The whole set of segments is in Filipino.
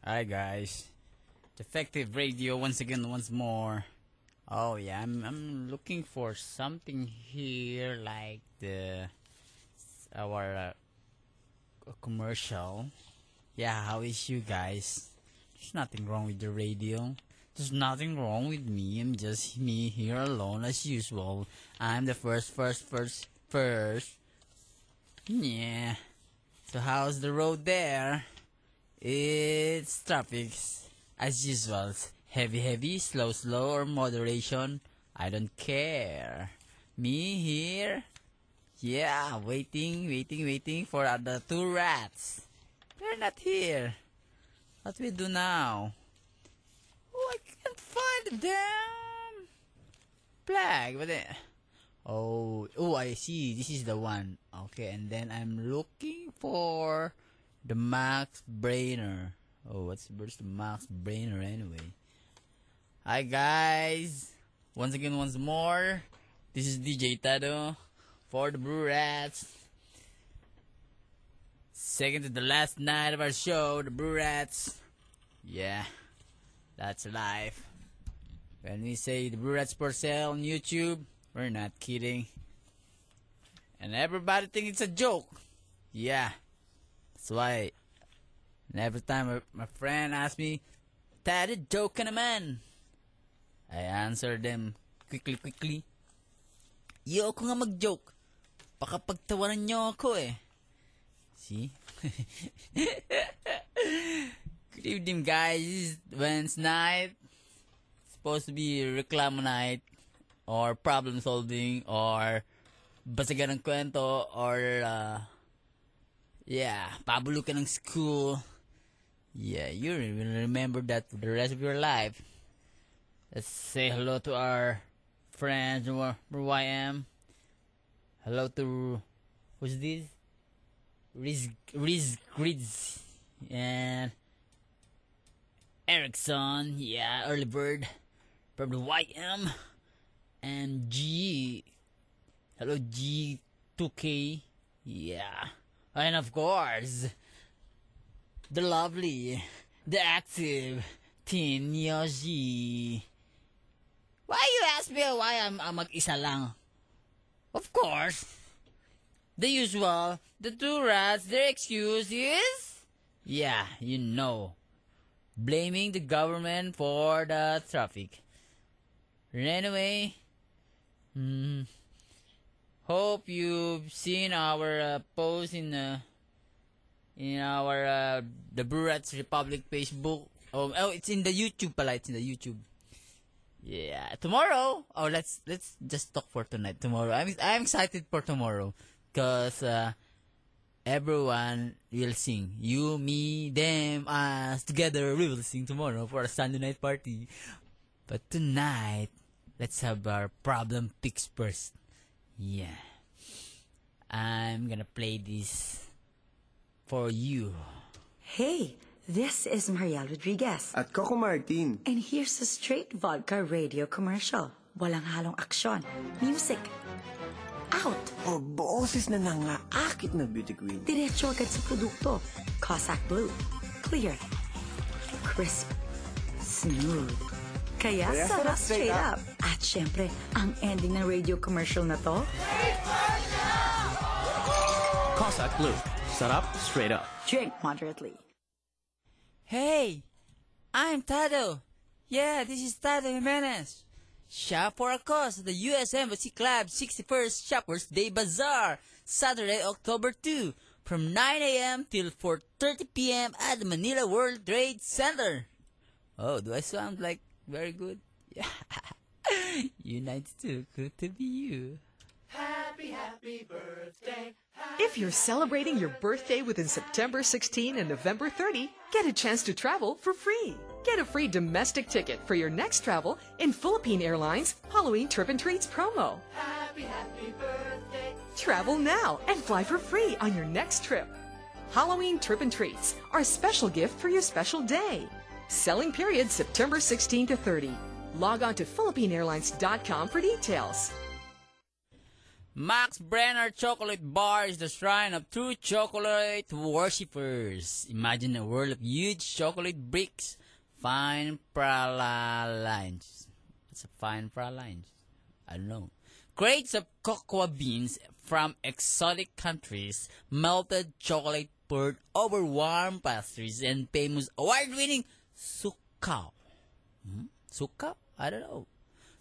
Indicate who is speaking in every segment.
Speaker 1: Hi guys. Defective radio once again, once more. Oh yeah, I'm I'm looking for something here like the our uh, commercial. Yeah, how is you guys? There's nothing wrong with the radio. There's nothing wrong with me. I'm just me here alone as usual. I'm the first, first, first, first. Yeah. So how's the road there? It's traffics as usual. Heavy, heavy, slow, slow, or moderation. I don't care. Me here. Yeah, waiting, waiting, waiting for other two rats. They're not here. What we do now? Oh, I can't find them. Black, but then, oh, oh, I see. This is the one. Okay, and then I'm looking for the Max Brainer. Oh, what's where's the Max Brainer anyway? Hi guys, once again, once more. This is DJ Tado for the Blue Rats. Second to the last night of our show, the Blue Rats. Yeah, that's life. When we say the Blue Rats for sale on YouTube, we're not kidding. And everybody think it's a joke. Yeah. That's why. And every time my, my friend asks me, Daddy, joking a man. I answer them quickly, quickly. Iyo ako nga mag-joke. Pakapagtawanan niyo ako eh. See? Good evening guys. This is Wednesday night. Supposed to be reclamo night or problem solving or basagan ng kwento or uh, yeah, pabulo ka ng school. Yeah, you will remember that for the rest of your life. Let's say hello to our friends where, where I am. Hello to who's this? Riz Riz Grids and Erickson. Yeah, early bird from the YM and G. Hello G 2K. Yeah. And of course, the lovely, the active Tin Yoshi. Why you ask me why I'm, I'm mag-isa lang? Of course, the usual, the two rats, their excuse is? Yeah, you know. Blaming the government for the traffic. Anyway, mm, hope you've seen our uh, post in uh, in our uh, the Brurats Republic Facebook. Oh, oh, it's in the YouTube pala. It's in the YouTube. Yeah, tomorrow. Oh, let's let's just talk for tonight. Tomorrow, I'm I'm excited for tomorrow, cause uh, everyone will sing. You, me, them, us together. We will sing tomorrow for a Sunday night party. But tonight, let's have our problem picks first. Yeah. I'm gonna play this for you.
Speaker 2: Hey, this is Mariel Rodriguez.
Speaker 3: At Coco Martin.
Speaker 2: And here's a straight vodka radio commercial. Walang halong aksyon. Music. Out.
Speaker 3: O Oh, boses na nangaakit na beauty queen.
Speaker 2: Diretso agad sa produkto. Cossack Blue. Clear. Crisp. Smooth. Kaya
Speaker 3: Kaya
Speaker 2: sarap
Speaker 3: sarap straight
Speaker 2: straight up. At syempre, ang ending ng radio commercial na to,
Speaker 4: Cossack Blue. Sarap straight up.
Speaker 2: drink moderately.
Speaker 1: Hey, I'm Tado. Yeah, this is Tado Jimenez. Shop for a cause at the U.S. Embassy Club 61st Shoppers Day Bazaar, Saturday, October 2, from 9 a.m. till 4.30 p.m. at the Manila World Trade Center. Oh, do I sound like very good? Yeah. you 92, good to be you.
Speaker 5: If you're celebrating your birthday within September 16 and November 30, get a chance to travel for free. Get a free domestic ticket for your next travel in Philippine Airlines Halloween Trip and Treats promo. Happy, happy birthday. Travel now and fly for free on your next trip. Halloween Trip and Treats, our special gift for your special day. Selling period September 16 to 30. Log on to PhilippineAirlines.com for details.
Speaker 1: Max Brenner Chocolate Bar is the shrine of true chocolate worshippers. Imagine a world of huge chocolate bricks, fine pralines. What's a fine pralines? I don't know. Crates of cocoa beans from exotic countries, melted chocolate poured over warm pastries, and famous award-winning sukao. Suka? I don't know.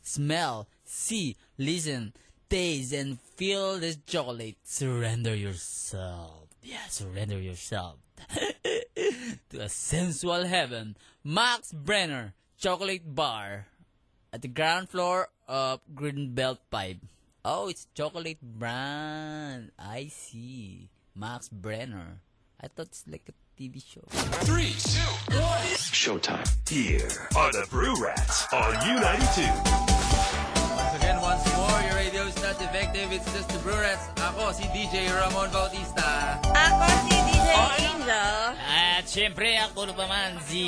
Speaker 1: Smell, see, listen, taste, and feel this chocolate. Surrender yourself. Yeah, surrender yourself. to a sensual heaven. Max Brenner Chocolate Bar at the ground floor of Greenbelt Pipe. Oh, it's chocolate brand. I see. Max Brenner. I thought it's like a TV show.
Speaker 6: Three, two, one.
Speaker 7: Showtime.
Speaker 6: Here are the Brew Rats on U92.
Speaker 8: Again, once more, your radio is not effective. It's just the Brurets. Ako, si DJ Ramon Bautista. Oh,
Speaker 9: Ako
Speaker 8: ano?
Speaker 9: si DJ Angel.
Speaker 1: At syempre ako naman si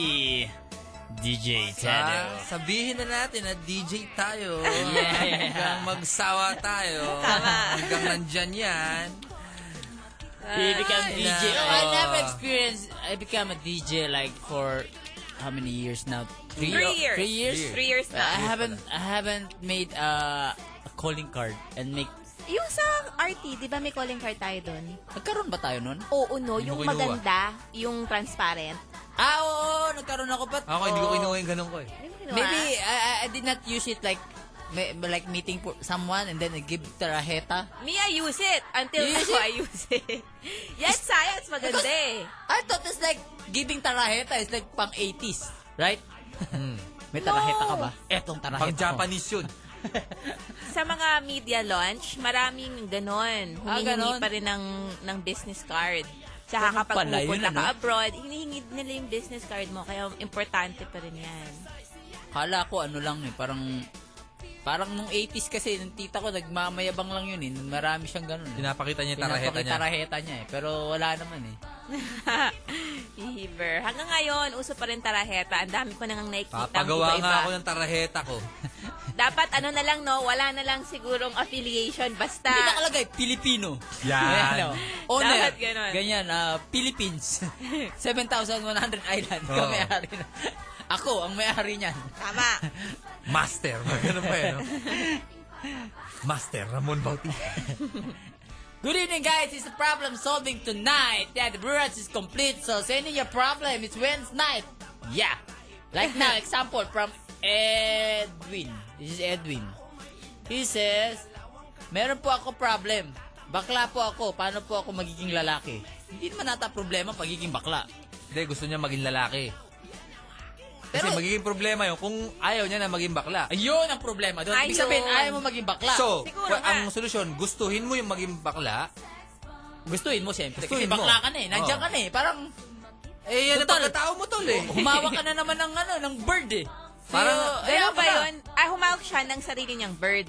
Speaker 1: DJ
Speaker 8: Ah,
Speaker 1: Tano.
Speaker 8: sabihin na natin na DJ tayo. Hanggang magsawa tayo. Hanggang nandyan yan.
Speaker 1: He became
Speaker 8: Ay,
Speaker 1: DJ.
Speaker 8: na-
Speaker 1: Oh, I
Speaker 8: oh.
Speaker 1: never experienced. I became a DJ like for how many years now? Three,
Speaker 9: Three years.
Speaker 1: Three years.
Speaker 9: Three years na.
Speaker 1: I haven't. I haven't made uh, a calling card and make.
Speaker 9: Yung sa RT, di ba may calling card tayo doon?
Speaker 1: Nagkaroon ba tayo nun?
Speaker 9: Oo, no. Yung
Speaker 8: Yung kinuha.
Speaker 9: maganda, yung transparent.
Speaker 1: Ah, oo, nagkaroon ako pa.
Speaker 8: Ako, hindi ko kinuha yung ganun ko eh.
Speaker 9: Di ba kinuha?
Speaker 1: Maybe I, I, I did not use it like may- like meeting for someone and then I give tarjeta.
Speaker 9: Me, I use it until
Speaker 1: You use
Speaker 9: ako
Speaker 1: it?
Speaker 9: I use it. Yes, science, maganda eh.
Speaker 1: I thought it's like giving taraheta is like pang 80s, right? May taraheta ka ba? Etong taraheta
Speaker 8: Pang
Speaker 1: ko.
Speaker 8: Hmm. Japanese yun.
Speaker 9: Sa mga media launch, maraming ganon.
Speaker 1: Ah,
Speaker 9: Humihingi
Speaker 1: ganon?
Speaker 9: pa rin ng, ng business card. Tsaka
Speaker 1: Ganun
Speaker 9: kapag
Speaker 1: pala yun,
Speaker 9: pupunta
Speaker 1: ano?
Speaker 9: ka abroad, hinihingi nila yung business card mo. Kaya importante pa rin yan.
Speaker 1: Kala ko ano lang eh, parang parang nung 80s kasi nung tita ko nagmamayabang lang yun eh. Marami siyang ganun. Eh.
Speaker 8: Pinapakita niya yung taraheta niya.
Speaker 1: taraheta niya eh. Pero wala naman eh.
Speaker 9: Fever. Hanggang ngayon, uso pa rin taraheta. Ang dami ko nang nakikita.
Speaker 8: Papagawa nga ako ng taraheta ko.
Speaker 9: Dapat ano na lang, no? Wala na lang sigurong affiliation. Basta.
Speaker 1: Hindi nakalagay, Pilipino.
Speaker 8: Yan.
Speaker 1: Ayan, oh. Owner.
Speaker 9: Dapat ganun.
Speaker 1: Ganyan, ah, Philippines. 7,100 island.
Speaker 8: Oo.
Speaker 1: Kami-ari na. Ako, ang may-ari niyan.
Speaker 9: Tama.
Speaker 8: Master. Ganun pa yun. no? Master Ramon Bautista.
Speaker 1: Good evening, guys. It's the problem solving tonight. Yeah, the brewers is complete. So send in your problem. It's Wednesday night. Yeah. Like now, example from Edwin. This is Edwin. He says, Meron po ako problem. Bakla po ako. Paano po ako magiging lalaki? Hindi naman nata problema pagiging bakla.
Speaker 8: Hindi, gusto niya maging lalaki. Kasi
Speaker 1: Pero-
Speaker 8: magiging problema yun kung ayaw niya na maging bakla.
Speaker 1: Ayun ang problema doon.
Speaker 9: Ayun.
Speaker 1: Ibig sabihin, ayaw mo maging bakla.
Speaker 8: So,
Speaker 9: Siguro
Speaker 8: wa-
Speaker 9: nga.
Speaker 8: ang solusyon, gustuhin mo yung maging bakla.
Speaker 1: gustuin mo siyempre. Kasi
Speaker 8: Gustuin mo.
Speaker 1: bakla ka na eh. Nandiyan
Speaker 8: Oo.
Speaker 1: ka na eh. Parang
Speaker 8: Eh, yan ang
Speaker 1: Total.
Speaker 8: pagkatao mo, tol eh.
Speaker 1: humawa ka na naman ng ano, ng bird eh.
Speaker 8: Parang-
Speaker 1: Pero,
Speaker 9: Ganun ba yun? Ah, humawak siya ng sarili niyang bird.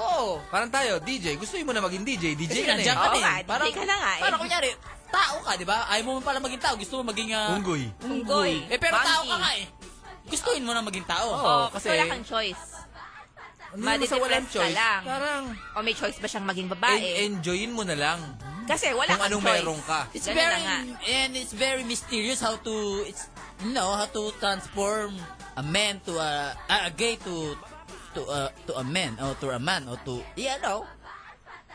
Speaker 8: Oo. Oh, Parang tayo, DJ. Gustuhin mo na maging DJ.
Speaker 1: Kasi
Speaker 8: DJ ka na
Speaker 1: nandiyan
Speaker 8: eh.
Speaker 1: ka
Speaker 9: Oo
Speaker 1: din.
Speaker 9: nga, DJ ka na nga eh.
Speaker 1: Parang kunyari, tao ka, di ba? Ayaw mo man pala maging tao. Gusto mo maging... ah,
Speaker 8: Unggoy.
Speaker 9: Unggoy.
Speaker 1: Eh, pero
Speaker 9: Monkey.
Speaker 1: tao ka nga eh. Gustuin mo na maging tao.
Speaker 8: Oo.
Speaker 9: Kasi
Speaker 8: kasi-
Speaker 9: wala kang choice.
Speaker 8: Hindi naman sa walang
Speaker 9: Madidepress ka
Speaker 8: choice.
Speaker 9: lang.
Speaker 8: Parang,
Speaker 9: O may choice ba siyang maging
Speaker 8: en-
Speaker 9: babae?
Speaker 8: enjoyin mo na lang.
Speaker 1: Eh,
Speaker 9: Kasi wala
Speaker 8: Kung
Speaker 9: kang
Speaker 8: anong
Speaker 9: choice.
Speaker 8: meron ka.
Speaker 1: It's
Speaker 9: Ganun na
Speaker 1: very...
Speaker 9: nga.
Speaker 1: And it's very mysterious how to... It's, you know, how to transform a man to a... ah, a gay to to a to a man or to a man or to yeah no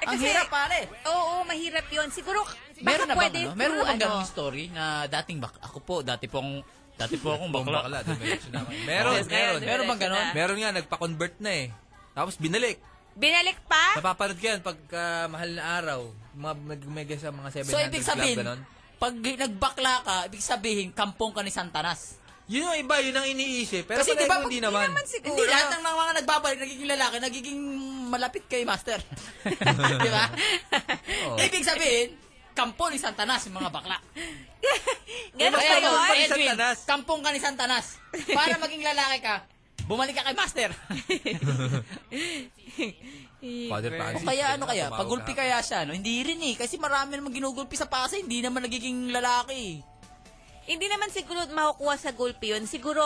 Speaker 9: Eh,
Speaker 1: ang
Speaker 9: kasi-
Speaker 1: hirap pare
Speaker 9: Oo, mahirap yun. Siguro, baka
Speaker 1: meron na
Speaker 9: pwede
Speaker 1: bang ano? meron na
Speaker 9: through,
Speaker 1: bang ganung story na dating bak ako po dati pong dati po akong bakla,
Speaker 8: Bakla. diretso na ako. meron,
Speaker 9: Yes,
Speaker 8: meron.
Speaker 9: kaya
Speaker 1: meron bang
Speaker 9: diretso
Speaker 1: ganon
Speaker 9: na.
Speaker 8: Meron nga, nagpa-convert na eh. Tapos binalik.
Speaker 9: Binalik pa?
Speaker 8: Napapanood ko yan pagka mahal na araw. Mga nag-mega sa mga 700
Speaker 1: So, ibig sabihin,
Speaker 8: club, ganon.
Speaker 1: pag nagbakla ka, ibig sabihin, kampong ka ni Santanas.
Speaker 8: Yun yung iba, yun ang iniisip. Pero
Speaker 1: Kasi diba
Speaker 8: Kasi
Speaker 1: di ba,
Speaker 8: hindi
Speaker 1: pag-
Speaker 8: naman.
Speaker 1: Hindi, Ah. lahat ng mga nagbabalik, nagiging lalaki, nagiging malapit kay Master. Di ba?
Speaker 8: Oo.
Speaker 1: Ibig sabihin, kampo ni Santanas yung mga bakla.
Speaker 9: Ganun
Speaker 1: Kaya
Speaker 9: ba
Speaker 1: yun,
Speaker 9: yun?
Speaker 8: ni
Speaker 1: Edwin,
Speaker 8: Santanas.
Speaker 1: kampong ka ni Santanas. Para maging lalaki ka, bumalik ka kay Master.
Speaker 8: Father
Speaker 1: o
Speaker 8: Francis.
Speaker 1: kaya ano kaya,
Speaker 8: tumawag
Speaker 1: pagulpi
Speaker 8: ako.
Speaker 1: kaya siya, no? Hindi rin eh. Kasi marami namang ginugulpi sa Pasay, hindi naman nagiging lalaki. eh.
Speaker 9: Hindi naman siguro makukuha sa gulpi yun. Siguro,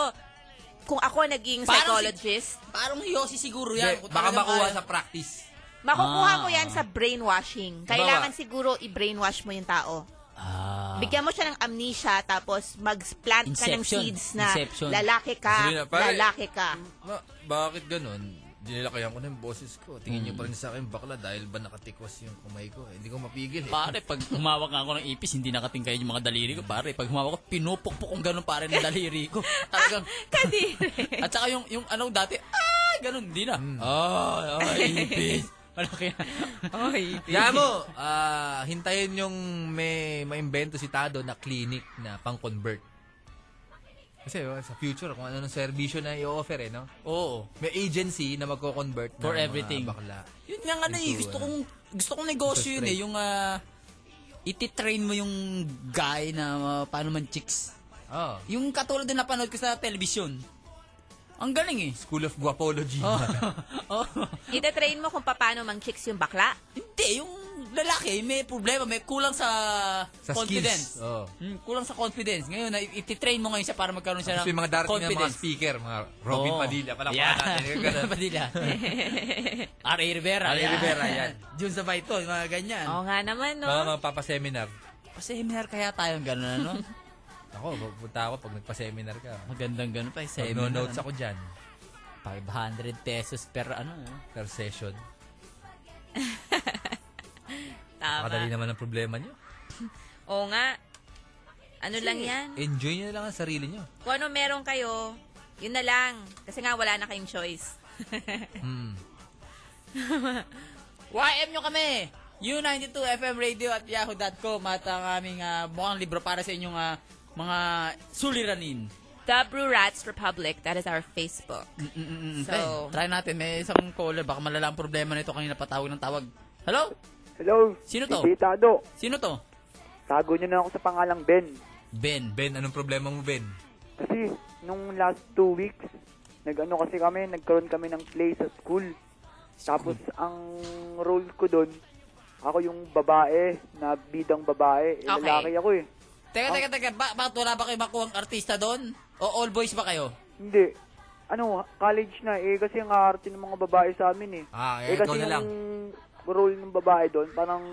Speaker 9: kung ako naging
Speaker 1: Parang si-
Speaker 9: psychologist,
Speaker 1: Parang yosi siguro
Speaker 8: Hindi,
Speaker 1: yan. Kung
Speaker 8: baka
Speaker 1: talagang
Speaker 8: makuha
Speaker 1: kaya-
Speaker 8: sa practice.
Speaker 9: Makukuha
Speaker 10: Ah.
Speaker 9: mo yan sa brainwashing. Kailangan siguro i-brainwash mo yung tao.
Speaker 10: Ah.
Speaker 9: Bigyan mo siya ng amnesia tapos mag-plant ka ng
Speaker 10: Inception.
Speaker 9: seeds na
Speaker 10: Inception.
Speaker 9: lalaki ka,
Speaker 8: Sabi na, pare.
Speaker 9: lalaki ka.
Speaker 8: Ma, bakit ganun? Dinilakayan ko na yung boses ko. Tingin niyo pa
Speaker 1: Hmm.
Speaker 8: rin sa akin bakla dahil ba nakatikwas yung kumay ko. Eh, Hindi ko mapigil eh.
Speaker 1: Pare, pag humawak nga ako ng ipis, hindi nakatingkay yung mga daliri ko. Pare, pag humawak ko, pinupukpok kong ganun pare ng daliri ko. Talagang,
Speaker 9: Kadiri.
Speaker 1: at saka yung, yung anong dati, ah, ganun, hindi na.
Speaker 8: Hmm.
Speaker 1: Ah, ah, ipis. Malaki na.
Speaker 8: Kaya mo, ah, hintayin yung may maimbento si Tado na clinic na pang-convert. Kasi oh, sa future, kung ano ng servisyo na i-offer eh, no?
Speaker 1: Oo.
Speaker 8: May agency na magko-convert ng
Speaker 1: For
Speaker 8: mga
Speaker 1: everything.
Speaker 8: bakla.
Speaker 1: Yun nga nga na eh,
Speaker 8: Into,
Speaker 1: gusto
Speaker 8: ano?
Speaker 1: kong, gusto kong negosyo yun eh,
Speaker 8: straight.
Speaker 1: yung, ah, ititrain mo yung guy na ah, paano man chicks.
Speaker 8: Oh.
Speaker 1: Yung katulad na napanood ko sa television. Ang galing eh.
Speaker 8: School of Guapology.
Speaker 1: Oh.
Speaker 9: Itatrain mo kung paano mang chicks yung bakla.
Speaker 1: Hindi, yung lalaki may problema, may kulang sa,
Speaker 8: Sa
Speaker 1: confidence.
Speaker 8: skills, oo.
Speaker 1: Mm, kulang sa confidence. Ngayon, na- ititrain mo ngayon siya para magkaroon siya ng
Speaker 8: Tapos yung mga darating na mga
Speaker 1: confidence.
Speaker 8: speaker, mga Robin
Speaker 1: Oo.
Speaker 8: Padilla, pala
Speaker 1: Yeah.
Speaker 8: natin. Yung ganun.
Speaker 1: Robin Padilla. R.A. Rivera.
Speaker 8: R.A. Rivera, yan.
Speaker 1: Jun Sabaito, yung mga ganyan.
Speaker 9: Oo nga naman, no?
Speaker 8: Mga magpapaseminar.
Speaker 1: Pa-seminar kaya tayong gano'n, ano?
Speaker 8: Ako, pupunta ako pag nagpa-seminar ka.
Speaker 1: Magandang gano'n pa, eh,
Speaker 8: Pag
Speaker 1: seminar.
Speaker 8: no-notes ako dyan,
Speaker 1: 500 pesos per ano, ano?
Speaker 8: per session. Nakadali
Speaker 9: Tama.
Speaker 8: naman ang problema nyo.
Speaker 9: Oo nga. Ano lang yan?
Speaker 8: Enjoy nyo na lang ang sarili nyo.
Speaker 9: Kung ano meron kayo, yun na lang. Kasi nga, wala na kayong choice.
Speaker 1: Hmm. YM nyo kami! U92 FM Radio at yahoo.com at ang aming ah, mukhang libro para sa inyong ah, mga suliranin.
Speaker 9: The Brew Rats Republic, that is our Facebook.
Speaker 1: Mm-mm-mm.
Speaker 9: So-
Speaker 1: Eh, try natin. May isang caller. Baka malala ang problema nito kanina patawag ng tawag. Hello?
Speaker 11: Hello?
Speaker 1: Sino to?
Speaker 11: Si Tado.
Speaker 1: Sino to?
Speaker 11: Tago niyo na ako sa pangalang Ben.
Speaker 1: Ben.
Speaker 8: Ben, anong problema mo, Ben?
Speaker 11: Kasi nung last two weeks, nag-ano kasi kami, nagkaroon kami ng play sa school. Tapos
Speaker 1: Hmm.
Speaker 11: ang role ko doon, ako yung babae, na bidang babae. Eh,
Speaker 9: Okay.
Speaker 11: Lalaki ako eh.
Speaker 1: Teka, teka, teka. Ba bakit wala ba kayo makuha artista doon? O all boys ba kayo?
Speaker 11: Hindi. Ano, college na eh, kasi ang arte ng mga babae sa amin eh.
Speaker 8: Ah, eh,
Speaker 11: eh
Speaker 8: ikaw
Speaker 11: kasi
Speaker 8: na lang.
Speaker 11: yung role ng babae doon, parang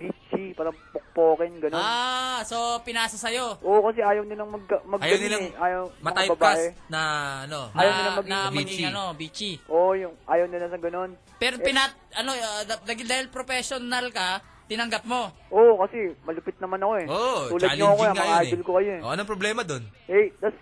Speaker 11: bitchy, parang pokpokin, ganun.
Speaker 1: Ah, so pinasa sa'yo.
Speaker 11: Oo, kasi ayaw nilang mag, mag
Speaker 8: Ayaw nilang
Speaker 11: eh. Ayaw, mga babae.
Speaker 8: matypecast na ano.
Speaker 11: Ayaw
Speaker 1: na,
Speaker 11: nila maging
Speaker 1: na
Speaker 8: bitchy.
Speaker 1: maging ano, bitchy.
Speaker 11: Oo, yung ayaw nila sa ganun.
Speaker 1: Pero pinat, ano, ah, da- dahil professional ka, tinanggap mo.
Speaker 11: Oo, kasi malupit naman ako eh.
Speaker 8: Oh,
Speaker 11: Tulad niyo ako,
Speaker 8: challenging nga
Speaker 11: eh, mga
Speaker 8: yun eh.
Speaker 11: idol ko kayo eh.
Speaker 8: Oh, anong problema doon?
Speaker 11: Eh, tas,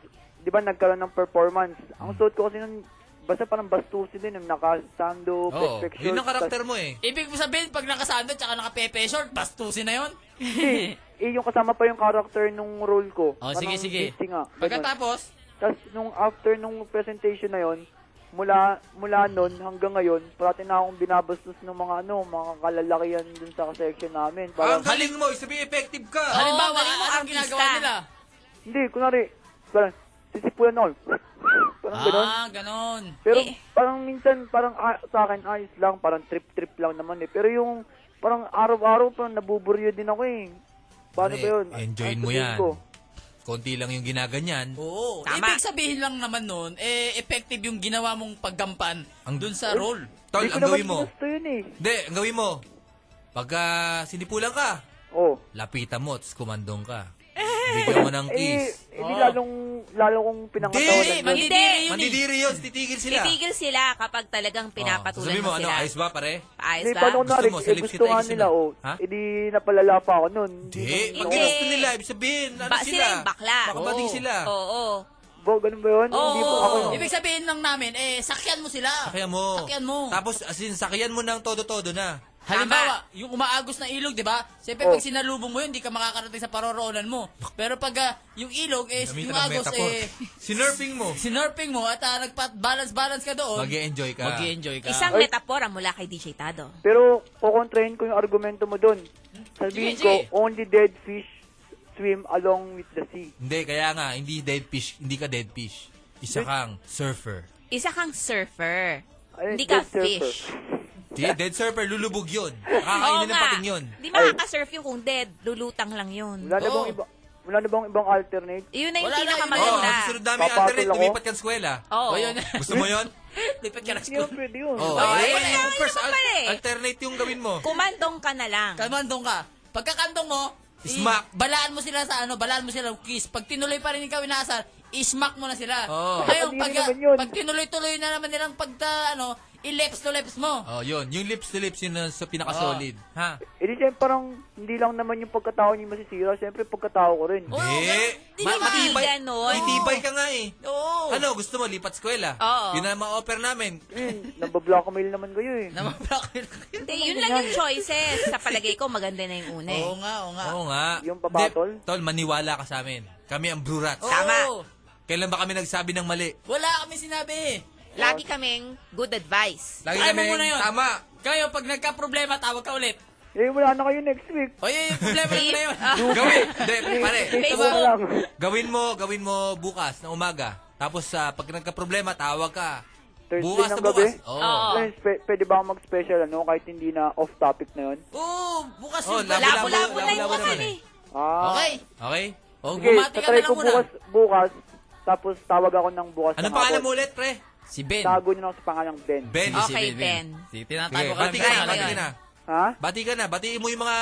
Speaker 11: di ba nagkaroon ng performance? Ang
Speaker 8: Hmm.
Speaker 11: suot ko kasi nun, basta parang bastusin din, yung naka-sando,
Speaker 8: Oo,
Speaker 11: perfect
Speaker 8: yun ang
Speaker 11: shorts,
Speaker 8: karakter
Speaker 11: tas-
Speaker 8: mo eh.
Speaker 1: Ibig mo sabihin, pag nakasando tsaka nakapepe short, bastusin na yon.
Speaker 11: Hindi, eh, yung kasama pa yung karakter nung role ko.
Speaker 1: Oh, sige,
Speaker 11: Parang
Speaker 1: sige.
Speaker 11: bitchy nga. Pagkatap...
Speaker 1: Pagkatapos,
Speaker 11: Tas, nung after nung presentation na yon mula mula nun hanggang ngayon, parati na akong binabastos ng mga ano, mga kalalakihan dun sa section namin.
Speaker 8: Ang
Speaker 11: Parang,
Speaker 8: galing mo, sabi effective ka.
Speaker 9: Oo,
Speaker 1: halimbawa,
Speaker 9: galing mo,
Speaker 1: anong
Speaker 9: artista.
Speaker 1: ginagawa nila?
Speaker 11: hindi, kunwari, parang, sisipulan ako. Parang ganun.
Speaker 1: Ah, ganon.
Speaker 11: Pero
Speaker 9: Eh.
Speaker 11: parang minsan, parang ah, sa akin ayos lang, parang trip-trip lang naman eh. Pero yung parang araw-araw parang nabuburyo din ako eh. Paano
Speaker 8: Pare,
Speaker 11: ba yun?
Speaker 8: enjoyin
Speaker 11: Ano
Speaker 8: mo
Speaker 11: sabihin
Speaker 8: yan.
Speaker 11: ko?
Speaker 8: Konti lang yung ginaganyan.
Speaker 1: Oo.
Speaker 9: Tama.
Speaker 1: Ibig sabihin lang naman nun, eh, effective yung ginawa mong paggampan
Speaker 8: Ang-
Speaker 1: dun sa role.
Speaker 8: Tol,
Speaker 11: Eh, Hindi ko
Speaker 8: ang
Speaker 11: naman
Speaker 8: gawin mo.
Speaker 11: ginusto yun eh.
Speaker 8: Hindi, ang gawin mo. Pagka sinipulan ka,
Speaker 11: Oh.
Speaker 8: lapitan mo, tapos kumandong ka. Bigyan mo ng
Speaker 11: Eh,
Speaker 8: kiss.
Speaker 11: eh,
Speaker 9: Ah.
Speaker 11: di lalong, lalo kong
Speaker 1: Hindi,
Speaker 11: pinangatawanan. yun.
Speaker 1: mandidiri yun eh.
Speaker 8: Mandidiri yun, titigil sila.
Speaker 9: Titigil sila kapag talagang
Speaker 8: Oh,
Speaker 9: pinapatulan
Speaker 8: sabi
Speaker 9: mo,
Speaker 8: mo, ano,
Speaker 9: sila.
Speaker 8: ayos ba pare?
Speaker 9: Ayos
Speaker 11: Hindi,
Speaker 9: ba?
Speaker 11: paano kunwari,
Speaker 8: mo, sa
Speaker 11: eh,
Speaker 8: lips
Speaker 11: gusto
Speaker 8: kita
Speaker 11: nga
Speaker 8: ayusin
Speaker 11: nila,
Speaker 8: mo.
Speaker 11: oh.
Speaker 8: Ha?
Speaker 11: Eh, di napalala pa ako nun.
Speaker 8: Hindi,
Speaker 9: Hindi.
Speaker 8: pag
Speaker 1: Eh,
Speaker 8: ginusto nila, ibig sabihin, ano
Speaker 9: Ba-
Speaker 8: sila?
Speaker 9: sila yung bakla.
Speaker 8: Makabating
Speaker 1: Oo.
Speaker 8: sila.
Speaker 9: Oo.
Speaker 11: Bo, ganun ba yun?
Speaker 1: Oo.
Speaker 11: Ano, Hindi po ako yun.
Speaker 1: Ibig sabihin lang namin, eh, sakyan mo sila.
Speaker 8: Sakyan mo.
Speaker 1: Sakyan mo.
Speaker 8: Tapos, as in, sakyan mo ng todo-todo na.
Speaker 1: Halimbawa, yung umaagos na ilog, di ba? Siyempre,
Speaker 11: Oh.
Speaker 1: pag sinalubong mo yun, di ka makakarating sa paroroonan mo. Pero pag ah, yung ilog, eh,
Speaker 8: Gamitan
Speaker 1: yung
Speaker 8: ang
Speaker 1: agos,
Speaker 8: metaphor.
Speaker 1: eh,
Speaker 8: Sinurfing mo.
Speaker 1: sinurfing mo at ah, nagpa-balance-balance ka doon.
Speaker 8: Mag-i-enjoy ka.
Speaker 1: Mag-i-enjoy ka.
Speaker 9: Isang metapora mula kay DJ Tado.
Speaker 11: Pero, kukontrahin ko yung argumento mo dun. Sabihin
Speaker 1: Sige, sige.
Speaker 11: ko, only dead fish swim along with the sea.
Speaker 8: Hindi, kaya nga, hindi dead fish, hindi ka dead fish. Isa kang surfer.
Speaker 9: Isa kang surfer.
Speaker 11: Ay,
Speaker 9: Hindi ka
Speaker 11: dead surfer.
Speaker 9: fish.
Speaker 8: Hindi, dead surfer, lulubog yun.
Speaker 9: Oo
Speaker 8: Nakakainin ng
Speaker 9: nga.
Speaker 8: pating yun.
Speaker 9: Di makakasurf yun kung dead. Lulutang lang yun.
Speaker 11: Wala na bang
Speaker 8: Oo.
Speaker 11: iba, wala na bang ibang alternate?
Speaker 9: Yun na yung
Speaker 1: Wala na, yun na.
Speaker 8: Oo, oh,
Speaker 9: pinakamaganda.
Speaker 8: susunod namin,
Speaker 11: Papatol
Speaker 8: alternate,
Speaker 11: ako.
Speaker 8: lumipat ka ng eskwela.
Speaker 9: Oo.
Speaker 1: O, yun.
Speaker 8: Gusto mo yun?
Speaker 1: Lipat ka ng
Speaker 11: Yung
Speaker 1: school.
Speaker 11: pwede yun.
Speaker 8: Oh,
Speaker 1: Ay,
Speaker 8: ayun,
Speaker 1: wala
Speaker 8: ayun, first,
Speaker 9: naman
Speaker 8: al-
Speaker 9: pala eh.
Speaker 8: alternate yung gawin mo.
Speaker 9: Kumandong ka na lang.
Speaker 1: Kamandong ka. Pagkakandong mo, i-
Speaker 8: Smack.
Speaker 1: Balaan mo sila sa ano, balaan mo sila ng kiss. Pag tinuloy pa rin ikaw inaasar, ismack mo na sila.
Speaker 8: Oo.
Speaker 1: Ngayon,
Speaker 11: Hindi
Speaker 1: pag,
Speaker 11: naman yun.
Speaker 1: pag tinuloy-tuloy na naman nilang pagta, ano, i-leps to leps mo.
Speaker 8: Oh, yun. Yung lips to lips yun na sa pinaka-solid. Ha?
Speaker 11: Eh di syempre parang hindi lang naman yung pagkatao niyo masisira, syempre pagkatao ko rin. Eh,
Speaker 1: Oo, ganun.
Speaker 9: Di naman ganon.
Speaker 8: Matibay ka nga eh.
Speaker 1: Oo.
Speaker 8: Ano, gusto mo lipat eskwela?
Speaker 9: Oo.
Speaker 8: Yun ang ma-offer namin.
Speaker 11: Yun, nabablockmail naman kayo eh.
Speaker 1: Namablock yun.
Speaker 9: Hindi, yun lang yung choices. Sa palagay ko, maganda na yung una eh.
Speaker 1: Oo nga, oo nga.
Speaker 8: Oo nga.
Speaker 11: Yung pabatol?
Speaker 8: Hindi, tol, maniwala ka sa amin. Kami ang Brew Rats.
Speaker 1: Oo.
Speaker 8: Kailan ba kami nagsabi ng mali?
Speaker 1: Wala kami sinabi.
Speaker 9: Lagi kaming good advice.
Speaker 8: Lagi
Speaker 1: Try mo
Speaker 8: kami,
Speaker 1: muna yun.
Speaker 8: tama.
Speaker 1: Kayo, pag nagka-problema, tawag ka ulit.
Speaker 11: Eh wala na kayo next week.
Speaker 1: O yun, yung
Speaker 8: Eh,
Speaker 9: Tip,
Speaker 1: problema na na yun.
Speaker 9: ah,
Speaker 8: Gawin. Hindi, pare.
Speaker 11: Wala
Speaker 9: Facebook.
Speaker 11: lang.
Speaker 8: Gawin mo, gawin mo bukas na umaga. Tapos sa pag nagka-problema, tawag ka.
Speaker 11: Thursday
Speaker 8: bukas na
Speaker 11: ng
Speaker 8: bukas.
Speaker 11: gabi?
Speaker 8: Oo.
Speaker 9: Oo.
Speaker 11: Friends, pe- pwede ba akong mag-special ano kahit hindi na off topic na yun?
Speaker 1: Oo, bukas
Speaker 8: Oh,
Speaker 1: yun.
Speaker 8: labo-
Speaker 9: Labo-labo na yung
Speaker 8: Labo-labo
Speaker 9: kasal
Speaker 8: naman
Speaker 9: eh.
Speaker 11: Ah.
Speaker 1: Okay.
Speaker 8: Okay? Oh,
Speaker 11: Sige,
Speaker 1: bumati ka
Speaker 11: tatry
Speaker 1: na lang
Speaker 11: ko
Speaker 1: muna.
Speaker 11: bukas, bukas, tapos tawag ako ng bukas.
Speaker 8: Ano
Speaker 11: ng
Speaker 8: pangalan
Speaker 11: hapon.
Speaker 8: mo ulit, pre?
Speaker 1: Si Ben.
Speaker 11: Tago nyo lang sa pangalang Ben.
Speaker 8: Ben.
Speaker 9: Oh. Okay, Ben.
Speaker 1: Sige,
Speaker 8: Sige,
Speaker 1: tinatago ka.
Speaker 8: bati ka na,
Speaker 9: Try mo
Speaker 8: bati ka
Speaker 9: yun.
Speaker 8: na.
Speaker 11: Ha?
Speaker 8: Bati ka na, batiin mo yung mga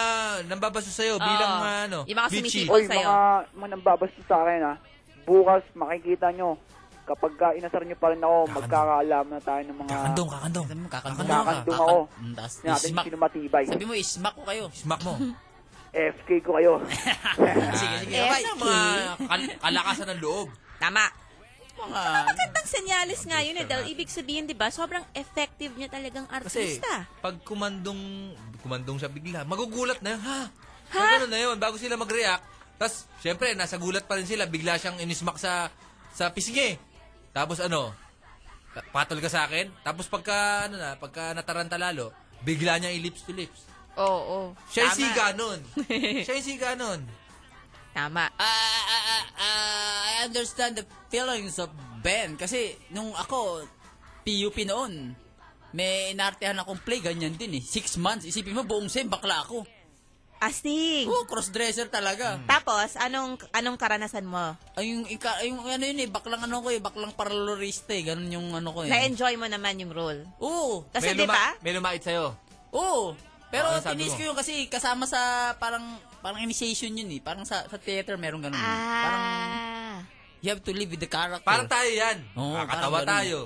Speaker 8: nambabaso sa'yo
Speaker 9: Oo.
Speaker 8: bilang mga ano,
Speaker 9: Yung mga
Speaker 8: bitchy.
Speaker 9: sumisipot.
Speaker 11: Oy,
Speaker 9: sa'yo.
Speaker 11: mga, mga nambabas sa akin ha. Bukas, makikita nyo. Kapag ka inasar nyo pa rin ako, magkakaalam na tayo ng mga...
Speaker 8: Kakandong, kakandong.
Speaker 1: Sabi mo, kakandong ka.
Speaker 11: Kakandong ako.
Speaker 1: Mm, tas
Speaker 11: Hindi natin
Speaker 1: ismak.
Speaker 11: sino matibay.
Speaker 1: Sabi mo, ismak ko kayo.
Speaker 8: Smack mo.
Speaker 11: FK ko kayo.
Speaker 1: sige, sige.
Speaker 9: Eh,
Speaker 1: Okay.
Speaker 8: Ano mga kal- kalakasan ng loob?
Speaker 9: Tama.
Speaker 1: Mga...
Speaker 9: Magandang senyalis nga yun eh. Dahil ibig sabihin, di ba, sobrang effective niya talagang
Speaker 8: Kasi
Speaker 9: artista.
Speaker 8: pag kumandong, kumandong siya bigla, magugulat na yun, ha?
Speaker 9: Ha?
Speaker 8: Ha? Ganun na yun, bago sila mag-react. Tapos, syempre, nasa gulat pa rin sila, bigla siyang inismak sa, sa pisngi. Tapos ano, pa- patol ka sa akin. Tapos pagka, ano na, pagka nataranta lalo, bigla niya i-lips to lips.
Speaker 9: Oo,
Speaker 8: Siya yung siga nun. Siya yung siga nun.
Speaker 9: Tama.
Speaker 1: Ah, ah, ah, ah, ah, I understand the feelings of Ben. Kasi nung ako, PUP noon, may inartehan akong play, ganyan din eh. Six months. Isipin mo, buong sem, bakla ako.
Speaker 9: Astig.
Speaker 1: Oh, crossdresser talaga.
Speaker 9: Tapos, anong anong karanasan mo?
Speaker 1: Ay, yung, ika, yung ano yun eh, baklang ano ko eh, baklang paralorista eh. Ganun yung ano ko eh.
Speaker 9: Na-enjoy mo naman yung role.
Speaker 1: Oo.
Speaker 9: Kasi
Speaker 8: May
Speaker 9: di
Speaker 8: luma-
Speaker 9: ba?
Speaker 8: May lumait sa'yo.
Speaker 1: Oo. Pero
Speaker 8: Ano sabi
Speaker 1: tinis
Speaker 8: mo?
Speaker 1: ko yun kasi kasama sa parang parang initiation yun eh. Parang sa, sa theater meron ganun. eh. Parang
Speaker 9: Ah.
Speaker 1: you have to live with the character.
Speaker 8: Parang tayo yan.
Speaker 1: Oo, parang
Speaker 8: nakakatawa
Speaker 1: ganun.
Speaker 8: tayo.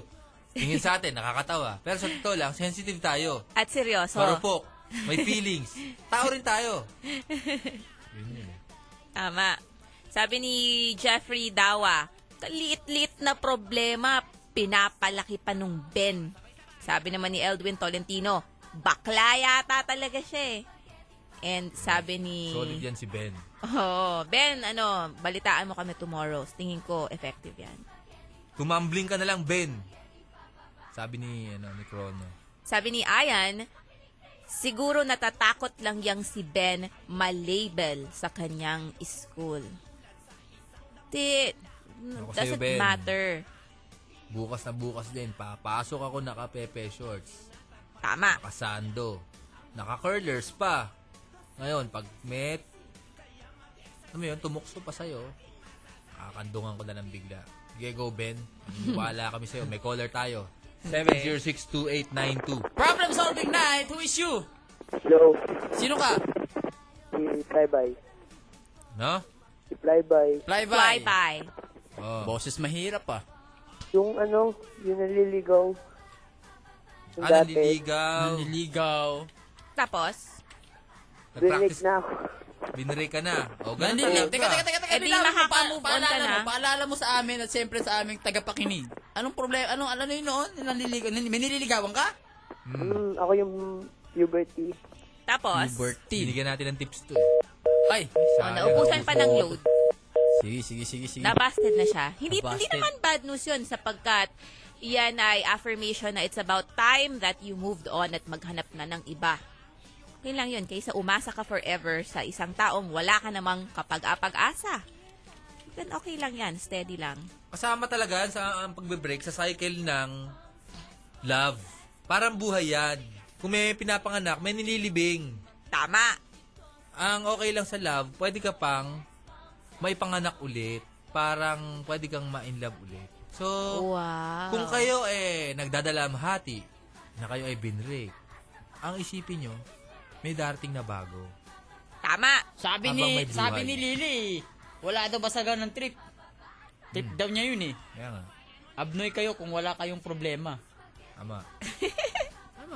Speaker 8: Tingin sa atin, nakakatawa. Pero sa totoo lang, sensitive tayo.
Speaker 9: At seryoso.
Speaker 8: Marupok. May feelings. Tao rin tayo.
Speaker 9: Tama. Sabi ni Jeffrey Dawa, liit-liit na problema, pinapalaki pa nung Ben. Sabi naman ni Eldwin Tolentino, bakla yata talaga siya eh. And sabi ni...
Speaker 8: Solid yan si Ben.
Speaker 9: Oh, Ben, ano, balitaan mo kami tomorrow. Tingin ko effective yan.
Speaker 8: Tumambling ka na lang, Ben. Sabi ni, ano, ni Crono.
Speaker 9: Sabi ni Ayan, siguro natatakot lang yang si Ben malabel sa kanyang school. Di,
Speaker 8: Ako sa'yo,
Speaker 9: doesn't
Speaker 8: Ben.
Speaker 9: matter.
Speaker 8: Bukas na bukas din, papasok ako naka pepe shorts,
Speaker 9: Tama.
Speaker 8: naka sando, naka curlers pa. Ngayon, pag met, ano yun, tumukso pa sa'yo, kakandungan ko na lang bigla. Sige, go, Ben. Wala kami sa'yo. May caller tayo. 7062892.
Speaker 1: Problem solving night, who is you?
Speaker 11: Hello,
Speaker 1: Sino ka?
Speaker 11: si Flyby.
Speaker 8: No?
Speaker 11: Si Flyby.
Speaker 1: Flyby.
Speaker 9: Fly by.
Speaker 8: Oh.
Speaker 1: Boses mahirap ah.
Speaker 11: Yung ano, yung naliligaw.
Speaker 8: Ah, naliligaw.
Speaker 1: Naniligaw.
Speaker 9: Tapos,
Speaker 8: Nag-practice.
Speaker 11: ako.
Speaker 8: Binrake ka na. Oh, O, ganito.
Speaker 1: Naniligaw. Teka, teka, teka, teka.
Speaker 9: Eh, di
Speaker 1: bilangin mo,
Speaker 9: makaka-move
Speaker 1: pa-
Speaker 9: on ka
Speaker 1: paalala
Speaker 9: na.
Speaker 1: Mo, paalala mo sa amin at siyempre sa aming tagapakinig. Anong problema? Anong, ano yun noon? Naniligaw. nan- May nililigawan ka?
Speaker 11: Mm, ako yung puberty.
Speaker 9: tapos,
Speaker 1: Bertie.
Speaker 8: Binigyan natin ng tips to. eh.
Speaker 1: Ay.
Speaker 9: oh, naubusan pa ng load.
Speaker 1: Sige, sige, sige, sige.
Speaker 9: Nabasted na siya. Hindi, hindi
Speaker 1: Nabasted.
Speaker 9: naman bad news yun sapagkat yan ay affirmation na it's about time that you moved on at maghanap na ng iba. Okay lang yun. Kaysa umasa ka forever sa isang taong wala ka namang kapag-apag-asa. Then okay lang yan. Steady lang.
Speaker 8: Kasama talaga sa ang pagbe-break sa cycle ng love. Parang buhay yan. Kung may pinapanganak, may nililibing.
Speaker 9: Tama.
Speaker 8: Ang okay lang sa love, pwede ka pang may panganak ulit. parang pwede kang ma-inlove ulit. So,
Speaker 9: Wow.
Speaker 8: kung kayo eh nagdadalamhati na kayo ay binrake, ang isipin nyo, may darating na bago.
Speaker 9: Tama.
Speaker 1: Sabi
Speaker 8: Habang
Speaker 1: ni
Speaker 8: may buhay.
Speaker 1: sabi ni Lily, wala daw basagan ng trip. Trip daw niya yun eh.
Speaker 8: Hmm. Kaya nga,
Speaker 1: Abnoy kayo kung wala kayong problema.
Speaker 8: ama.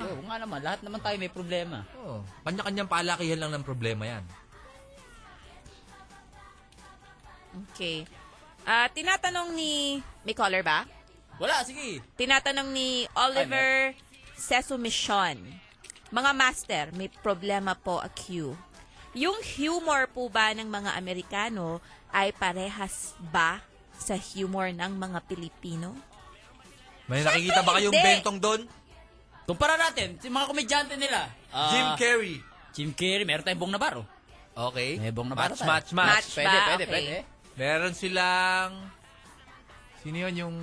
Speaker 1: Oo nga naman, lahat naman tayo may problema.
Speaker 8: Oo. Kanya-kanyang paalakihan lang ng problema yan.
Speaker 9: Okay. Ah, tinatanong ni... May caller ba?
Speaker 1: Wala, sige.
Speaker 9: Tinatanong ni Oliver Sesumichon. Mga master, may problema po a Q. Yung humor po ba ng mga Amerikano ay parehas ba sa humor ng mga Pilipino?
Speaker 8: May nakikita ba kayong
Speaker 9: hindi.
Speaker 8: bentong doon?
Speaker 1: Kumpara natin, si mga komedyante nila. Ah,
Speaker 8: Jim Carrey.
Speaker 1: Jim Carrey, meron tayong Bong Navarro.
Speaker 8: Okay.
Speaker 1: May bong na bata
Speaker 8: match,
Speaker 1: tayo.
Speaker 8: match, match,
Speaker 9: Match
Speaker 1: Pwede,
Speaker 9: ba?
Speaker 1: pwede,
Speaker 9: Okay.
Speaker 1: pwede.
Speaker 8: Meron silang... Sino yun? Yung...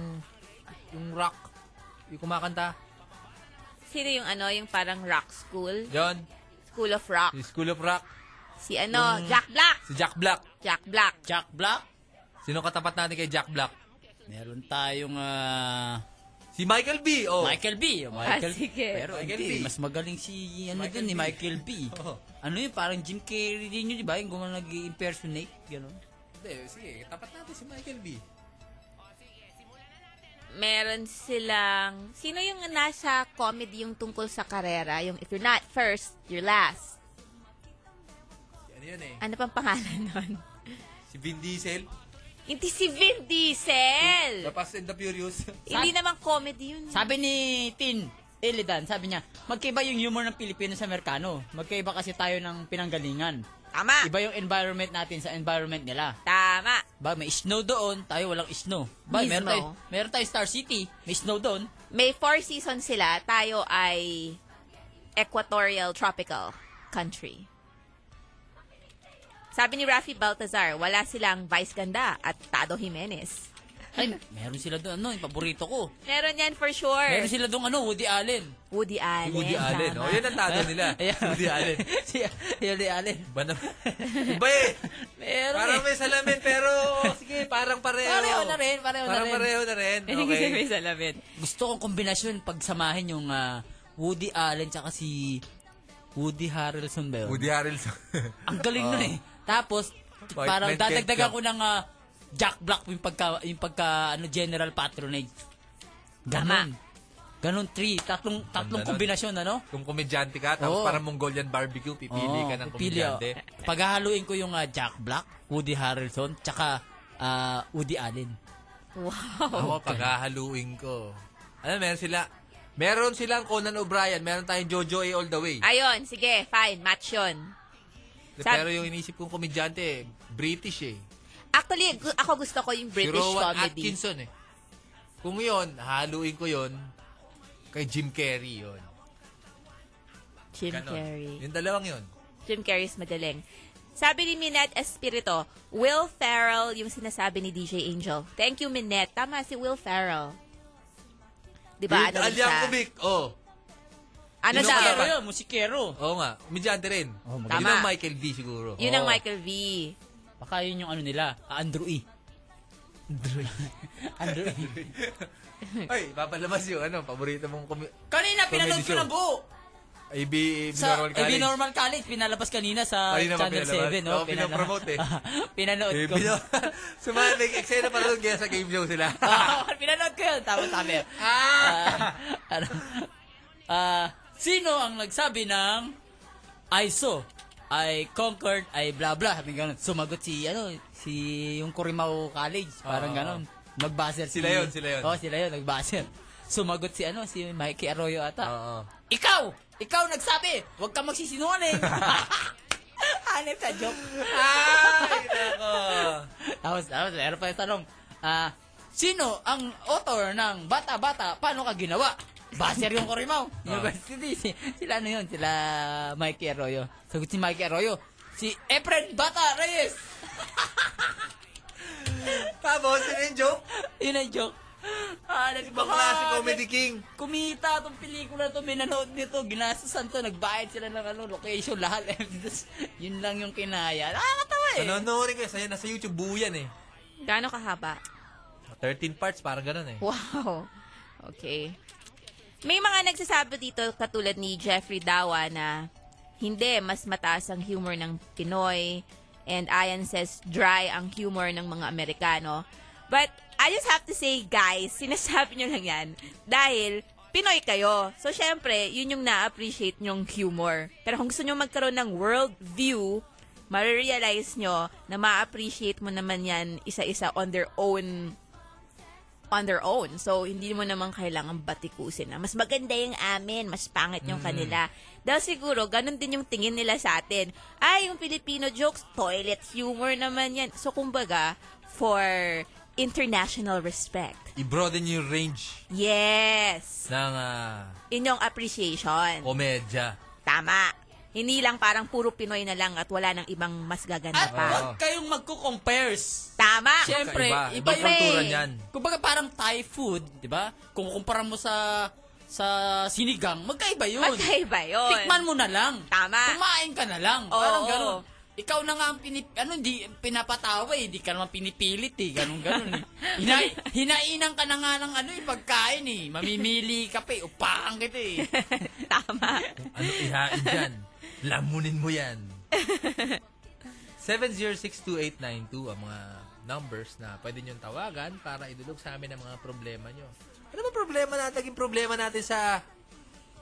Speaker 8: Yung rock. Yung kumakanta.
Speaker 9: Sino yung ano, yung parang rock school?
Speaker 8: Yun.
Speaker 9: School of rock.
Speaker 8: Si School of Rock.
Speaker 9: Si ano, Jack Black.
Speaker 8: Si Jack Black.
Speaker 9: Jack Black.
Speaker 1: Jack Black.
Speaker 8: Sino katapat natin kay Jack Black?
Speaker 1: Meron tayong ah,
Speaker 8: Si Michael B. Oh.
Speaker 1: Michael B. Oh, Michael,
Speaker 9: Ah, sige.
Speaker 1: Pero
Speaker 8: Michael
Speaker 1: hindi,
Speaker 8: B.
Speaker 1: mas magaling si ano dun,
Speaker 8: Michael
Speaker 1: ni
Speaker 8: B. Oh.
Speaker 1: Michael B.
Speaker 8: Oo.
Speaker 1: Ano yun, parang Jim Carrey din yun, di ba? Yung gumawa nag-impersonate, gano'n.
Speaker 8: Hindi, sige. Katapat natin si Michael B.
Speaker 9: meron silang, sino yung nasa comedy yung tungkol sa karera? Yung if you're not first, you're last.
Speaker 8: Ano yun eh?
Speaker 9: Ano pang pangalan nun?
Speaker 8: Si Vin Diesel.
Speaker 9: Hindi si Vin Diesel!
Speaker 8: The Fast and the Furious.
Speaker 9: Hindi naman comedy yun.
Speaker 1: Sabi ni Tin Elidan, sabi niya, magkaiba yung humor ng Pilipino sa Amerikano. Magkaiba kasi tayo ng pinanggalingan.
Speaker 9: Tama!
Speaker 1: Iba yung environment natin sa environment nila.
Speaker 9: Tama!
Speaker 1: Ba, may snow doon, tayo walang snow. Ba, meron
Speaker 9: Mismo.
Speaker 1: tayo, meron tayo Star City, may snow doon.
Speaker 9: May four seasons sila, tayo ay equatorial tropical country. Sabi ni Rafi Baltazar, wala silang Vice Ganda at Tado Jimenez.
Speaker 1: Ay, meron sila doon, ano, yung paborito ko.
Speaker 9: Meron yan for sure.
Speaker 1: Meron sila doon, ano, Woody Allen.
Speaker 9: Woody Allen.
Speaker 8: Woody Allen.
Speaker 9: tama.
Speaker 8: Oh, yun ang tado nila.
Speaker 1: Ayan.
Speaker 8: Woody Allen.
Speaker 1: si Woody Allen.
Speaker 8: Iba na. Iba eh.
Speaker 1: Meron
Speaker 8: Parang
Speaker 1: eh.
Speaker 8: may salamin pero sige, parang pareho.
Speaker 1: Pareho na rin, pareho na
Speaker 8: parang
Speaker 1: rin.
Speaker 8: pareho na rin.
Speaker 9: Kasi
Speaker 8: Okay.
Speaker 9: may salamin.
Speaker 1: Gusto kong kombinasyon pagsamahin yung ah, Woody Allen tsaka si Woody Harrelson ba yun?
Speaker 8: Woody Harrelson.
Speaker 1: Ang galing nun eh. Tapos,
Speaker 8: White
Speaker 1: parang
Speaker 8: man
Speaker 1: dadagdagan
Speaker 8: can't
Speaker 1: ko ng ah, Jack Black yung pagka, yung pagka ano, general patronage. Ganon. Ganon, three. Tatlong, tatlong
Speaker 8: Ganda nun.
Speaker 1: kombinasyon, ano?
Speaker 8: Kung komedyante ka,
Speaker 1: Oo.
Speaker 8: tapos parang Mongolian barbecue, pipili
Speaker 1: Oo,
Speaker 8: ka ng
Speaker 1: pipili oh. ako.
Speaker 8: komedyante.
Speaker 1: Paghahaluin ko yung ah, Jack Black, Woody Harrelson, tsaka ah, Woody Allen.
Speaker 9: Wow.
Speaker 8: Ako, paghahaluin ko. Ano, meron sila. Meron silang Conan O'Brien, meron tayong Jojo A. All the Way.
Speaker 9: Ayun, sige, fine, match yun. sab-
Speaker 8: Pero yung inisip kong komedyante, eh, British eh.
Speaker 9: Actually, gu- ako gusto ko yung British
Speaker 8: si Rowan
Speaker 9: comedy.
Speaker 8: Atkinson eh. Kung yon haluin ko yon kay Jim Carrey yon.
Speaker 9: Jim
Speaker 8: Ganon.
Speaker 9: Carrey.
Speaker 8: Yung dalawang yon.
Speaker 9: Jim Carrey's magaling. Sabi ni Minette Espirito, Will Ferrell yung sinasabi ni DJ Angel. Thank you, Minette. Tama si Will Ferrell. Di ba? Ano rin siya?
Speaker 8: Alyankovic, oh.
Speaker 9: Ano
Speaker 8: Sino
Speaker 9: daw?
Speaker 8: kaya
Speaker 1: Musikero yun, musikero.
Speaker 8: Oo nga, komedyante rin.
Speaker 1: Oo,
Speaker 8: Yun
Speaker 9: maganda.
Speaker 8: ang Michael D siguro.
Speaker 9: Yun ang
Speaker 1: Oh, Oo.
Speaker 9: Michael V.
Speaker 1: Oh. Baka yun yung ano nila, ah, Andrew E.
Speaker 8: E.
Speaker 1: Andrew E. Andrew E.
Speaker 8: Ay, papalabas yung ano, paborito mong komi-
Speaker 1: Kanina,
Speaker 8: Comedy
Speaker 1: pinanood ko
Speaker 8: show.
Speaker 1: ng buo.
Speaker 8: AB,
Speaker 1: Sa
Speaker 8: Normal College.
Speaker 1: AB Normal College, pinalabas kanina sa
Speaker 8: Kanina ba
Speaker 1: Channel
Speaker 8: pinalabas?
Speaker 1: 7. No?
Speaker 8: Oo, pinopromote eh.
Speaker 1: pinanood
Speaker 8: AB
Speaker 1: ko.
Speaker 8: Normal. Sumali, nag-eksena pa rin kaya sa game show sila.
Speaker 1: Ah, pinanood ko yun. Tama sabi. Ah! ano? Ah, sino ang nagsabi ng I saw, I conquered, I blah blah. Sabi ganun. Sumagot si, ano, si yung Corimao College. Parang
Speaker 8: Oo.
Speaker 1: ganun. Nag-buzzer
Speaker 8: Ah. Sila
Speaker 1: si...
Speaker 8: yun, sila yun.
Speaker 1: Oo, sila yun. Nag-buzzer. Sumagot si, ano, si Mikey Arroyo ata.
Speaker 8: Oo.
Speaker 1: Ikaw! Ikaw nagsabi! Huwag kang magsisinungaling! Hanip sa joke.
Speaker 8: Ah. Ay, nako.
Speaker 1: Tapos, tapos, meron pa yung tanong. Ah, sino ang author ng Bata Bata? Paano ka ginawa? Baser yung Corimao.
Speaker 8: Oh.
Speaker 1: University. Si- Sila ano yun? Sila Mikey Arroyo. Sagot si Mikey Arroyo. Si Efren Bata Reyes.
Speaker 8: Tapos, yun yung joke.
Speaker 1: Yun ang joke. Ah, Hanip
Speaker 8: Ibang klase Comedy King.
Speaker 1: kumita tong pelikula to, minanood nito, ginastasan to, nagbayad sila ng ano, location, lahat. Tapos, yun lang yung kinaya. Nakakatawa eh.
Speaker 8: Ano, no, rin ko. Sa'yo, nasa YouTube buo yan eh.
Speaker 9: Gaano kahaba?
Speaker 8: 13 parts, parang ganun eh.
Speaker 9: Wow. Okay. May mga nagsasabi dito katulad ni Jeffrey Dawa na hindi, mas mataas ang humor ng Pinoy. And Ayan says dry ang humor ng mga Amerikano. But I just have to say, guys, sinasabi nyo lang yan dahil Pinoy kayo. So, syempre, yun yung na-appreciate nyong humor. Pero kung gusto nyo magkaroon ng world view, marirealize nyo na ma-appreciate mo naman yan isa-isa on their own on their own. So, hindi mo naman kailangan batikusin na mas maganda yung amin, mas pangit
Speaker 8: Mm.
Speaker 9: yung kanila. Dahil siguro, ganun din yung tingin nila sa atin. Ay, yung Filipino jokes, toilet humor naman yan. So, kumbaga, for international respect.
Speaker 8: I-broaden yung range
Speaker 9: Yes!
Speaker 8: ng ah,
Speaker 9: Inyong appreciation.
Speaker 8: komedya.
Speaker 9: Tama. Hindi lang parang puro Pinoy na lang at wala ng ibang mas gaganda
Speaker 1: At
Speaker 9: pa.
Speaker 1: huwag kayong magko-compares.
Speaker 9: Tama!
Speaker 1: Siyempre,
Speaker 8: Iba,
Speaker 1: iba,
Speaker 8: iba
Speaker 1: yung
Speaker 8: kultura
Speaker 9: eh.
Speaker 8: niyan.
Speaker 1: Kumbaga parang Thai food, di ba? Kung kumpara mo sa sa sinigang, magkaiba yun.
Speaker 9: Magkaiba yun.
Speaker 1: Tikman mo na lang.
Speaker 9: Tama.
Speaker 1: Kumain ka na lang.
Speaker 9: Oo.
Speaker 1: Parang ganun. Ikaw na nga ang pinip, ano, di, pinapatawa eh. Di ka naman pinipilit eh. Ganun, ganun eh. Hina, hinainan ka na nga ng ano eh, pagkain eh. Mamimili ka pa eh. Upakan kita eh.
Speaker 9: Tama.
Speaker 8: Ano ihain dyan? Lamunin mo yan. 7062892 ang mga numbers na pwede niyong tawagan para idulog sa amin ang mga problema niyo. Ano ba problema natin? Naging problema natin sa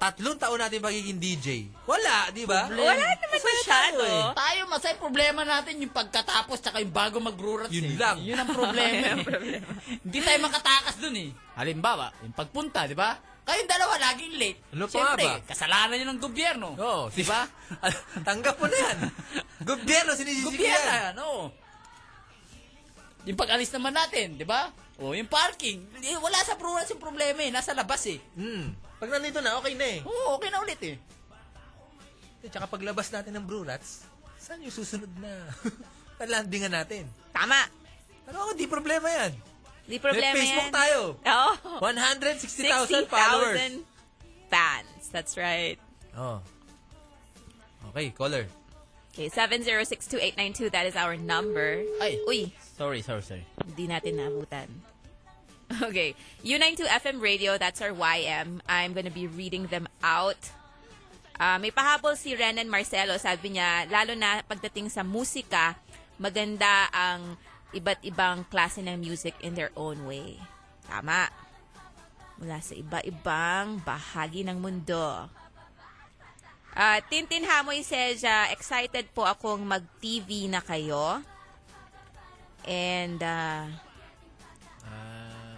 Speaker 8: tatlong taon natin pagiging DJ? Wala, di ba? eh.
Speaker 9: Wala naman eh. masyado.
Speaker 1: Tayo, masay problema natin yung pagkatapos tsaka yung bago mag-rurats eh.
Speaker 8: Yun lang.
Speaker 1: Yun ang problema. eh. Hindi tayo makatakas dun eh. Halimbawa, yung pagpunta, di ba? Kayong dalawa laging late.
Speaker 8: Ano pa
Speaker 1: Siyempre,
Speaker 8: nga ba?
Speaker 1: kasalanan yun ng gobyerno.
Speaker 8: Oo, di ba? Tanggap mo na yan. Gobyerno, sinisisig
Speaker 1: Gobyerno,
Speaker 8: yan.
Speaker 1: ano? Yung pag-alis naman natin, di ba? O, yung parking. Eh, Wala sa rurats yung problema eh. Nasa labas eh.
Speaker 8: Mm. Pag nandito na, okay na eh.
Speaker 1: Oo, okay na ulit eh.
Speaker 8: At saka paglabas natin ng Brew Rats, saan yung susunod na landingan natin?
Speaker 9: Tama.
Speaker 8: Pero ako, di problema yan.
Speaker 9: Di problema
Speaker 8: May Facebook
Speaker 9: yan.
Speaker 8: tayo.
Speaker 9: Oo.
Speaker 8: 160,000 followers.
Speaker 9: fans. That's right.
Speaker 8: Oh. Okay, caller.
Speaker 9: Okay, 7062892, that is our number.
Speaker 1: Ay.
Speaker 9: Uy,
Speaker 1: Sorry, sorry, sorry.
Speaker 9: hindi natin naabutan. Okay, U92 FM Radio, that's our YM. I'm gonna be reading them out. Ah, may pahabol si Renan Marcelo, sabi niya, lalo na pagdating sa musika, maganda ang iba't ibang klase ng music in their own way. Tama. Mula sa iba-ibang bahagi ng mundo. Ah, Tintin Hamoy says, ah, excited po akong mag-TV na kayo. And, ah,
Speaker 8: Ah,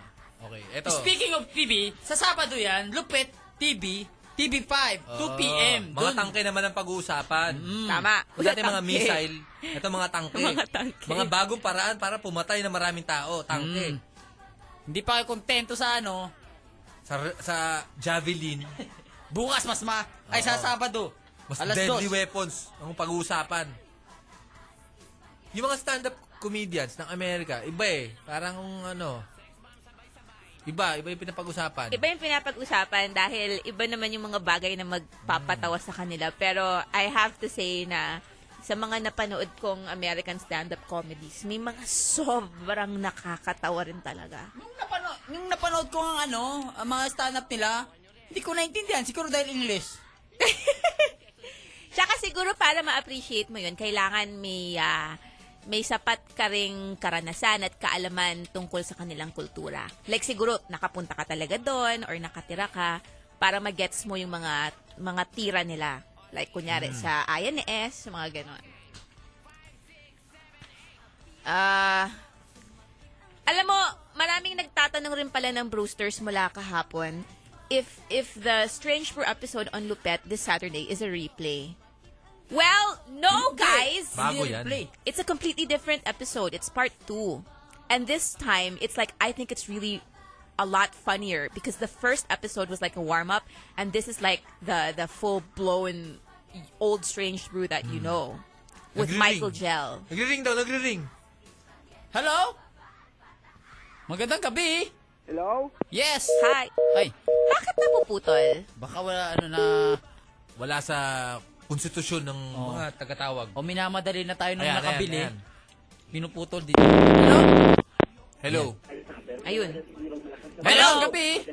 Speaker 8: okay, eto.
Speaker 1: Speaking of TV, sa Sabado yan, Lupit TV, TV5, 2 p.m.
Speaker 8: Oh,
Speaker 1: Dun.
Speaker 8: mga
Speaker 1: Mm.
Speaker 8: tangke naman ang pag-uusapan.
Speaker 9: Tama.
Speaker 8: Kung dati mga
Speaker 9: Tangke.
Speaker 8: missile, ito mga tangke.
Speaker 9: Mga tangke.
Speaker 8: Eh, Mga bagong paraan para pumatay ng maraming tao. Tangke.
Speaker 1: Mm. Hindi pa kayo kontento sa ano,
Speaker 8: Sa, sa javelin,
Speaker 1: bukas mas ma... Ay, sa
Speaker 8: Oo.
Speaker 1: Sabado.
Speaker 8: mas
Speaker 1: alas
Speaker 8: deadly
Speaker 1: dos.
Speaker 8: weapons ang pag-uusapan. Yung mga stand-up comedians ng Amerika, iba eh. Parang ano, iba, iba yung pinapag-usapan.
Speaker 9: iba yung pinapag-usapan dahil iba naman yung mga bagay na magpapatawa sa kanila. Pero I have to say na sa mga napanood kong American stand-up comedies, may mga sobrang nakakatawa rin talaga.
Speaker 1: Nung napanood, nung napanood ko ang ano, ang mga stand-up nila, hindi ko naintindihan. Siguro dahil English.
Speaker 9: Tsaka siguro para ma-appreciate mo yun, kailangan may, ah, may sapat ka ring karanasan at kaalaman tungkol sa kanilang kultura. Like siguro, nakapunta ka talaga doon or nakatira ka para magets mo yung mga, mga tira nila. Like kunyari sa INS, mga ganon. Ah... alam mo, maraming nagtatanong rin pala ng Brewsters mula kahapon if if the Strange Brew episode on Lupet this Saturday is a replay. Well, no, guys!
Speaker 8: Bago
Speaker 1: Hindi
Speaker 8: yan.
Speaker 1: replay.
Speaker 9: It's a completely different episode. It's part two. And this time, it's like, I think it's really a lot funnier because the first episode was like a warm up, and this is like the, the full blown old strange brew that
Speaker 8: Mm.
Speaker 9: you know with
Speaker 8: Nagre-ring.
Speaker 9: Michael Gel.
Speaker 8: Nagre-ring daw, nagre-ring.
Speaker 1: Hello? Magandang gabi.
Speaker 11: Hello?
Speaker 1: Yes.
Speaker 9: Hi.
Speaker 1: Ay,
Speaker 9: Bakit napuputol?
Speaker 1: baka wala ano na...
Speaker 8: Wala sa konstitusyon ng
Speaker 1: Oo.
Speaker 8: mga tagatawag.
Speaker 1: O Oh. minamadali na tayo nung
Speaker 8: Ayan,
Speaker 1: nakabili.
Speaker 8: ayan, ayan.
Speaker 1: Pinuputol dito. Hello?
Speaker 8: Hello.
Speaker 9: Ayun.
Speaker 1: Hello, gabi.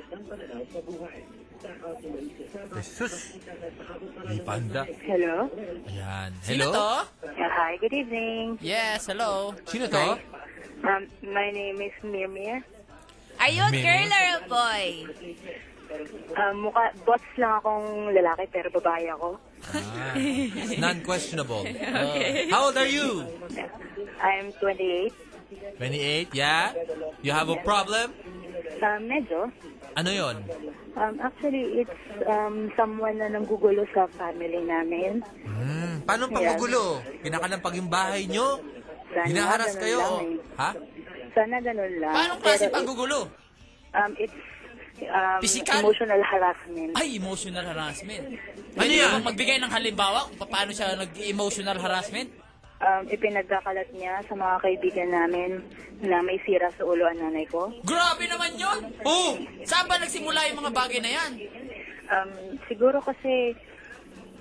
Speaker 8: Jesus. May panda.
Speaker 2: Hello?
Speaker 8: Ayan.
Speaker 1: Sino
Speaker 8: Hello?
Speaker 1: to?
Speaker 2: Yeah, hi, good evening.
Speaker 1: Yes, hello.
Speaker 8: Sino to?
Speaker 2: Um, my name is Mirmir.
Speaker 9: Are you a
Speaker 8: Mary?
Speaker 9: girl or a boy?
Speaker 2: Um, mukha, bots lang akong lalaki pero babae ako.
Speaker 1: Oh.
Speaker 8: Non-questionable. Okay. how old are you?
Speaker 2: I'm 28.
Speaker 8: 28, yeah? You have a problem?
Speaker 2: Um, medyo.
Speaker 8: Ano yon?
Speaker 2: Um, actually, it's um, someone na nanggugulo sa family namin.
Speaker 8: Hmm, paano pag magulo? Pinakalan pag yung bahay nyo?
Speaker 2: Sana
Speaker 8: Hinaharas
Speaker 2: ganun
Speaker 8: kayo?
Speaker 2: lang
Speaker 8: o-
Speaker 2: eh.
Speaker 8: Ha?
Speaker 2: Sana ganun lang.
Speaker 1: Paano klase
Speaker 2: Pero it-
Speaker 1: paggugulo?
Speaker 2: Um, it's um,
Speaker 1: Physical?
Speaker 2: emotional harassment.
Speaker 1: Ay, emotional harassment. Pwede ano bang magbigay ng halimbawa kung paano siya nag-emotional harassment?
Speaker 2: Um, ipinagkakalat niya sa mga kaibigan namin na may sira sa ulo ang nanay ko.
Speaker 1: Grabe naman yun! Oo! Saan ba nagsimula yung mga bagay na yan?
Speaker 2: Um, siguro kasi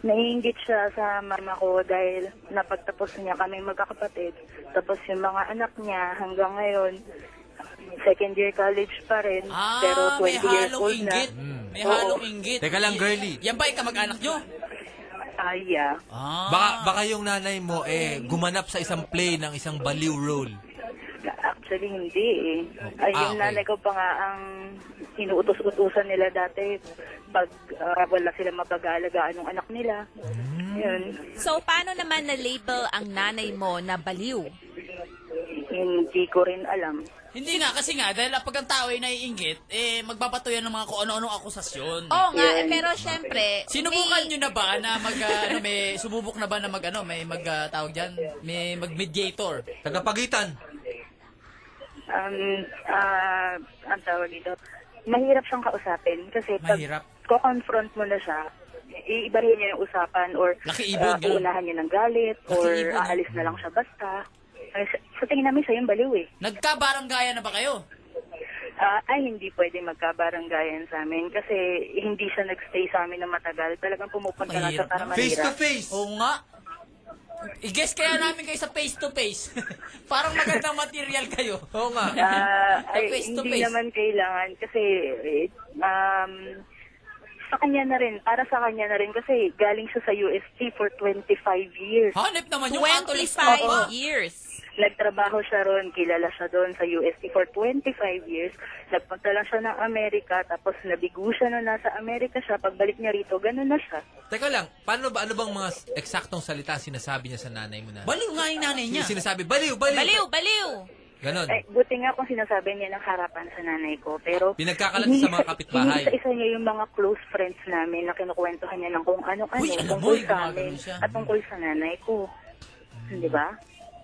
Speaker 2: naiingit siya sa mama ko dahil napagtapos niya kami magkakapatid. Tapos yung mga anak niya hanggang ngayon, second year college pa rin.
Speaker 1: Ah,
Speaker 2: pero 20
Speaker 1: may
Speaker 2: years
Speaker 1: halong
Speaker 2: old na.
Speaker 1: inggit. May
Speaker 2: Oo.
Speaker 1: halong inggit.
Speaker 8: Teka lang, girly.
Speaker 1: Yan ba yung kamag-anak nyo?
Speaker 2: Ah, yeah.
Speaker 1: Ah.
Speaker 8: Baka, baka yung nanay mo eh gumanap sa isang play ng isang baliw role.
Speaker 2: Actually, hindi eh.
Speaker 8: Ah,
Speaker 2: Ay,
Speaker 8: okay.
Speaker 2: yung nanay ko pa nga ang inuutos-utusan nila dati pag ah, wala sila mapag-aalagaan ng anak nila. Yun,
Speaker 9: So, paano naman na-label ang nanay mo na baliw?
Speaker 2: hindi ko rin alam.
Speaker 1: Hindi nga, kasi nga, dahil pag ang tao ay naiinggit, eh, magbapatuyan ng mga kung ano-anong akusasyon.
Speaker 9: Oo nga, eh,
Speaker 2: Yan.
Speaker 9: pero syempre...
Speaker 1: Sinubukan
Speaker 9: may-
Speaker 1: nyo na ba na mag, ah, ano, may, sububok na ba na mag, ano, may mag, ah, tawag dyan, may mag-mediator?
Speaker 8: Tagapagitan.
Speaker 2: um, ah, ang tawag dito, mahirap siyang kausapin kasi pag
Speaker 1: Mahirap?
Speaker 2: ko-confront mo na siya, iibahin niya yung usapan or
Speaker 1: Laki ibon,
Speaker 2: ah,
Speaker 1: ganun.
Speaker 2: uunahan niya ng galit
Speaker 1: Laki
Speaker 2: or
Speaker 1: ibon, ah.
Speaker 2: aalis na lang siya basta. Ay, sa, sa tingin namin siya yung baliw eh.
Speaker 1: Nagkabaranggayan na ba kayo?
Speaker 2: Ah, ay, hindi pwede magkabaranggayan sa amin kasi hindi siya nagstay sa amin na matagal. Talagang pumupunta na siya
Speaker 1: Mahirap
Speaker 2: para
Speaker 1: naman.
Speaker 8: Face to
Speaker 2: mahirap.
Speaker 8: face.
Speaker 1: Oo nga. I-guess kaya namin kayo sa face-to-face. Parang magandang material kayo.
Speaker 8: Oo nga.
Speaker 2: Ah,
Speaker 1: Sa
Speaker 2: ay,
Speaker 1: face to
Speaker 2: hindi
Speaker 1: face.
Speaker 2: naman kailangan kasi eh, um, sa kanya na rin, para sa kanya na rin kasi galing siya sa UST for 25 years.
Speaker 1: Hanip naman yung Catholic Papa.
Speaker 9: 25 years.
Speaker 2: Nagtrabaho siya ron, kilala siya doon sa UST for 25 years. Nagpunta lang siya ng Amerika, tapos nabigo siya na nasa Amerika siya. Pagbalik niya rito, ganun na siya.
Speaker 8: Teka lang, paano ba, ano bang mga eksaktong salita ang sinasabi niya sa nanay mo na?
Speaker 1: Baliw nga yung nanay niya.
Speaker 8: Sin- Sinasabi, baliw, baliw.
Speaker 9: Baliw, baliw.
Speaker 8: Ganon.
Speaker 2: Eh, buti nga kung sinasabi niya ng harapan sa nanay ko, pero...
Speaker 8: Pinagkakalat siya sa mga kapitbahay.
Speaker 2: Isa-isa niya yung mga close friends namin na kinukwentuhan niya ng kung ano-ano
Speaker 1: Uy, alam mo,
Speaker 2: tungkol
Speaker 1: yung
Speaker 2: sa
Speaker 1: gumagano
Speaker 2: amin
Speaker 1: siya. Hmm.
Speaker 2: at tungkol sa nanay ko. Di ba?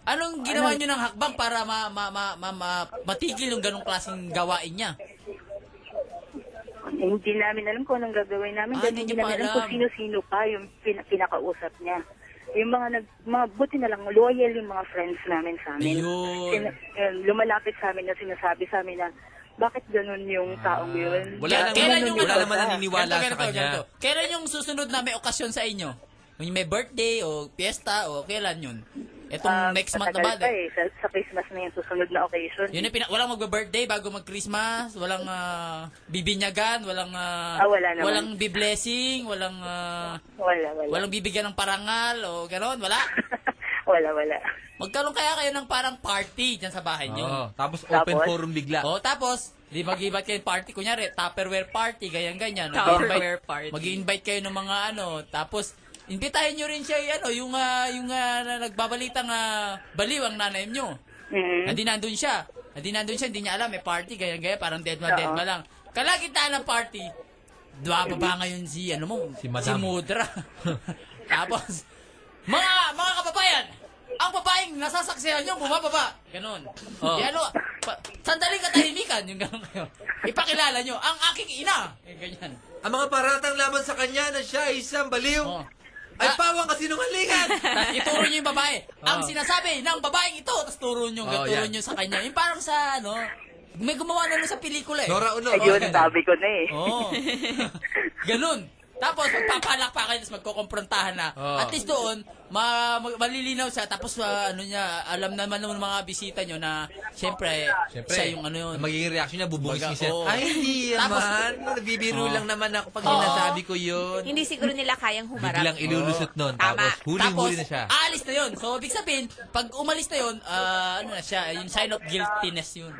Speaker 1: Anong
Speaker 2: ano?
Speaker 1: ginawa niyo ng hakbang para ma, ma, ma, ma, ma- matigil yung ganong klaseng gawain niya?
Speaker 2: Hindi namin alam kung anong gagawin namin
Speaker 1: Ah,
Speaker 2: dahil
Speaker 1: hindi
Speaker 2: hindi
Speaker 1: niyo pa
Speaker 2: namin alam
Speaker 1: alam.
Speaker 2: kung sino-sino pa yung pin- pinakausap niya. Yung mga, nag, mga buti na lang, loyal yung mga friends namin sa amin.
Speaker 1: Ayun.
Speaker 2: Sin- eh, lumalapit sa amin na sinasabi sa amin na bakit ganun yung taong yun?
Speaker 8: Wala
Speaker 2: Bakit
Speaker 8: nang-
Speaker 2: ganun
Speaker 1: yung
Speaker 8: wala
Speaker 1: ano?
Speaker 8: naman naniniwala
Speaker 1: Ganito,
Speaker 8: sa
Speaker 1: ganito,
Speaker 8: kanya.
Speaker 1: ganito. Kailan yung susunod na may okasyon sa inyo? Kung may birthday o piyesta o kailan yun? Etong
Speaker 2: Ah,
Speaker 1: next month na ba?
Speaker 2: matagal pa eh. Sa, sa Christmas na yung susunod na occasion.
Speaker 1: Yun yung pina- walang magbe-birthday bago mag-Christmas, walang ah, bibinyagan, walang ah,
Speaker 2: Ah, wala naman.
Speaker 1: walang bi-blessing, walang ah,
Speaker 2: Wala, wala.
Speaker 1: walang bibigyan ng parangal o gano'n, wala.
Speaker 2: wala, wala.
Speaker 1: Magkaroon kaya kayo ng parang party dyan sa bahay niyo.
Speaker 8: Oo. Tapos
Speaker 2: Tapos?
Speaker 8: open forum bigla.
Speaker 1: Oh, tapos, di mag-invite kayo ng party. Kunyari, Tupperware party, ganyan-ganyan.
Speaker 9: Tupperware party.
Speaker 1: Mag-invite kayo ng mga ano. Tapos, invitahin nyo rin siya yung ano, yung, ah, yung ah, na nagbabalitang ah, baliw ang nanay nyo.
Speaker 2: Mm.
Speaker 1: Hindi nandun siya. Hindi nandun siya, hindi niya alam. May party, ganyan-ganyan. Parang dead ma,
Speaker 2: Oo.
Speaker 1: dead ma lang. Kalagitan ng party, duwaba ba ngayon si, ano mo,
Speaker 8: Si Madam.
Speaker 1: Mudra. tapos, mga, mga kababayan, ang babaeng nasasaksihan nyo, bumababa. Ganon.
Speaker 8: Oh.
Speaker 1: Kaya ano, pa, sandaling katahimikan, yung ganon kayo. Ipakilala nyo, ang aking ina. Eh, ganyan.
Speaker 8: Ang mga paratang laban sa kanya na siya ay isang baliw.
Speaker 1: Oh.
Speaker 8: Ay pawang kasinungalingan.
Speaker 1: Tapos ituro nyo yung babae. Ang
Speaker 8: Oh.
Speaker 1: sinasabi ng babaeng ito, tapos turo nyo,
Speaker 8: Oh,
Speaker 1: turo
Speaker 8: yan.
Speaker 1: nyo sa kanya. Yung parang sa, ano, may gumawa na nun sa pelikula eh.
Speaker 8: Nora Uno.
Speaker 2: Ayun,
Speaker 8: Oh, ganun.
Speaker 2: sabi ko na eh.
Speaker 1: Oo. Ganun. Tapos, magpapalakpakan tapos magkukomprontahan na.
Speaker 8: Oo.
Speaker 1: At least doon, ma- mag- malilinaw siya. Tapos, ah, ano niya, alam naman ng mga bisita nyo na, syempre,
Speaker 8: Siyempre,
Speaker 1: siya yung ano yun.
Speaker 8: ang magiging reaction niya, bubungis
Speaker 1: Baga, oh.
Speaker 8: niya siya.
Speaker 1: oo.
Speaker 8: Ay, hindi
Speaker 1: Tapos-
Speaker 8: naman. Nabibiro
Speaker 1: Oo.
Speaker 8: lang naman ako pag
Speaker 1: Oo.
Speaker 8: sinasabi ko yun.
Speaker 9: Hindi siguro nila kayang humarap.
Speaker 8: Biglang ilulusot nun.
Speaker 9: Tama.
Speaker 8: Tapos, huling-huli na
Speaker 1: Tapos,
Speaker 8: siya.
Speaker 1: aalis na yun. So, ibig sabihin, pag umalis na yun, ah, ano na siya, yung sign of guiltiness yun.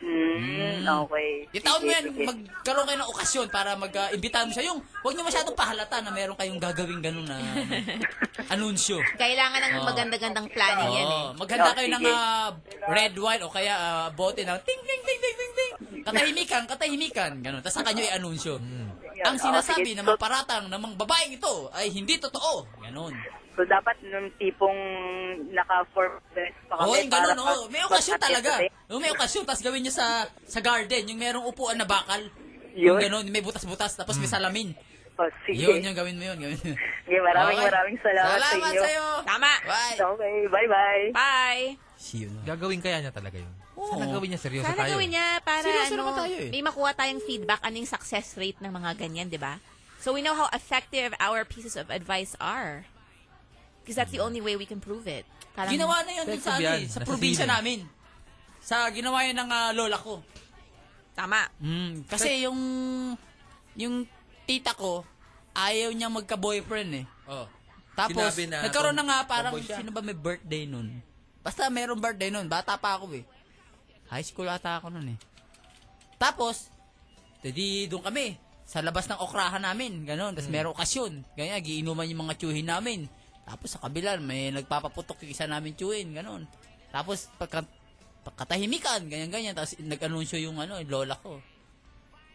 Speaker 2: Hmm, okay.
Speaker 1: Itaon mo
Speaker 2: Sige,
Speaker 1: yan,
Speaker 2: sige.
Speaker 1: magkaroon kayo ng okasyon para mag-imbitahan mo siya. Yung, huwag niyo masyadong pahalata na meron kayong gagawin ganun na anunsyo.
Speaker 9: Kailangan ng
Speaker 1: Oo.
Speaker 9: maganda-gandang planning yan eh.
Speaker 1: Oo, maghanda
Speaker 2: Oh,
Speaker 1: kayo ng
Speaker 2: sige.
Speaker 1: ah, red wine o kaya ah, bote ng ting ting ting ting ting ting. Katahimikan, katahimikan, ganun. Tapos sa kanyo i-anunsyo.
Speaker 2: Mm.
Speaker 1: Ang
Speaker 2: Oo,
Speaker 1: sinasabi
Speaker 2: Oh, sige.
Speaker 1: ng mga paratang ng mga babaeng ito ay hindi totoo. Ganun.
Speaker 2: So, dapat nung tipong naka-form dress pa
Speaker 1: Oo,
Speaker 2: kami.
Speaker 1: yung ganun.
Speaker 2: para
Speaker 1: oo.
Speaker 2: pag-
Speaker 1: May okasyon
Speaker 2: pag-
Speaker 1: talaga. Oo, may okasyon. Tapos gawin nyo sa sa garden, yung merong upuan na bakal. Yung
Speaker 2: Yun.
Speaker 1: ganun, may butas-butas, tapos
Speaker 9: Hmm.
Speaker 1: may salamin.
Speaker 2: O, sige.
Speaker 1: Yun, yung gawin mo yun. Gawin mo.
Speaker 2: Sige, maraming
Speaker 1: Okay.
Speaker 2: maraming salamat, sa
Speaker 1: Salamat
Speaker 2: inyo.
Speaker 1: sa'yo.
Speaker 9: Tama.
Speaker 1: Bye.
Speaker 2: Okay, bye-bye.
Speaker 9: Bye.
Speaker 1: See you na.
Speaker 8: Gagawin kaya niya talaga yun? Sana
Speaker 1: Oo.
Speaker 8: gawin niya, seryoso
Speaker 9: Sana
Speaker 8: tayo.
Speaker 1: eh.
Speaker 9: gawin niya para
Speaker 1: Seryoso
Speaker 9: ano,
Speaker 1: naman tayo eh.
Speaker 9: may makuha tayong feedback anong success rate ng mga ganyan, di ba? So we know how effective our pieces of advice are. Because that's the only way we can prove it. Parang,
Speaker 1: Ginawa na yun dun sa, ano
Speaker 8: Effective yan.
Speaker 1: eh, sa
Speaker 8: Nasa
Speaker 1: probinsya
Speaker 8: sili.
Speaker 1: namin. Sa ginawa yun ng ah, lola ko.
Speaker 9: Tama.
Speaker 1: Mm, kasi yung yung tita ko, ayaw niya magka-boyfriend eh.
Speaker 8: Oh.
Speaker 1: Tapos,
Speaker 8: Sinabi na-
Speaker 1: nagkaroon na nga parang,
Speaker 8: tomboy siya.
Speaker 1: sino ba may birthday nun? Basta mayroong birthday nun, bata pa ako eh. High school ata ako nun eh. Tapos, tedi doon kami, sa labas ng okrahan namin, ganun.
Speaker 8: Mm.
Speaker 1: Tapos merong okasyon, ganyan, giinuman yung mga tiyuhin namin. Tapos sa kabila, may nagpapaputok yung isa namin tiyuhin, ganun. Tapos, pagka, pagkatahimikan, ganyan-ganyan. Tapos nag-anunsyo yung ano, yung lola ko.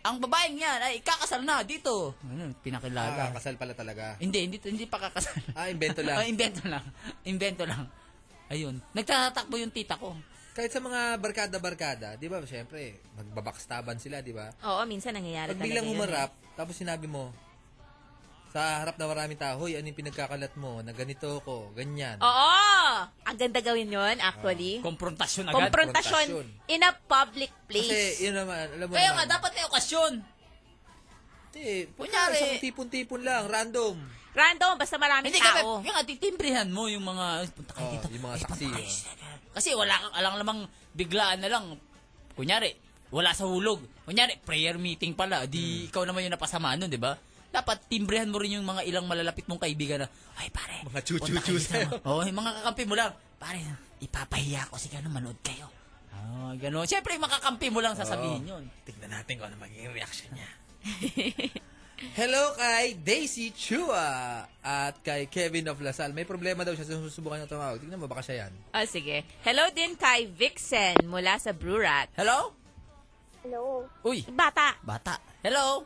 Speaker 1: Ang babaeng yan ay kakasal na dito. Ganun, pinakilala.
Speaker 8: Ah, kasal pala talaga.
Speaker 1: Hindi, hindi, hindi pa kakasal.
Speaker 8: Ah, invento lang.
Speaker 1: Ah, invento lang. Invento lang. Ayun. Nagtatakbo yung tita ko.
Speaker 8: Kahit sa mga barkada-barkada, di ba, syempre, magbabakstaban sila, di ba?
Speaker 9: Oo, minsan nangyayari
Speaker 8: Pag
Speaker 9: talaga
Speaker 8: biglang
Speaker 9: yun. eh.
Speaker 8: humarap, tapos sinabi mo, sa harap na maraming tao, hoy, ano yung pinagkakalat mo, na ganito ako, ganyan.
Speaker 9: Oo! Ang ganda gawin yun,
Speaker 8: Ah,
Speaker 9: actually.
Speaker 1: Komprontasyon agad.
Speaker 9: Confrontation
Speaker 8: Confrontasyon.
Speaker 9: in a public place.
Speaker 8: Kasi, Eh, yun naman, alam mo
Speaker 1: Kaya
Speaker 8: naman.
Speaker 1: nga, dapat may okasyon.
Speaker 8: Hindi,
Speaker 1: Kunyari-
Speaker 8: kunyari. Isang tipon-tipon lang, random.
Speaker 9: Random, basta maraming
Speaker 1: Hindi ka,
Speaker 9: tao.
Speaker 1: yung nga, titimbrihan mo yung mga, "Ay, punta kayo
Speaker 8: Oh,
Speaker 1: dito.
Speaker 8: yung mga
Speaker 1: Ay, punta
Speaker 8: saksi,
Speaker 1: kayo
Speaker 8: oh.
Speaker 1: dito." Kasi wala kang, alang lamang, biglaan na lang. Kunyari, wala sa hulog. Kunyari, prayer meeting pala.
Speaker 8: Hmm.
Speaker 1: Di, ikaw naman yung napasama nun, di ba? Dapat timbrihan mo rin yung mga ilang malalapit mong kaibigan na, ay pare,
Speaker 8: Mga chu-chu-chu sa'yo."
Speaker 1: Oo, yung mga kakampi mo lang. Pare, ipapahiya ko si ganun, manood kayo. Ah, ganun. Siyempre, yung makakampi mo lang sasabihin yun.
Speaker 8: Tignan natin kung ano magiging reaction niya. Hello kay Daisy Chua at kay Kevin of Lasal. May problema daw siya, susubukan niya tumawag. Tignan mo, baka siya yan.
Speaker 9: Oh, sige. Hello din kay Vixen mula sa Brurat.
Speaker 1: Hello?
Speaker 12: Hello.
Speaker 1: Uy,
Speaker 9: Bata.
Speaker 1: bata. Hello?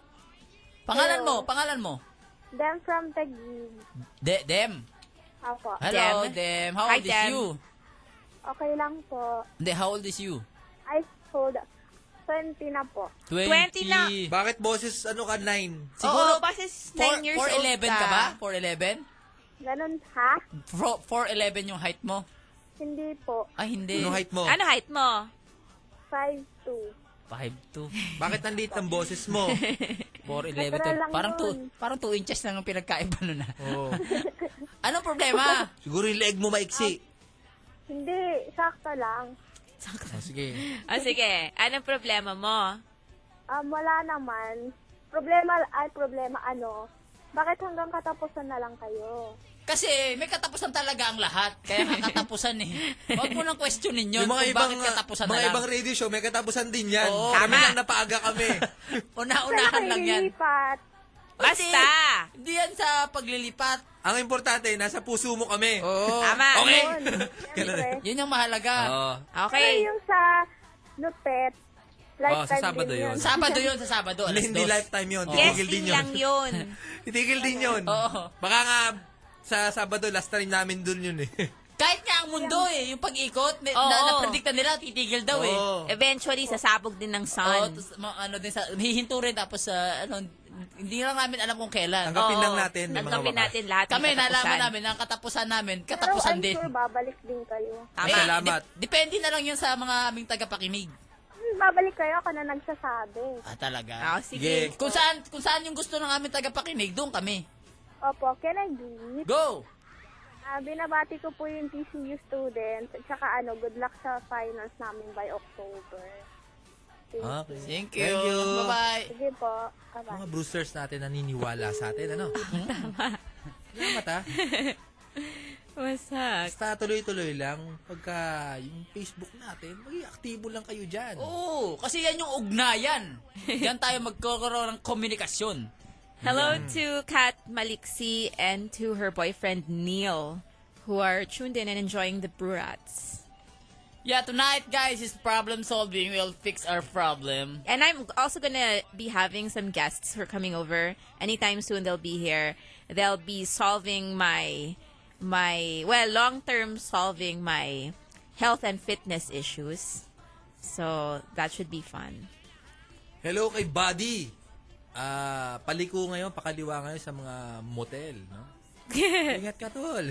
Speaker 1: Pangalan mo, pangalan mo.
Speaker 12: I'm from Taguig.
Speaker 1: De, Dem.
Speaker 12: Apo.
Speaker 1: Hello,
Speaker 9: Dem.
Speaker 1: Dem. How
Speaker 9: Hi,
Speaker 1: old is
Speaker 9: Dem.
Speaker 1: you?
Speaker 12: Okay lang po.
Speaker 1: Hindi, how old is you?
Speaker 12: I sold 20 na po.
Speaker 9: 20 na.
Speaker 8: Bakit boses, ano ka, nine?
Speaker 9: Siguro, Oo, boses 9 years old
Speaker 1: 4'11 ka ba? 4'11?
Speaker 12: Ganun ha?
Speaker 1: Fro- 4'11 yung height mo?
Speaker 12: Hindi po.
Speaker 1: Ay, hindi.
Speaker 8: Ano height mo?
Speaker 9: Ano height mo?
Speaker 12: 5'2".
Speaker 1: 5'2".
Speaker 8: Bakit ang liit ng boses mo?
Speaker 1: 4'11.
Speaker 12: Natural
Speaker 1: to-
Speaker 12: lang
Speaker 1: Parang
Speaker 12: yun.
Speaker 1: 2 parang 2 inches lang ang pinagkaiba nun na.
Speaker 8: Oo.
Speaker 1: Anong problema?
Speaker 8: Siguro yung leg mo maiksi.
Speaker 12: Hindi, sakto lang.
Speaker 8: Oh, sige.
Speaker 9: Ah, sige. Anong problema mo?
Speaker 12: Um, wala naman. Problema, ay problema ano? Bakit hanggang katapusan na lang kayo?
Speaker 1: Kasi may katapusan talaga ang lahat. Kaya nga katapusan eh. Huwag mo nang questionin yun
Speaker 8: yung
Speaker 1: kung
Speaker 8: mga ibang,
Speaker 1: bakit katapusan na
Speaker 8: mga
Speaker 1: lang.
Speaker 8: ibang radio show, may katapusan din yan.
Speaker 1: Oo.
Speaker 8: kami
Speaker 1: Tama.
Speaker 8: lang napaaga kami.
Speaker 1: Una-unahan lang yan.
Speaker 12: Lilipat.
Speaker 9: Basta!
Speaker 1: Hindi yan sa paglilipat.
Speaker 8: ang importante, nasa puso mo kami.
Speaker 1: Oo.
Speaker 9: Tama.
Speaker 8: Okay.
Speaker 12: Yun. Siyempre.
Speaker 1: Yun yung mahalaga.
Speaker 8: Oo.
Speaker 12: Pero
Speaker 9: Okay.
Speaker 12: yung sa Nupet, lifetime
Speaker 8: Oh, sa Sabado
Speaker 12: din yun.
Speaker 8: yun.
Speaker 1: Sabado yun, sa Sabado. Alas
Speaker 8: Hindi
Speaker 1: dos.
Speaker 8: lifetime yun. Titigil din
Speaker 9: Guessing
Speaker 8: yun.
Speaker 9: lang yun.
Speaker 8: Titigil din yun.
Speaker 1: Oo.
Speaker 8: Baka nga, sa Sabado, last time namin dun yun eh.
Speaker 1: Kahit nga ang mundo eh, yung pag-ikot, may,
Speaker 9: Oo.
Speaker 1: na, napredikta nila, titigil daw eh.
Speaker 8: Oo.
Speaker 9: Eventually, sasabog din ng
Speaker 1: Oo,
Speaker 9: sun.
Speaker 1: tapos, ma- ano din sa, hihinto rin tapos sa, ano, hindi lang namin alam kung kailan.
Speaker 8: Tanggapin
Speaker 9: Oo.
Speaker 8: lang natin, may mga
Speaker 9: Tanggapin
Speaker 8: wakas.
Speaker 9: natin lahat. ng
Speaker 1: Kami,
Speaker 9: katapusan.
Speaker 1: nalaman namin, ang katapusan namin,
Speaker 12: Pero
Speaker 1: katapusan
Speaker 12: I'm
Speaker 1: din.
Speaker 12: sure babalik din kayo.
Speaker 9: Tama.
Speaker 8: Salamat.
Speaker 1: Dep- depende na lang yun sa mga aming tagapakinig.
Speaker 12: magbabalik Hmm, kayo, ako na nagsasabi.
Speaker 10: Ah, talaga?
Speaker 1: Ah, sige. Kung saan, kung saan yung gusto ng aming tagapakinig, doon kami.
Speaker 12: Opo, can I be?
Speaker 1: Go!
Speaker 12: Ah, binabati ko po yung TCU students at saka ano, good luck sa finals namin by October.
Speaker 8: Okay.
Speaker 1: Thank
Speaker 8: you. Thank you.
Speaker 1: Bye-bye.
Speaker 12: Sige po. Bye-bye.
Speaker 8: Mga Brewsters natin naniniwala sa atin, ano?
Speaker 1: Ah,
Speaker 8: Salamat, ha?
Speaker 9: Wasak.
Speaker 8: Basta tuloy-tuloy lang. Pagka yung Facebook natin, maging aktibo lang kayo dyan.
Speaker 1: Oo, kasi yan yung ugnayan. Yan tayo magkakaroon ng komunikasyon.
Speaker 9: Hello
Speaker 8: Mm.
Speaker 9: to Kat Maliksi and to her boyfriend Neil, who are tuned in and enjoying the Brurats.
Speaker 1: Yeah, tonight, guys, is problem solving. We'll fix our problem.
Speaker 9: And I'm also gonna be having some guests who are coming over anytime soon. They'll be here. They'll be solving my my well long term solving my health and fitness issues. So that should be fun.
Speaker 8: Hello kay Buddy. Ah, paliko ngayon, pakaliwa ngayon sa mga motel, no? Ingat ka, tol.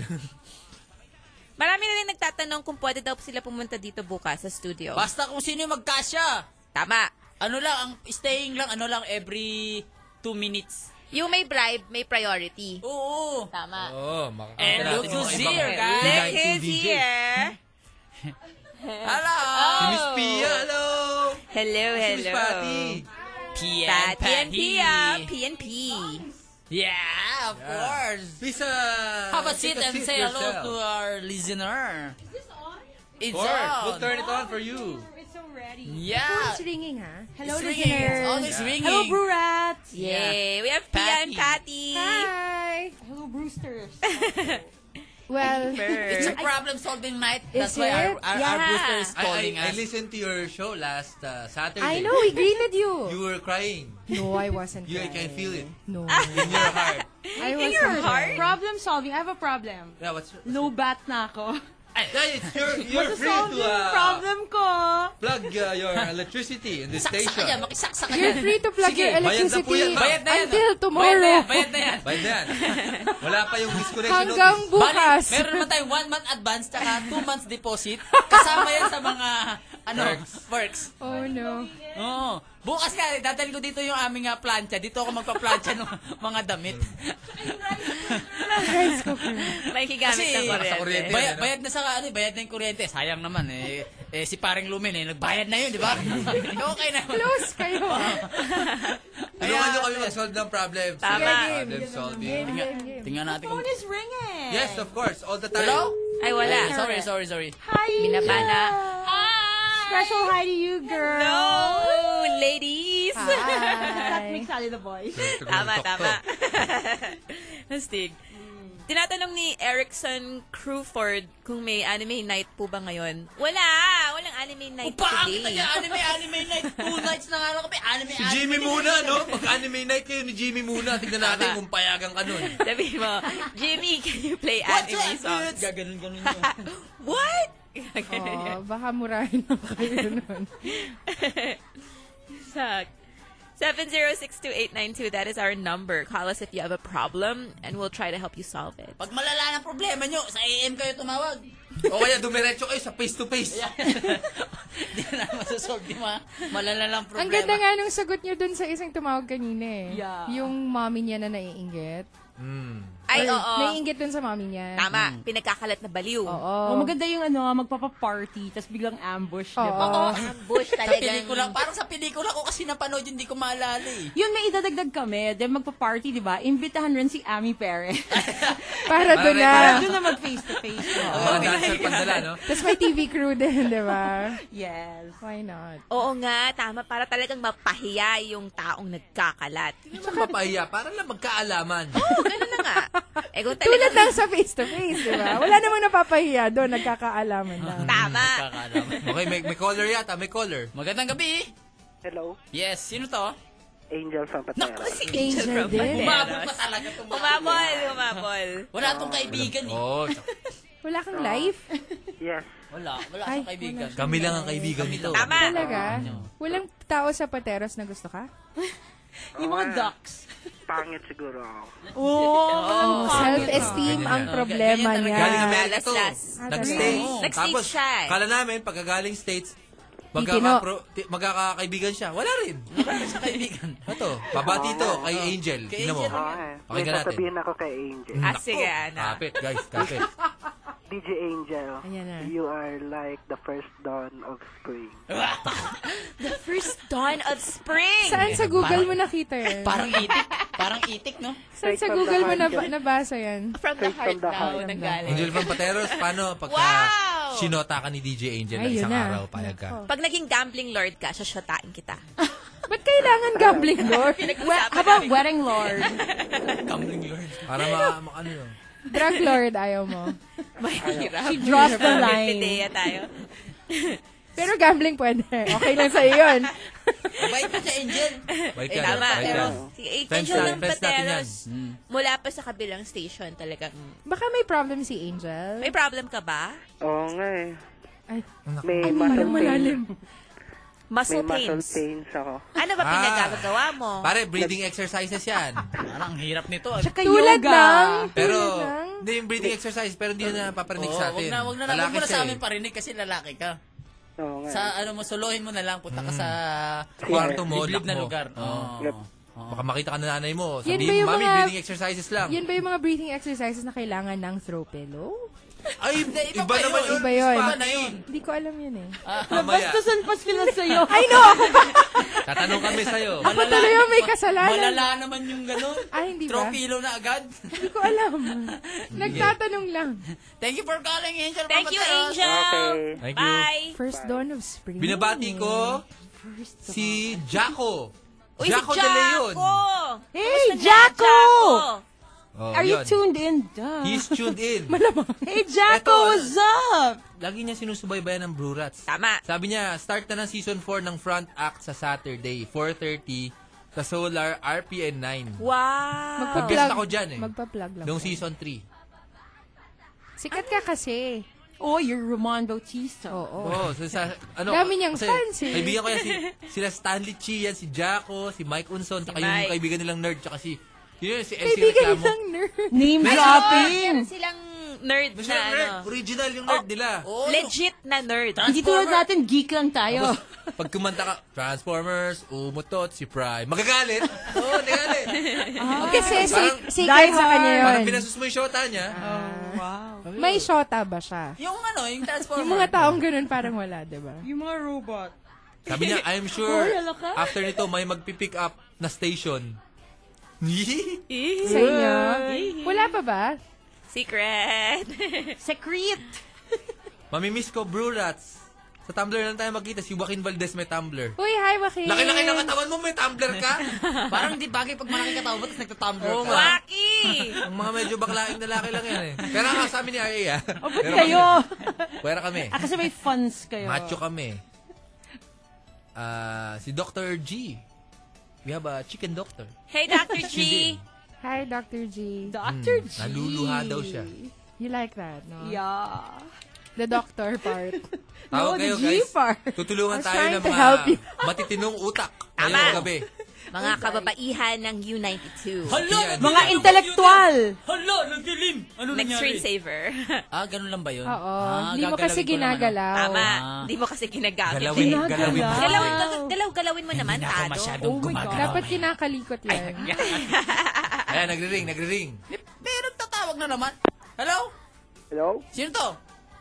Speaker 9: Marami na rin nagtatanong kung pwede daw sila pumunta dito bukas sa studio.
Speaker 1: Basta kung sino yung magkasya.
Speaker 9: Tama.
Speaker 1: Ano lang, ang staying lang, ano lang, every two minutes.
Speaker 9: Yung may bribe, may priority.
Speaker 1: Oo. Oh.
Speaker 9: Tama.
Speaker 8: Oo, makakita
Speaker 1: And
Speaker 8: natin
Speaker 1: look
Speaker 8: yung
Speaker 1: who's
Speaker 8: mga ibang
Speaker 1: here, guys.
Speaker 8: United
Speaker 9: There is
Speaker 8: DJ.
Speaker 9: here.
Speaker 1: eh. Hello.
Speaker 8: Si Miss Pia, hello.
Speaker 9: Hello,
Speaker 8: Si Miss
Speaker 9: hello.
Speaker 8: Patty.
Speaker 1: Pia
Speaker 9: Patty and
Speaker 1: Patty.
Speaker 9: Pia. PNP.
Speaker 1: Yeah, Ah, of course.
Speaker 8: Please, uh,
Speaker 1: Have a seat and say hello to our listener. Is this on? It's on.
Speaker 8: We'll turn it on for you.
Speaker 1: Yeah.
Speaker 6: It's ringing, ha? Hello,
Speaker 1: It's ringing.
Speaker 6: listeners.
Speaker 1: Oh, it's ringing.
Speaker 6: Hello, Brurats.
Speaker 9: Yay. We have Pia and Patty.
Speaker 6: Hi. Hello, Brewsters. well,
Speaker 1: It's a
Speaker 6: I-
Speaker 1: problem solving night.
Speaker 6: Is
Speaker 1: That's why our,
Speaker 6: it?
Speaker 1: our, our
Speaker 6: Yeah.
Speaker 1: booster is calling
Speaker 8: I, I, I
Speaker 1: us.
Speaker 8: listened to your show last uh, Saturday.
Speaker 6: I know, we greened you.
Speaker 8: You were crying.
Speaker 6: No, I wasn't.
Speaker 8: You, I
Speaker 6: crying.
Speaker 8: can feel it.
Speaker 6: No.
Speaker 8: In your heart.
Speaker 6: I was
Speaker 9: your heart?
Speaker 6: Problem solving. I have a problem.
Speaker 8: Yeah, what's your...
Speaker 6: Low bat na ako.
Speaker 8: Ay, yeah, it's your, you're free
Speaker 6: Solve
Speaker 8: to
Speaker 6: yung
Speaker 8: uh,
Speaker 6: problem ko.
Speaker 8: plug uh, your electricity in the
Speaker 1: Saksak ka
Speaker 8: station.
Speaker 1: dyan, makisaksak ka
Speaker 6: You're
Speaker 1: dyan.
Speaker 6: free to plug
Speaker 8: Sige,
Speaker 6: your
Speaker 8: bayad na po
Speaker 6: electricity
Speaker 8: yan, ma'am. Bayad
Speaker 1: na yan. ah.
Speaker 6: until
Speaker 1: Bayad na
Speaker 6: tomorrow.
Speaker 1: yan, bayad na yan.
Speaker 8: By then, wala pa yung disconnection
Speaker 6: Hanggang
Speaker 8: notice.
Speaker 6: bukas.
Speaker 1: Bali, meron naman tayong one month advance tsaka two months deposit. Kasama yan sa mga ano,
Speaker 8: Perks.
Speaker 1: perks.
Speaker 6: Oh no.
Speaker 1: Oo. Bukas ka, dadalhin ko dito yung aming uh, plancha. Dito ako magpa-plancha ng mga damit.
Speaker 9: May kigamit ng
Speaker 1: Kasi,
Speaker 8: kuryente. eh,
Speaker 9: kuryente.
Speaker 1: Bayad, bayad na sa ano, bayad na yung kuryente. Sayang naman eh. eh si paring Lumen eh, nagbayad na yun, di ba? okay na.
Speaker 6: Close kayo.
Speaker 8: Tulungan nyo kami mag-solve ng problems.
Speaker 9: Tama.
Speaker 8: Problem solving.
Speaker 1: Tingnan, tingnan natin kung...
Speaker 6: is ringing.
Speaker 8: Yes, of course. All the time.
Speaker 1: Hello?
Speaker 9: Ay, wala.
Speaker 1: Eh, sorry, sorry, sorry.
Speaker 6: Hi.
Speaker 9: Binabana.
Speaker 6: Special hi to you, girl.
Speaker 9: Oh, ladies.
Speaker 6: That makes Ali the boy.
Speaker 9: Tama, tama. Mastig. Tinatanong ni Erickson Crawford kung may anime night po ba ngayon. Wala! Walang anime night
Speaker 1: Bakit
Speaker 9: today.
Speaker 1: tayo anime, anime night? Two nights na nga lang kami, anime,
Speaker 8: Si
Speaker 1: anime.
Speaker 8: Jimmy
Speaker 1: night.
Speaker 8: muna, no? Pag-anime night kayo ni Jimmy muna. Tignan natin kung ano, eh. payagan ka nun.
Speaker 9: Sabi mo, Jimmy, can you play
Speaker 1: What's
Speaker 9: anime
Speaker 1: up,
Speaker 9: songs?
Speaker 1: dudes? Gaganon, ganon yun.
Speaker 9: What?
Speaker 6: Oh, baka murahin lang kayo nun.
Speaker 9: Suck. 7062892, that is our number. Call us if you have a problem and we'll try to help you solve it.
Speaker 1: Pag malala ng problema nyo, sa AM kayo tumawag. Ano
Speaker 8: O kaya dumiretso kayo sa face-to-face.
Speaker 1: Hindi na masasolve yung mga malala ng problema.
Speaker 6: Ang ganda nga nung sagot niyo dun sa isang tumawag kanina eh.
Speaker 1: Yeah.
Speaker 6: Yung mommy niya na naiinggit.
Speaker 9: Ay,
Speaker 6: Or
Speaker 9: oo.
Speaker 6: Naiinggit dun sa mommy niya.
Speaker 9: Tama, pinagkakalat na baliw.
Speaker 6: Oo.
Speaker 13: Hmm. Oh, maganda yung ano, magpapa-party, tapos biglang ambush, di ba?
Speaker 6: Oo.
Speaker 9: Bush
Speaker 1: Sa
Speaker 9: talagang...
Speaker 1: pelikula, parang sa pelikula ko kasi napanood yun, hindi ko maalala eh.
Speaker 13: Yun, may idadagdag kami, then magpa-party, di ba? Imbitahan rin si Ami Perez.
Speaker 6: Para dun na.
Speaker 13: Para doon na mag-face-to-face.
Speaker 8: Mga dancer pandala, no?
Speaker 6: Tapos may TV crew din, di ba?
Speaker 13: Yes.
Speaker 6: Why not?
Speaker 9: Oo nga, tama. Para talagang mapahiya yung taong nagkakalat. Oh,
Speaker 8: Hindi naman mapahiya. Para lang magkaalaman.
Speaker 9: Oo, ganun na nga. Eh, kung
Speaker 6: Tulad
Speaker 9: talagang...
Speaker 6: lang sa face-to-face, di ba? Wala namang napapahiya doon, nagkakaalaman lang.
Speaker 9: Tama.
Speaker 8: Okay, may, may caller yata. May caller.
Speaker 1: Magandang gabi.
Speaker 11: Hello,
Speaker 1: Yes, sino to?
Speaker 11: Angel from Patera.
Speaker 9: Si
Speaker 6: Angel din.
Speaker 1: Umabot pa talaga tumawag.
Speaker 9: Umabol, umabol.
Speaker 1: Wala tong kaibigan eh.
Speaker 8: Oh,
Speaker 6: Wala kang life?
Speaker 11: Yes,
Speaker 1: Wala, wala
Speaker 6: Ay,
Speaker 1: akong kaibigan.
Speaker 8: kami lang ang kaibigan nito. Ano?
Speaker 9: Tama.
Speaker 6: Talaga? Walang tao sa pateros na gusto ka?
Speaker 13: Yung mga ducks.
Speaker 11: pangit siguro ako.
Speaker 6: Oh, self-esteem
Speaker 8: Ganyan
Speaker 6: ang
Speaker 8: yan.
Speaker 6: problema
Speaker 1: Ganyan talaga.
Speaker 6: niya.
Speaker 8: Galing Amerika to.
Speaker 9: Alas-las.
Speaker 6: Ah,
Speaker 8: Nag-stay.
Speaker 9: talaga? Nag-stay
Speaker 8: Tapos,
Speaker 9: siya eh.
Speaker 8: kala namin, pagkagaling States, Magkaka pro- ti- magkakakaibigan siya. Wala rin. Wala rin sa kaibigan. Ito, babati to kay Angel.
Speaker 14: Kay
Speaker 8: Tingnan mo.
Speaker 6: ano?
Speaker 14: Angel naman.
Speaker 8: Pakinggan
Speaker 14: May
Speaker 8: natin.
Speaker 14: sasabihin ako kay Angel.
Speaker 9: Ah, sige, ano.
Speaker 8: Kapit, guys. Kapit.
Speaker 14: DJ Angel, you are like the first dawn of spring.
Speaker 9: The first dawn of spring.
Speaker 6: Saan sa Google mo nakita yan?
Speaker 9: Parang itik. Parang itik, no?
Speaker 6: Saan sa Google mo naba- nabasa yan?
Speaker 9: From the heart daw, nanggaling.
Speaker 8: Angel Van Pateros, paano pagka sinota ka ni DJ Angel na
Speaker 9: Ay, yun
Speaker 8: isang
Speaker 9: na.
Speaker 8: araw, payag ka?
Speaker 9: Pag naging gambling lord ka, sasatain kita.
Speaker 6: Oh. Ba't kailangan gambling lord?
Speaker 9: Pinag-usapan
Speaker 6: How about
Speaker 9: namin.
Speaker 6: wedding lord?
Speaker 8: Gambling lord. Para ma, ma ano yun.
Speaker 6: Drug lord, ayaw mo.
Speaker 9: Mahirap.
Speaker 6: She draws the
Speaker 9: Mahirap.
Speaker 6: line.
Speaker 9: Pipiteya tayo.
Speaker 6: Pero gambling pwede. Okay lang sa'yo yun.
Speaker 9: Bait ka sa Angel.
Speaker 8: Bait
Speaker 9: eh,
Speaker 8: ka,
Speaker 9: tama.
Speaker 8: bait ka.
Speaker 9: Pero, sige, eh,
Speaker 8: Friends
Speaker 9: Angel
Speaker 8: na-
Speaker 9: ng
Speaker 8: friends natin yan. Hmm.
Speaker 9: Pateros, mula pa sa kabilang station talagang.
Speaker 6: Baka may problem si Angel.
Speaker 9: May problem ka ba?
Speaker 14: Oo nga eh.
Speaker 6: Ay,
Speaker 14: May
Speaker 6: Ay,
Speaker 14: muscle
Speaker 6: parang
Speaker 14: pain.
Speaker 6: malalim.
Speaker 9: Muscle
Speaker 14: May muscle
Speaker 9: pains.
Speaker 14: pains ako.
Speaker 9: Ano ba
Speaker 8: Ah.
Speaker 9: pinagagawa mo?
Speaker 8: Pare, breathing exercises yan.
Speaker 1: Parang hirap nito. ah.
Speaker 9: Tsaka
Speaker 6: Tulad
Speaker 9: yoga.
Speaker 6: ng-
Speaker 8: Pero,
Speaker 6: tulad ng-
Speaker 8: hindi yung breathing exercise, pero hindi na napaparinig
Speaker 1: Oo,
Speaker 8: sa atin.
Speaker 1: Wag na, wag na, wag
Speaker 8: Lalaki
Speaker 1: mo na
Speaker 8: siya
Speaker 1: sa
Speaker 8: eh.
Speaker 1: amin parinig kasi lalaki ka.
Speaker 14: Oo nga.
Speaker 1: Sa ano mo, solohin mo na lang, punta
Speaker 8: Mm.
Speaker 1: ka sa
Speaker 8: Kwarto mo,
Speaker 1: liblib
Speaker 8: lock
Speaker 1: na
Speaker 8: mo.
Speaker 1: lugar.
Speaker 8: Oo. Baka makita ka na nanay
Speaker 1: Oh,
Speaker 8: mo.
Speaker 6: Yan ba
Speaker 8: Sabihin,
Speaker 6: yung
Speaker 8: mami,
Speaker 6: mga-
Speaker 8: breathing exercises lang.
Speaker 6: Yun ba yung mga breathing exercises na kailangan ng throw pillow?
Speaker 8: Ay, iba,
Speaker 6: Iba
Speaker 8: naman yun.
Speaker 6: Iba yun.
Speaker 8: Iba na yun.
Speaker 6: Hindi ko alam yun eh.
Speaker 1: Ah,
Speaker 8: Mamaya,
Speaker 6: saan pa sila sa'yo? I know! Ako,
Speaker 8: tatanong kami sa'yo.
Speaker 6: ako tuloy yung may kasalanan.
Speaker 1: Malala naman yung gano'n.
Speaker 6: Ah, hindi ba?
Speaker 1: Tropilo na agad.
Speaker 6: Hindi ko alam. Nagtatanong lang.
Speaker 1: Thank you for calling, Angel.
Speaker 9: Thank you,
Speaker 1: Pampateros.
Speaker 9: Angel.
Speaker 8: Thank you.
Speaker 9: Bye.
Speaker 6: First dawn of spring.
Speaker 8: Binabati ko si Jaco.
Speaker 9: Uy, si
Speaker 8: Jaco De Leon.
Speaker 9: Jaco!
Speaker 15: Hey,
Speaker 9: Kamusta na,
Speaker 15: Jacko!
Speaker 8: Oh,
Speaker 15: Are you
Speaker 8: yun.
Speaker 15: tuned in? Duh.
Speaker 8: He's tuned in. ano?
Speaker 15: Hey, Jacko, what's up?
Speaker 8: ah, Lagi niya sinusubaybayan ng Blue Rats.
Speaker 9: Tama.
Speaker 8: Sabi niya, start na ng season 4 ng front act sa Saturday, 4.30 sa Solar RPN 9.
Speaker 9: Wow.
Speaker 8: Nag-guest ako dyan eh.
Speaker 6: Magpa-plug lang.
Speaker 8: Noong season 3.
Speaker 6: Sikat ka kasi.
Speaker 15: Oh, you're Roman Bautista.
Speaker 6: Oo.
Speaker 8: Oh, so sa, ano,
Speaker 6: Dami niyang
Speaker 8: kasi
Speaker 6: fans, eh.
Speaker 8: Kaibigan ko yan, si, sila Stanley Chi yan, si Jaco, si Mike Unson, tsaka yung
Speaker 9: Mike.
Speaker 8: kaibigan nilang nerd, tsaka si, yun yun, si MC
Speaker 6: Kaibigan
Speaker 8: Reclamo.
Speaker 6: nilang nerd.
Speaker 15: Name
Speaker 8: Meron!
Speaker 15: dropping.
Speaker 9: Meron silang nerd na
Speaker 8: Silang nerd,
Speaker 9: ano. oh.
Speaker 8: original yung nerd nila.
Speaker 9: Legit na nerd.
Speaker 15: Hindi tulad natin, geek lang
Speaker 8: Oh,
Speaker 15: tayo.
Speaker 8: Pag kumanta ka, Transformers, Umutot, si Prime. Magagalit? Oo, oh, nagalit.
Speaker 6: Okay, kasi
Speaker 8: Parang-
Speaker 6: Eh, si, secret sa kanya
Speaker 8: Parang
Speaker 6: yun.
Speaker 8: pinasus mo yung shota niya.
Speaker 15: wow.
Speaker 6: May shota ba siya?
Speaker 1: Yung ano, yung Transformer.
Speaker 6: Yung mga taong ganun parang wala, di ba?
Speaker 15: Yung mga robot.
Speaker 8: Sabi niya, I'm sure,
Speaker 15: Oh, yalo ka?
Speaker 8: after nito, may magpipick up na station.
Speaker 6: Sa inyo? Wala pa ba?
Speaker 9: Secret.
Speaker 15: Secret.
Speaker 8: Mamimiss ko, Brew Rats. Sa Tumblr lang tayo magkita. Si Joaquin Valdez may Tumblr.
Speaker 6: Uy, hi, Joaquin.
Speaker 8: Laki-laki ng katawan mo, may Tumblr ka.
Speaker 1: Parang hindi bagay pag malaki ka tao, ba't nagtatumbler
Speaker 8: Oo
Speaker 1: ka?
Speaker 8: nga.
Speaker 9: Aki!
Speaker 8: Ang mga medyo baklaing lalaki lang yan eh. Pero ang sa amin ni Ari ah. Oh,
Speaker 15: Ba't kayo?
Speaker 8: Pwera kami.
Speaker 15: Ah, kasi may funds kayo.
Speaker 8: Macho kami. Ah, si Dr. G. We have a chicken doctor.
Speaker 9: Hey, Dr. G.
Speaker 6: Hi, Dr. G.
Speaker 15: Dr. G.
Speaker 8: Hmm. Naluluha daw siya.
Speaker 6: You like that, no?
Speaker 15: Yeah.
Speaker 6: The doctor part.
Speaker 15: No,
Speaker 8: Tawag kayo
Speaker 15: the
Speaker 8: guys.
Speaker 15: G part.
Speaker 8: Ah, Tutulungan
Speaker 6: I'm
Speaker 8: tayo
Speaker 6: trying
Speaker 8: ng
Speaker 6: to
Speaker 8: mga
Speaker 6: help you.
Speaker 8: matitinong utak.
Speaker 9: Tama.
Speaker 8: Ngayong gabi.
Speaker 9: Mga kababaihan ng U92.
Speaker 8: Yan.
Speaker 15: Mga intelektual.
Speaker 1: Hala, nagdilim! Ano
Speaker 9: Next
Speaker 1: nangyari?
Speaker 9: screensaver.
Speaker 1: Ah, ganun lang ba yun?
Speaker 6: Oo.
Speaker 1: Ah,
Speaker 6: Hindi mo
Speaker 1: gagalawin
Speaker 6: kasi
Speaker 1: ko lang, ano?
Speaker 6: ginagalaw.
Speaker 9: Tama.
Speaker 1: Ah.
Speaker 9: Hindi mo kasi ginagamit.
Speaker 8: Galawin,
Speaker 9: eh.
Speaker 8: galawin.
Speaker 15: Ginagalaw.
Speaker 9: Galawin,
Speaker 15: Ah.
Speaker 9: gal- galaw, galawin mo naman, ah.
Speaker 1: na ako
Speaker 9: Tado.
Speaker 6: Oh
Speaker 1: masyadong
Speaker 6: my God.
Speaker 1: gumagalaw.
Speaker 6: Dapat kinakalikot yan.
Speaker 8: Ayan, nagre-ring, nagre-ring.
Speaker 1: Pero tatawag na naman. Hello?
Speaker 11: Hello?
Speaker 1: Sino to?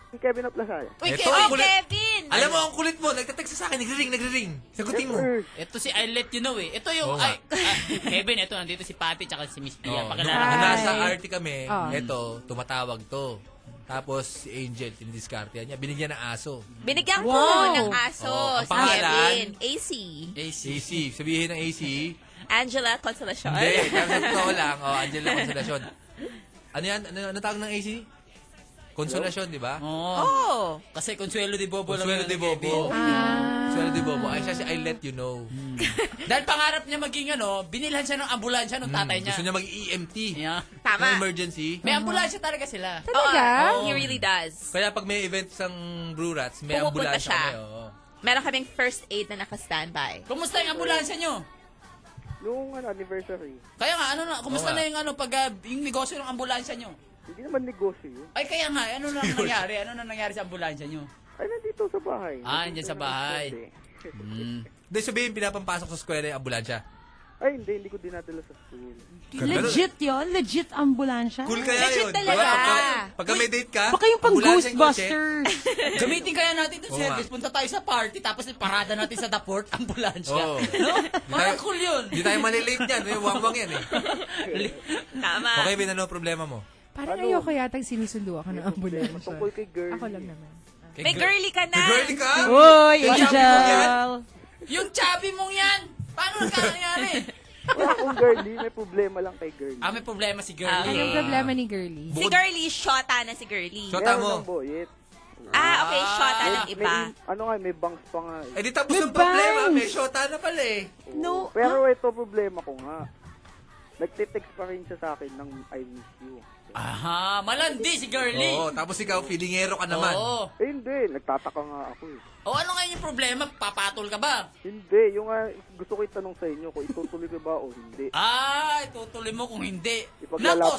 Speaker 11: Si Kevin Oplazada.
Speaker 1: Uy, oh,
Speaker 8: Ito,
Speaker 1: Kevin.
Speaker 8: ang kulit.
Speaker 9: Kevin!
Speaker 8: Alam mo, ang kulit mo. Nagtatext sa akin, nagre-ring, nagre-ring. Sagutin mo.
Speaker 1: Ito si I Let You Know eh. Ito yung,
Speaker 8: Oo nga.
Speaker 1: ay, ah, Kevin, ito nandito si Patty tsaka si Miss Pia.
Speaker 8: Oh,
Speaker 1: Pakilala
Speaker 8: nung
Speaker 1: ka na.
Speaker 8: nasa RT kami,
Speaker 6: Oh.
Speaker 8: eto, tumatawag to. Tapos, si Angel, tinidiscarte niya. Binigyan ng aso.
Speaker 9: Binigyan ko
Speaker 15: Wow.
Speaker 9: ng aso
Speaker 8: Oh, ang
Speaker 9: si
Speaker 8: pangalan?
Speaker 9: Kevin. AC.
Speaker 1: AC.
Speaker 8: AC. Sabihin ng AC.
Speaker 9: Angela Consolacion.
Speaker 8: Hindi, kasi totoo lang. O, oh, Angel na konsolasyon. Ano yan? Ano, ano tawag ng AC? Konsolasyon, di ba?
Speaker 1: Oo.
Speaker 9: Oh.
Speaker 1: Kasi Consuelo de Bobo lang
Speaker 8: Consuelo
Speaker 1: yun
Speaker 8: de
Speaker 1: ni
Speaker 8: Bobo.
Speaker 1: Kevin.
Speaker 6: Ah.
Speaker 8: Consuelo de Bobo. Ay, siya si I let you know.
Speaker 1: Dahil pangarap niya maging ano, binilhan siya ng ambulansya ng tatay niya.
Speaker 8: Hmm, Gusto niya mag-EMT.
Speaker 1: Yeah.
Speaker 9: Tama.
Speaker 8: Ng emergency.
Speaker 1: May ambulansya talaga sila. Oh,
Speaker 6: Talaga?
Speaker 9: Oo, he really does.
Speaker 8: Kaya pag may event sang Brew Rats, may
Speaker 9: Pumupunta
Speaker 8: ambulansya
Speaker 9: siya.
Speaker 8: kami. Oo.
Speaker 9: Meron kaming first aid na naka-standby.
Speaker 1: Kumusta yung ambulansya niyo?
Speaker 11: Noong ano, anniversary,
Speaker 1: Kaya nga, ano na, kumusta
Speaker 8: Oo nga.
Speaker 1: na yung ano, pag, ah, yung negosyo ng ambulansya niyo?
Speaker 11: hindi naman negosyo yun.
Speaker 1: eh, Ay, kaya nga, ano na nangyari? Ano na nangyari sa ambulansya niyo?
Speaker 11: Ay, nandito sa bahay.
Speaker 1: Ah, andyan sa bahay. Mm.
Speaker 8: Hindi sabihin, pinapampasok sa skwela yung ambulansya.
Speaker 11: Ay, hindi, hindi ko dinadala sa school.
Speaker 15: Legit yon Legit ambulansya?
Speaker 8: Cool kaya
Speaker 15: Legit
Speaker 8: yun. Diba? Pagka- Pagka may date ka,
Speaker 15: Baka yung pang
Speaker 8: ambulansya yung kotse.
Speaker 15: Ghostbusters.
Speaker 1: Gamitin kaya natin itong
Speaker 8: Oo nga.
Speaker 1: service. Punta tayo sa party, tapos iparada natin sa the port, ambulansya.
Speaker 8: Oo.
Speaker 1: No? Parang cool yun.
Speaker 8: Hindi tayo malilate niyan. May wangwang yan eh.
Speaker 9: Tama.
Speaker 8: Okay, Ben, ano ang problema mo?
Speaker 6: Parang
Speaker 11: Ano?
Speaker 6: ayoko yata yung sinisundo ako ng ambulansya.
Speaker 11: Tungkol kay girl.
Speaker 6: Ako lang naman.
Speaker 9: May girly ka na.
Speaker 8: May girly ka?
Speaker 15: Uy,
Speaker 8: Yung chubby mo
Speaker 15: Angel.
Speaker 1: Yung chubby mong
Speaker 8: yan?
Speaker 1: yan! Paano nangyari?
Speaker 11: Wala akong girly, may problema lang kay girl.
Speaker 1: ah, may problema si girl.
Speaker 11: Ah,
Speaker 6: Anong problema ni girly?
Speaker 9: Si Girly, shota na si Girly.
Speaker 11: Meron ng boyet.
Speaker 9: Ah, okay, shota ng
Speaker 11: May-
Speaker 9: iba.
Speaker 11: may- ano nga, may bangs pa nga. Eh,
Speaker 8: Eh, di tapos ang problema. May shota na pala eh.
Speaker 11: no. Pero ito problema ko nga. Nagtitext pa rin siya sa akin ng I miss you.
Speaker 1: Aha, malandi si girly.
Speaker 8: Oo, tapos ikaw, filingero ka naman.
Speaker 1: Oo.
Speaker 11: Eh, hindi. Nagtataka nga ako eh.
Speaker 1: O ano ngayon yung problema? Papatol ka ba?
Speaker 11: Hindi. Yung nga, gusto ko itanong sa inyo kung itutuloy ko ba o hindi.
Speaker 1: Ah, itutuloy mo kung hindi.
Speaker 11: Ipaglalaban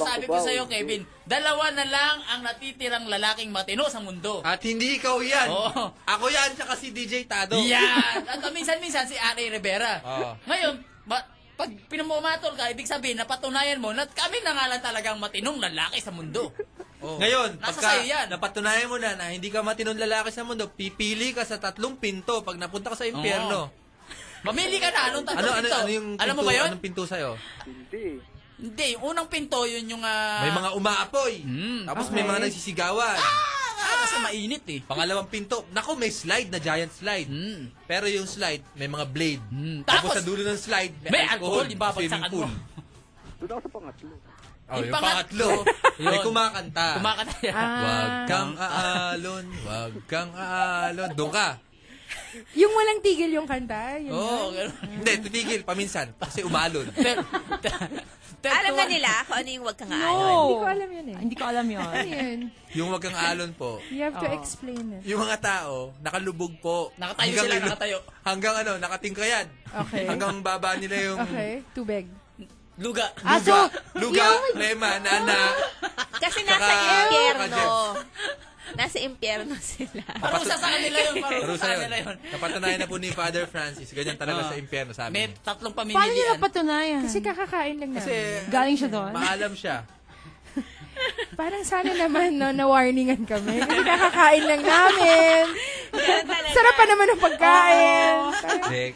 Speaker 1: Nako, sabi ko
Speaker 11: ko ba
Speaker 1: sa'yo,
Speaker 11: o hindi?
Speaker 1: Kevin, dalawa na lang ang natitirang lalaking matino sa mundo.
Speaker 8: At hindi ikaw yan.
Speaker 1: Oo.
Speaker 8: Ako yan, tsaka si DJ Tado.
Speaker 1: Yan! At minsan-minsan si Ari Rivera.
Speaker 8: Oo.
Speaker 1: Ngayon, ba- pag pinamumatol ka, ibig sabihin, napatunayan mo na kami na nga lang talagang matinong lalaki sa mundo.
Speaker 8: Oo. Ngayon,
Speaker 1: Nasa
Speaker 8: pagka
Speaker 1: sa'yo yan.
Speaker 8: napatunayan mo na na hindi ka matinong lalaki sa mundo, pipili ka sa tatlong pinto pag napunta ka sa impyerno.
Speaker 1: Mamili ka na, anong
Speaker 8: Ano,
Speaker 1: tatlong
Speaker 8: ano,
Speaker 1: pinto?
Speaker 8: ano yung
Speaker 1: Alam mo
Speaker 8: pinto-
Speaker 1: ba yun?
Speaker 8: Anong pinto sa'yo?
Speaker 11: Hindi.
Speaker 1: Hindi, yung unang pinto, yun yung... ah, Hmm,
Speaker 8: May mga umaapoy. Tapos
Speaker 1: Okay.
Speaker 8: may mga nagsisigawan.
Speaker 1: Ah, kasi mainit eh. Hmm.
Speaker 8: Pangalawang pinto, nako may slide na giant slide. Pero yung slide, may mga blade. Tapos,
Speaker 1: Tapos,
Speaker 8: sa dulo ng slide, may,
Speaker 1: may alcohol, ibabagsakan
Speaker 8: swimming pool.
Speaker 1: mo.
Speaker 11: Doon ako sa pangatlo.
Speaker 8: Oh, yung,
Speaker 1: Yung
Speaker 8: pangatlo,
Speaker 1: Yun.
Speaker 8: may kumakanta.
Speaker 1: Kumakanta yan. Ah.
Speaker 8: Wag kang aalon, wag kang aalon. Doon ka.
Speaker 6: Yung walang tigil yung kanta. Yun
Speaker 8: Oo,
Speaker 6: yun.
Speaker 8: ganun. Hindi, titigil paminsan kasi umalon.
Speaker 9: Alam na nila kung ano yung wag kang aayon.
Speaker 6: Hindi ko alam yun eh.
Speaker 15: Hindi ko alam yun.
Speaker 6: Ano yun?
Speaker 8: yung wag kang aalon po,
Speaker 6: You have to
Speaker 15: Oo.
Speaker 6: explain it.
Speaker 8: yung mga tao, nakalubog po.
Speaker 1: Nakatayo sila,
Speaker 8: ilo-
Speaker 1: nakatayo.
Speaker 8: Hanggang ano, nakatingkayad.
Speaker 6: Okay.
Speaker 8: Hanggang baba nila yung
Speaker 6: Okay, tubig.
Speaker 1: Luga.
Speaker 6: Ah, so,
Speaker 8: luga, lema, nana.
Speaker 9: Kasi nasa
Speaker 8: Saka-
Speaker 9: impyerno.
Speaker 8: Saka
Speaker 9: Nasa impyerno sila.
Speaker 1: Parusa sa kanila yun, parusa
Speaker 8: Parusa
Speaker 1: sa
Speaker 8: yun.
Speaker 1: kanila yun.
Speaker 8: Napatunayan na po ni Father Francis. Ganyan talaga
Speaker 1: Oo.
Speaker 8: sa impyerno sa
Speaker 1: May
Speaker 8: amin.
Speaker 1: tatlong
Speaker 15: Paano nyo
Speaker 1: pamimilian.
Speaker 15: napatunayan?
Speaker 6: Kasi kakakain lang namin.
Speaker 8: Kasi
Speaker 15: Galing siya doon?
Speaker 8: maalam siya.
Speaker 6: Parang sana naman, no, na-warningan kami. Kasi kakakain lang namin. Sarap pa naman ang pagkain.
Speaker 8: Hindi.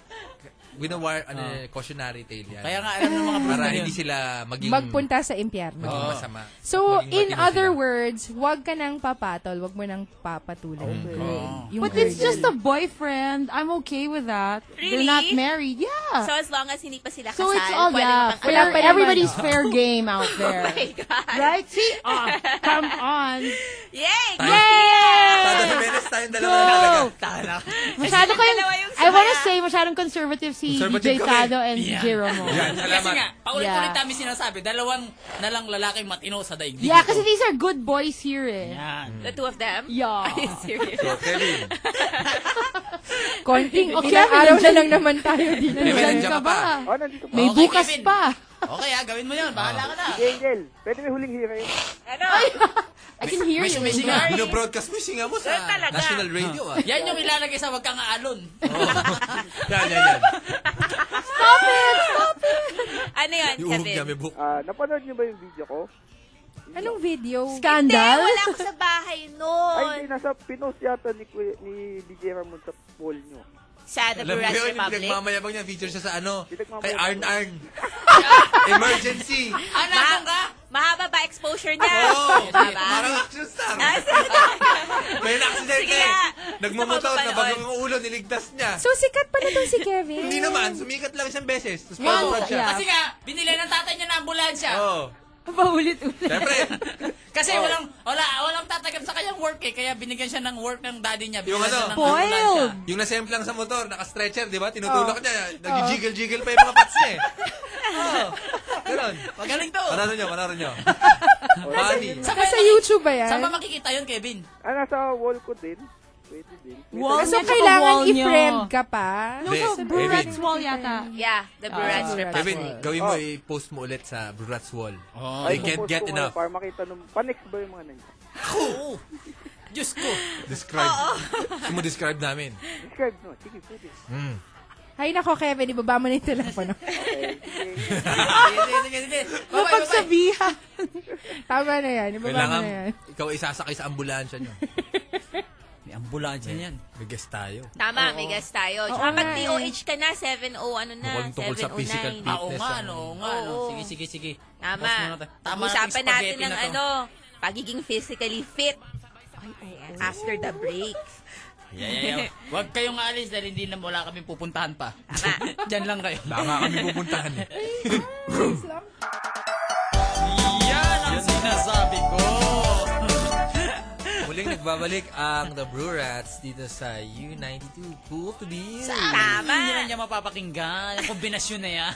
Speaker 8: Winawar, ano, cautionary tale yan.
Speaker 1: Kaya nga, alam ng mga
Speaker 8: Para
Speaker 1: brusa yun.
Speaker 8: hindi sila maging,
Speaker 6: Magpunta sa impyerno.
Speaker 8: maging
Speaker 1: Oo.
Speaker 8: masama.
Speaker 6: So,
Speaker 8: Maging
Speaker 6: in
Speaker 8: matino
Speaker 6: other
Speaker 8: sila.
Speaker 6: words, huwag ka nang papatol, huwag mo nang papatulan.
Speaker 8: Okay. Oo.
Speaker 6: Yung
Speaker 15: But it's
Speaker 6: girl.
Speaker 15: just a boyfriend. I'm okay with that.
Speaker 9: Really?
Speaker 15: They're not married. Yeah.
Speaker 9: So as long as hindi pa sila
Speaker 15: So
Speaker 9: kasal,
Speaker 15: it's all
Speaker 9: pwede
Speaker 15: yeah.
Speaker 9: pang
Speaker 15: fair-
Speaker 9: alam.
Speaker 15: everybody's fair game out
Speaker 9: Oh
Speaker 15: there.
Speaker 9: my God.
Speaker 15: right? See, Ah, come on.
Speaker 9: Yay!
Speaker 8: Tado
Speaker 15: Yay!
Speaker 8: Jimenez tayong dalawa na talaga.
Speaker 1: Tala.
Speaker 15: Masyado
Speaker 9: Kasi
Speaker 15: kayong,
Speaker 9: dalawa yung
Speaker 15: I wanna
Speaker 9: sumaya.
Speaker 15: say, masyadong conservative si
Speaker 8: Conservative
Speaker 15: DJ
Speaker 8: kami.
Speaker 15: Tado and
Speaker 1: Yeah.
Speaker 15: Jeromo.
Speaker 8: Yan,
Speaker 1: Kasi
Speaker 8: salamat.
Speaker 1: nga, paulit-ulit
Speaker 15: Yeah.
Speaker 1: namin sinasabi, dalawang na lang lalaking matino sa daigdig.
Speaker 15: Yeah, kasi these are good boys here eh.
Speaker 1: Yan.
Speaker 9: The two of them?
Speaker 15: Yeah.
Speaker 9: Are you serious?
Speaker 8: So, Kevin,
Speaker 6: Konting,
Speaker 15: Okay,
Speaker 6: ilang araw na
Speaker 15: nandiyan-
Speaker 6: lang naman tayo dito.
Speaker 8: Kevin,
Speaker 15: Nandiyan
Speaker 8: nandiyan
Speaker 15: ka
Speaker 8: ka pa.
Speaker 15: ba?
Speaker 11: Ah, nandito pa.
Speaker 15: May
Speaker 1: Okay,
Speaker 15: bukas
Speaker 1: Kevin.
Speaker 15: pa.
Speaker 1: Okay, ah, gawin mo yun. Bahala ka na.
Speaker 11: Sige, Angel. Pwede may huling hearing.
Speaker 9: Ano?
Speaker 15: I can hear
Speaker 1: May
Speaker 15: you.
Speaker 1: sumisinga.
Speaker 8: binobroadcast mo yung singa mo sa
Speaker 9: Yan talaga.
Speaker 8: national radio ah.
Speaker 1: Yan yung ilalagay sa wag kang aalon.
Speaker 8: Yan, yan, yan.
Speaker 9: Ano yun,
Speaker 8: Yung uhog
Speaker 9: Kevin?
Speaker 8: niya may buhok.
Speaker 11: Ah, napanood niyo ba yung video ko?
Speaker 6: Anong video?
Speaker 9: Hindi,
Speaker 15: Scandal?
Speaker 9: wala ako sa bahay
Speaker 11: Ay,
Speaker 9: noon.
Speaker 11: hindi. Nasa pinost yata ni, Kuya- ni DJ Ramon sa poll niyo.
Speaker 9: Sa The
Speaker 8: Alam mo
Speaker 9: Buras
Speaker 8: yun, yung
Speaker 9: Republic.
Speaker 8: pinagmamayabang niya, feature siya sa ano,
Speaker 11: Pinagmamayabang.
Speaker 8: kay Arn Arn. Emergency.
Speaker 1: Ano
Speaker 9: Ma-
Speaker 1: ka?
Speaker 9: mahaba ba exposure niya?
Speaker 8: Oo,
Speaker 9: Mahaba?
Speaker 8: parang action star. May eh.
Speaker 9: Sige
Speaker 8: aksidente.
Speaker 9: nga.
Speaker 8: Nagmumotor,
Speaker 9: Gusto ko
Speaker 8: nabagong
Speaker 9: mapanood.
Speaker 8: ang ulo, niligtas niya.
Speaker 6: So, sikat pa na daw si Kevin.
Speaker 8: Hindi naman, sumikat lang isang beses. Tapos
Speaker 15: Wow.
Speaker 8: pabukad siya.
Speaker 15: Yeah.
Speaker 1: Kasi nga, binili ng tatay niya ng ambulansya.
Speaker 9: Oh.
Speaker 8: Oo.
Speaker 15: Paulit-ulit.
Speaker 8: Siyempre,
Speaker 1: Kasi
Speaker 8: Oh.
Speaker 1: walang, wala, walang tatanggap sa kanyang work eh. Kaya binigyan siya ng work ng daddy niya.
Speaker 8: Yung
Speaker 1: Binigyan
Speaker 8: ano?
Speaker 1: siya ng
Speaker 15: Foiled.
Speaker 1: ambulansya.
Speaker 8: yung nasempl lang sa motor, naka-stretcher, di ba? Tinutulak niya, nag-jiggle-jiggle pa yung mga pats niya eh. Oh, Oo. Ganon.
Speaker 1: Magaling to.
Speaker 8: Panarin nyo, panarin nyo. Funny.
Speaker 1: Saan ba
Speaker 6: Nasa
Speaker 1: maki-
Speaker 6: YouTube ba yan?
Speaker 1: Saan ba makikita yun, Kevin?
Speaker 11: Ah, nasa wall ko din. Pwede din.
Speaker 15: Wall
Speaker 6: so,
Speaker 15: niya,
Speaker 6: kailangan
Speaker 15: wall niya.
Speaker 6: i-friend ka pa.
Speaker 8: Hindi,
Speaker 15: So, Burat's
Speaker 8: Kevin.
Speaker 15: wall yata.
Speaker 9: Yeah, The
Speaker 1: Ah,
Speaker 9: Buras Republic.
Speaker 8: Kevin, gawin mo, i-post mo ulit sa Brats Wall. Oh, They
Speaker 11: Ay,
Speaker 8: can't
Speaker 11: popost
Speaker 8: get
Speaker 11: ko nga
Speaker 8: enough.
Speaker 11: Para makita nung, panex ba yung mga nandiyan?
Speaker 8: Ako!
Speaker 1: Diyos ko.
Speaker 8: Describe. Gusto mo describe namin.
Speaker 11: Describe mo. Sige, pwede.
Speaker 8: Mm.
Speaker 6: Ay, nako, Kevin, ibaba mo na yung telepono.
Speaker 1: Sige, sige, sige.
Speaker 6: Napagsabihan. Tama na yan. Ibaba mo
Speaker 8: Kailangan
Speaker 6: na yan.
Speaker 8: ikaw isasakay sa ambulansya niyo. may ambulansya niyan. May guest tayo.
Speaker 9: Tama, may guest tayo.
Speaker 6: Oo
Speaker 9: Tsaka pag
Speaker 6: nga eh.
Speaker 9: DOH ka na, 7-0, ano na,
Speaker 8: Mukhang tungkol sa
Speaker 9: 7-0-9.
Speaker 8: physical fitness.
Speaker 1: Ah,
Speaker 8: ano.
Speaker 1: Oo nga, no. Oo nga, no.
Speaker 9: Oo.
Speaker 1: Sige, sige, sige.
Speaker 9: Tama.
Speaker 1: Tapos muna tayo. Tama na
Speaker 9: Usapan
Speaker 1: itong
Speaker 9: natin
Speaker 1: spaghetti
Speaker 9: ng
Speaker 1: na to.
Speaker 9: ano, pagiging physically fit. Ay, ayan. After the ano? break.
Speaker 1: Yeah, yeah, yeah. oh. Huwag kayong alis dahil hindi na wala kami pupuntahan pa. Diyan lang kayo.
Speaker 8: Tama kami pupuntahan.
Speaker 1: Yan ang sinasabi ko.
Speaker 8: Muling nagbabalik ang The Brew Rats dito sa U92. Cool to be you.
Speaker 1: Tama. Hindi na niya mapapakinggan. Ang kombinasyon na yan.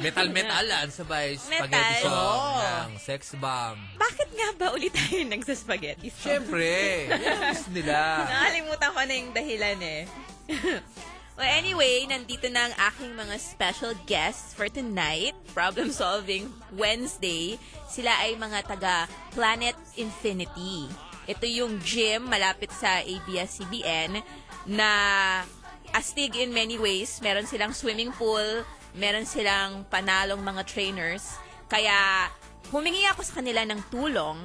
Speaker 8: Metal metal ah, sabay
Speaker 9: Metal.
Speaker 8: spaghetti song
Speaker 9: Oo.
Speaker 8: ng sex bomb.
Speaker 9: Bakit nga ba ulit tayo nagsaspaghetti?
Speaker 8: Siyempre, yan ang gusto nila.
Speaker 9: Nakalimutan ko na yung dahilan eh. well, anyway, nandito na ang aking mga special guests for tonight. Problem Solving Wednesday. Sila ay mga taga Planet Infinity. Ito yung gym malapit sa ABS-CBN na astig in many ways. Meron silang swimming pool, meron silang panalong mga trainers. Kaya humingi ako sa kanila ng tulong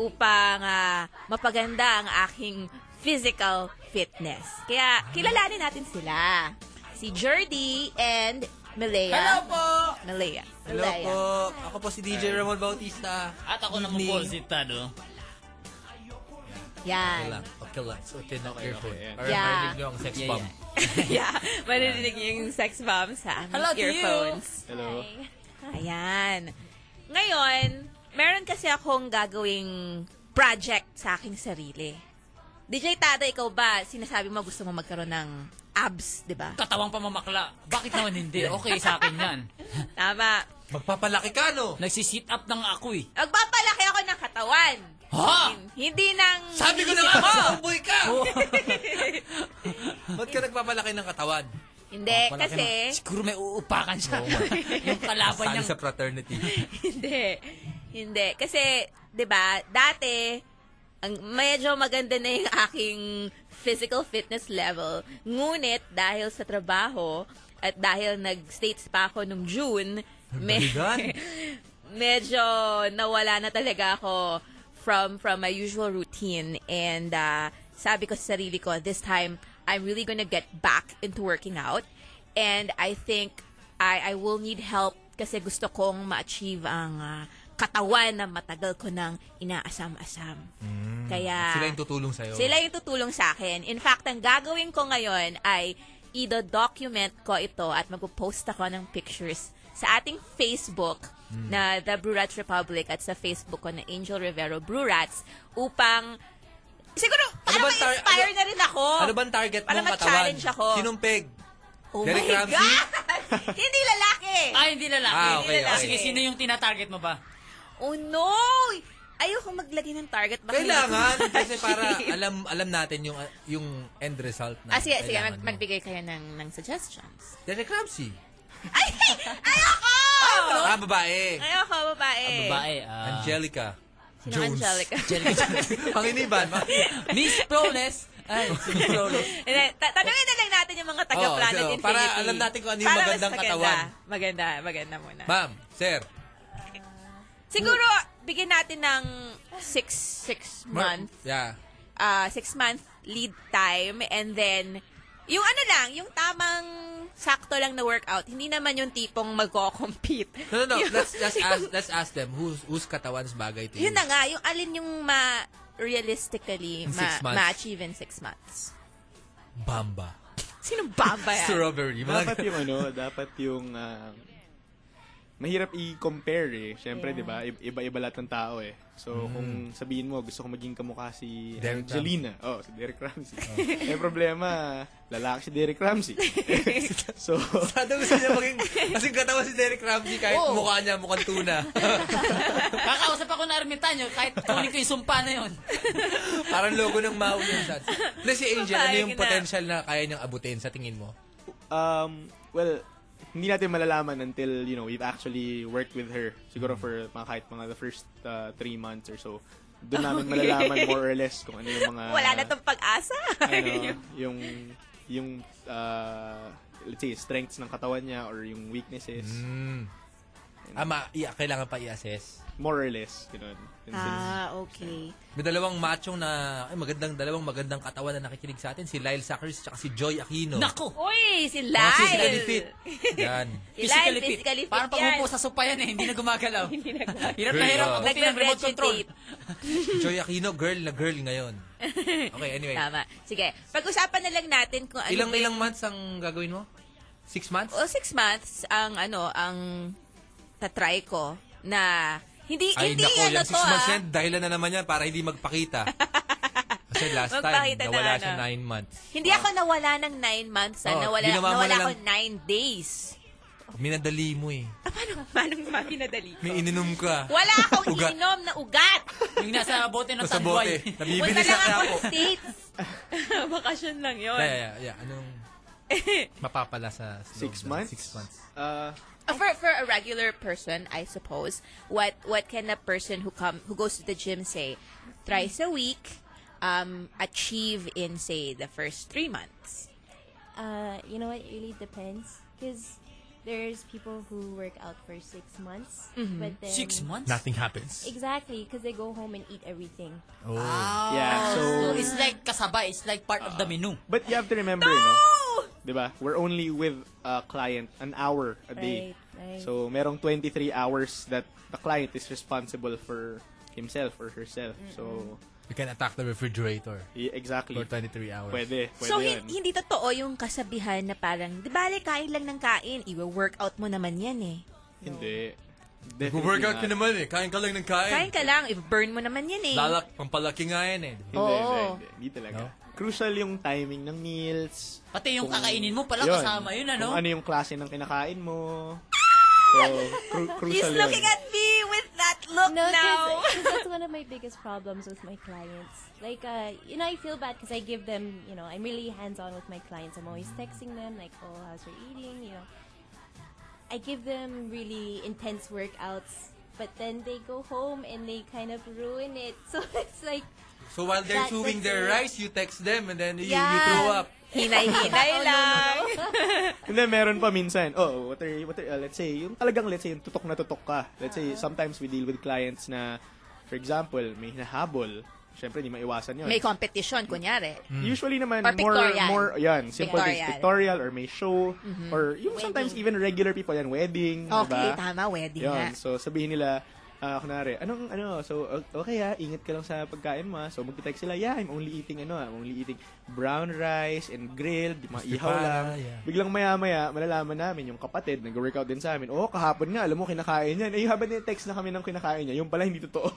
Speaker 9: upang ah, mapaganda ang aking physical fitness. Kaya kilalanin natin sila. Si Jordy and Malaya.
Speaker 8: Hello
Speaker 9: po! Malaya.
Speaker 8: Hello po. Ako po si DJ Ramon Bautista.
Speaker 1: At ako naman po si Tado.
Speaker 8: Okay
Speaker 9: Yan.
Speaker 8: lang. Okay lang. Oh, So, tinok okay, earphone.
Speaker 1: okay,
Speaker 8: Para
Speaker 9: Yeah.
Speaker 8: marinig niyo ang sex
Speaker 1: Yeah,
Speaker 8: bomb.
Speaker 9: yeah. Maririnig niyo yung sex bomb sa aming
Speaker 1: Hello to you.
Speaker 9: earphones.
Speaker 1: Hello.
Speaker 9: Ayan. Ngayon, meron kasi akong gagawing project sa aking sarili. DJ Tado, ikaw ba, sinasabi mo gusto mo magkaroon ng abs, di ba?
Speaker 1: Katawang pamamakla. Bakit naman hindi? Okay sa akin yan.
Speaker 9: Tama.
Speaker 8: Magpapalaki ka, no?
Speaker 1: Nagsisit up ng ako eh.
Speaker 9: Magpapalaki ako ng katawan.
Speaker 1: Ha?
Speaker 9: Hin- Hindi ng...
Speaker 8: Sabi ko na
Speaker 9: isip
Speaker 8: nga, cowboy ka! Ba't ka nagpapalaki ng katawan?
Speaker 9: Hindi, Eh, kasi...
Speaker 1: Siguro may uupakan siya. yung kalaban
Speaker 8: Sali
Speaker 1: niyang...
Speaker 8: sa fraternity.
Speaker 9: hindi. Hindi. Kasi, di ba, dati, ang medyo maganda na yung aking physical fitness level. Ngunit, dahil sa trabaho, at dahil nag-states pa ako nung June, me-
Speaker 8: Baligan.
Speaker 9: medyo nawala na talaga ako from from my usual routine and uh, sabi ko sa sarili ko this time I'm really gonna get back into working out and I think I I will need help kasi gusto kong ma-achieve ang uh, katawan na matagal ko nang inaasam-asam. Kaya
Speaker 8: Mm. Sila yung tutulong sa'yo.
Speaker 9: sila yung tutulong sa akin. In fact, ang gagawin ko ngayon ay ido-document ko ito at magpo-post ako ng pictures sa ating Facebook na The Brurats Republic at sa Facebook ko na Angel Rivero Brurats upang siguro para
Speaker 8: bang tar-
Speaker 9: ma-inspire
Speaker 8: ano-
Speaker 9: na rin ako.
Speaker 8: Ano bang target
Speaker 9: Para
Speaker 8: mong katawan?
Speaker 9: ma-challenge ako.
Speaker 8: Sinong peg?
Speaker 9: Oh
Speaker 8: Derek
Speaker 9: my
Speaker 8: Ramsey?
Speaker 9: God! Hindi lalaki!
Speaker 1: Ah, hindi lalaki.
Speaker 8: Ah,
Speaker 1: Hindi
Speaker 8: okay,
Speaker 1: lalaki.
Speaker 8: okay.
Speaker 1: Sige, sino yung tinatarget mo ba?
Speaker 9: Oh no! Ayoko maglagay ng target. Baka
Speaker 8: Kailangan.
Speaker 9: hindi ako
Speaker 8: Ah, kasi para
Speaker 9: ma-achieve.
Speaker 8: alam alam natin yung ah, yung end result
Speaker 9: Ah,
Speaker 8: na
Speaker 9: sige, sige.
Speaker 8: kailangan
Speaker 9: Mag-
Speaker 8: mo.
Speaker 9: magbigay kayo ng, ng suggestions.
Speaker 8: Derek Ramsey.
Speaker 9: Ayoko!
Speaker 8: Ah, babae.
Speaker 9: Oh, Ayoko, Ah, babae.
Speaker 8: Angelica.
Speaker 9: Eh. Sino Angelica?
Speaker 8: Panginiban.
Speaker 1: Miss Prones. Ay, si Prones.
Speaker 9: And then, ta- tanungin na lang natin yung mga taga-planet
Speaker 8: Oo, so,
Speaker 9: Infinity.
Speaker 8: para alam natin kung ano yung
Speaker 9: Para mas
Speaker 8: magandang
Speaker 9: maganda.
Speaker 8: katawan.
Speaker 9: Maganda, maganda muna.
Speaker 8: Ma'am, sir.
Speaker 9: Siguro, bigyan natin ng six, six month,
Speaker 8: Yeah.
Speaker 9: uh, six month lead time and then, yung ano lang, yung tamang sakto lang na workout. Hindi naman yung tipong magko-compete.
Speaker 8: No, no, no.
Speaker 9: Yung-
Speaker 8: Let's, let's, ask, let's ask them who's, whose katawan's bagay to you.
Speaker 9: Yun na nga, yung alin yung ma realistically
Speaker 8: In
Speaker 9: ma-
Speaker 8: six months.
Speaker 9: ma-achieve in six months.
Speaker 8: Bamba.
Speaker 9: Sino baba yan?
Speaker 8: Strawberry. Mga-
Speaker 4: dapat yung ano, dapat yung ah, mahirap i-compare eh. Siyempre,
Speaker 9: Yeah.
Speaker 4: di ba? i- Iba-iba lahat ng tao eh. So,
Speaker 1: Mm.
Speaker 4: kung sabihin mo, gusto ko maging kamukha si
Speaker 8: Derek
Speaker 4: Angelina. Oh, si Derek Ramsey. Eh, problema, lalaki si Derek Ramsey. so,
Speaker 8: Sana gusto niya maging, kasing katawan si Derek Ramsey kahit
Speaker 1: Oo.
Speaker 8: mukha niya mukhang tuna.
Speaker 1: Kakausap ako ng ermitanyo kahit kunin ko yung sumpa na yun.
Speaker 8: Parang logo ng Mao yung shots. Plus si Angel, ano
Speaker 1: Papayag na.
Speaker 8: yung potential na kaya niyang abutin sa tingin mo?
Speaker 4: um, well, hindi natin malalaman until, you know, we've actually worked with her. Siguro for mga, kahit mga the first uh, three months or so. Doon namin malalaman more or less kung ano yung mga...
Speaker 9: Wala na tong pag-asa.
Speaker 4: ano, yung yung uh, let's say strengths ng katawan niya or yung weaknesses.
Speaker 8: Ama, iya, kailangan pa i-assess.
Speaker 4: More or less, ganun.
Speaker 9: Ah, okay.
Speaker 8: May dalawang machong na, ay magandang, dalawang magandang katawan na nakikinig sa atin, si Lyle Sackers at si Joy Aquino.
Speaker 1: Nako!
Speaker 9: Uy, si
Speaker 8: Mga physically
Speaker 9: Lyle!
Speaker 8: fit. Yan.
Speaker 9: Si Lyle,
Speaker 1: Physically fit.
Speaker 9: physically fit
Speaker 1: Parang pag
Speaker 9: yan.
Speaker 1: umupo sa sopa yan eh, hindi na gumagalaw.
Speaker 9: Hindi na
Speaker 1: Hirap na hirap
Speaker 8: Girl.
Speaker 1: abutin ang remote control.
Speaker 8: Joy Aquino, girl na girl ngayon. Okay, anyway.
Speaker 9: Tama. Sige. Pag-usapan na lang natin kung ano
Speaker 8: eh. Ilang
Speaker 9: ba yung-
Speaker 8: ilang months ang gagawin mo? Six months?
Speaker 9: O six months ang ano, ang tatry ko na hindi,
Speaker 8: Ay,
Speaker 9: hindi
Speaker 8: nako,
Speaker 9: ano
Speaker 8: yung six
Speaker 9: to
Speaker 8: months
Speaker 9: ah.
Speaker 8: yan, dahilan na naman yan para hindi magpakita. Kasi last
Speaker 9: Magpakita na
Speaker 8: time, nawala
Speaker 9: ano.
Speaker 8: siya nine months.
Speaker 9: Hindi ako nawala ng nine months. ah.
Speaker 8: Oo,
Speaker 9: nawala
Speaker 8: Oh, ginawa mo
Speaker 9: nawala
Speaker 8: na lang-
Speaker 9: ako nine days.
Speaker 8: Minadali mo eh.
Speaker 9: Manong makinadali ko.
Speaker 8: May ininom ka.
Speaker 9: Wala akong
Speaker 8: Ah. Ugat.
Speaker 9: ininom na ugat.
Speaker 1: Yung nasa bote ng
Speaker 8: Nasa
Speaker 1: tanboy.
Speaker 8: bote. Nabibili
Speaker 9: Wala
Speaker 8: sa krapo.
Speaker 9: akong states. Bakasyon lang yun.
Speaker 8: Yeah, yeah, yeah. Anong mapapala sa slow
Speaker 4: Six
Speaker 8: down?
Speaker 4: months?
Speaker 8: Six months.
Speaker 4: Uh,
Speaker 9: Uh, For for a regular person, I suppose, what what can a person who come who goes to the gym say thrice a week um achieve in say the first three months?
Speaker 3: Uh, you know what? It really depends because there's people who work out for six months,
Speaker 9: Mhm.
Speaker 3: but then
Speaker 1: Mm-hmm. Six months?
Speaker 8: Nothing happens.
Speaker 3: Exactly, because they go home and eat everything.
Speaker 8: Oh.
Speaker 4: Yeah, so-
Speaker 1: it's like kasabay. It's like part of the menu.
Speaker 4: Ah. but you have to remember, no? 'Di ba? We're only with a client an hour a day.
Speaker 3: Right, right.
Speaker 4: So, merong 23 hours that the client is responsible for himself or herself. So,
Speaker 8: You can attack the refrigerator.
Speaker 4: Yeah, exactly.
Speaker 8: For 23 hours.
Speaker 4: Pwede, pwede
Speaker 9: so
Speaker 4: yun.
Speaker 9: hin- hindi totoo yung kasabihan na parang di bale kain lang ng kain, i-workout mo naman yan eh.
Speaker 4: Hindi.
Speaker 8: Nag-workout ka
Speaker 4: not.
Speaker 8: naman eh. Kain ka lang ng kain.
Speaker 9: Kain ka lang, i-burn mo naman yan eh.
Speaker 8: Lalak, pampalaki nga yan eh.
Speaker 4: Hindi, hindi, hindi. Hindi talaga. Crucial yung timing ng meals.
Speaker 1: Pati yung kakainin mo pala, kasama yun, ano?
Speaker 4: Kung
Speaker 1: Ah!
Speaker 4: ano yung klase ng kinakain mo. So, cru-
Speaker 9: He's
Speaker 4: crucial yun.
Speaker 9: looking at me with that look
Speaker 3: No, 'cause-
Speaker 9: now.
Speaker 3: 'cause that's one of my biggest problems with my clients. Like, uh, you know, I feel bad because I give them, you know, I'm really hands-on with my clients. I'm always texting them, like, oh, how's your eating? You know, I give them really intense workouts, but then they go home and they kind of ruin it. So it's like,
Speaker 8: So while they're
Speaker 3: That-
Speaker 8: chewing their
Speaker 3: that's
Speaker 8: rice, you text them and then you, you
Speaker 3: Yeah.
Speaker 8: throw up.
Speaker 9: Hinay-hinay
Speaker 3: Oh, no, no,
Speaker 9: lang.
Speaker 4: Hindi, meron pa minsan. Oh, what are, what are, uh, let's say, yung talagang, let's say, yung tutok na tutok ka. Let's
Speaker 1: Ah.
Speaker 4: say, sometimes we deal with clients na, for example, may hinahabol. Siyempre, di maiwasan yun.
Speaker 9: May competition, kunyari.
Speaker 4: Usually naman,
Speaker 9: Or
Speaker 4: more,
Speaker 9: pictorial.
Speaker 4: more, yan, simple things.
Speaker 9: Pictorial.
Speaker 4: Pictorial or may show.
Speaker 9: Mhm.
Speaker 4: Or yung sometimes even regular people, yan, wedding.
Speaker 9: Okay,
Speaker 4: diba?
Speaker 9: tama, wedding
Speaker 4: Yun,
Speaker 9: nga.
Speaker 4: so sabihin nila, ah, kunwari, anong ano, so o- okay ah, ingat ka lang sa pagkain mo ah. So magte-text sila, yeah, I'm only eating ano, ah, I'm only eating brown rice and grilled, di mga
Speaker 8: Mas
Speaker 4: ihaw
Speaker 8: prepara,
Speaker 4: lang.
Speaker 8: yeah.
Speaker 4: Biglang maya-maya, malalaman namin yung kapatid, nag-workout din sa amin. Oh, kahapon nga, alam mo, kinakain yan. Eh, habang text na kami ng kinakain niya, yung pala hindi totoo.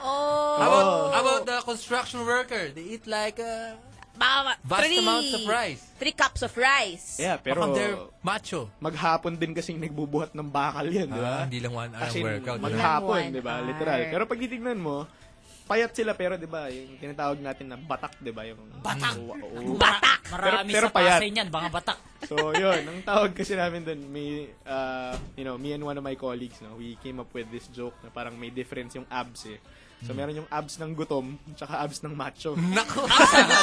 Speaker 9: Oh.
Speaker 8: How about, how about the construction worker? They eat like uh,
Speaker 9: Baka,
Speaker 8: Vast
Speaker 9: three,
Speaker 8: amounts of rice.
Speaker 9: Three cups of rice.
Speaker 4: Yeah, pero...
Speaker 8: Baka they're macho.
Speaker 4: Maghapon din kasing nagbubuhat ng bakal yan, di ba?
Speaker 8: Ah, hindi lang one hour
Speaker 4: As in,
Speaker 8: workout.
Speaker 4: Maghapon,
Speaker 8: One
Speaker 4: di ba?
Speaker 8: hour.
Speaker 4: Literal. Pero pag titignan mo, payat sila pero 'di ba yung tinatawag natin na batak 'di ba yung batak
Speaker 1: Batak!
Speaker 4: Pero-
Speaker 1: Marami
Speaker 4: pero
Speaker 1: sa eh, pasay
Speaker 4: payat.
Speaker 1: niyan, baka batak.
Speaker 4: so yun ang tawag kasi namin doon may uh, you know me and one of my colleagues no we came up with this joke na parang may difference yung abs eh so
Speaker 1: Hmm.
Speaker 4: meron yung abs ng gutom tsaka abs ng macho
Speaker 8: nako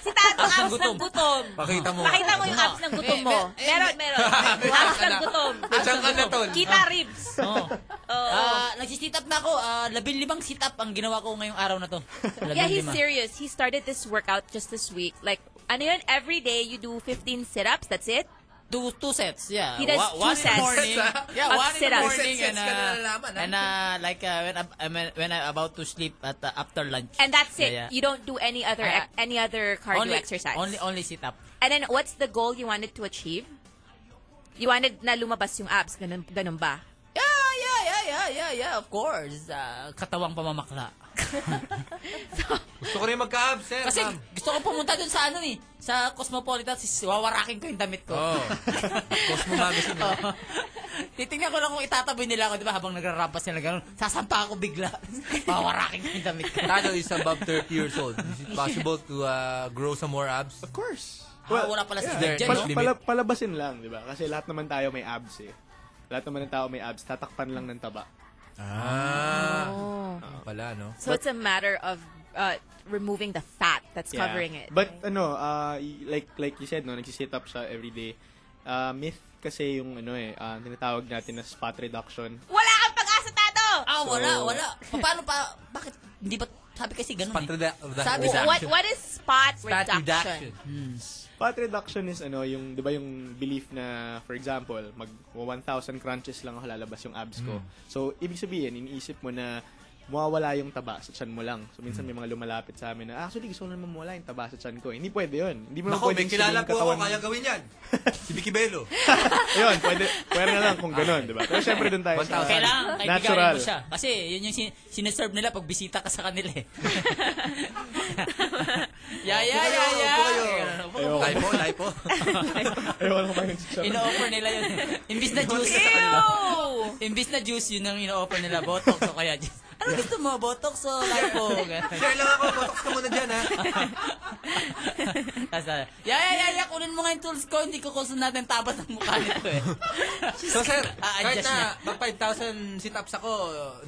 Speaker 9: Si Tato,
Speaker 4: Abs ng
Speaker 9: abs Ah, ng
Speaker 4: gutom.
Speaker 9: gutom.
Speaker 4: Pakita mo.
Speaker 9: Pakita mo
Speaker 1: Ah.
Speaker 9: yung abs ng gutom
Speaker 1: Eh,
Speaker 9: mo. Meron, meron. Abs ng gutom.
Speaker 1: Abs ng gutom.
Speaker 9: Kita ribs. Oh.
Speaker 1: Oo. Ah, nagsi-sit up na ako. Ah, labing limang sit up ang ginawa ko ngayong araw na to.
Speaker 9: Yeah,
Speaker 1: Labing
Speaker 9: he's
Speaker 1: lima.
Speaker 9: serious. He started this workout just this week. Like, ano yun? Every day you do 15 sit-ups, that's it?
Speaker 1: Do two sets, yeah.
Speaker 9: He does
Speaker 1: Ah,
Speaker 9: two
Speaker 1: Wa- one in
Speaker 9: sets.
Speaker 1: the morning. yeah,
Speaker 9: Of
Speaker 1: one in the
Speaker 9: sit-ups.
Speaker 1: morning
Speaker 9: Sets
Speaker 1: and
Speaker 9: ka na
Speaker 1: uh,
Speaker 9: nalalaman, ah. ha?
Speaker 1: and uh, like uh, when I'm- I'm when I'm about to sleep at uh, after lunch.
Speaker 9: And that's it.
Speaker 1: Yeah, yeah.
Speaker 9: You don't do any other ec-
Speaker 1: Ah,
Speaker 9: any other cardio
Speaker 1: only,
Speaker 9: exercise.
Speaker 1: Only only sit up.
Speaker 9: And then, what's the goal you wanted to achieve? You wanted na lumabas yung abs, ganun, ganun ba? Ah,
Speaker 1: Yeah, yeah, yeah, yeah, yeah, yeah, of course. Ah, katawang pamamakla.
Speaker 8: Gusto ko rin magka-abs, sir.
Speaker 1: Kasi gusto ko pumunta dun sa ano eh, sa Cosmopolitan, sis- wawarakin ko yung damit ko.
Speaker 8: Oh.
Speaker 1: Cosmo magazine. Titingnan ko lang kung itataboy nila ako, di ba, habang nagrarampas nila ganun. Sasampa ako bigla. wawarakin ko yung damit ko.
Speaker 8: Tato is above 30 years old. Is it possible to uh, grow some more abs? Of
Speaker 4: course.
Speaker 1: Ah, wala pala sa
Speaker 8: Is there
Speaker 4: Pal-
Speaker 8: any
Speaker 4: pala-
Speaker 8: limit?
Speaker 4: palabasin lang, di ba? Kasi lahat naman tayo may abs eh. Lahat naman ng tao may abs, tatakpan lang ng taba.
Speaker 8: Ah.
Speaker 9: Oh.
Speaker 8: Ah, Pala, no?
Speaker 9: So it's a matter of uh, removing the fat that's
Speaker 4: Yeah.
Speaker 9: covering it.
Speaker 4: But ano, uh, y- like like you said, no, nagsisit up siya every day. Uh, myth kasi yung ano eh, uh, tinatawag natin na spot reduction.
Speaker 9: Wala kang pag-asa, Tato!
Speaker 1: Ah, wala,
Speaker 4: So-
Speaker 1: wala. Pa- Paano pa, bakit, hindi ba, sabi kasi ganun
Speaker 4: Spot
Speaker 1: eh.
Speaker 4: redu-
Speaker 1: Sabi,
Speaker 4: reduction.
Speaker 9: What, what is spot,
Speaker 1: Spot
Speaker 9: reduction?
Speaker 1: reduction.
Speaker 8: Hmm.
Speaker 4: Fat reduction is ano, yung 'di ba yung belief na for example, mag 1,000 crunches lang ako lalabas yung abs ko.
Speaker 16: Mm.
Speaker 8: Hmm.
Speaker 4: So, ibig sabihin, iniisip mo na mawawala yung taba sa tiyan mo lang. So, minsan
Speaker 8: Hmm.
Speaker 4: may mga lumalapit sa amin na, actually, gusto ko lang mawala yung taba sa tiyan ko. Hindi pwede yun. Hindi mo
Speaker 8: Nako,
Speaker 4: pwede
Speaker 8: may kilala po ako, kaya gawin yan. Si Vicky Bello.
Speaker 4: Ayun, pwede, pwede na lang kung
Speaker 8: Ah,
Speaker 4: ganun, di ba? Pero syempre dun tayo sa
Speaker 1: Kailangan, kaibiganin
Speaker 4: natural.
Speaker 1: mo siya. Kasi yun yung sin- sineserve nila pag bisita ka sa kanila eh. yeah, yeah, yeah, yeah.
Speaker 8: Ayoko. Lipo, lipo.
Speaker 4: Ewan ko ba yung chicharon?
Speaker 1: Ino-offer nila yun. Imbis na juice.
Speaker 9: Ew!
Speaker 1: Imbis na juice, yun ang ino-offer nila. Botox o kaya juice. Ano gusto mo? Botox o lipo?
Speaker 8: Share lang ako, botox ka muna dyan, ha?
Speaker 1: Tapos, ah, yeah, yeah, yeah, yeah, kunin mo nga yung tools ko. Hindi ko kuso natin tapat ang mukha nito eh.
Speaker 8: So, sir, kahit
Speaker 1: Ah, adjust
Speaker 8: na, pag 5,000 sit-ups ako,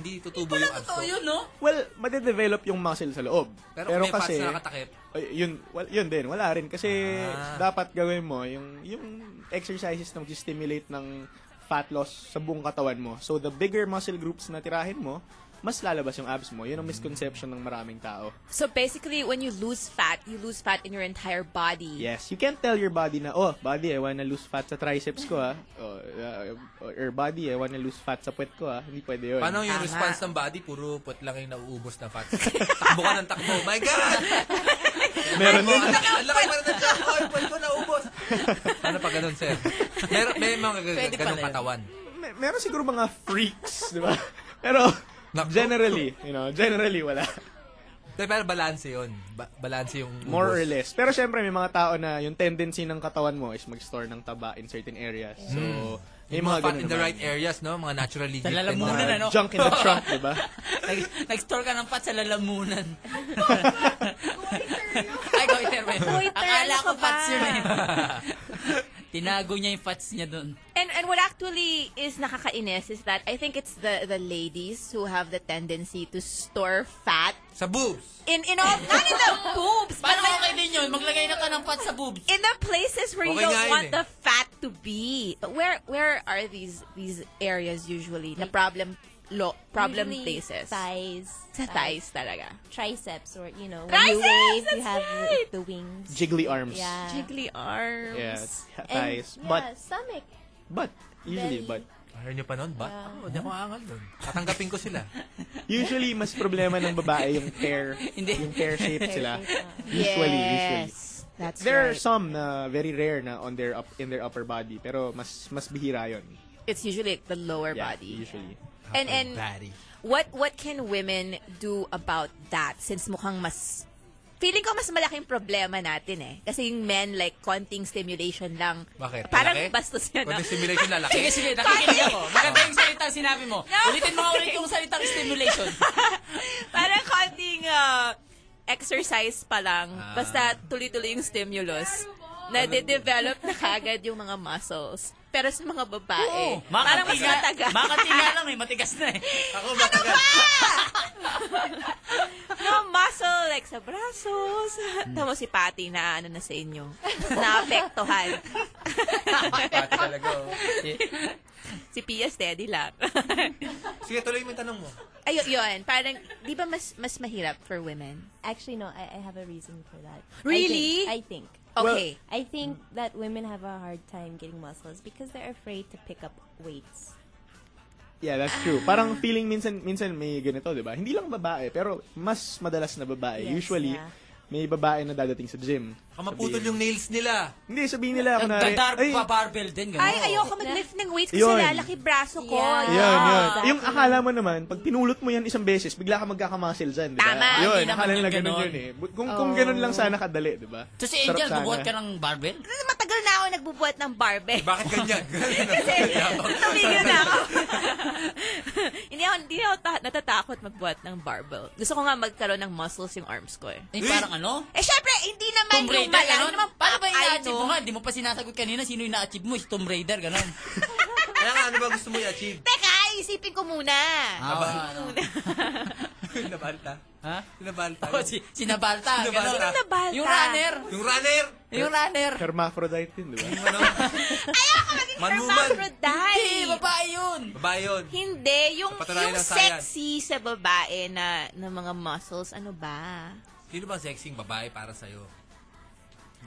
Speaker 8: hindi tutubo yung abs ko.
Speaker 1: no?
Speaker 4: Well, madedevelop yung muscle sa loob.
Speaker 8: Pero,
Speaker 4: Pero,
Speaker 8: kung may
Speaker 4: kasi,
Speaker 8: fats na nakatakip,
Speaker 4: ay, yun, well, yun din, wala rin. Kasi
Speaker 8: Ah.
Speaker 4: dapat gawin mo yung, yung exercises na mag-stimulate ng fat loss sa buong katawan mo. So, the bigger muscle groups na tirahin mo, mas lalabas yung abs mo. Yun ang misconception ng maraming tao.
Speaker 9: So basically, when you lose fat, you lose fat in your entire body.
Speaker 4: Yes, you can't tell your body na, oh, body, I wanna lose fat sa triceps ko, ah. Oh, uh, or body, I wanna lose fat sa puwet ko, ah. Hindi pwede yun.
Speaker 8: Paano yung response ng body? Puro puwet lang yung nauubos na fat. takbo ka ng takbo. My God!
Speaker 4: Meron
Speaker 8: din.
Speaker 4: din.
Speaker 8: Ang laki pa rin ng takbo. Ay, puwet ko
Speaker 4: oh,
Speaker 8: naubos. Ano pa ganun, sir? Mer may mga
Speaker 4: Pwede
Speaker 8: ganun
Speaker 4: pala
Speaker 8: ganung
Speaker 4: yun.
Speaker 8: katawan.
Speaker 4: Mer- meron siguro mga freaks, di ba? Pero, generally, you know, generally, wala.
Speaker 8: Pero, pero balance yun. Ba- balance yung ubos.
Speaker 4: More or less. Pero syempre, may mga tao na yung tendency ng katawan mo is mag-store ng taba in certain areas. So,
Speaker 8: Mm.
Speaker 4: may
Speaker 8: Yung mga
Speaker 4: mga
Speaker 8: fat
Speaker 4: ganun
Speaker 8: in the
Speaker 4: naman.
Speaker 8: right areas, no? Mga naturally
Speaker 1: Sa
Speaker 8: gifted.
Speaker 1: lalamunan,
Speaker 8: mga
Speaker 1: ano?
Speaker 4: Junk in the diba? trunk, di ba?
Speaker 1: Nag- Nag-store ka ng pat sa lalamunan. Ay, goiter mo.
Speaker 9: Goiter,
Speaker 1: Akala
Speaker 9: ano
Speaker 1: ko
Speaker 9: ka ba?
Speaker 1: fats yun eh. Tinago niya yung fats niya doon.
Speaker 9: And and what actually is nakakainis is that I think it's the the ladies who have the tendency to store fat
Speaker 8: sa boobs.
Speaker 9: In in all not in the boobs. but
Speaker 1: Paano
Speaker 9: like-
Speaker 1: okay din yun? Maglagay na ka ng pat sa boobs.
Speaker 9: In the places where you
Speaker 1: Okay nga
Speaker 9: don't
Speaker 1: yun
Speaker 9: want
Speaker 1: eh.
Speaker 9: the fat to be. But where where are these these areas usually? The problem lo, problem
Speaker 3: Usually,
Speaker 9: places.
Speaker 3: Thighs.
Speaker 9: Sa thighs talaga.
Speaker 3: Triceps or, you know, when you
Speaker 9: Triceps,
Speaker 3: wave, you
Speaker 9: that's
Speaker 3: have
Speaker 9: right.
Speaker 3: the wings.
Speaker 4: Jiggly arms.
Speaker 3: Yeah.
Speaker 9: Jiggly arms.
Speaker 4: Yeah,
Speaker 3: And,
Speaker 4: thighs.
Speaker 3: yeah,
Speaker 4: But,
Speaker 3: stomach.
Speaker 4: but, usually,
Speaker 3: Belly.
Speaker 4: but.
Speaker 8: Ayaw niyo pa nun ba?
Speaker 3: Yeah.
Speaker 8: Hindi ako aangal nun. Tatanggapin ko sila.
Speaker 4: Usually, mas problema ng babae yung pear, yung pear shape sila.
Speaker 9: ah.
Speaker 4: Usually, usually.
Speaker 9: Yes, that's
Speaker 4: There are
Speaker 9: right.
Speaker 4: some na very rare na on their up, in their upper body, pero mas mas bihira yon.
Speaker 9: It's usually the lower
Speaker 4: Yeah,
Speaker 9: body.
Speaker 4: usually.
Speaker 9: And and what what can women do about that since mukhang mas feeling ko mas malaking problema natin eh. Kasi yung men like konting stimulation lang.
Speaker 8: Bakit?
Speaker 9: Parang
Speaker 8: Lalaki?
Speaker 9: bastos yan.
Speaker 8: Konting stimulation lalaki?
Speaker 1: Sige, sige, nakikinig ako. Maganda yung salitang sinabi mo.
Speaker 9: No.
Speaker 1: Ulitin mo nga ulit yung salitang stimulation.
Speaker 9: Parang konting ah, exercise pa lang.
Speaker 1: Ah.
Speaker 9: Basta tuloy-tuloy yung stimulus. Nade-develop na kagad yung mga muscles. Pero sa mga babae, parang mas matagal.
Speaker 1: Makatiga- Makatiga lang eh, matigas na eh. Ako
Speaker 9: Ano
Speaker 1: matagal.
Speaker 9: no muscle, like sa brasos.
Speaker 1: Hmm.
Speaker 9: Tama si Patty na ano na sa inyo. Naapektuhan.
Speaker 8: Pati talaga. oh.
Speaker 9: si Pia steady lang.
Speaker 8: Sige, tuloy mo yung tanong mo.
Speaker 9: Ayun, yun. Parang, di ba mas, mas mahirap for women?
Speaker 3: Actually, no, I, I have a reason for that.
Speaker 9: Really?
Speaker 3: I think. I think.
Speaker 9: Okay.
Speaker 3: I think that women have a hard time getting muscles because they're afraid to pick up weights.
Speaker 4: Yeah, that's true. Parang feeling minsan minsan may ganito, 'di ba? Hindi lang babae, pero mas madalas na babae.
Speaker 8: Yes,
Speaker 4: Usually,
Speaker 8: yeah.
Speaker 4: may babae na dadating sa gym.
Speaker 8: Kamaputol
Speaker 4: Sabihin-
Speaker 8: yung nails nila.
Speaker 4: Hindi, sabihin nila. kunwari,
Speaker 8: Nagdark
Speaker 4: ay-
Speaker 8: pa barbell din. Ganun.
Speaker 9: Ay, ayoko mag-lift ng weights kasi
Speaker 4: Yun.
Speaker 9: lalaki braso ko.
Speaker 4: Yan, yun. Yung akala mo naman, pag pinulot mo yan isang beses, bigla ka magkakamuscle dyan, di ba?
Speaker 1: Tama,
Speaker 4: Yun,
Speaker 1: hindi naman
Speaker 4: akala
Speaker 1: yung
Speaker 4: nila ganun
Speaker 1: ganun.
Speaker 4: yun eh. Bu- Kung, kung
Speaker 1: Oh.
Speaker 4: ganun lang sana kadali, di ba?
Speaker 1: So si
Speaker 4: Sarap
Speaker 1: Angel,
Speaker 4: sana.
Speaker 1: bubuhat ka ng barbell?
Speaker 9: Matagal na ako nagbubuhat ng barbell.
Speaker 8: Bakit ganyan?
Speaker 9: Tumigil na ako. hindi ako, hindi ako ta- natatakot magbuhat ng barbell. Gusto ko nga magkaroon ng muscles yung arms ko eh.
Speaker 1: Eh, parang ano?
Speaker 9: Eh, syempre, hindi naman
Speaker 1: Tomb
Speaker 9: yung
Speaker 1: Raider,
Speaker 9: malang.
Speaker 1: ganun?
Speaker 9: Hindi naman
Speaker 1: Paano ba
Speaker 9: pop,
Speaker 1: ina-achieve
Speaker 9: ano.
Speaker 1: mo nga? Di mo pa sinasagot kanina sino yung na-achieve mo. Is Tomb Raider, ganun.
Speaker 8: Kaya nga, ano ba gusto mo i-achieve?
Speaker 9: Teka, isipin ko muna.
Speaker 1: Ah,
Speaker 9: Isipin ko
Speaker 8: Sinabalta.
Speaker 1: Ha?
Speaker 8: Sinabalta.
Speaker 1: Oh, si, sinabalta.
Speaker 9: Sinabalta.
Speaker 1: ganun.
Speaker 9: Sinabalta.
Speaker 1: Yung runner.
Speaker 8: Yung runner. ano?
Speaker 1: Yung runner.
Speaker 4: Hermaphrodite yun, di ba?
Speaker 9: Hermaphrodite.
Speaker 1: Hindi, babae yun.
Speaker 8: Babae yun.
Speaker 9: Hindi, yung,
Speaker 8: Kapatulayan
Speaker 9: yung
Speaker 8: ng science.
Speaker 9: sexy sa babae na, na mga muscles, ano ba?
Speaker 8: Sino ba sexing babae para sa'yo?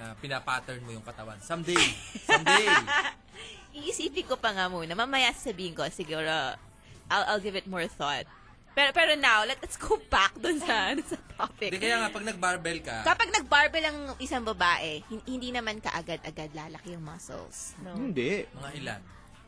Speaker 8: Na pinapattern mo yung katawan. Someday. Someday.
Speaker 9: Iisipin ko pa nga muna. Mamaya sasabihin ko, siguro, I'll, I'll give it more thought. Pero, pero now, let, let's go back dun sa, dun sa topic.
Speaker 8: Hindi kaya nga, pag nag-barbell ka,
Speaker 9: Kapag nag-barbell ang isang babae, hin- hindi naman kaagad-agad lalaki yung muscles. No?
Speaker 4: Hindi.
Speaker 8: Mga ilan?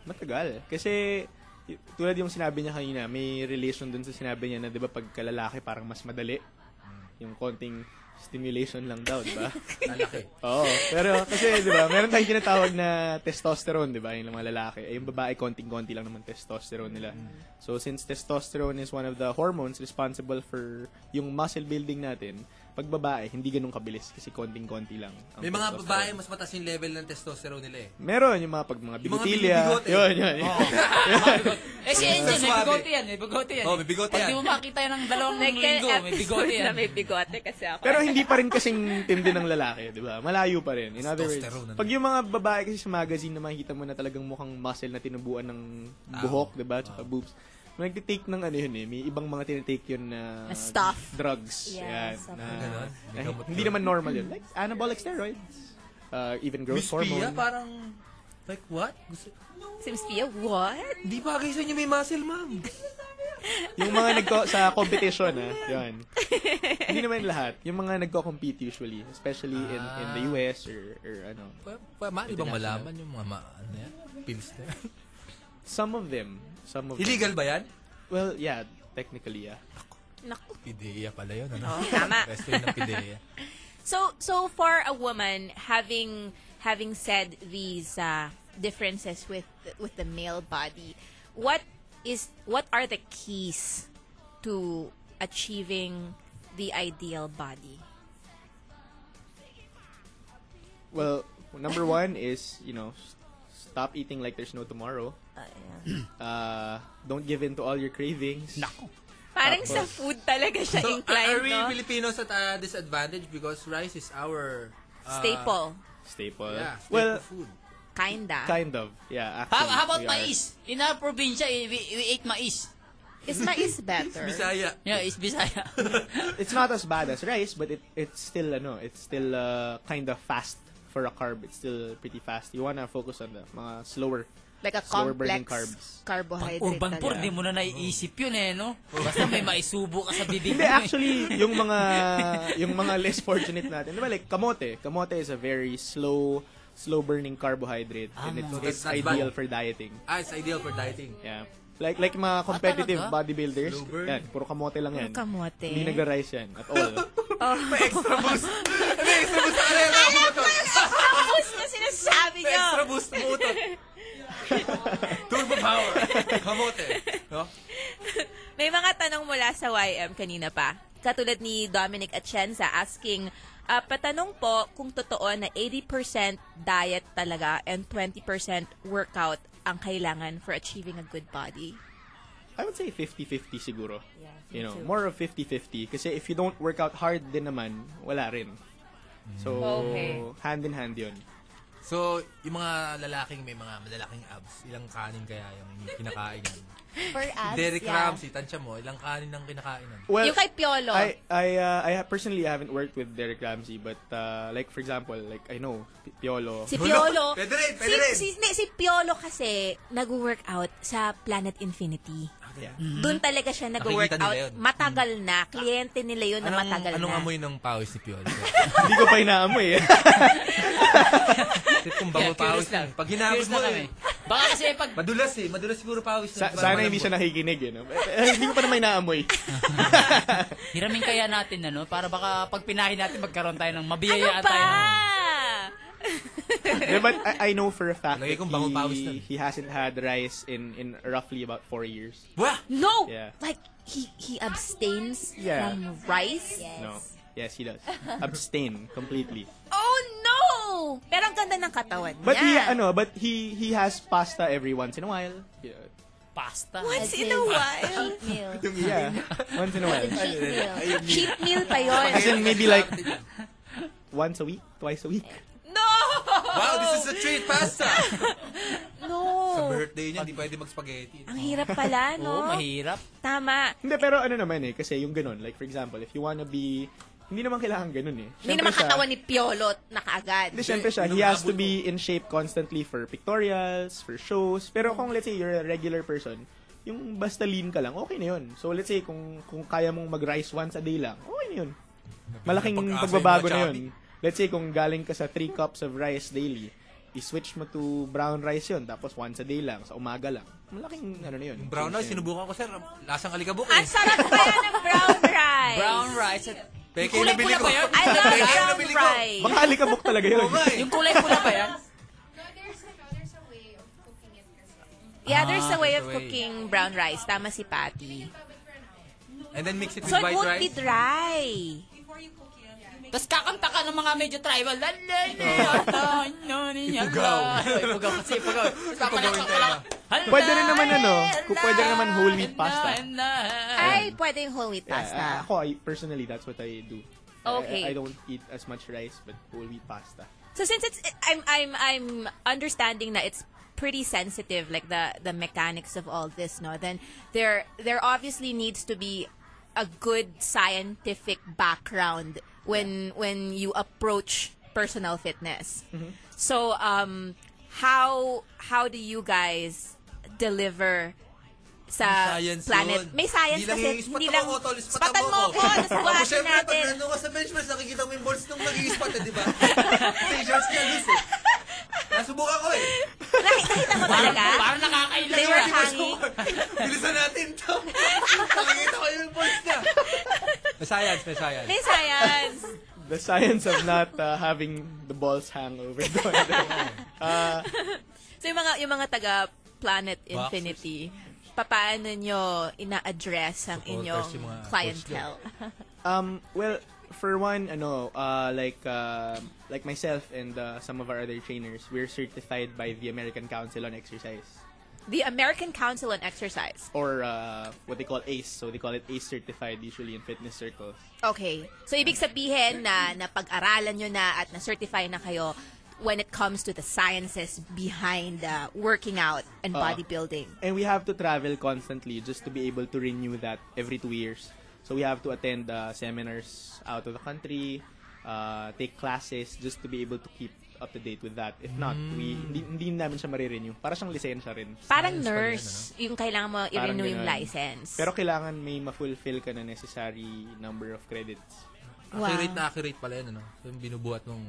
Speaker 4: Matagal. Kasi y- tulad yung sinabi niya kanina, may relation dun sa sinabi niya na 'di ba pag kalalaki parang mas madali.
Speaker 8: Hmm.
Speaker 4: Yung konting stimulation lang daw, 'di ba?
Speaker 8: Lalaki.
Speaker 4: Oo. Pero kasi 'di ba, meron tayong tinatawag na testosterone, 'di ba? Yung mga lalaki, ay yung babae konting-konti lang naman testosterone nila.
Speaker 8: Hmm.
Speaker 4: So since testosterone is one of the hormones responsible for yung muscle building natin, pag babae, hindi ganun kabilis kasi konting-konti lang. ang
Speaker 8: may mga
Speaker 4: testosterone.
Speaker 8: babae mas mataas yung level ng testosterone nila eh.
Speaker 4: Meron yung mga pag mga
Speaker 8: Yung mga
Speaker 4: bigotilya.
Speaker 8: bigot eh.
Speaker 4: Yun, yun.
Speaker 8: Oo.
Speaker 1: Eh, si
Speaker 4: Yun.
Speaker 1: Angel, may
Speaker 8: Suwabe.
Speaker 1: bigote yan. May bigote yan.
Speaker 4: Oh, may bigote
Speaker 1: Pag
Speaker 4: yan.
Speaker 1: di mo makita yan ng dalawang
Speaker 9: Like,
Speaker 1: linggo, may bigote
Speaker 9: episode
Speaker 1: yan.
Speaker 9: na may bigote kasi ako.
Speaker 4: Pero hindi pa rin kasing tindi ng lalaki, di ba? Malayo pa rin. In other words,
Speaker 8: Testosterone na
Speaker 4: pag yung mga babae kasi sa magazine na makikita mo na talagang mukhang muscle na tinubuan ng
Speaker 8: Ah.
Speaker 4: buhok, di ba? Tsaka boobs. Nagtitake ng ano yun eh, may ibang mga tinitake yun na
Speaker 9: Na stuff.
Speaker 4: drugs.
Speaker 9: Yeah,
Speaker 4: Yan.
Speaker 9: stuff.
Speaker 4: na-
Speaker 8: Ganun. May
Speaker 4: na-
Speaker 8: gamot
Speaker 4: hindi
Speaker 8: yun.
Speaker 4: naman normal yun. Like anabolic steroids. Uh, even growth
Speaker 8: Miss Pia,
Speaker 4: hormone.
Speaker 8: parang, like what? Gusto,
Speaker 9: Sims Pia, what?
Speaker 8: Di bagay sa inyo may muscle, ma'am.
Speaker 4: yung mga nagko sa competition ah, yun. Hindi naman lahat. Yung mga nagko-compete usually, especially in in
Speaker 8: Ah.
Speaker 4: the US or or ano.
Speaker 8: Pa, maaari bang
Speaker 4: International.
Speaker 8: malaman yung mga ma- ano yan? Pills na yan?
Speaker 4: Some of them, some of
Speaker 8: Illegal
Speaker 4: them.
Speaker 8: ba yan?
Speaker 4: Well, yeah, technically yeah.
Speaker 8: Pidea pala yun, ano?
Speaker 9: Oo, tama.
Speaker 8: Pwesto yun ng pidea.
Speaker 9: So so for a woman having having said these uh, differences with with the male body, what is what are the keys to achieving the ideal body?
Speaker 4: Well, number one is, you know, s- stop eating like there's no tomorrow.
Speaker 9: Ah,
Speaker 4: Uh, don't give in to all your cravings. Nako.
Speaker 9: Parang
Speaker 4: Tapos-
Speaker 9: sa food talaga siya
Speaker 8: So, are
Speaker 9: inclined,
Speaker 8: we
Speaker 9: no?
Speaker 8: Filipinos at a disadvantage because rice is our... uh,
Speaker 9: Staple.
Speaker 4: Staple.
Speaker 8: Yeah, staple
Speaker 4: well,
Speaker 8: food.
Speaker 9: Kinda.
Speaker 4: kind of. Yeah,
Speaker 1: How,
Speaker 4: actually.
Speaker 1: how about
Speaker 4: we are.
Speaker 1: mais? In our probinsya, eh, we, we ate mais.
Speaker 9: Is mais better?
Speaker 1: Yeah, is Bisaya.
Speaker 4: It's not as bad as rice, but it it's still ano, it's still uh, kind of fast for a carb. It's still pretty fast. You wanna focus on the mga slower
Speaker 9: Like a
Speaker 4: slower
Speaker 9: complex
Speaker 4: burning carbs.
Speaker 9: carbohydrate.
Speaker 1: Urban
Speaker 9: talaga.
Speaker 1: poor, di mo na naiisip yun eh, no? Basta may maisubo ka sa bibig mo
Speaker 4: Hindi,
Speaker 1: eh.
Speaker 4: actually, yung mga yung mga less fortunate natin, di ba, like kamote. Kamote is a very slow slow burning carbohydrate and it's,
Speaker 8: So
Speaker 4: ah, it's
Speaker 8: Ah, that's not
Speaker 4: ideal
Speaker 8: bad.
Speaker 4: for dieting.
Speaker 8: Ah, it's ideal for dieting.
Speaker 4: Yeah. Like like mga
Speaker 9: Ah,
Speaker 4: competitive
Speaker 8: Ah, talaga?
Speaker 4: bodybuilders,
Speaker 8: Slow burn.
Speaker 4: yan, puro kamote lang yan.
Speaker 9: Puro kamote.
Speaker 4: Hindi nagra-rise yan at all.
Speaker 8: May extra boost. May extra boost. Ano yung mga bumotot?
Speaker 9: Ang boost na sinasabi
Speaker 8: May
Speaker 9: niyo!
Speaker 8: extra boost. Bumotot. Turbo power. Kamote. No?
Speaker 9: May mga tanong mula sa YM kanina pa. Katulad ni Dominic Atienza asking, ah, patanong po kung totoo na 80% diet talaga and 20% workout ang kailangan for achieving a good body.
Speaker 4: I would say 50-50 siguro.
Speaker 9: Yeah,
Speaker 4: you know,
Speaker 9: me too.
Speaker 4: more of 50-50 kasi if you don't work out hard din naman, wala rin. So,
Speaker 9: Okay.
Speaker 4: hand in hand 'yun.
Speaker 8: So, yung mga lalaking may mga malalaking abs, ilang kanin kaya yung kinakain yan?
Speaker 9: For
Speaker 8: Derek Ramsey, tansya mo, ilang kanin ang kinakain yan?
Speaker 4: Well,
Speaker 9: Yung kay Piolo.
Speaker 4: I I uh, I ha- personally haven't worked with Derek Ramsey, but uh, like for example, like I know Pi- Piolo.
Speaker 9: Si Piolo.
Speaker 8: Pwede rin, pwede
Speaker 9: si,
Speaker 8: rin.
Speaker 9: Si, hindi, si Piolo kasi nag-workout sa Planet Infinity.
Speaker 8: Mm-hmm.
Speaker 9: Doon talaga siya
Speaker 8: Nakikita
Speaker 9: nag-workout.
Speaker 8: nila yun. Mm.
Speaker 9: Matagal na. Kliyente nila yun na
Speaker 8: Anong,
Speaker 9: matagal
Speaker 8: anong
Speaker 9: na.
Speaker 8: amoy ng pawis ni Piolo?
Speaker 4: Hindi ko pa inaamoy eh.
Speaker 8: Kasi kung
Speaker 1: Yeah,
Speaker 8: bago
Speaker 1: curious
Speaker 8: pawis
Speaker 1: lang.
Speaker 8: lang. Pag hinahapos
Speaker 1: Curious
Speaker 8: mo
Speaker 1: lang
Speaker 8: eh.
Speaker 1: kami. Baka Ah, kasi pag...
Speaker 8: Madulas eh, madulas siguro pawis.
Speaker 4: Sa- sana hindi siya nakikinig eh. No? Eh, eh, hindi ko pa naman inaamoy.
Speaker 1: Hiramin kaya natin, ano? Para baka pag pinahin natin, magkaroon tayo ng
Speaker 9: ano
Speaker 1: mabiyayaan
Speaker 9: ba?
Speaker 1: tayo.
Speaker 4: Yeah, but I, I know for a fact that
Speaker 8: Lagay kong bangong pawis
Speaker 4: he, he hasn't had rice in in roughly about four years.
Speaker 8: Wah!
Speaker 9: No!
Speaker 4: Yeah.
Speaker 9: Like, he he abstains
Speaker 4: Yeah.
Speaker 9: from rice?
Speaker 4: No. Yes, he does. Abstain completely.
Speaker 9: Oh, no! Pero ang ganda ng katawan
Speaker 4: But
Speaker 9: niya.
Speaker 4: he ano, but he he has pasta every once in a while. Yeah.
Speaker 10: pasta.
Speaker 9: Once in a while.
Speaker 3: Cheat meal.
Speaker 4: Yeah. Once in a while.
Speaker 3: Cheat meal.
Speaker 9: Cheat meal pa yun.
Speaker 4: As in, maybe like once a week, twice a week.
Speaker 9: No!
Speaker 8: Wow, this is a treat, pasta!
Speaker 9: No!
Speaker 8: Sa birthday niya, hindi pwede mag-spaghetti.
Speaker 9: Ang hirap
Speaker 1: Oh,
Speaker 9: pala, no? Tama.
Speaker 4: Hindi, pero ano naman eh, kasi yung ganun, like for example, if you wanna be, hindi naman kailangan ganun eh.
Speaker 9: Hindi
Speaker 4: Syempre
Speaker 9: naman
Speaker 4: siya-
Speaker 9: katawan ni Piolot na kaagad.
Speaker 4: Hindi, syempre siya, he has to be in shape constantly for pictorials, for shows. Pero kung let's say you're a regular person, yung basta lean ka lang, okay na yun. So let's say kung kung kaya mong mag-rise once a day lang, okay na yun. Malaking
Speaker 8: Pag-asa yung
Speaker 4: pagbabago
Speaker 8: mga
Speaker 4: na
Speaker 8: chubby.
Speaker 4: yun. Let's say kung galing ka sa 3 cups of rice daily, i-switch mo to brown rice yun, tapos once a day lang, sa umaga lang. Malaking ano na yun.
Speaker 8: Yung brown rice,
Speaker 4: change na yun.
Speaker 8: sinubukan ko, sir. Lasang alikabok eh.
Speaker 9: Ang sarap kaya ng brown rice.
Speaker 1: Brown rice at...
Speaker 8: Peke
Speaker 1: Kulay
Speaker 8: nabili
Speaker 1: pula
Speaker 8: ko.
Speaker 1: ba yan?
Speaker 9: I love
Speaker 1: Peke
Speaker 9: brown
Speaker 1: nabili ko.
Speaker 9: rice.
Speaker 4: Baka alikabok talaga yun.
Speaker 1: Yung kulay pula ba yan?
Speaker 9: Yeah, there's a
Speaker 8: Ah,
Speaker 9: way of
Speaker 8: there's a way.
Speaker 9: cooking brown rice. Tama si Patty.
Speaker 8: And then mix it with
Speaker 9: So it
Speaker 8: white
Speaker 9: won't be
Speaker 8: rice.
Speaker 9: dry.
Speaker 1: Tapos kakanta ka ng mga medyo tribal. Ipugaw. Ipugaw kasi, ipugaw. Tapos papalakpak ka lang.
Speaker 4: Pwede rin naman ano, kung pwede rin naman whole wheat pasta.
Speaker 9: Ay, pwedeng whole wheat
Speaker 4: Yeah, uh,
Speaker 9: pasta.
Speaker 4: ako, I, personally, that's what I do. I-
Speaker 9: Okay.
Speaker 4: I, I don't eat as much rice, but whole wheat pasta.
Speaker 9: So since it's I'm I'm I'm understanding that it's pretty sensitive like the the mechanics of all this no then there there obviously needs to be a good scientific background when when you approach personal fitness. So um how how do you guys deliver sa
Speaker 8: Science
Speaker 9: planet?
Speaker 8: yun.
Speaker 9: May science
Speaker 8: Hindi lang
Speaker 9: kasi
Speaker 8: yung ispat
Speaker 9: hindi
Speaker 8: ako
Speaker 9: lang
Speaker 8: ko, tol, ispat
Speaker 9: Ispatan
Speaker 8: ako
Speaker 9: mo
Speaker 8: ko.
Speaker 9: ako, tapos
Speaker 8: Ako,
Speaker 9: buhatin
Speaker 8: syempre,
Speaker 9: natin.
Speaker 8: pag nandun ka sa bench press, nakikita mo yung balls nung nag-i-spot, eh, di ba? T-shirts ka, loose eh. Nasubukan ko eh.
Speaker 9: Nakita mo talaga?
Speaker 1: Parang nakakailan.
Speaker 9: They were
Speaker 4: eh.
Speaker 9: hanging.
Speaker 8: eh. Bilisan natin to. Nakikita ko yung balls niya. May science, may science.
Speaker 9: May science.
Speaker 4: The science of not uh, having the balls hang over the uh,
Speaker 9: So yung mga yung mga taga Planet Infinity, papaano nyo ina-address ang inyong
Speaker 4: Supporters, yung mga
Speaker 9: clientele?
Speaker 4: Um, well, for one, ano, uh, like, uh, like myself and uh, some of our other trainers, we're certified by the American Council on Exercise.
Speaker 9: The American Council on Exercise.
Speaker 4: Or uh, what they call ACE. So they call it ACE certified usually in fitness circles.
Speaker 9: Okay. So ibig sabihin na napag-aralan nyo na at na-certify na kayo when it comes to the sciences behind uh, working out and
Speaker 4: Oo.
Speaker 9: bodybuilding.
Speaker 4: And we have to travel constantly just to be able to renew that every two years. So we have to attend uh, seminars out of the country, uh, take classes just to be able to keep up to date with that. If not, we hindi, hindi namin siya marirenew. Para siyang lisensya rin. ano?
Speaker 9: Parang nurse, yung kailangan mo
Speaker 4: Parang
Speaker 9: i-renew yung
Speaker 4: ganun.
Speaker 9: license.
Speaker 4: Pero kailangan may ma-fulfill ka na necessary number of credits.
Speaker 8: Accurate na accurate pala yun, ano? So, yung binubuhat mong...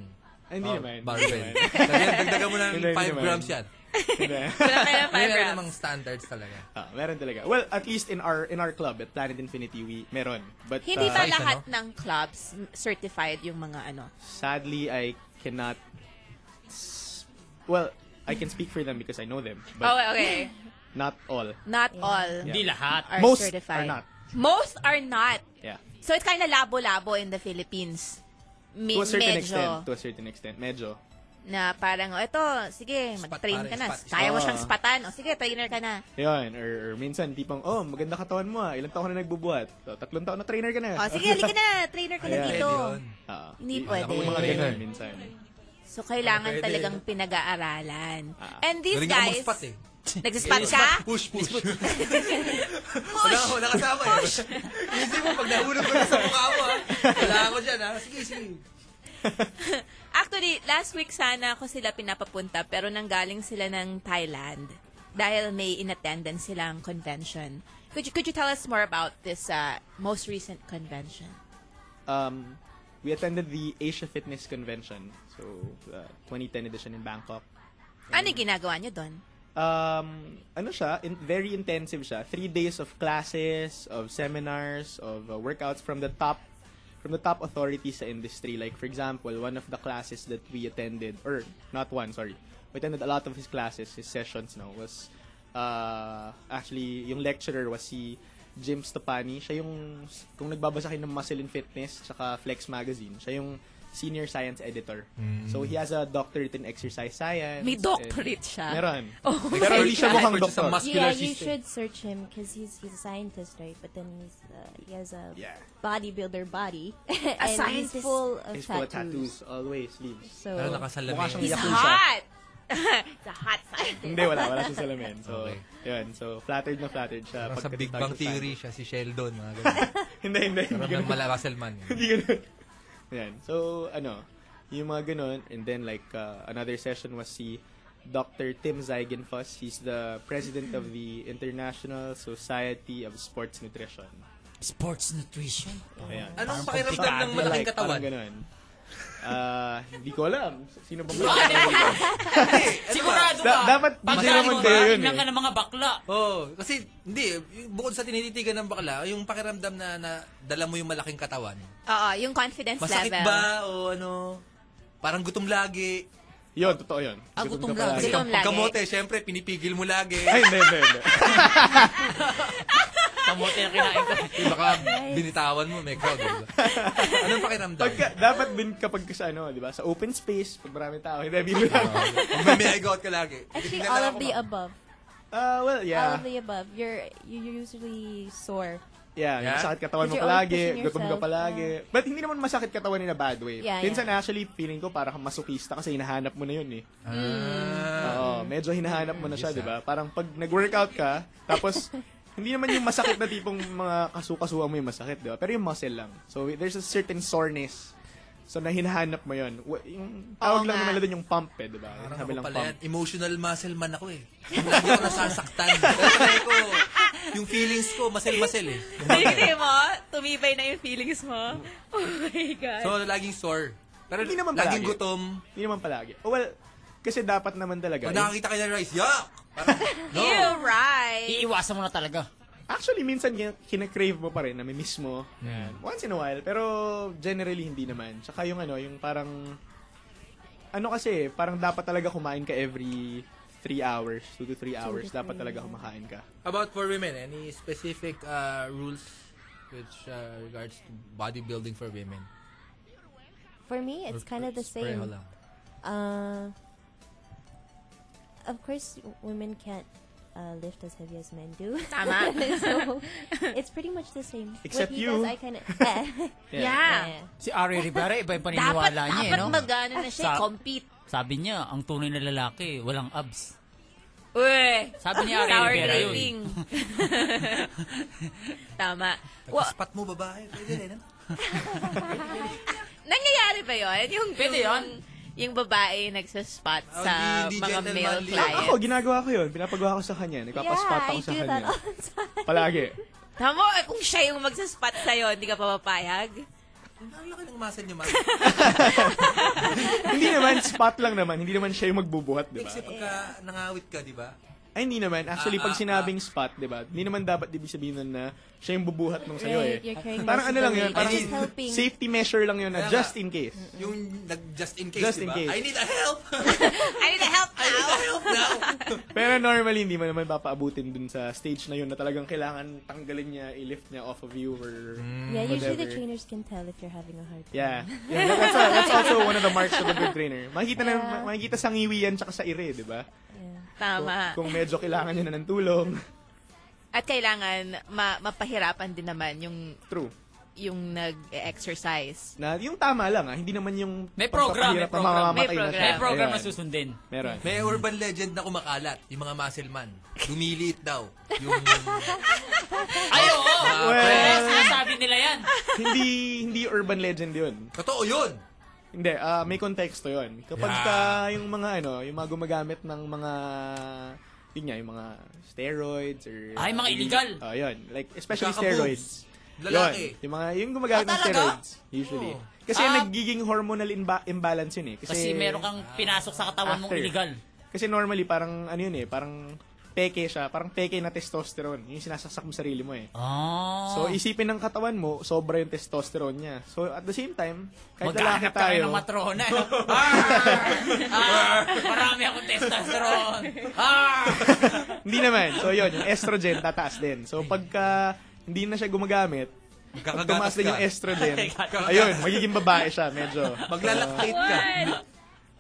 Speaker 4: Ay, hindi
Speaker 8: oh,
Speaker 4: naman.
Speaker 8: Barbell.
Speaker 4: Hindi naman.
Speaker 8: Lagyan, dagdagan mo ng
Speaker 4: Hindi, hindi
Speaker 8: 5
Speaker 4: naman.
Speaker 8: grams yan.
Speaker 4: Hindi.
Speaker 9: Kailangan five
Speaker 8: Meron
Speaker 9: grams.
Speaker 8: namang standards talaga.
Speaker 4: Ah, meron talaga. Well, at least in our in our club at Planet Infinity, we meron. But
Speaker 9: Hindi
Speaker 4: uh,
Speaker 9: ba lahat ng clubs certified yung mga ano?
Speaker 4: Sadly, I cannot. s- Well, I can speak for them because I know them. But
Speaker 9: oh, okay.
Speaker 4: Not all.
Speaker 9: Not all.
Speaker 4: Hindi lahat.
Speaker 9: Are
Speaker 4: Most
Speaker 9: certified.
Speaker 4: are not.
Speaker 9: Most are not.
Speaker 4: Yeah.
Speaker 9: So it's kind of labo-labo in the Philippines. Me-
Speaker 4: to a certain
Speaker 9: medyo
Speaker 4: extent. To a certain extent. Medyo.
Speaker 9: na parang, oh, ito, sige, mag-train
Speaker 4: pare,
Speaker 9: ka na.
Speaker 4: spat, spat.
Speaker 9: Kaya mo siyang
Speaker 4: Ah.
Speaker 9: spatan. O sige, trainer ka na.
Speaker 4: Ayun. Or, or minsan, tipong, oh, maganda katawan mo ah. Ilang taon ka na nagbubuhat? So, tatlong taon na trainer ka na.
Speaker 9: O Oh, sige, halika na. Trainer ka na
Speaker 4: Ayan.
Speaker 9: dito.
Speaker 4: Ah.
Speaker 9: Hindi
Speaker 4: Yung
Speaker 9: pwede.
Speaker 4: Mga ganun minsan.
Speaker 9: So kailangan
Speaker 4: Pwede. Ah.
Speaker 9: talagang pinag-aaralan. And these
Speaker 4: Galing ako
Speaker 9: guys,
Speaker 4: mag-spat eh.
Speaker 9: nagsispat
Speaker 8: Push,
Speaker 9: ka?
Speaker 8: Push, push. Wala, wala kasama eh. Isip mo, pag nahulog ko na sa mukha mo, ha? Wala ako dyan, ha? Sige, sige.
Speaker 9: Actually, last week sana ako sila pinapapunta pero nanggaling sila ng Thailand dahil may in-attendance silang convention. Could you, could you tell us more about this uh, most recent convention?
Speaker 4: um, we attended the Asia Fitness Convention, so uh, 2010 edition in Bangkok.
Speaker 9: Ano yung ginagawa niyo doon?
Speaker 4: Um, ano siya? In, very intensive siya. Three days of classes, of seminars, of uh, workouts from the top from the top authorities sa industry. Like, for example, one of the classes that we attended, or not one, sorry. We attended a lot of his classes, his sessions now, was uh, actually, yung lecturer was si Jim Stepani. Siya yung, kung nagbabasa kayo ng Muscle and Fitness, tsaka Flex Magazine, siya yung senior science editor.
Speaker 16: Mm.
Speaker 4: So he has a doctorate in exercise science.
Speaker 9: May
Speaker 4: and-
Speaker 9: doctorate siya.
Speaker 4: Meron.
Speaker 9: Oh my
Speaker 4: Pero hindi siya
Speaker 9: God.
Speaker 4: mukhang
Speaker 9: Or just a
Speaker 4: doktor.
Speaker 3: yeah, you should search him because he's he's a scientist, right? But then he's uh, he has a bodybuilder body, and he's
Speaker 6: scientist.
Speaker 3: full of
Speaker 4: He's full of
Speaker 3: tattoos.
Speaker 4: tattoos, always, sleeves.
Speaker 3: So,
Speaker 4: Pero nakasalamin. Mukha siyang
Speaker 9: He's
Speaker 4: Yakuza.
Speaker 9: hot. He's a hot scientist.
Speaker 4: Hindi, wala. Wala siya salamin. So, yun. So, flattered na flattered siya.
Speaker 8: Parang sa
Speaker 4: pagkatapos
Speaker 8: Big Bang
Speaker 4: sa
Speaker 8: Theory siya, si Sheldon, mga ganun.
Speaker 4: hindi, hindi.
Speaker 8: Parang ng mala Russellman.
Speaker 4: Hindi ganun. Yan. So, ano, yung mga ganun. And then, like, uh, another session was si Dr. Tim Zeigenfuss. He's the president of the International Society of Sports Nutrition.
Speaker 10: Sports nutrition?
Speaker 4: Ayan.
Speaker 10: Anong
Speaker 4: Parang
Speaker 10: pakiramdam ng
Speaker 4: komplikado.
Speaker 10: malaking
Speaker 4: Like,
Speaker 10: katawan?
Speaker 4: Parang ganun. Ah, hindi ko alam. Sino ba? Ano
Speaker 8: Sigurado
Speaker 4: Da- dapat DJ naman kayo yun eh.
Speaker 8: ng mga bakla. Oo, oh, kasi hindi, yung- bukod sa tinititigan ng bakla, yung pakiramdam na, na dala mo yung malaking katawan.
Speaker 9: Oo, yung confidence
Speaker 8: Masakit
Speaker 9: level.
Speaker 8: ba o ano? Parang gutom lagi.
Speaker 4: Yun, totoo yun.
Speaker 8: Ah,
Speaker 9: gutom ka lagi.
Speaker 8: Kasi
Speaker 9: Gutom
Speaker 8: kapag
Speaker 9: lagi.
Speaker 8: kamote, syempre, pinipigil mo lagi.
Speaker 4: Ay, hindi, hindi, hindi.
Speaker 8: kamote na kinain ko. Baka binitawan mo, may crowd. di ba? Anong pakiramdam?
Speaker 4: Pagka, dapat din kapag sa ano, di ba? Sa open space, pag maraming tao, hindi, bibili lang.
Speaker 8: May out ka lagi.
Speaker 3: Actually, all of the above.
Speaker 4: Uh, well,
Speaker 3: All
Speaker 4: yeah.
Speaker 3: of the above. You're you you're usually sore.
Speaker 4: Yeah,
Speaker 8: Yeah?
Speaker 4: yung masakit katawan mo
Speaker 3: Because you're always
Speaker 4: palagi,
Speaker 3: pushing
Speaker 4: gutom ka
Speaker 3: yourself,
Speaker 4: palagi. But hindi naman masakit katawan in a bad way.
Speaker 3: Yeah,
Speaker 4: Minsan actually, feeling ko parang masukista kasi hinahanap mo na yun eh.
Speaker 8: Ah.
Speaker 3: Hmm.
Speaker 4: Oo, medyo hinahanap mo na siya, di ba? Parang pag nag-workout ka, tapos hindi naman yung masakit na tipong mga kasukasuan mo yung masakit, di ba? Pero yung muscle lang. So there's a certain soreness. So na hinahanap mo yun. Wa- Yung tawag lang naman doon yung pump eh, di ba? Yung sabi
Speaker 8: Ako
Speaker 4: lang
Speaker 8: pala
Speaker 4: pump.
Speaker 8: yan, emotional muscle man ako eh. Lagi ako nasasaktan. Kasi ko, yung feelings ko, masel-masel eh.
Speaker 9: Hindi mo, tumibay na yung feelings mo. Oh my God.
Speaker 8: So, laging sore. Pero
Speaker 4: Hindi naman
Speaker 8: laging
Speaker 4: palagi.
Speaker 8: gutom.
Speaker 4: Hindi naman palagi. Oh, well, kasi dapat naman talaga.
Speaker 8: Pag nakakita ka ng rice, yuck!
Speaker 9: Ew, right.
Speaker 4: Iiwasan mo na talaga. Actually, minsan kin- kinakrave mo pa rin, namimiss mo.
Speaker 16: Yeah.
Speaker 4: Once in a while, pero generally hindi naman. Tsaka yung ano, yung parang... Ano kasi, parang dapat talaga kumain ka every 3 hours, 2 to 3 hours, dapat talaga kumakain ka.
Speaker 8: About for women, any specific uh, rules which uh, regards to bodybuilding for women?
Speaker 3: For me, it's kind of the
Speaker 8: Pareho
Speaker 3: same.
Speaker 8: lang.
Speaker 3: Uh, of course, women can't uh, lift as heavy as men do.
Speaker 9: Tama.
Speaker 3: so it's pretty much the same. What
Speaker 16: Except
Speaker 3: he
Speaker 16: you.
Speaker 3: Does, I kind of.
Speaker 9: Yeah. Yeah.
Speaker 1: Eh,
Speaker 10: Si Ari Rivera, iba yung paniniwala
Speaker 9: Dapat-
Speaker 10: niya, eh,
Speaker 9: Ah. dapat
Speaker 10: no?
Speaker 9: magano na siya,
Speaker 10: Sa-
Speaker 9: compete.
Speaker 10: Sabi niya, ang tunay na lalaki, walang abs.
Speaker 9: Uy.
Speaker 10: Sabi ni Ari
Speaker 9: Sour
Speaker 10: Rivera yun.
Speaker 9: dating. Tama. Wa-
Speaker 8: Pat mo, babae. Pwede rin, ano?
Speaker 9: nangyayari ba yun? Yung,
Speaker 8: Pwede
Speaker 9: yung, yung babae nagsaspot
Speaker 4: Oh,
Speaker 9: sa
Speaker 4: hindi
Speaker 9: mga
Speaker 4: gentlemanly.
Speaker 9: male
Speaker 4: Ah,
Speaker 9: clients.
Speaker 4: Ako, ginagawa ko yun. Pinapagawa ko sa kanya. Nagpapaspot ako sa kanya. Palagi.
Speaker 9: Tama, eh, kung siya yung magsaspot sa'yo, hindi ka papapayag?
Speaker 8: Ang laki ng muscle niyo, ma.
Speaker 4: hindi naman, spot lang naman. Hindi naman siya yung magbubuhat, di ba?
Speaker 8: Kasi eh, pagka nangawit ka, di ba?
Speaker 4: Ay, hindi naman. Actually,
Speaker 8: Ah,
Speaker 4: pag
Speaker 8: ah,
Speaker 4: sinabing spot, di ba? Hindi naman dapat ibig sabihin nun na siya yung bubuhat nung sa'yo
Speaker 8: Right,
Speaker 4: eh.
Speaker 8: you're carrying
Speaker 4: Parang
Speaker 8: most
Speaker 4: ano
Speaker 8: of
Speaker 4: lang
Speaker 8: the
Speaker 4: yun,
Speaker 8: weight.
Speaker 4: parang
Speaker 8: Which is helping.
Speaker 4: safety measure lang yun na
Speaker 8: Kaya
Speaker 4: just
Speaker 8: nga.
Speaker 4: in case.
Speaker 8: Yung nag- just in case,
Speaker 4: Just
Speaker 8: di
Speaker 4: in
Speaker 8: ba?
Speaker 4: case.
Speaker 8: I need a help!
Speaker 9: I need a help now! I need
Speaker 8: a help now!
Speaker 4: Pero normally, hindi mo naman papaabutin dun sa stage na yun na talagang kailangan tanggalin niya, i-lift niya off of you or
Speaker 8: Mm.
Speaker 4: Mm,
Speaker 3: yeah, usually
Speaker 4: whatever.
Speaker 3: the trainers can tell if you're having a hard time.
Speaker 4: Yeah. yeah that- that's, a- that's also one of the marks of a good trainer. Makikita, na, ma- makikita sa ngiwi yan tsaka sa ire, di ba?
Speaker 9: Tama.
Speaker 4: Kung medyo kailangan niya na ng tulong.
Speaker 9: At kailangan ma- mapahirapan din naman yung
Speaker 4: True.
Speaker 9: yung nag-exercise.
Speaker 4: Na, yung tama lang ah, hindi naman yung
Speaker 10: May program, may
Speaker 4: pagpapahirap na
Speaker 10: program.
Speaker 4: mamamatay na siya.
Speaker 10: May program na
Speaker 4: Ayun.
Speaker 10: susundin.
Speaker 4: Meron.
Speaker 8: May urban legend na kumakalat, yung mga muscle man. Lumiliit daw. Yung...
Speaker 10: Ay, oo!
Speaker 8: Ah,
Speaker 10: Well,
Speaker 8: well,
Speaker 10: sinasabi nila yan.
Speaker 4: hindi hindi urban legend yun.
Speaker 8: Totoo yun!
Speaker 4: Hindi, ah, may konteksto yun. Kapag
Speaker 8: Yeah.
Speaker 4: ka yung mga ano, yung mga gumagamit ng mga yun nga, yung mga steroids or...
Speaker 10: Ay, mga illegal.
Speaker 4: Oh, yun. Like, especially
Speaker 10: Nagkaka-boobs.
Speaker 4: steroids.
Speaker 10: Lalaki.
Speaker 4: Yun, yung mga, yung gumagamit
Speaker 8: Ah,
Speaker 4: ng steroids, usually.
Speaker 8: Oh.
Speaker 10: Oo.
Speaker 4: Kasi
Speaker 10: Ah.
Speaker 4: nagiging hormonal imba- imbalance yun eh. Kasi,
Speaker 10: Kasi meron kang pinasok sa katawan mong
Speaker 4: after.
Speaker 10: illegal.
Speaker 4: Ah, Kasi normally, parang ano yun eh, parang peke siya, parang peke na testosterone. Yung sinasaksak mo sarili mo eh.
Speaker 10: Oh.
Speaker 4: So, isipin ng katawan mo, sobra yung testosterone niya. So, at the same time, kahit lalaki
Speaker 10: Magkahanap tayo
Speaker 4: tayo...
Speaker 10: ng matrona. eh. ah! ah! Marami akong testosterone. Ah!
Speaker 4: hindi naman. So, yun, yung estrogen tataas din. So, pagka hindi na siya gumagamit, Pag tumaas din yung estrogen,
Speaker 8: Kakagat.
Speaker 4: ayun, magiging babae siya, medyo.
Speaker 8: Maglalactate ka.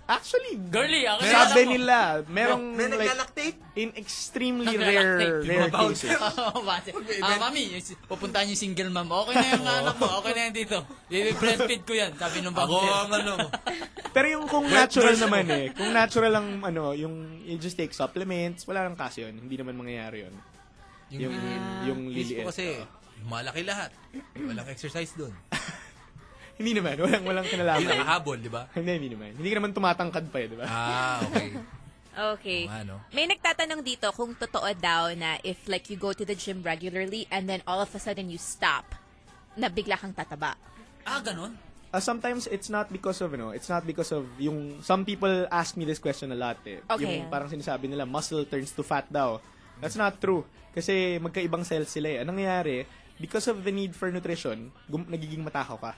Speaker 4: Actually,
Speaker 1: girly ah, ako.
Speaker 4: Sabi nila, merong
Speaker 1: May
Speaker 4: like, in extremely rare, rare cases.
Speaker 1: Oo, base. Ah, mami, pupuntahan yung single mom. Okay na yung anak mo. Okay na yan dito. Bibi-breastfeed ko yan. Sabi nung
Speaker 8: Ako
Speaker 1: bouncer.
Speaker 8: ang ano.
Speaker 4: Pero yung kung
Speaker 8: Wet
Speaker 4: natural
Speaker 8: nurse
Speaker 4: naman
Speaker 8: ako.
Speaker 4: eh, kung natural lang ano, yung you just take supplements, wala nang kaso yun. Hindi naman mangyayari yun. Yung, yung, yung
Speaker 8: Fish
Speaker 4: liliit.
Speaker 8: ko ah, kasi, malaki lahat. Walang exercise doon.
Speaker 4: Hindi naman, walang, walang kinalaman.
Speaker 8: Hindi nakahabol, di ba?
Speaker 4: Hindi, hindi naman. Hindi ka naman tumatangkad pa eh, di ba?
Speaker 8: Ah, okay.
Speaker 9: Okay.
Speaker 4: Oo nga, no?
Speaker 9: May nagtatanong dito kung totoo daw na if like you go to the gym regularly and then all of a sudden you stop, na bigla kang tataba.
Speaker 1: Ah, ganun?
Speaker 4: Uh, sometimes it's not because of, ano, it's not because of yung, some people ask me this question a lot eh.
Speaker 9: Okay.
Speaker 4: Yung parang sinasabi nila, muscle turns to fat daw. That's not true. Kasi magkaibang cells sila eh. Anong nangyayari? Because of the need for nutrition, gum- nagiging matakaw ka.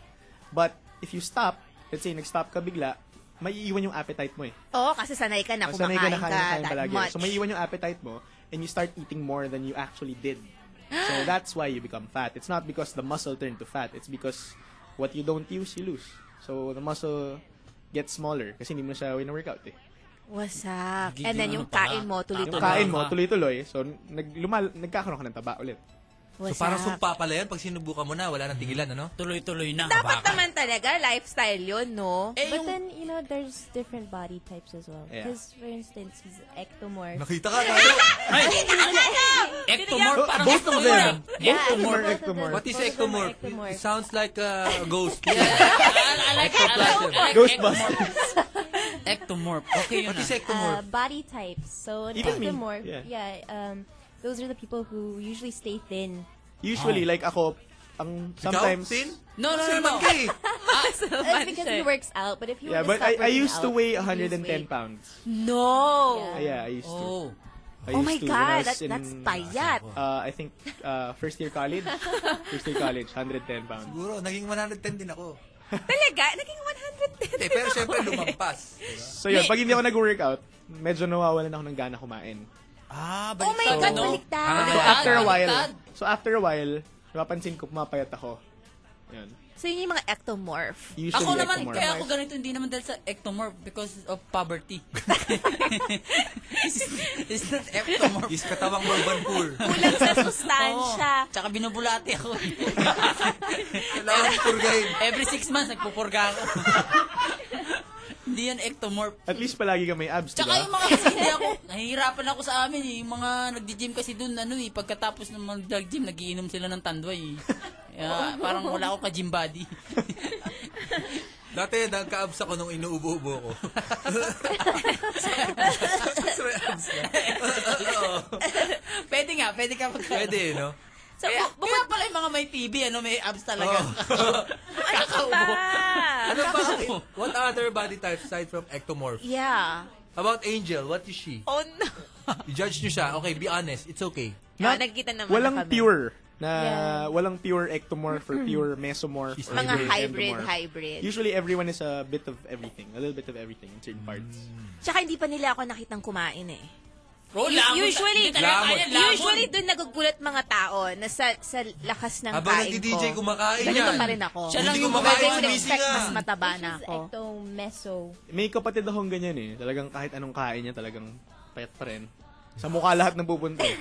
Speaker 4: But if you stop, let's say nag-stop ka bigla, maiiwan yung appetite mo eh.
Speaker 9: Oo, kasi sanay ka na
Speaker 4: Kasi sanay
Speaker 9: kumakain
Speaker 4: ka
Speaker 9: ka,
Speaker 4: na kain-kain
Speaker 9: that
Speaker 4: palagi.
Speaker 9: much.
Speaker 4: So may iwan yung appetite mo and you start eating more than you actually did. So that's why you become fat. It's not because the muscle turned to fat. It's because what you don't use, you lose. So the muscle gets smaller kasi hindi mo siya wina-workout eh.
Speaker 9: Wasak. And then yung kain
Speaker 4: Yung
Speaker 9: mo, tuloy-tuloy.
Speaker 4: kain mo, tuloy-tuloy. So nag lumal nagkakaroon ka ng taba ulit.
Speaker 9: Wasak.
Speaker 8: So parang sumpa pala yan. Pag sinubukan mo na, wala nang tigilan, ano?
Speaker 1: Tuloy-tuloy na.
Speaker 9: Dapat naman talaga, lifestyle yun, no?
Speaker 3: But then, you know, there's different body types as well.
Speaker 8: Yeah.
Speaker 3: Because, for instance, he's ectomorph.
Speaker 8: Nakita ka, tayo.
Speaker 1: Ay! Ectomorph, parang
Speaker 8: Both of
Speaker 1: ectomorph.
Speaker 8: them.
Speaker 1: Yeah,
Speaker 8: Both of them are
Speaker 1: both of them.
Speaker 8: ectomorph. What is
Speaker 1: Both of them are
Speaker 8: ectomorph? It sounds like uh, a ghost. Ectoplasm.
Speaker 4: Ghostbusters.
Speaker 1: Ectomorph. Okay yun
Speaker 8: What is
Speaker 1: ah.
Speaker 3: Uh, body types. So, an
Speaker 4: Even me.
Speaker 3: ectomorph,
Speaker 4: Yeah.
Speaker 3: yeah, um, those are the people who usually stay thin.
Speaker 4: Usually,
Speaker 8: Ah.
Speaker 4: like ako, ang sometimes...
Speaker 1: No, no, no, no.
Speaker 3: That's because he works out, but if he
Speaker 4: Yeah,
Speaker 3: were to
Speaker 4: but I,
Speaker 3: stop
Speaker 4: I
Speaker 3: working
Speaker 4: used to
Speaker 3: out,
Speaker 4: weigh
Speaker 3: he'd lose
Speaker 4: 110
Speaker 3: weight.
Speaker 4: pounds.
Speaker 9: No!
Speaker 4: Yeah, I used to.
Speaker 1: Oh.
Speaker 4: I
Speaker 9: Oh
Speaker 4: used
Speaker 9: my
Speaker 4: to when
Speaker 9: God,
Speaker 4: I was
Speaker 9: that-
Speaker 4: in,
Speaker 9: that's payat.
Speaker 4: Uh, I think uh, first year college. first year college, 110 pounds.
Speaker 8: Siguro, naging 110 din ako.
Speaker 9: Talaga? Naging 110
Speaker 8: Hindi, pero syempre lumampas.
Speaker 4: So yun, pag hindi ako nag-workout, medyo nawawalan ako ng gana kumain.
Speaker 8: Ah,
Speaker 9: Oh my God, baliktad.
Speaker 1: Ah,
Speaker 4: So after a while, so after a while, napapansin ko pumapayat ako. Yun.
Speaker 9: So yun yung mga ectomorph.
Speaker 4: Usually
Speaker 1: Ako naman,
Speaker 4: ectomorph.
Speaker 1: kaya ako ganito, hindi naman dahil sa ectomorph because of poverty. it's, it's not ectomorph.
Speaker 8: Is katawang urban pool.
Speaker 9: Kulang sa sustansya.
Speaker 1: Tsaka binubulati ako. Kailangan
Speaker 8: purgahin.
Speaker 1: Every six months, nagpupurga ako. hindi yan ectomorph.
Speaker 4: At least palagi ka may abs,
Speaker 1: Tsaka
Speaker 4: diba?
Speaker 1: yung mga kasi hindi ako, nahihirapan ako sa amin eh. Yung mga nagdi-gym kasi dun, ano eh, pagkatapos ng mga gym nagiinom sila ng tanduay eh. Kaya parang wala ako ka-gym body.
Speaker 8: Dati, nagka-abs ako nung inuubo-ubo ko.
Speaker 1: pwede nga, pwede ka mag-
Speaker 8: Pwede, no?
Speaker 1: So, kaya, kaya pala yung mga may TB, ano, may abs talaga. Kakaubo.
Speaker 8: Ano ba? What other body types aside from ectomorph?
Speaker 9: Yeah.
Speaker 8: About Angel, what is she?
Speaker 9: Oh no.
Speaker 8: You judge nyo siya. Okay, be honest. It's okay.
Speaker 9: Not, nagkita Oh, naman
Speaker 4: Walang
Speaker 9: na kami.
Speaker 4: pure na
Speaker 9: Yeah.
Speaker 4: walang pure ectomorph or pure mesomorph. or
Speaker 9: Mga
Speaker 4: pure
Speaker 9: hybrid,
Speaker 4: endomorph.
Speaker 9: hybrid.
Speaker 4: Usually everyone is a bit of everything, a little bit of everything in certain parts.
Speaker 1: Mm.
Speaker 9: Tsaka hindi pa nila ako nakitang kumain eh.
Speaker 1: Bro,
Speaker 9: U-
Speaker 1: lamon-
Speaker 9: usually,
Speaker 1: hindi talaga kaya, lamon.
Speaker 9: usually doon nagugulat mga tao na sa, sa lakas ng
Speaker 8: Habang
Speaker 9: kain
Speaker 8: nagdi-DJ,
Speaker 9: ko.
Speaker 8: kumakain
Speaker 9: Ganito
Speaker 8: yan.
Speaker 9: pa rin ako.
Speaker 8: Siya lang
Speaker 9: Hindi
Speaker 8: yung
Speaker 9: ko
Speaker 8: kumakain,
Speaker 9: pwedeng
Speaker 8: gumising
Speaker 9: expect
Speaker 8: nga.
Speaker 9: Mas mataba na ako.
Speaker 3: Ectomeso.
Speaker 4: May kapatid akong ganyan eh. Talagang kahit anong kain niya, talagang payat pa rin. Sa mukha lahat ng pupunta. eh.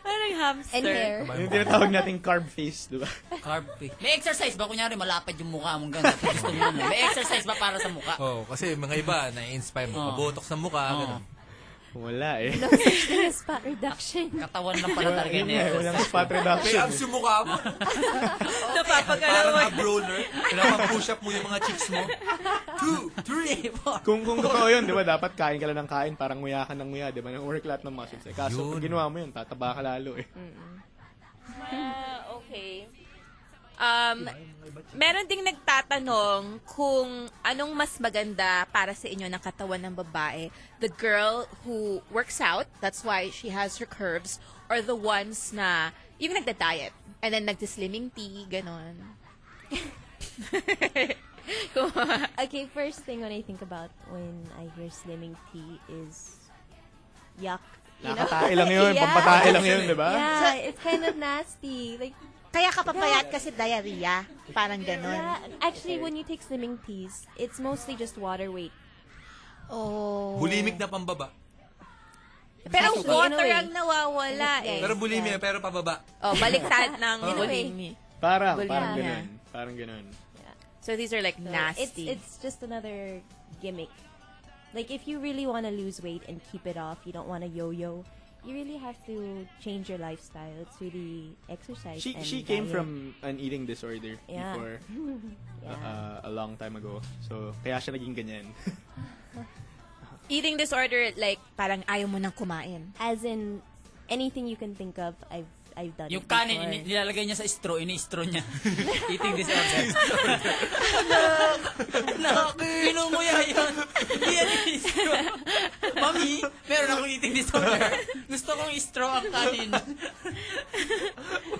Speaker 9: Parang hamster.
Speaker 3: And hair.
Speaker 4: Yung tinatawag nating carb face, di ba?
Speaker 1: Carb eh. May exercise ba? Kunyari, malapad yung mukha mong ganda. Tapos Gusto mo na. May exercise ba para sa mukha?
Speaker 8: Oh, kasi mga iba, na-inspire mo.
Speaker 1: Oh.
Speaker 8: Pabotok sa mukha, ganun.
Speaker 4: Wala eh.
Speaker 3: No such thing as fat reduction.
Speaker 1: Ah, Katawan lang pala talaga
Speaker 4: Yun nga
Speaker 1: niya.
Speaker 4: eh, walang spot
Speaker 8: May
Speaker 4: reduction.
Speaker 8: abs yung mukha mo.
Speaker 9: Napapagalaw.
Speaker 8: Parang ab roller. Kailangan push up mo yung mga cheeks mo. Two, three, four.
Speaker 4: Kung kung totoo yun, di ba, dapat kain ka lang ng kain, parang nguya ka ng nguya, di ba, nang work lahat ng muscles. Eh. Kaso, pag ginawa mo yun, tataba ka lalo eh.
Speaker 9: Ah, okay. Um, meron ding nagtatanong kung anong mas maganda para sa inyo ng katawan ng babae. The girl who works out, that's why she has her curves, or the ones na yung nagda-diet and then nagda-slimming tea, ganon.
Speaker 3: okay, first thing when I think about when I hear slimming tea is yuck. you know?
Speaker 4: Nakakatae lang yun, pampatae lang yun, di ba?
Speaker 3: Yeah, it's kind of nasty. Like,
Speaker 16: Kaya kapapayat kasi diarrhea. Parang ganun.
Speaker 3: Yeah, actually, when you take slimming teas, it's mostly just water weight.
Speaker 16: Oh.
Speaker 8: Bulimic na pambaba.
Speaker 9: Pero
Speaker 3: Actually, in a
Speaker 9: water
Speaker 3: way.
Speaker 9: ang nawawala eh.
Speaker 8: Pero bulimia, pero pababa.
Speaker 9: Oh, baliktad ng
Speaker 8: Oh.
Speaker 9: bulimi.
Speaker 4: Parang,
Speaker 9: Bulimi.
Speaker 4: parang
Speaker 9: Yeah.
Speaker 4: ganun. Parang ganun.
Speaker 9: So these are like
Speaker 3: So It's,
Speaker 9: nasty.
Speaker 3: it's just another gimmick. Like, if you really want to lose weight and keep it off, you don't want to yo-yo, you really have to change your lifestyle. It's really exercise
Speaker 4: She
Speaker 3: and
Speaker 4: she came
Speaker 3: diet.
Speaker 4: from an eating disorder
Speaker 3: Yeah.
Speaker 4: before
Speaker 3: Yeah.
Speaker 4: uh, a long time ago. So kaya siya naging ganyan.
Speaker 9: Eating disorder, like, parang ayaw mo nang kumain.
Speaker 3: As in, anything you can think of, I've I've done
Speaker 1: Yung
Speaker 3: it
Speaker 1: kanin,
Speaker 3: before.
Speaker 1: ini- nilalagay niya sa straw, ini-straw niya. Eating disorder. Anak! Pinunguya yun! Hindi yan i-straw. Mami, meron akong eating disorder. Gusto kong i-straw ang kanin.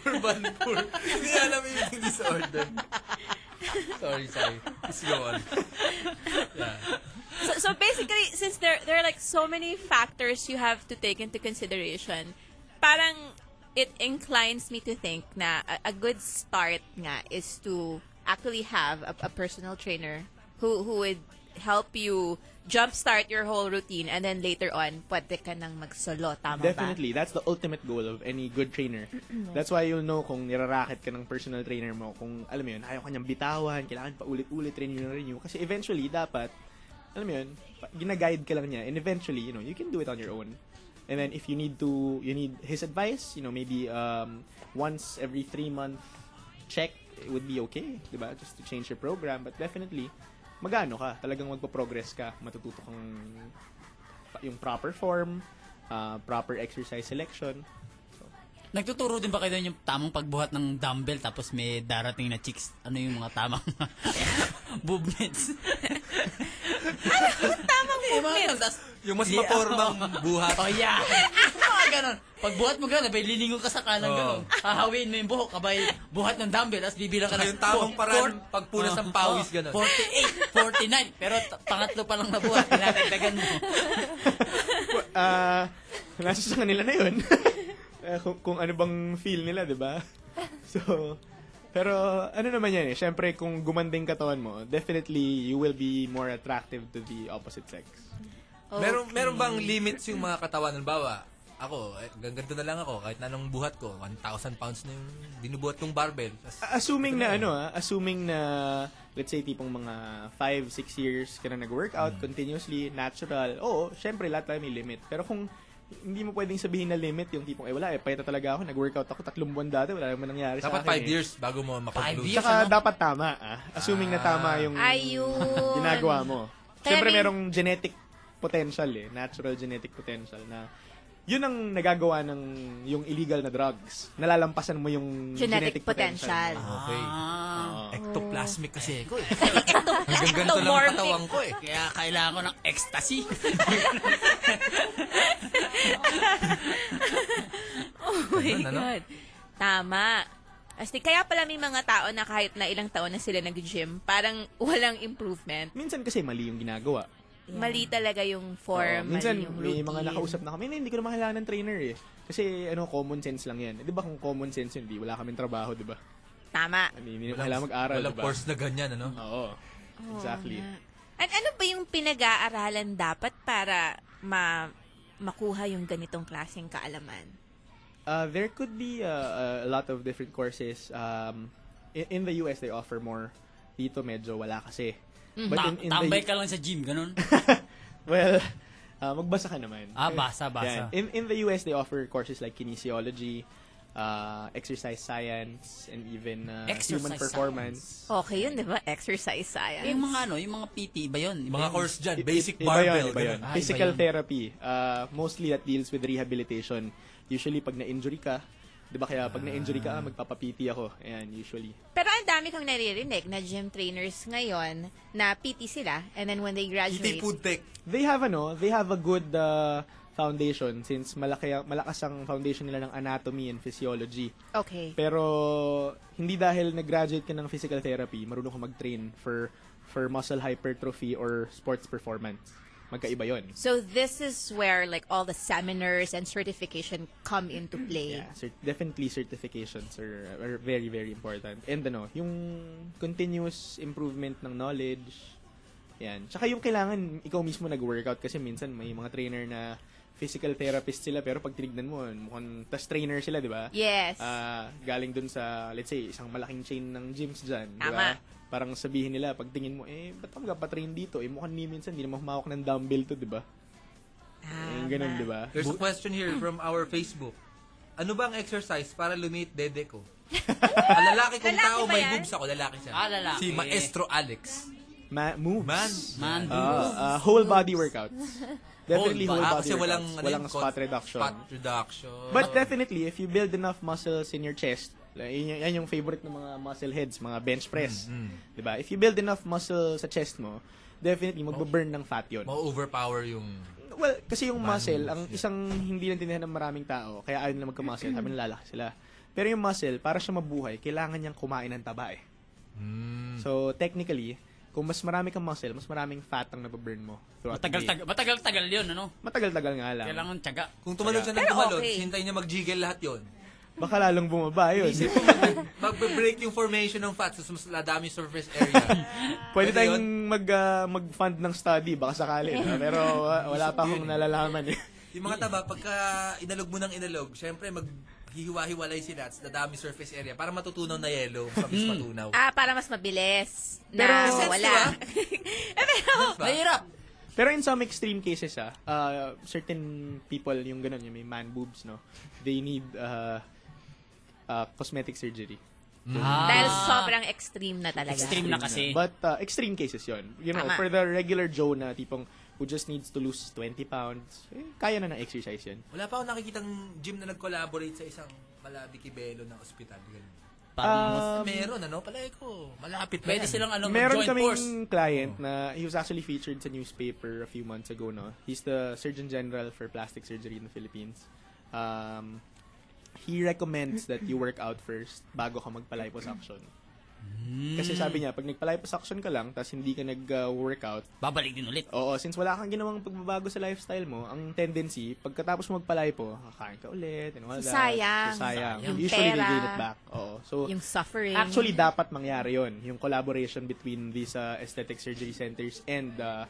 Speaker 8: Urban poor. Hindi niya alam yung eating disorder. Sorry, sorry. Let's go on. Yeah.
Speaker 9: So, so basically, since there there are like so many factors you have to take into consideration, parang it inclines me to think na a, a good start nga is to actually have a, a personal trainer who who would help you jumpstart your whole routine and then later on, pwede ka nang magsolo, tama
Speaker 4: Definitely, that's the ultimate goal of any good trainer.
Speaker 9: Mm-hmm.
Speaker 4: That's why you'll know kung niraracket ka ng personal trainer mo, kung alam mo yun, ayaw ka niyang bitawan, kailangan pa ulit-ulit, renew na renew. Kasi eventually, dapat, alam mo yun, pa- ginaguide ka lang niya. And eventually, you know, you can do it on your own. And then if you need to, you need his advice, you know, maybe um, once every three month check it would be okay, di ba? Just to change your program. But definitely, magano ka, talagang magpa-progress ka, matututo kang yung proper form, uh, proper exercise selection.
Speaker 1: Nagtuturo din ba kayo doon yung tamang pagbuhat ng dumbbell tapos may darating na chicks? Ano yung mga tamang movements?
Speaker 9: Tamang movement.
Speaker 8: Yung mas mapormang buhat.
Speaker 1: Oh, yeah. Mga ganun. Pag buhat mo ganun, abay lilingon ka sa kanan
Speaker 8: Oo.
Speaker 1: ganun. Hahawin mo yung buhok, abay buhat ng dumbbell, tapos bibilang ka
Speaker 8: Saka yung tamang
Speaker 1: four-
Speaker 8: paraan
Speaker 1: four-
Speaker 8: pagpunas
Speaker 1: Oh,
Speaker 8: ng pawis,
Speaker 1: oh,
Speaker 8: ganun.
Speaker 1: 48, 49, pero t- pangatlo pa lang na buhat, pinatagdagan mo.
Speaker 4: Ah, nasa sa kanila na yun. Eh, kung, kung ano bang feel nila, di ba? So, pero ano naman yan eh. Siyempre, kung gumanding katawan mo, definitely you will be more attractive to the opposite sex.
Speaker 8: Meron, meron bang limits yung mga katawan? Halimbawa, ako, eh, ganito na lang ako. Kahit na anong buhat ko, 1,000 pounds na yung binubuhat kong barbell. Tas,
Speaker 4: Assuming na ano ah, assuming na let's say tipong mga 5, 6 years ka na
Speaker 8: Mm.
Speaker 4: nag-workout continuously, natural. Oo, syempre lahat tayo may limit. Pero kung hindi mo pwedeng sabihin na limit yung tipong, eh wala eh, payat na talaga ako, nag-workout ako tatlong buwan dati, wala naman nangyari sa
Speaker 8: dapat
Speaker 4: akin
Speaker 8: 5
Speaker 4: eh.
Speaker 8: years bago mo makonglose.
Speaker 4: Tsaka
Speaker 1: ano?
Speaker 4: dapat tama ah. Assuming na tama yung
Speaker 9: Ayun.
Speaker 4: ginagawa mo.
Speaker 9: Kaya
Speaker 4: Siyempre
Speaker 9: may-
Speaker 4: merong genetic potential eh. Natural genetic potential na yun ang nagagawa ng yung illegal na drugs. Nalalampasan mo yung genetic,
Speaker 9: Genetic
Speaker 4: Ah.
Speaker 9: potential. Ah. Oh.
Speaker 8: Okay.
Speaker 1: Ectoplasmic kasi ako eh.
Speaker 8: Hanggang ganito lang ang katawan ko eh.
Speaker 1: Kaya kailangan ko ng ecstasy.
Speaker 9: Oh my
Speaker 1: Ganun, ano?
Speaker 9: God. Tama. Asti, kaya pala may mga tao na kahit na ilang taon na sila nag-gym, parang walang improvement.
Speaker 4: Minsan kasi mali yung ginagawa.
Speaker 9: Mali talaga yung form,
Speaker 4: Oo, minsan
Speaker 9: mali yung
Speaker 4: may
Speaker 9: routine.
Speaker 4: mga nakausap na kami, "Nay, hindi ko na kailangan ng trainer eh. Kasi ano, common sense lang yan. Eh, 'Di ba kung common sense yun, di wala kaming trabaho, 'di ba?
Speaker 9: Tama.
Speaker 4: Ano, Hindi na kailangan mag-aral, 'di
Speaker 8: Walang
Speaker 4: ba?
Speaker 8: course na ganyan, ano?
Speaker 4: Oo.
Speaker 9: Oo
Speaker 4: Exactly.
Speaker 9: nga. At ano ba yung pinag-aaralan dapat para ma makuha yung ganitong klaseng kaalaman?
Speaker 4: Uh, there could be uh, uh, a lot of different courses. Um, in, in the US, they offer more. Dito medyo wala kasi.
Speaker 1: Mm, ta- tambay ka lang sa gym, ganun.
Speaker 4: Well, uh, magbasa ka naman.
Speaker 1: Ah, basa,
Speaker 4: Yan.
Speaker 1: basa.
Speaker 4: In, in the US, they offer courses like kinesiology, uh, exercise science, and even uh, human
Speaker 1: Exercise
Speaker 4: performance.
Speaker 9: Okay yun, di ba? Exercise science.
Speaker 1: Yung mga ano, yung mga PT ba yun? Iba
Speaker 8: Mga
Speaker 1: yun?
Speaker 8: course dyan,
Speaker 4: I-
Speaker 8: basic
Speaker 4: iba yun,
Speaker 8: barbell.
Speaker 4: iba yun.
Speaker 8: ganun.
Speaker 4: Physical
Speaker 8: Ah, iba yun.
Speaker 4: therapy, uh, mostly that deals with rehabilitation. Usually, pag na-injury ka, di ba kaya pag na-injury ka, ah, magpapapiti ako. Ayan, usually.
Speaker 9: Pero ang dami kong naririnig na gym trainers ngayon na PT sila and then when they graduate,
Speaker 4: They have ano, they have a good uh, foundation since malaki malakas ang foundation nila ng anatomy and physiology.
Speaker 9: okay.
Speaker 4: Pero hindi dahil nag-graduate ka ng physical therapy, marunong ka mag-train for for muscle hypertrophy or sports performance. Magkaiba yon.
Speaker 9: So this is where like all the seminars and certification come into play.
Speaker 4: Yeah, cert- definitely certifications are, are very, very important. And ano, yung continuous improvement ng knowledge, yan. Tsaka yung kailangan ikaw mismo nag-workout kasi minsan may mga trainer na physical therapist sila pero pag tinignan mo, mukhang tas trainer sila, di ba?
Speaker 9: Yes.
Speaker 4: Ah, galing dun sa, let's say, isang malaking chain ng gyms dyan. di
Speaker 9: Tama.
Speaker 4: ba? Parang sabihin nila, pag tingin mo, eh, ba't ako magpatrain dito? Eh, mukhang ni minsan, hindi naman humawak ng dumbbell to, di ba? Yung ganun, diba? di ba?
Speaker 8: There's a question here from our Facebook. Ano ba ang exercise para lumiit dede ko? ang lalaki kong
Speaker 1: Lalaki
Speaker 8: tao,
Speaker 1: ba
Speaker 8: may
Speaker 1: yan?
Speaker 8: boobs ako. Lalaki siya.
Speaker 1: Ah, lalaki.
Speaker 8: Si Maestro Alex.
Speaker 4: Ma- moves.
Speaker 8: Man- man
Speaker 4: Ah,
Speaker 8: moves.
Speaker 4: ah, whole body workouts. Definitely whole,
Speaker 8: Whole
Speaker 4: body
Speaker 8: ba- ah, kasi walang,
Speaker 4: workouts.
Speaker 8: ano
Speaker 4: walang
Speaker 8: yun,
Speaker 4: spot
Speaker 8: cons-
Speaker 4: reduction.
Speaker 8: Spot reduction.
Speaker 4: But definitely, if you build enough muscles in your chest, like, yun, yung- yan yung favorite ng mga muscle heads, mga bench press.
Speaker 8: Mm, mm.
Speaker 4: Diba? If you build enough muscle sa chest mo, definitely magbaburn ng fat yun.
Speaker 8: ma-overpower yung...
Speaker 4: Well, kasi yung
Speaker 8: Man
Speaker 4: muscle,
Speaker 8: moves,
Speaker 4: ang isang hindi naintindihan ng maraming tao, kaya ayaw nila magka-muscle, sabi nila lalaki sila. Pero yung muscle, para siya mabuhay, kailangan niyang kumain ng taba eh.
Speaker 8: mm.
Speaker 4: So, technically, kung mas marami kang muscle, mas maraming fat ang nababurn mo. throughout the day.
Speaker 17: Matagal-tagal matagal-tagal 'yun, ano?
Speaker 4: Matagal-tagal nga lang.
Speaker 17: Kailangan tiyaga.
Speaker 8: Kung tumalon siya ng
Speaker 17: Pero
Speaker 8: tumalon,
Speaker 17: okay.
Speaker 8: hintayin niya mag-jiggle lahat yon.
Speaker 4: Baka lalong bumaba yun.
Speaker 8: Magbe-break yung formation ng fats, tapos mas ladami yung surface area.
Speaker 4: Pwede
Speaker 8: Pwede
Speaker 4: tayong mag, ah, mag-fund ng study, baka sakali. no? Pero ah, wala pa akong nalalaman eh.
Speaker 8: yung mga taba, pagka inalog mo ng inalog, syempre maghihiwa-hiwalay sila at dadami surface area para matutunaw na yellow, mabilis matunaw.
Speaker 9: Ah, para mas mabilis. Na
Speaker 8: Pero- Sense,
Speaker 9: wala. eh, pero, mahirap.
Speaker 4: Pero in some extreme cases, ah, ah, certain people, yung ganun, yung may man boobs, no? They need ah, ah, cosmetic surgery.
Speaker 9: Ah. Dahil sobrang extreme na talaga.
Speaker 4: But uh, extreme cases yon. You know,
Speaker 9: Tama.
Speaker 4: for the regular Joe na tipong who just needs to lose 20 pounds, eh, kaya na ng exercise yun.
Speaker 8: Wala pa akong nakikitang gym na nag-collaborate sa isang malabikibelo ng ospital. Ganun.
Speaker 4: Parang- Um,
Speaker 8: meron, ano? Palay ko. Malapit na
Speaker 17: Pwede
Speaker 8: yan.
Speaker 17: silang ano,
Speaker 4: Meron
Speaker 17: joint
Speaker 4: kaming
Speaker 17: force.
Speaker 4: client na he was actually featured sa newspaper a few months ago, no? He's the Surgeon General for Plastic Surgery in the Philippines. Um, he recommends that you work out first bago ka magpa-liposuction.
Speaker 17: Hmm.
Speaker 4: Kasi sabi niya, pag nagpa-liposuction ka lang, tapos hindi ka nag-workout,
Speaker 17: Babalik din ulit.
Speaker 4: Oo, since wala kang ginawang pagbabago sa lifestyle mo, ang tendency, pagkatapos mo magpa-lipo, kakain ka ulit, and all that.
Speaker 9: Sayang.
Speaker 4: So, sayang.
Speaker 9: Yung
Speaker 4: Usually, they
Speaker 9: pera.
Speaker 4: gain it back. Oo. So,
Speaker 9: Yung suffering.
Speaker 4: Actually, dapat mangyari yon yung collaboration between these uh, aesthetic surgery centers and uh,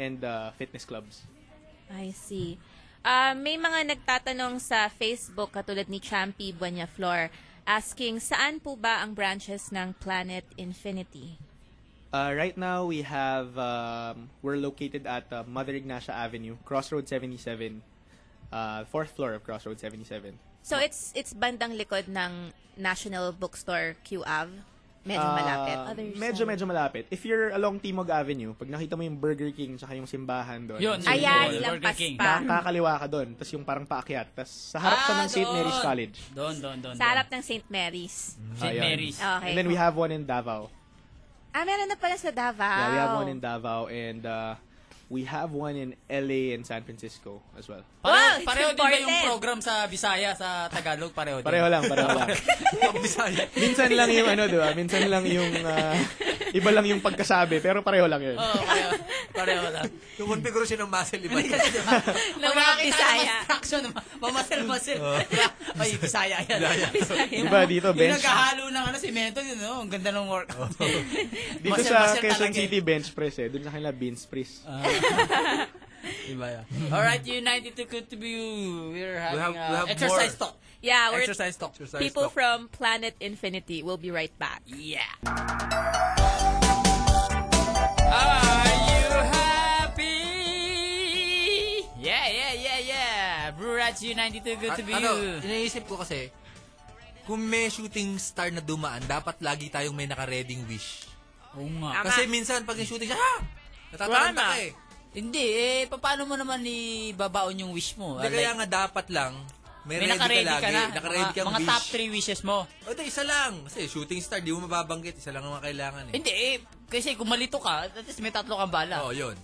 Speaker 4: and uh, fitness clubs.
Speaker 9: I see. Ah, may mga nagtatanong sa Facebook katulad ni Champi Buanya Flor asking saan po ba ang branches ng Planet Infinity?
Speaker 4: Uh, right now, we have, um, we're located at uh, Mother Ignacia Avenue, Crossroad 77, uh, fourth floor of Crossroad 77.
Speaker 9: So it's it's bandang likod ng National Bookstore QAV. Medyo
Speaker 4: Ah,
Speaker 9: malapit.
Speaker 4: medyo, medyo malapit. If you're along Timog Avenue, pag nakita mo yung Burger King tsaka yung simbahan doon.
Speaker 17: Yun,
Speaker 4: yung
Speaker 17: yun.
Speaker 4: swimming
Speaker 17: Ayan,
Speaker 4: pool,
Speaker 17: lampas Burger King. pa.
Speaker 4: ka- Kakaliwa ka doon, tapos yung parang paakyat. Tapos sa harap siya ng St. Mary's College.
Speaker 17: Doon, doon, doon.
Speaker 9: Sa harap ng St. Mary's.
Speaker 4: Mm-hmm. Ayan.
Speaker 9: Okay.
Speaker 4: And then we have one in Davao.
Speaker 9: Ah, meron na pala sa Davao.
Speaker 4: Yeah, we have one in Davao and uh, we have one in LA and San Francisco as well.
Speaker 17: Pareho,
Speaker 9: it's
Speaker 17: pareho din ba yung
Speaker 9: important.
Speaker 17: program sa Bisaya, sa Tagalog? Pareho din.
Speaker 4: Pareho lang, pareho lang. Minsan lang yung ano, di ba? Minsan lang yung uh, iba lang yung pagkasabi, pero pareho lang yun.
Speaker 8: Pareho lang. Yung configuration ng muscle, iba.
Speaker 17: Ng mga Bisaya. Traction, mamasel-masel. Ay, Bisaya yan. Bisaya.
Speaker 4: Di Oh. ba, dito,
Speaker 17: Yung
Speaker 4: bench? Oh.
Speaker 17: naghahalo ng ano, simento yun, no? Ang ganda ng workout.
Speaker 4: Dito sa Quezon City, bench press eh. Doon sa kanila, beans press.
Speaker 17: Diba yan? Alright, U92, good to be you. We're having
Speaker 4: have- we
Speaker 17: uh,
Speaker 4: have
Speaker 17: exercise
Speaker 4: more.
Speaker 17: talk.
Speaker 9: Yeah, we're
Speaker 17: Exercise talk. Exercise
Speaker 9: people
Speaker 17: talk.
Speaker 9: from Planet Infinity. We'll be right back.
Speaker 17: Yeah. Are you happy? Yeah, yeah, yeah, yeah. Brew Rats U92, good to
Speaker 8: At
Speaker 17: be
Speaker 8: ano,
Speaker 17: you.
Speaker 8: iniisip ko kasi, kung may shooting star na dumaan, dapat lagi tayong may naka-reading wish.
Speaker 17: Oo
Speaker 8: nga. Kasi minsan, pag yung shooting siya, ah!
Speaker 17: Wala
Speaker 8: Natataranta ka
Speaker 17: na.
Speaker 8: eh.
Speaker 17: Hindi, eh, paano mo naman ibabaon yung wish mo? Ah,
Speaker 8: Hindi, kaya
Speaker 17: like,
Speaker 8: nga dapat lang, may, ready
Speaker 17: nakaready
Speaker 8: ka lagi.
Speaker 17: na.
Speaker 8: Nakaready
Speaker 17: mga,
Speaker 8: kang
Speaker 17: mga
Speaker 8: wish.
Speaker 17: top 3 wishes mo.
Speaker 8: O, di, isa lang. Kasi shooting star, di mo mababanggit. Isa lang ang mga kailangan eh.
Speaker 17: Hindi, eh, kasi kung malito ka, at least may tatlo kang bala.
Speaker 8: Oo, yun.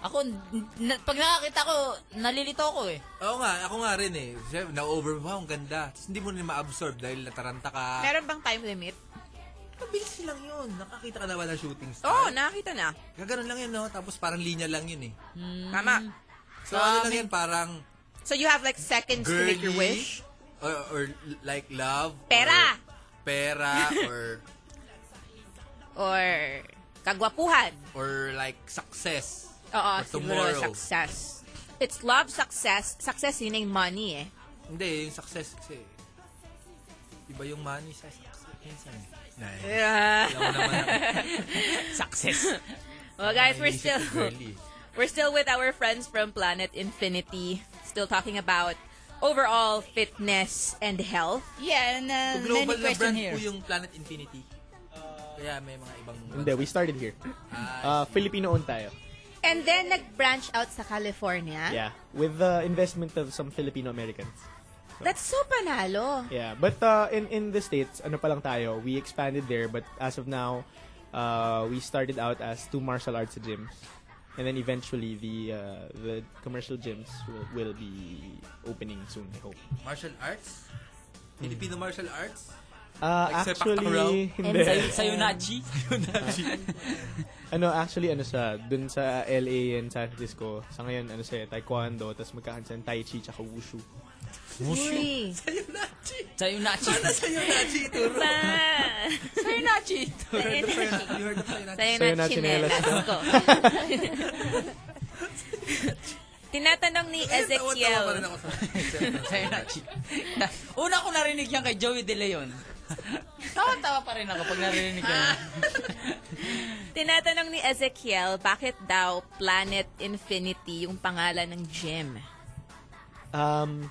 Speaker 17: Ako, n- na- pag nakakita ko, nalilito ako eh.
Speaker 8: Oo nga, ako nga rin eh. Ah. Siyempre, na-overwhelm, ang ganda. Tapos hindi mo na ma-absorb dahil nataranta ka.
Speaker 9: Meron bang time limit?
Speaker 8: Mabilis lang yun. Nakakita ka na ba ng shooting star?
Speaker 9: Oo, oh, nakakita na.
Speaker 8: Gaganon lang yun, no? Tapos parang linya lang yun eh.
Speaker 18: Mm.
Speaker 9: Tama.
Speaker 8: So, ano
Speaker 17: Um,
Speaker 8: lang yun, parang
Speaker 9: So you have like seconds to make your
Speaker 8: girly,
Speaker 9: wish?
Speaker 8: or, or like love,
Speaker 9: Pera!
Speaker 8: pera, or
Speaker 9: Or kagwapuhan?
Speaker 8: or like success.
Speaker 9: Oo,
Speaker 8: or
Speaker 9: siguro
Speaker 8: tomorrow.
Speaker 9: success. It's love, success. Success yun yung money eh.
Speaker 8: Hindi, yung success kasi eh. iba yung money sa success. Minsan. Nice.
Speaker 9: Yeah.
Speaker 8: Alam mo naman ang-
Speaker 9: Success. Well, guys, we're
Speaker 8: Ay,
Speaker 9: still
Speaker 8: girly.
Speaker 9: we're still with our friends from Planet Infinity, still talking about overall fitness and health.
Speaker 18: Yeah, and uh,
Speaker 8: So,
Speaker 18: many
Speaker 8: global na
Speaker 18: question
Speaker 8: brand
Speaker 18: here.
Speaker 8: po yung Planet Infinity. Kaya may mga ibang...
Speaker 4: Hindi, we started here. Uh, Filipino-owned tayo.
Speaker 18: And then nag-branch out sa California.
Speaker 4: Yeah. With the investment of some Filipino-Americans.
Speaker 18: That's so panalo.
Speaker 4: Yeah, but uh, in in the states, ano pa lang tayo, we expanded there, but as of now, uh, we started out as two martial arts gyms, and then eventually the uh, the commercial gyms will, will be opening soon. I hope.
Speaker 8: Martial arts? Filipino martial arts?
Speaker 4: Uh,
Speaker 8: Like
Speaker 4: Hmm.
Speaker 8: sepak takraw?
Speaker 4: actually, hindi.
Speaker 1: Sayo- sayunaji?
Speaker 8: Sayunaji.
Speaker 4: ano, actually, ano siya, dun sa LA and San Francisco, sa ngayon, ano siya, eh, taekwondo, tapos magkakan siya ng tai chi tsaka wushu.
Speaker 9: Uy.
Speaker 1: Sayunachi. Paano
Speaker 8: sayunachi
Speaker 1: ituro? sayunachi ituro.
Speaker 9: Sayunachi.
Speaker 1: You heard of sayunachi?
Speaker 9: Sayunachi chinelas ko. Tinatanong ni Ezekiel.
Speaker 1: Sayunachi. Na- Una ko narinig yan kay Joey De Leon. Tawa-tawa pa rin ako pag narinig yan.
Speaker 9: Tinatanong ni Ezekiel, bakit daw Planet Infinity yung pangalan ng gym?
Speaker 4: Um,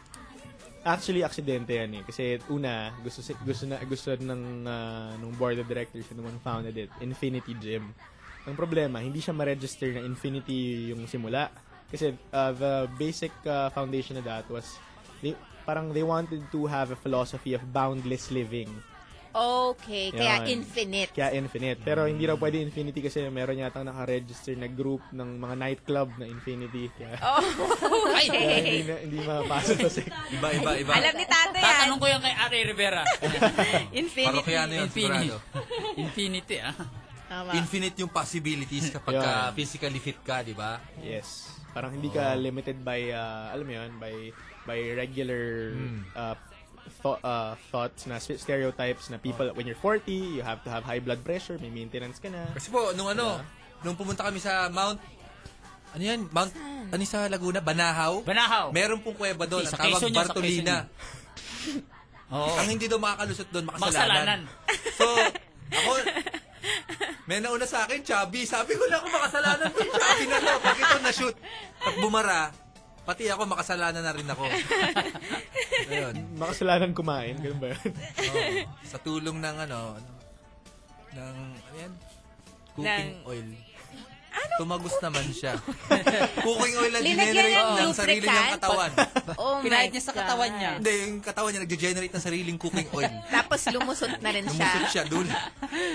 Speaker 4: actually, aksidente yan eh. Kasi una, gusto, si- gusto, na, gusto ng ah, nung board of directors yung mga founded it, Infinity Gym. Ang problema, hindi siya ma-register na Infinity yung simula. Kasi ah, the basic ah, foundation of that was, they, parang they wanted to have a philosophy of boundless living.
Speaker 9: Okay, Eh, kaya
Speaker 4: Yan.
Speaker 9: infinite.
Speaker 4: Kaya infinite. Pero hindi raw pwede infinity kasi meron yatang naka-register na group ng mga nightclub na infinity. Kaya,
Speaker 9: Oh,
Speaker 4: kaya hindi,
Speaker 9: okay.
Speaker 4: na, hindi mapasok sa sec.
Speaker 8: Iba, iba, iba.
Speaker 9: Alam ni Tata yan.
Speaker 1: Tatanong ko yan kay Ari Rivera.
Speaker 9: Infinity.
Speaker 8: Parokyano yun,
Speaker 1: Infinity.
Speaker 8: sigurado.
Speaker 1: Infinity, ah.
Speaker 9: Tama.
Speaker 8: Infinite yung possibilities kapag
Speaker 4: Yun.
Speaker 8: ka physically fit ka, di ba?
Speaker 4: Yes. Parang hindi ka
Speaker 8: Oo.
Speaker 4: limited by, uh, alam mo yun, by, by regular
Speaker 8: Hmm.
Speaker 4: uh, tho- uh, thoughts na s- stereotypes na people, when you're 40, you have to have high blood pressure, may maintenance ka na.
Speaker 8: Kasi po, nung ano,
Speaker 1: Diba?
Speaker 8: nung pumunta kami sa Mount, ano yan? Mount, ano yung sa Laguna? Banahaw?
Speaker 1: Banahaw.
Speaker 8: Meron pong kuweba doon.
Speaker 1: Hindi,
Speaker 8: Ang
Speaker 1: sa
Speaker 8: tawag
Speaker 1: Quezon yun, sa
Speaker 8: Bartolina.
Speaker 1: Oo.
Speaker 8: Ang hindi daw makakalusot doon, makasalanan. so, ako, may nauna sa akin, Chubby. Sabi ko na ako, makasalanan ko yung Chubby na to. Pag ito na-shoot, pag bumara, pati ako, makasalanan na rin ako. Ayun.
Speaker 4: Makasalanan kumain, ganun ba yun?
Speaker 8: Oo. sa tulong ng ano, ano, ng, ano yan? Cooking
Speaker 9: Ng- Ano?
Speaker 8: oil. Tumagos naman siya. cooking oil ang
Speaker 9: Linagyan
Speaker 8: generate
Speaker 9: ng
Speaker 8: ng sarili niyang
Speaker 9: lubricant?
Speaker 8: katawan.
Speaker 9: Oh my
Speaker 1: Pinahid niya sa katawan
Speaker 9: God.
Speaker 1: niya.
Speaker 8: Hindi, yung katawan niya nag-generate ng sariling cooking oil.
Speaker 9: Tapos lumusot na rin siya.
Speaker 8: Lumusot siya, dula.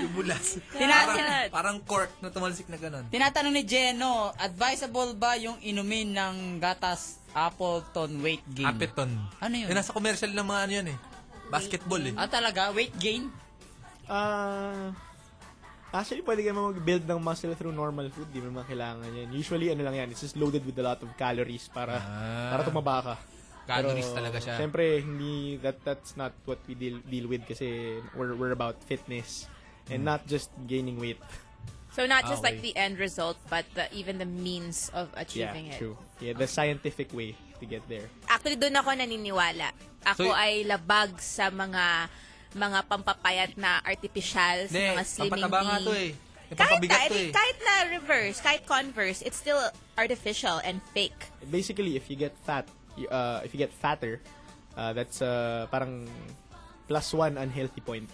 Speaker 8: Lumulas.
Speaker 1: Tinatira-
Speaker 8: Parang, parang cork na tumalsik na ganun.
Speaker 1: Tinatanong ni Jeno, advisable ba yung inumin ng gatas Appleton weight gain?
Speaker 8: Apeton.
Speaker 1: Ano yun?
Speaker 8: Eh, nasa commercial ng mga ano yun eh. Basketball eh.
Speaker 1: Ah, talaga? Weight gain?
Speaker 4: Ah... Actually, pwede ka naman mag-build ng muscle through normal food. Di mo naman kailangan yan. Usually, ano lang yan, it's just loaded with a lot of calories para para tumaba ka.
Speaker 8: Ah. Calories talaga siya.
Speaker 4: Siyempre, hindi, that, that's not what we deal, deal with kasi we're, we're about fitness and
Speaker 8: Hmm.
Speaker 4: not just gaining weight.
Speaker 9: So not just
Speaker 4: Ah,
Speaker 9: like
Speaker 4: okay.
Speaker 9: the end result, but the, even the means of
Speaker 4: yeah,
Speaker 9: achieving it.
Speaker 4: true. Yeah, the scientific way to get there.
Speaker 9: Actually, doon ako naniniwala. Ako
Speaker 4: So, y-
Speaker 9: ay labag sa mga mga pampapayat na artificial, sa
Speaker 8: Hindi,
Speaker 9: mga slimming
Speaker 8: pampataba nga
Speaker 9: bee.
Speaker 8: to eh.
Speaker 9: Kahit
Speaker 8: Yung
Speaker 9: na,
Speaker 8: pampabigat to
Speaker 9: I mean,
Speaker 8: eh.
Speaker 9: kahit na reverse, kahit converse, it's still artificial and fake.
Speaker 4: Basically, if you get fat, you- uh, if you get fatter, uh, that's uh, parang plus one unhealthy point.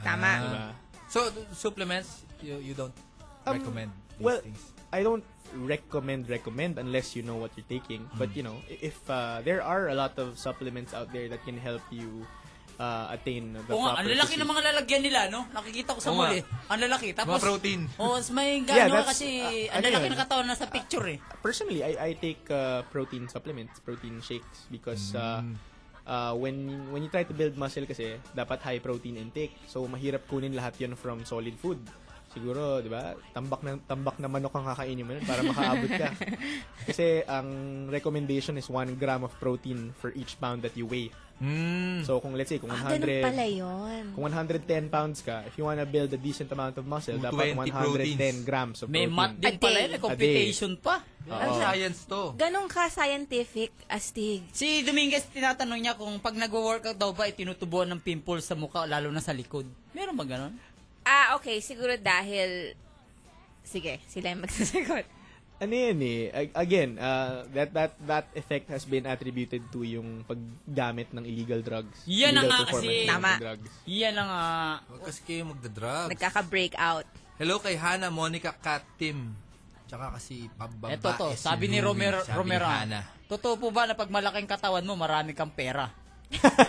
Speaker 9: Tama.
Speaker 4: Diba?
Speaker 8: Ah. So, supplements, you, you don't
Speaker 4: Um,
Speaker 8: Ah. recommend these
Speaker 4: well,
Speaker 8: things?
Speaker 4: I don't recommend recommend unless you know what you're taking. But
Speaker 8: Hmm.
Speaker 4: you know, i- if uh, there are a lot of supplements out there that can help you uh, attain the
Speaker 1: Oo nga,
Speaker 4: proper
Speaker 1: ang lalaki
Speaker 4: physique.
Speaker 1: ng mga lalagyan nila, no? Nakikita ko sa
Speaker 4: Oo nga.
Speaker 1: muli. Ang lalaki. Tapos,
Speaker 4: Mga protein.
Speaker 1: Oo, mas may
Speaker 4: Yeah,
Speaker 1: gano'n
Speaker 4: that's-
Speaker 1: kasi,
Speaker 4: ah,
Speaker 1: ang
Speaker 4: ano
Speaker 1: lalaki
Speaker 4: yun?
Speaker 1: ng katawan nasa picture eh.
Speaker 4: Personally, I I take uh, protein supplements, protein shakes because uh, uh, when when you try to build muscle kasi, dapat high protein intake. So, mahirap kunin lahat yon from solid food. Siguro, di ba, tambak na, tambak na manok ang kakainin mo nun para makaabot ka. kasi ang recommendation is 1 gram of protein for each pound that you weigh. So, kung let's say, kung 100...
Speaker 18: Ah, ganun pala yun.
Speaker 4: Kung
Speaker 8: ano-
Speaker 4: 110 pounds ka, if you wanna build a decent amount of muscle, dapat 110
Speaker 8: 20 proteins.
Speaker 4: grams of
Speaker 8: May
Speaker 4: protein.
Speaker 8: math din pala yun, eh,
Speaker 4: A day.
Speaker 1: computation pa.
Speaker 4: Oo.
Speaker 1: Ang
Speaker 8: science to.
Speaker 9: Ano? Ganun ka scientific, Astig.
Speaker 1: Si Dominguez, tinatanong niya kung pag nag-workout daw ba, itinutubuan ng pimples sa mukha, lalo na sa likod. Meron ba ganun?
Speaker 9: Ah, okay. Siguro dahil... Sige, sila yung magsasagot.
Speaker 4: ano yan eh, ag- again, uh, that that that effect has been attributed to yung paggamit ng illegal drugs.
Speaker 1: Yan
Speaker 4: illegal
Speaker 1: na nga
Speaker 4: performance
Speaker 1: kasi.
Speaker 4: ng
Speaker 1: Tama.
Speaker 4: drugs.
Speaker 1: Yan na nga.
Speaker 8: Huwag kasi kayo magdadrugs.
Speaker 9: Nagkaka-breakout.
Speaker 8: Hello kay Hannah Monica Cat Tim. Tsaka kasi pababae.
Speaker 1: Eto to,
Speaker 8: si
Speaker 1: sabi ni
Speaker 8: Louie,
Speaker 1: Romero,
Speaker 8: sabi ni
Speaker 1: Romero,
Speaker 8: Hannah.
Speaker 1: totoo po ba na pag malaking katawan mo, marami kang pera?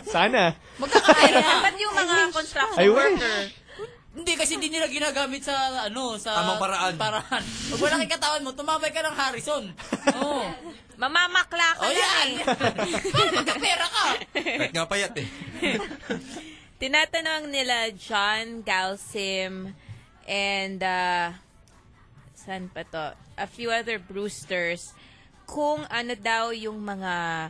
Speaker 4: Sana.
Speaker 9: Ba't yung mga construction
Speaker 4: I wish.
Speaker 1: worker? Hindi kasi hindi nila ginagamit sa ano sa
Speaker 8: Tamang paraan.
Speaker 1: Paraan. Pag malaking katawan mo, tumabay ka ng Harrison. Oo.
Speaker 9: Mamamakla ka
Speaker 1: Oh,
Speaker 9: lang
Speaker 1: yan.
Speaker 9: eh.
Speaker 8: Kahit nga payat eh.
Speaker 9: Tinatanong nila John Galsim and uh, saan pa to? A few other Brewsters kung ano daw yung mga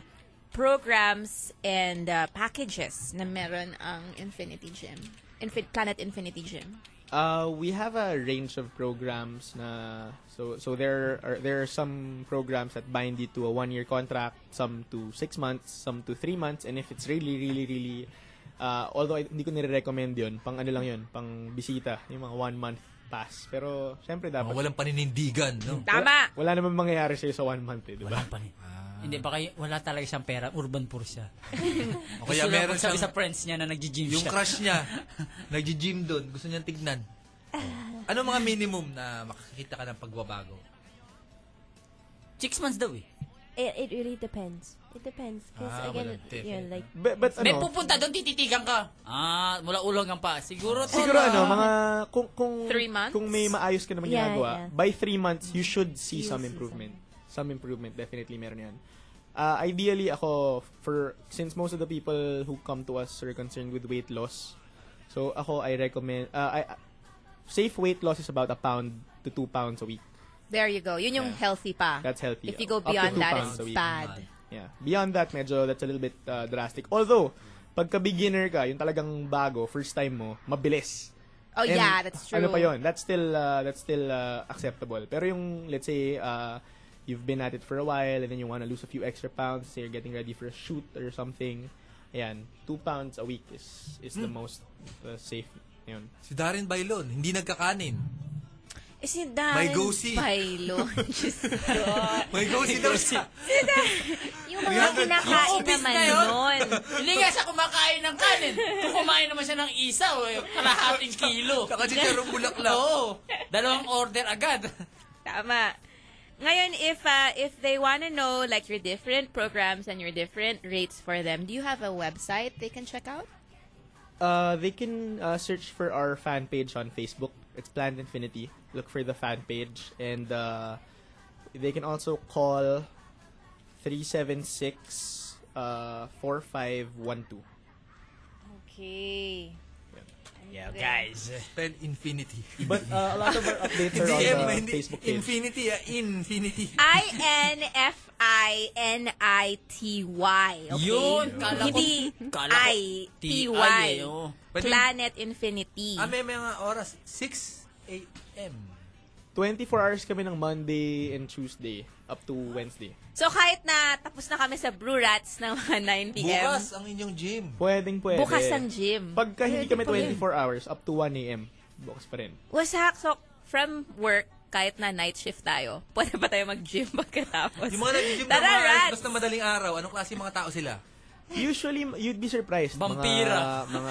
Speaker 9: programs and uh, packages na meron ang Infinity Gym. Infin- Planet Infinity Gym.
Speaker 4: Uh, we have a range of programs na so so there are there are some programs that bind you to a one year contract, some to six months, some to three months, and if it's really really really uh, although I- hindi ko nire-recommend yun, pang ano lang yun, pang bisita, yung mga one month pass. Pero syempre dapat
Speaker 8: Walang paninindigan, no?
Speaker 4: Tama. Wala, wala namang mangyayari sa'yo sa one month, eh, di ba?
Speaker 1: Hindi ba kayo, wala talaga siyang pera. Urban poor siya.
Speaker 8: O kaya meron
Speaker 1: siya
Speaker 8: siyang-
Speaker 1: sa friends niya na nagji-gym
Speaker 8: Yung
Speaker 1: siya.
Speaker 8: crush niya, nagji-gym doon, gusto niyang tignan. Ano mga minimum na makakita ka ng pagbabago?
Speaker 1: Six months daw eh.
Speaker 3: It, it really depends. It depends. Because
Speaker 1: Ah,
Speaker 3: again,
Speaker 1: walang tip.
Speaker 3: you know, like,
Speaker 4: ano?
Speaker 1: May pupunta doon, tititigan ka. Ah, mula ulo hanggang pa. Siguro to.
Speaker 4: Siguro
Speaker 1: na-
Speaker 4: ano, mga kung kung
Speaker 1: Three months?
Speaker 4: kung may maayos ka naman
Speaker 1: Yeah,
Speaker 4: ginagawa,
Speaker 1: yeah.
Speaker 4: by three months you should see
Speaker 1: You
Speaker 4: some
Speaker 1: see
Speaker 4: improvement. Some improvement definitely meron 'yan. Uh, ideally ako for since most of the people who come to us are concerned with weight loss. So ako I recommend uh, I safe weight loss is about a pound to two pounds a week.
Speaker 18: There you go. Yun yung
Speaker 4: Yeah.
Speaker 18: healthy pa.
Speaker 4: That's healthy.
Speaker 18: If you go
Speaker 4: Up to
Speaker 18: beyond
Speaker 4: two
Speaker 18: that,
Speaker 4: pounds
Speaker 18: it's
Speaker 4: a week.
Speaker 18: bad.
Speaker 4: Yeah. Beyond that, medyo that's a little bit uh, drastic. Although, pagka beginner ka, yung talagang bago, first time mo, mabilis.
Speaker 18: Oh, yeah, that's true.
Speaker 4: Ano pa yun? That's still, uh, that's still uh, acceptable. Pero yung, let's say, uh, you've been at it for a while and then you wanna lose a few extra pounds, say you're getting ready for a shoot or something, ayan, two pounds a week is is the
Speaker 8: Hmm.
Speaker 4: most uh, safe. Yun.
Speaker 8: Si Darren Bailon, hindi nagkakanin.
Speaker 9: Eh, si Darren
Speaker 8: May go-see.
Speaker 9: Pailo. Diyos ko.
Speaker 8: May gosi daw siya.
Speaker 9: Yung mga kinakain naman nun.
Speaker 1: Hindi nga siya kumakain ng kanin. Kung kumain naman siya ng isa, eh, kalahating kilo.
Speaker 8: Saka chicharong bulaklak.
Speaker 1: Oo. Dalawang order agad.
Speaker 9: Tama. Ngayon, if uh, if they want to know like your different programs and your different rates for them, do you have a website they can check out?
Speaker 4: Uh, they can uh, search for our fan page on Facebook. It's Plant Infinity. Look for the fan page, and uh, they can also call three seven six uh, four five one two.
Speaker 9: Okay.
Speaker 8: Yeah, guys. Spell infinity.
Speaker 4: But uh, a lot of our updates are
Speaker 8: Hindi,
Speaker 4: on the
Speaker 8: hindi,
Speaker 4: Facebook page.
Speaker 8: Infinity, ah, infinity.
Speaker 9: I N F I N I T Y. Okay?
Speaker 8: Yun, kala ko-
Speaker 9: Hindi
Speaker 8: kala ko
Speaker 9: I T
Speaker 8: T-I
Speaker 9: Y.
Speaker 8: eh, oh.
Speaker 9: Planet Infinity.
Speaker 8: Ah, may mga oras. 6 a.m.
Speaker 4: 24 hours kami ng Monday and Tuesday up to Wednesday.
Speaker 9: So kahit na tapos na kami sa Brew Rats ng mga 9 p.m.
Speaker 8: Bukas ang inyong gym.
Speaker 4: Pwedeng pwede.
Speaker 9: Bukas ang gym.
Speaker 4: Pagka hindi kami
Speaker 9: Pwede pa yun.
Speaker 4: 24 hours, up to 1 a.m. Bukas pa rin.
Speaker 9: Wasak, so from work, kahit na night shift tayo, pwede pa tayo mag-gym pagkatapos.
Speaker 8: Yung mga nag-gym na
Speaker 9: Tara,
Speaker 8: mga
Speaker 9: rats!
Speaker 8: basta madaling araw, anong klase mga tao sila?
Speaker 4: Usually, you'd be surprised. Mga,
Speaker 8: Vampira.
Speaker 4: mga,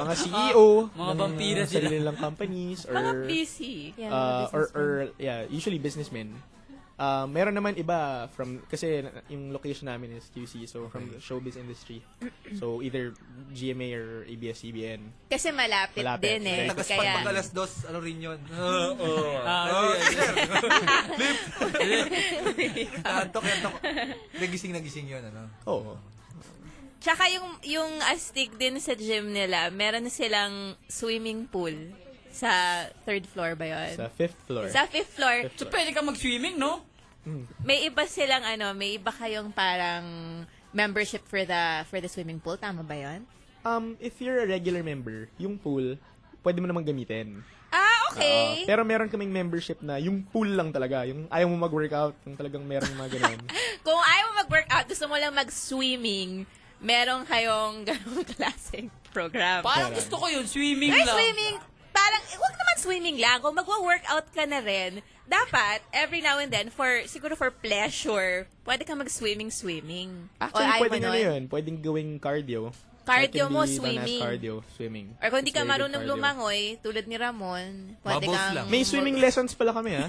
Speaker 4: mga CEO.
Speaker 8: Mga
Speaker 4: ng
Speaker 8: vampira sila.
Speaker 4: Sarili nilang companies. Or,
Speaker 9: Mga busy. Yeah, mga
Speaker 4: uh, or, or, yeah, usually businessmen. Uh, meron naman iba from, kasi na- yung location namin is QC, so from the showbiz industry. So either GMA or ABS-CBN.
Speaker 9: Kasi malapit, din eh.
Speaker 8: Tagas
Speaker 9: Kaya,
Speaker 8: pag alas dos, ano rin yun? Oo.
Speaker 1: Ah,
Speaker 4: Oh,
Speaker 8: Oo,
Speaker 1: yes.
Speaker 8: sir.
Speaker 4: Oh.
Speaker 8: Lip. Antok, antok. Nagising, nagising yun, ano?
Speaker 4: Oo.
Speaker 9: Tsaka yung, yung astig din sa gym nila, meron silang swimming pool sa third floor ba yun?
Speaker 4: Sa fifth floor.
Speaker 9: Sa fifth floor.
Speaker 4: Fifth floor. Hmm. So,
Speaker 9: pwede ka mag-swimming, no? May iba silang ano, may iba kayong parang membership for the for the swimming pool. Tama ba yun?
Speaker 4: Um, if you're a regular member, yung pool, pwede mo namang gamitin.
Speaker 9: Ah,
Speaker 4: Oo.
Speaker 9: okay.
Speaker 4: pero meron kaming membership na yung pool lang talaga. Yung ayaw mo mag-workout, yung talagang meron mga ganun.
Speaker 9: Kung ayaw mo mag-workout, gusto mo lang mag-swimming, meron kayong ganong klaseng program.
Speaker 1: Parang gusto ko yun, swimming
Speaker 9: Ay,
Speaker 1: lang.
Speaker 9: swimming. Parang, eh, wag naman swimming lang. Kung magwa-workout ka na rin, dapat, every now and then, for, siguro for pleasure, pwede ka mag-swimming-swimming.
Speaker 4: Actually,
Speaker 9: ayaw
Speaker 4: pwede
Speaker 9: mo
Speaker 4: nga
Speaker 9: nun?
Speaker 4: na yun. Pwedeng gawing cardio. That
Speaker 9: Cardio
Speaker 4: can
Speaker 9: mo,
Speaker 4: be done as
Speaker 9: swimming.
Speaker 4: Cardio, swimming.
Speaker 9: Or kung hindi
Speaker 4: It's
Speaker 9: ka
Speaker 4: very good
Speaker 9: marunong
Speaker 4: cardio.
Speaker 9: lumangoy, tulad ni Ramon, pwede
Speaker 4: Bubbles
Speaker 9: kang...
Speaker 4: lang. May swimming lessons pala kami, ha?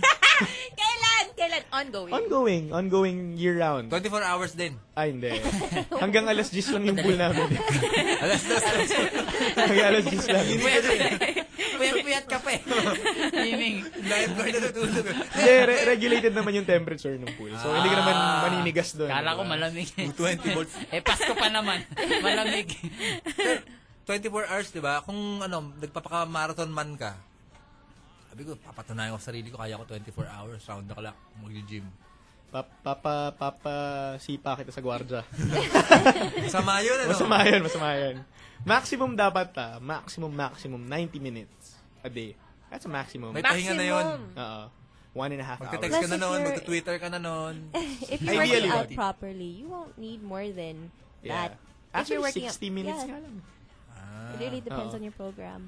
Speaker 9: Kailan? Kailan? Ongoing.
Speaker 4: ongoing. Ongoing year-round.
Speaker 8: 24 hours din.
Speaker 4: Ay, hindi. Hanggang alas 10 lang yung pool namin.
Speaker 8: alas
Speaker 4: 10. Hanggang alas 10 lang.
Speaker 1: Puyat-puyat ka pa eh. Swimming.
Speaker 8: Live guard na natutulog.
Speaker 4: Hindi, re- regulated naman yung temperature ng pool. So, hindi ka naman
Speaker 8: Ah.
Speaker 4: maninigas doon.
Speaker 1: Kala
Speaker 4: di
Speaker 1: ko
Speaker 4: ba?
Speaker 1: malamig.
Speaker 4: 20 volts.
Speaker 1: eh, Pasko pa naman. Malamig.
Speaker 8: 24 hours, di ba? Kung ano, nagpapaka-marathon man ka, sabi ko, papatunayan ko sa sarili ko, kaya ko 24 hours, round the clock, mag-gym.
Speaker 4: Pa, papa, papa, sipa kita sa gwardya.
Speaker 8: Masama yun, ano?
Speaker 4: Masama yun, masama yun. Maximum dapat ta, maximum, maximum, 90 minutes a day. That's a maximum.
Speaker 8: May pahinga na yun.
Speaker 4: Oo. One and a half
Speaker 8: Magte-text
Speaker 4: hours.
Speaker 8: ka na noon, magte-twitter ka na noon.
Speaker 3: if you're
Speaker 4: Ideally,
Speaker 3: working out
Speaker 4: what?
Speaker 3: properly, you won't need more than
Speaker 4: Yeah.
Speaker 3: that. If
Speaker 4: Actually,
Speaker 3: you're working
Speaker 4: 60 minutes
Speaker 3: yeah.
Speaker 4: nga lang. Ah,
Speaker 3: It really depends
Speaker 4: Oo.
Speaker 3: on your program.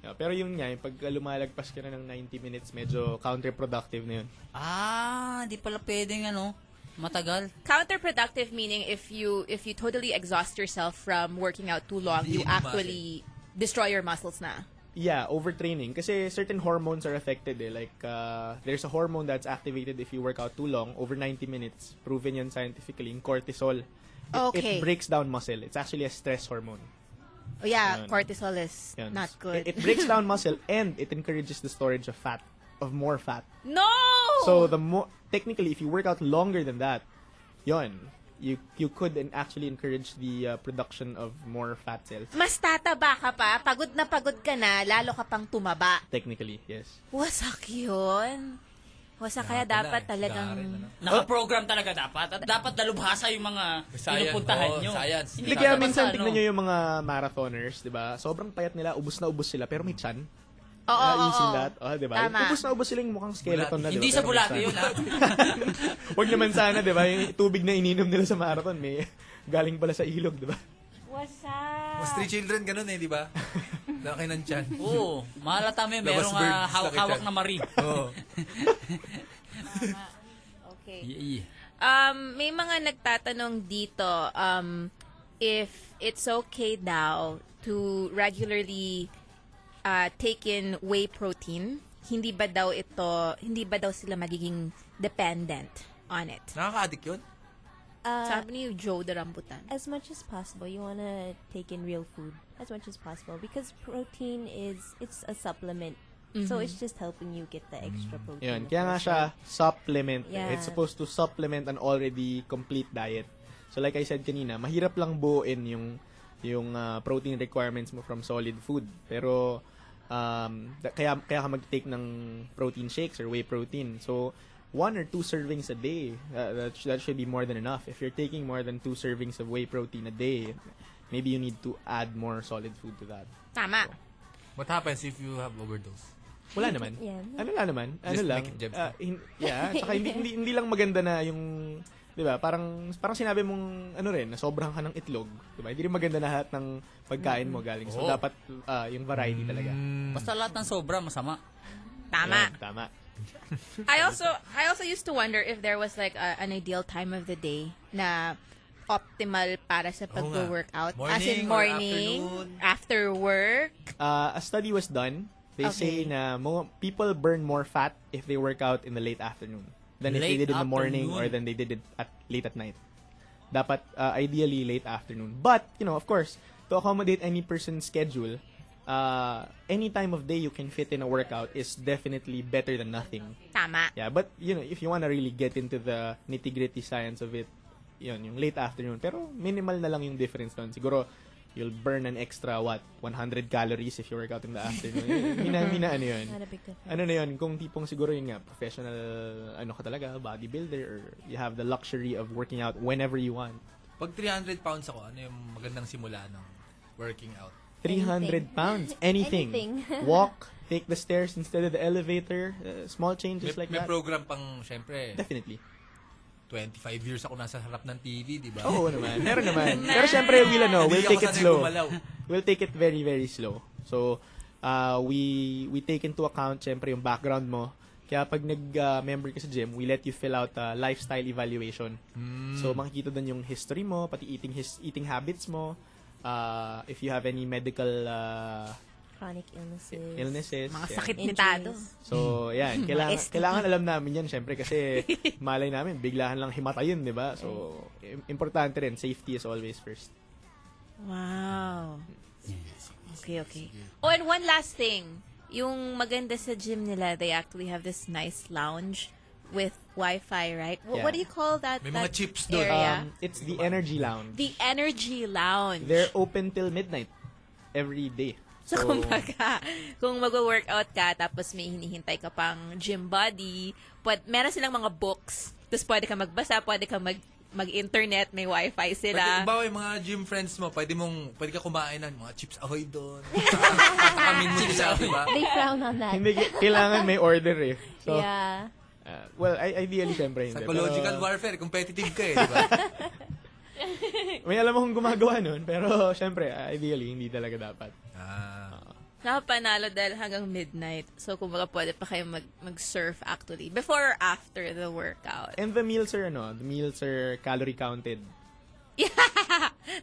Speaker 4: Yeah, pero yun nga, yung pag lumalagpas ka na ng 90 minutes, medyo counterproductive na yun.
Speaker 1: Ah, di pala pwedeng ano, matagal.
Speaker 9: Counterproductive meaning if you if you totally exhaust yourself from working out too long, you
Speaker 4: Hindi mo
Speaker 9: actually destroy your muscles na.
Speaker 4: Yeah, overtraining. Kasi certain hormones are affected eh. Like, uh, there's a hormone that's activated if you work out too long, over 90 minutes. Proven yan scientifically, yung cortisol. It,
Speaker 9: Okay.
Speaker 4: it breaks down muscle. It's actually a stress hormone.
Speaker 9: Oh yeah,
Speaker 4: Yun.
Speaker 9: cortisol is
Speaker 4: Yun.
Speaker 9: not good.
Speaker 4: It, it breaks down muscle and it encourages the storage of fat, of more fat.
Speaker 9: No! Oh!
Speaker 4: So, the more, technically, if you work out longer than that, yon you you could and actually encourage the uh, production of more fat cells.
Speaker 9: Mas tataba ka pa, pagod na pagod ka na, lalo ka pang tumaba.
Speaker 4: Technically, yes.
Speaker 9: Wasak yun. Wasak
Speaker 4: eh.
Speaker 9: kaya dapat talagang...
Speaker 4: ano?
Speaker 1: Naka-program talaga dapat. At dapat dalubhasa yung mga pinupuntahan
Speaker 8: oo,
Speaker 1: nyo.
Speaker 8: science.
Speaker 4: Hindi kaya
Speaker 1: ano.
Speaker 4: minsan
Speaker 9: ano.
Speaker 4: tignan nyo yung mga marathoners, di ba? Sobrang payat nila, ubus na ubus sila, pero may chan.
Speaker 9: Oo,
Speaker 4: Ah,
Speaker 9: oo,
Speaker 4: you've seen
Speaker 9: oo.
Speaker 4: that? Oh, di ba?
Speaker 9: Tama.
Speaker 4: Ubus na ubus sila yung mukhang skeleton na, di ba?
Speaker 1: Hindi sa bulate yun, ah. ha?
Speaker 4: Huwag naman sana, di ba? Yung tubig na ininom nila sa marathon, may galing pala sa ilog, di ba?
Speaker 3: What's up?
Speaker 8: Mas three children, ganun eh, di ba? Laki ng tiyan.
Speaker 1: Oo, mahalata mo yun. Merong
Speaker 8: Labas bird,
Speaker 1: ah, hawak-hawak
Speaker 8: sakit yan.
Speaker 1: na mari.
Speaker 8: Oo.
Speaker 9: Okay. Um, may mga nagtatanong dito um, if it's okay daw to regularly uh, take in whey protein. Hindi ba daw ito, hindi ba daw sila magiging dependent on it?
Speaker 8: Nakaka-addict yun?
Speaker 3: Uh,
Speaker 9: Sabi ni Joe the Rambutan.
Speaker 3: As much as possible, you want to take in real food as much as possible because protein is it's a supplement. So
Speaker 9: Mm-hmm.
Speaker 4: Mhm.
Speaker 3: it's just helping you get the extra protein.
Speaker 4: Mm. Yun.
Speaker 3: of
Speaker 4: Kaya nga
Speaker 3: course,
Speaker 4: siya supplement.
Speaker 3: Yeah.
Speaker 4: It's supposed to supplement an already complete diet. So like I said kanina, mahirap lang buuin yung yung ah, protein requirements mo from solid food. Pero um, da- kaya kaya ka mag-take ng protein shakes or whey protein. So one or two servings a day, uh, that, sh- that should be more than enough. If you're taking more than two servings of whey protein a day, maybe you need to add more solid food to that.
Speaker 9: Tama.
Speaker 8: What happens if you have overdose?
Speaker 4: Wala naman.
Speaker 8: Yeah.
Speaker 4: Ano lang naman? Ano
Speaker 8: Just
Speaker 4: lang?
Speaker 8: make it Jeff.
Speaker 4: ah, hin- yeah, tsaka hindi, hindi, hindi lang maganda na yung 'di ba? Parang parang sinabi mong ano rin, na sobrang ka ng itlog, 'di ba? Hindi rin maganda na lahat ng pagkain mo galing. So
Speaker 1: Mm. Oo. Mm.
Speaker 4: dapat ah, yung variety talaga.
Speaker 1: Basta lahat ng sobra, masama.
Speaker 9: Tama.
Speaker 4: Yan, tama.
Speaker 9: I also I also used to wonder if there was like a, an ideal time of the day na optimal para sa
Speaker 4: Oo nga.
Speaker 9: pag-workout. As
Speaker 4: Morning
Speaker 9: in
Speaker 4: or
Speaker 9: morning, after work.
Speaker 4: Ah, a study was done. They say
Speaker 9: Okay.
Speaker 4: na mo, people burn more fat if they work out in the late afternoon than if they
Speaker 1: Late
Speaker 4: did in the morning
Speaker 1: afternoon.
Speaker 4: or than they did it at late at night. Dapat uh, ideally late afternoon. But, you know, of course, to accommodate any person's schedule, uh, any time of day you can fit in a workout is definitely better than nothing.
Speaker 9: Tama.
Speaker 4: Yeah, but you know, if you want to really get into the nitty-gritty science of it, yun, yung late afternoon. Pero minimal na lang yung difference doon. Siguro, you'll burn an extra, what, 100 calories if you work out in the afternoon. Yun, mina, mina, ano yun.
Speaker 3: Not a big difference.
Speaker 4: Ano na yun, kung tipong siguro yun nga, professional, ano ka talaga, bodybuilder, or you have the luxury of working out whenever you want.
Speaker 8: Pag 300 pounds ako, ano yung magandang simula ng working out?
Speaker 4: 300 pounds, anything.
Speaker 8: Anything.
Speaker 4: Walk, take the stairs instead of the elevator, uh, small changes
Speaker 8: may,
Speaker 4: like
Speaker 8: may
Speaker 4: that.
Speaker 8: program pang, syempre.
Speaker 4: Definitely.
Speaker 8: 25 years ako nasa harap ng TV, di ba?
Speaker 4: Oo naman. Meron naman. Pero syempre, we'll, ano, we'll
Speaker 8: Diba? Hindi
Speaker 4: take it
Speaker 8: ako sanay
Speaker 4: slow.
Speaker 8: gumalaw.
Speaker 17: Diba?
Speaker 4: We'll take it very, very slow. So, uh, we we take into account, syempre, yung background mo. Kaya pag nag-member ka sa gym, we let you fill out a lifestyle evaluation.
Speaker 8: Mm.
Speaker 4: So, makikita doon yung history mo, pati eating his, eating habits mo, uh, if you have any medical uh,
Speaker 3: Chronic illnesses.
Speaker 4: illnesses.
Speaker 9: Mga
Speaker 4: yan.
Speaker 9: sakit ni Tado.
Speaker 8: Hmm.
Speaker 4: So, yan. Kailangan,
Speaker 9: Mga STD.
Speaker 4: kailangan alam namin yan, syempre, kasi malay namin, biglahan lang himatayin, di ba? So, im- importante rin, safety is always first.
Speaker 9: Wow. Okay, okay.
Speaker 4: Sige.
Speaker 9: Oh, and one last thing. Yung maganda sa gym nila, they actually have this nice lounge with Wi-Fi, right? Wh- What do
Speaker 4: Yeah.
Speaker 9: you call that? that area?
Speaker 4: Um, it's the Energy Lounge.
Speaker 9: the Energy Lounge.
Speaker 4: They're open till midnight every day.
Speaker 9: So, oh
Speaker 4: oh.
Speaker 9: kumbaga, kung mag-workout ka, tapos may hinihintay ka pang gym buddy, pwed, meron silang mga books, tapos pwede ka magbasa, pwede ka mag, mag-internet, may wifi
Speaker 8: Pwede,
Speaker 9: sila.
Speaker 8: bawa yung mga gym friends mo, pwede mong, pwede ka kumain ng mga chips ahoy doon.
Speaker 17: Ah,
Speaker 8: diba? Amin mo sila, di ba?
Speaker 3: They frown on that.
Speaker 4: Hindi, ki- kailangan may order eh. So,
Speaker 3: yeah.
Speaker 4: uh, well, I- ideally, syempre, hindi.
Speaker 8: Psychological
Speaker 4: Pero-
Speaker 8: warfare, competitive ka eh, di ba?
Speaker 4: May alam akong gumagawa nun, pero syempre, uh, ideally, hindi talaga dapat.
Speaker 8: Ah.
Speaker 9: Nakapanalo dahil hanggang midnight. So, kumbaga, pwede pa kayo mag- mag-surf actually. Before or after the workout.
Speaker 4: And the meals are, ano, the meals are calorie counted.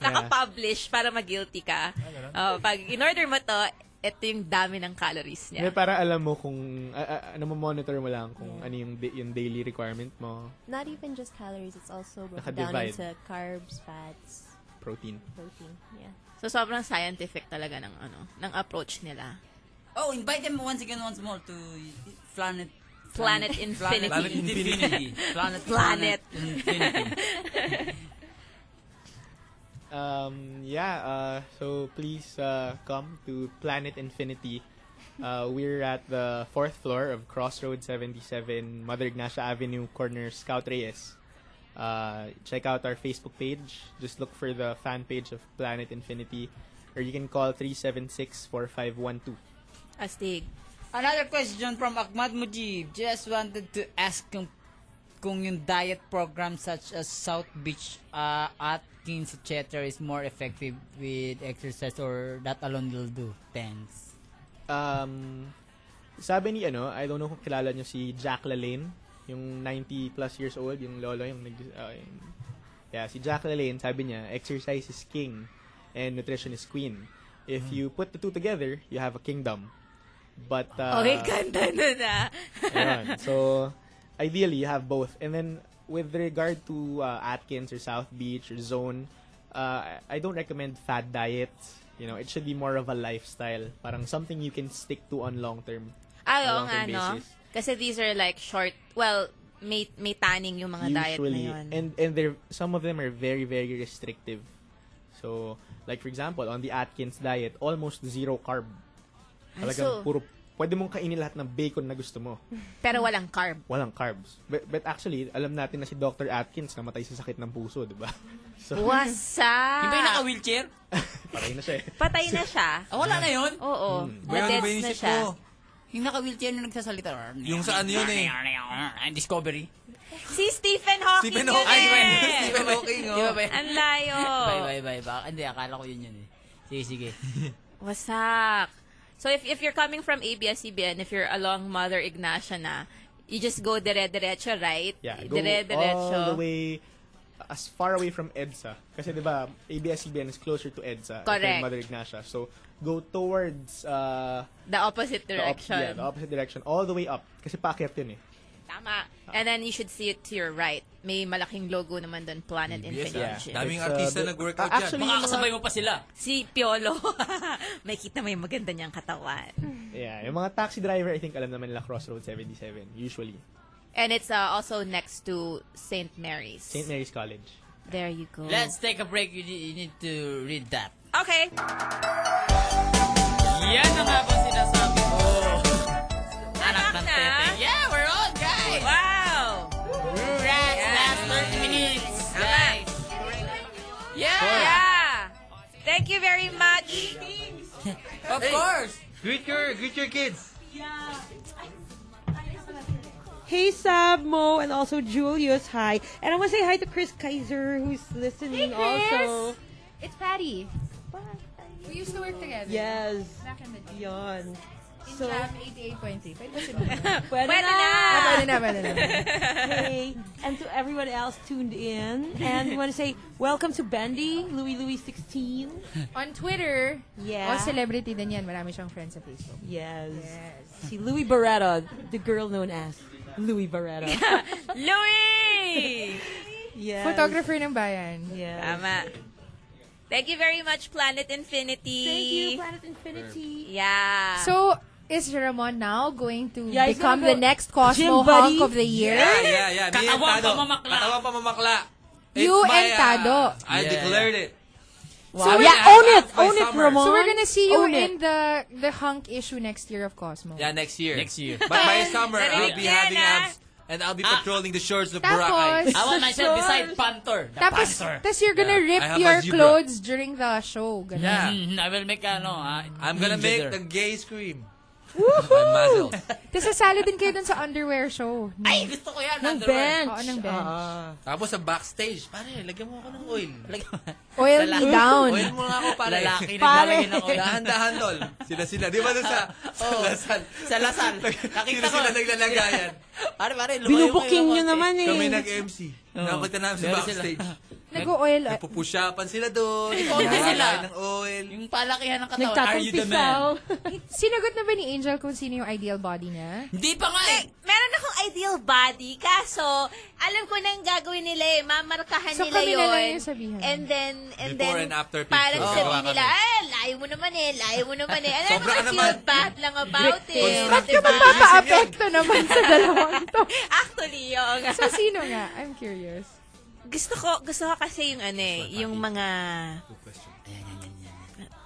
Speaker 9: Naka-publish para mag-guilty ka.
Speaker 4: Ah,
Speaker 9: Oh, pag in-order mo to, ito yung dami ng calories niya.
Speaker 4: May para alam mo kung, a- a- ano mo monitor mo lang kung ano yung, da- yung daily requirement mo,
Speaker 3: Not even just calories, it's also broken down
Speaker 4: Naka-divide.
Speaker 3: into carbs, fats,
Speaker 4: protein.
Speaker 3: protein. Yeah.
Speaker 9: So, sobrang scientific talaga ng ano, ng approach nila.
Speaker 17: Oh, invite them once again, once more to Planet...
Speaker 9: Planet Infinity.
Speaker 17: Planet Infinity.
Speaker 9: Planet.
Speaker 17: Planet,
Speaker 9: Planet.
Speaker 17: Infinity.
Speaker 4: Um, yeah, uh, so please uh, come to Planet Infinity. Uh, we're at the fourth floor of Crossroad 77, Mother Ignacia Avenue, corner Scout Reyes. Uh, check out our Facebook page. Just look for the fan page of Planet Infinity, or you can call 376 4512.
Speaker 9: Astig.
Speaker 17: Another question from Ahmad Mujib. Just wanted to ask kung, kung yung diet program such as South Beach, uh, Atkins, etc. is more effective with exercise or that alone will do. Thanks.
Speaker 4: Um, sabi ni ano, I don't know kung kilala nyo si Jack LaLanne, yung 90 plus years old, yung lolo, yung nag... ah, yung- yeah, si Jack LaLanne, sabi niya, exercise is king and nutrition is queen.
Speaker 17: Hmm.
Speaker 4: If you put the two together, you have a kingdom. But, uh,
Speaker 9: okay, Oh, ganda nun ah.
Speaker 4: Ayun. So, ideally, you have both. And then, with regard to uh, Atkins or South Beach or Zone, uh, I don't recommend fad diets. You know, it should be more of a lifestyle. Parang something you can stick to on long term. on
Speaker 9: Ay, Ah, oo nga,
Speaker 4: long-term
Speaker 9: no? Kasi these are like short, well, may, may tanning yung mga diet na
Speaker 4: Usually,
Speaker 9: yun.
Speaker 4: and and they're some of them are very very restrictive. So, like for example, on the Atkins diet, almost zero carb.
Speaker 9: Ah,
Speaker 4: Talagang
Speaker 9: so-
Speaker 4: puro pwede mong kainin lahat ng bacon na gusto mo.
Speaker 9: Pero walang carb.
Speaker 4: walang carbs. But, but actually, alam natin na si Dr. Atkins namatay sa sakit ng puso, di ba? So,
Speaker 9: Wasa!
Speaker 17: Yung ba yung naka-wheelchair?
Speaker 4: Patay na siya eh.
Speaker 9: Patay na siya.
Speaker 17: Ah, wala na yun?
Speaker 9: Oo.
Speaker 1: Hmm.
Speaker 8: ano
Speaker 17: Bayan,
Speaker 9: Na-deads Oh, na
Speaker 17: bainisip
Speaker 9: siya.
Speaker 17: ko. Yung naka-wheelchair na nagsasalita.
Speaker 8: Yung sa ano yun eh.
Speaker 17: And Discovery.
Speaker 9: Si Stephen Hawking
Speaker 17: Stephen
Speaker 9: yun
Speaker 17: Hawking.
Speaker 9: eh!
Speaker 17: Ay, Stephen Hawking, oh.
Speaker 9: Di ba ba yun? Ang layo.
Speaker 17: Bye, bye, bye. Baka, hindi, akala ko yun yun eh. Sige, sige.
Speaker 9: Wasak. So if if you're coming from ABS-CBN, if you're along Mother Ignacia na, you just go dire-diretso, right?
Speaker 4: Yeah, go all
Speaker 9: dire-diretso.
Speaker 4: the way uh, as far away from EDSA. Kasi di ba, ABS-CBN is closer to EDSA
Speaker 9: Correct.
Speaker 4: than Mother Ignacia. So, go towards uh,
Speaker 9: The opposite
Speaker 4: the op-
Speaker 9: direction.
Speaker 4: yeah, the opposite direction. All the way up. Kasi paakyat yun eh.
Speaker 9: Tama. And then you should see it to your right. May malaking logo naman doon, Planet
Speaker 8: ABS,
Speaker 9: Infinity.
Speaker 8: ah. Daming
Speaker 4: It's, uh,
Speaker 8: artista
Speaker 4: the-
Speaker 8: nag-workout
Speaker 4: Ah, actually,
Speaker 8: yan.
Speaker 17: Makakasabay mo pa sila.
Speaker 9: Si Piolo. may kita mo yung maganda niyang katawan.
Speaker 4: Yeah, yung mga taxi driver, I think alam naman nila Crossroad 77, usually.
Speaker 9: And it's uh, also next to St. Mary's.
Speaker 4: St. Mary's College.
Speaker 9: There you go.
Speaker 17: Let's take a break. You need, you need to read that.
Speaker 9: Okay.
Speaker 17: Yan na nga po sinasabi ko. Anak ng
Speaker 9: Oh. na.
Speaker 17: tete. Yeah, we're on, guys!
Speaker 9: Wow!
Speaker 17: Congrats! Last 30 minutes, guys! Yeah!
Speaker 9: Yeah! Thank you very much.
Speaker 17: Of
Speaker 9: Hey.
Speaker 17: course! Greet your, greet your kids.
Speaker 19: Hey Sab, Mo, and also Julius. Hi, and I want to say hi to Chris Kaiser, who's listening also.
Speaker 6: It's Patty. We used to work together.
Speaker 19: Yes.
Speaker 6: Back in the day.
Speaker 19: Yon.
Speaker 6: In
Speaker 19: So-
Speaker 6: Lab 88.3. Pwede ba sila?
Speaker 19: Pwede
Speaker 6: Pwede
Speaker 19: na!
Speaker 6: na! Ah, Pwede na, pwede na.
Speaker 19: hey, and to everyone else tuned in, and we want to say welcome to Bendy, Louis Louis 16.
Speaker 6: On Twitter.
Speaker 19: Yeah.
Speaker 6: O celebrity din yan. Marami siyang friends sa Facebook.
Speaker 19: Yes. Si Louis Barretta, the girl known as Louis Barretta.
Speaker 9: Louis!
Speaker 19: yes.
Speaker 6: Photographer ng bayan.
Speaker 19: Yes.
Speaker 9: Tama. Thank you very much, Planet Infinity.
Speaker 19: Thank you, Planet Infinity.
Speaker 9: Yeah.
Speaker 6: So, is Ramon now going to
Speaker 19: Yeah, he's
Speaker 6: become
Speaker 19: gonna
Speaker 6: the
Speaker 19: go-
Speaker 6: next
Speaker 19: Gym
Speaker 6: Cosmo
Speaker 19: buddy?
Speaker 6: Hulk of the year?
Speaker 8: Yeah, yeah, yeah. Me and
Speaker 1: Katawang
Speaker 8: Tado.
Speaker 1: pamamakla.
Speaker 8: Katawang pamamakla.
Speaker 6: You
Speaker 8: It's my,
Speaker 6: and Tado.
Speaker 8: uh, I
Speaker 1: Yeah,
Speaker 8: declared it.
Speaker 6: we're-
Speaker 8: yeah, own it, by own it, summer. Ramon.
Speaker 6: So we're gonna see you
Speaker 8: Own it.
Speaker 6: in the the hunk issue next year of Cosmo.
Speaker 8: Yeah, next year. Next year. But by summer, I'll be having abs and I'll be patrolling the shores of
Speaker 6: uh,
Speaker 8: Boracay.
Speaker 6: Ah, Tapos- I want myself beside
Speaker 17: Pantor.
Speaker 6: Tapos, tas you're gonna
Speaker 8: Yeah,
Speaker 6: rip
Speaker 8: I have
Speaker 6: your
Speaker 8: a zebra.
Speaker 6: clothes during the show. Ganun.
Speaker 17: Yeah.
Speaker 1: Mm-hmm.
Speaker 17: Mhm, I will make ano, ah,
Speaker 8: I'm gonna
Speaker 17: ninja
Speaker 8: make
Speaker 17: there.
Speaker 8: the gay scream.
Speaker 6: Woohoo! Tapos sasali din kayo dun sa underwear show. Ay,
Speaker 17: gusto ko yan.
Speaker 6: Ng bench.
Speaker 8: Oh,
Speaker 6: Ah. Oo, ng bench.
Speaker 8: Ah. Tapos sa backstage, pare, lagyan mo ako ng oil.
Speaker 6: Oil me down.
Speaker 8: Oil mo nga ako, pare.
Speaker 1: Lalaki naglalagay ng oil.
Speaker 8: Dahan-dahan, tol. Sila sila. Di ba dun sa, sa
Speaker 1: Oo.
Speaker 8: Lasal?
Speaker 1: Sa Lasal. Nakita
Speaker 8: sila
Speaker 1: ko.
Speaker 8: sila naglalagayan.
Speaker 1: Pare, pare, lumayo
Speaker 19: Binubuking
Speaker 1: kayo
Speaker 19: nyo
Speaker 1: ng konti.
Speaker 6: Ano
Speaker 19: naman eh.
Speaker 8: Kami nag-MC. Napunta namin sa
Speaker 1: Oh. Meron sila.
Speaker 8: backstage.
Speaker 6: Nag-oil.
Speaker 8: Nagpupusyapan sila doon.
Speaker 1: Konti sila.
Speaker 8: Naglalagay ng oil.
Speaker 1: Yung palakihan ng katawan.
Speaker 8: Nagtatampisaw. Are you the man?
Speaker 6: Sinagot na ba ni Angel kung sino yung ideal body niya?
Speaker 17: Hindi pa nga eh.
Speaker 9: Meron akong ideal body, kaso alam ko na yung gagawin nila eh. Mamarkahan
Speaker 6: So,
Speaker 9: nila
Speaker 6: kami na
Speaker 9: yun.
Speaker 6: lang yung sabihan.
Speaker 9: And then, and
Speaker 8: Before
Speaker 9: then,
Speaker 8: and after Oh, picture.
Speaker 9: parang
Speaker 8: Oo.
Speaker 9: sabihin
Speaker 8: Gawa
Speaker 9: nila,
Speaker 8: kami.
Speaker 9: eh, layo mo naman eh, layo mo naman eh. Alam mo,
Speaker 8: Sobra ka
Speaker 9: feel
Speaker 8: naman.
Speaker 9: bad lang about it.
Speaker 6: Ba't ka
Speaker 9: diba?
Speaker 6: ba papaapekto naman sa dalawang to?
Speaker 9: Actually, oo nga.
Speaker 6: So, sino nga? I'm curious.
Speaker 9: Gusto ko, gusto ko kasi yung ano eh, yung mga...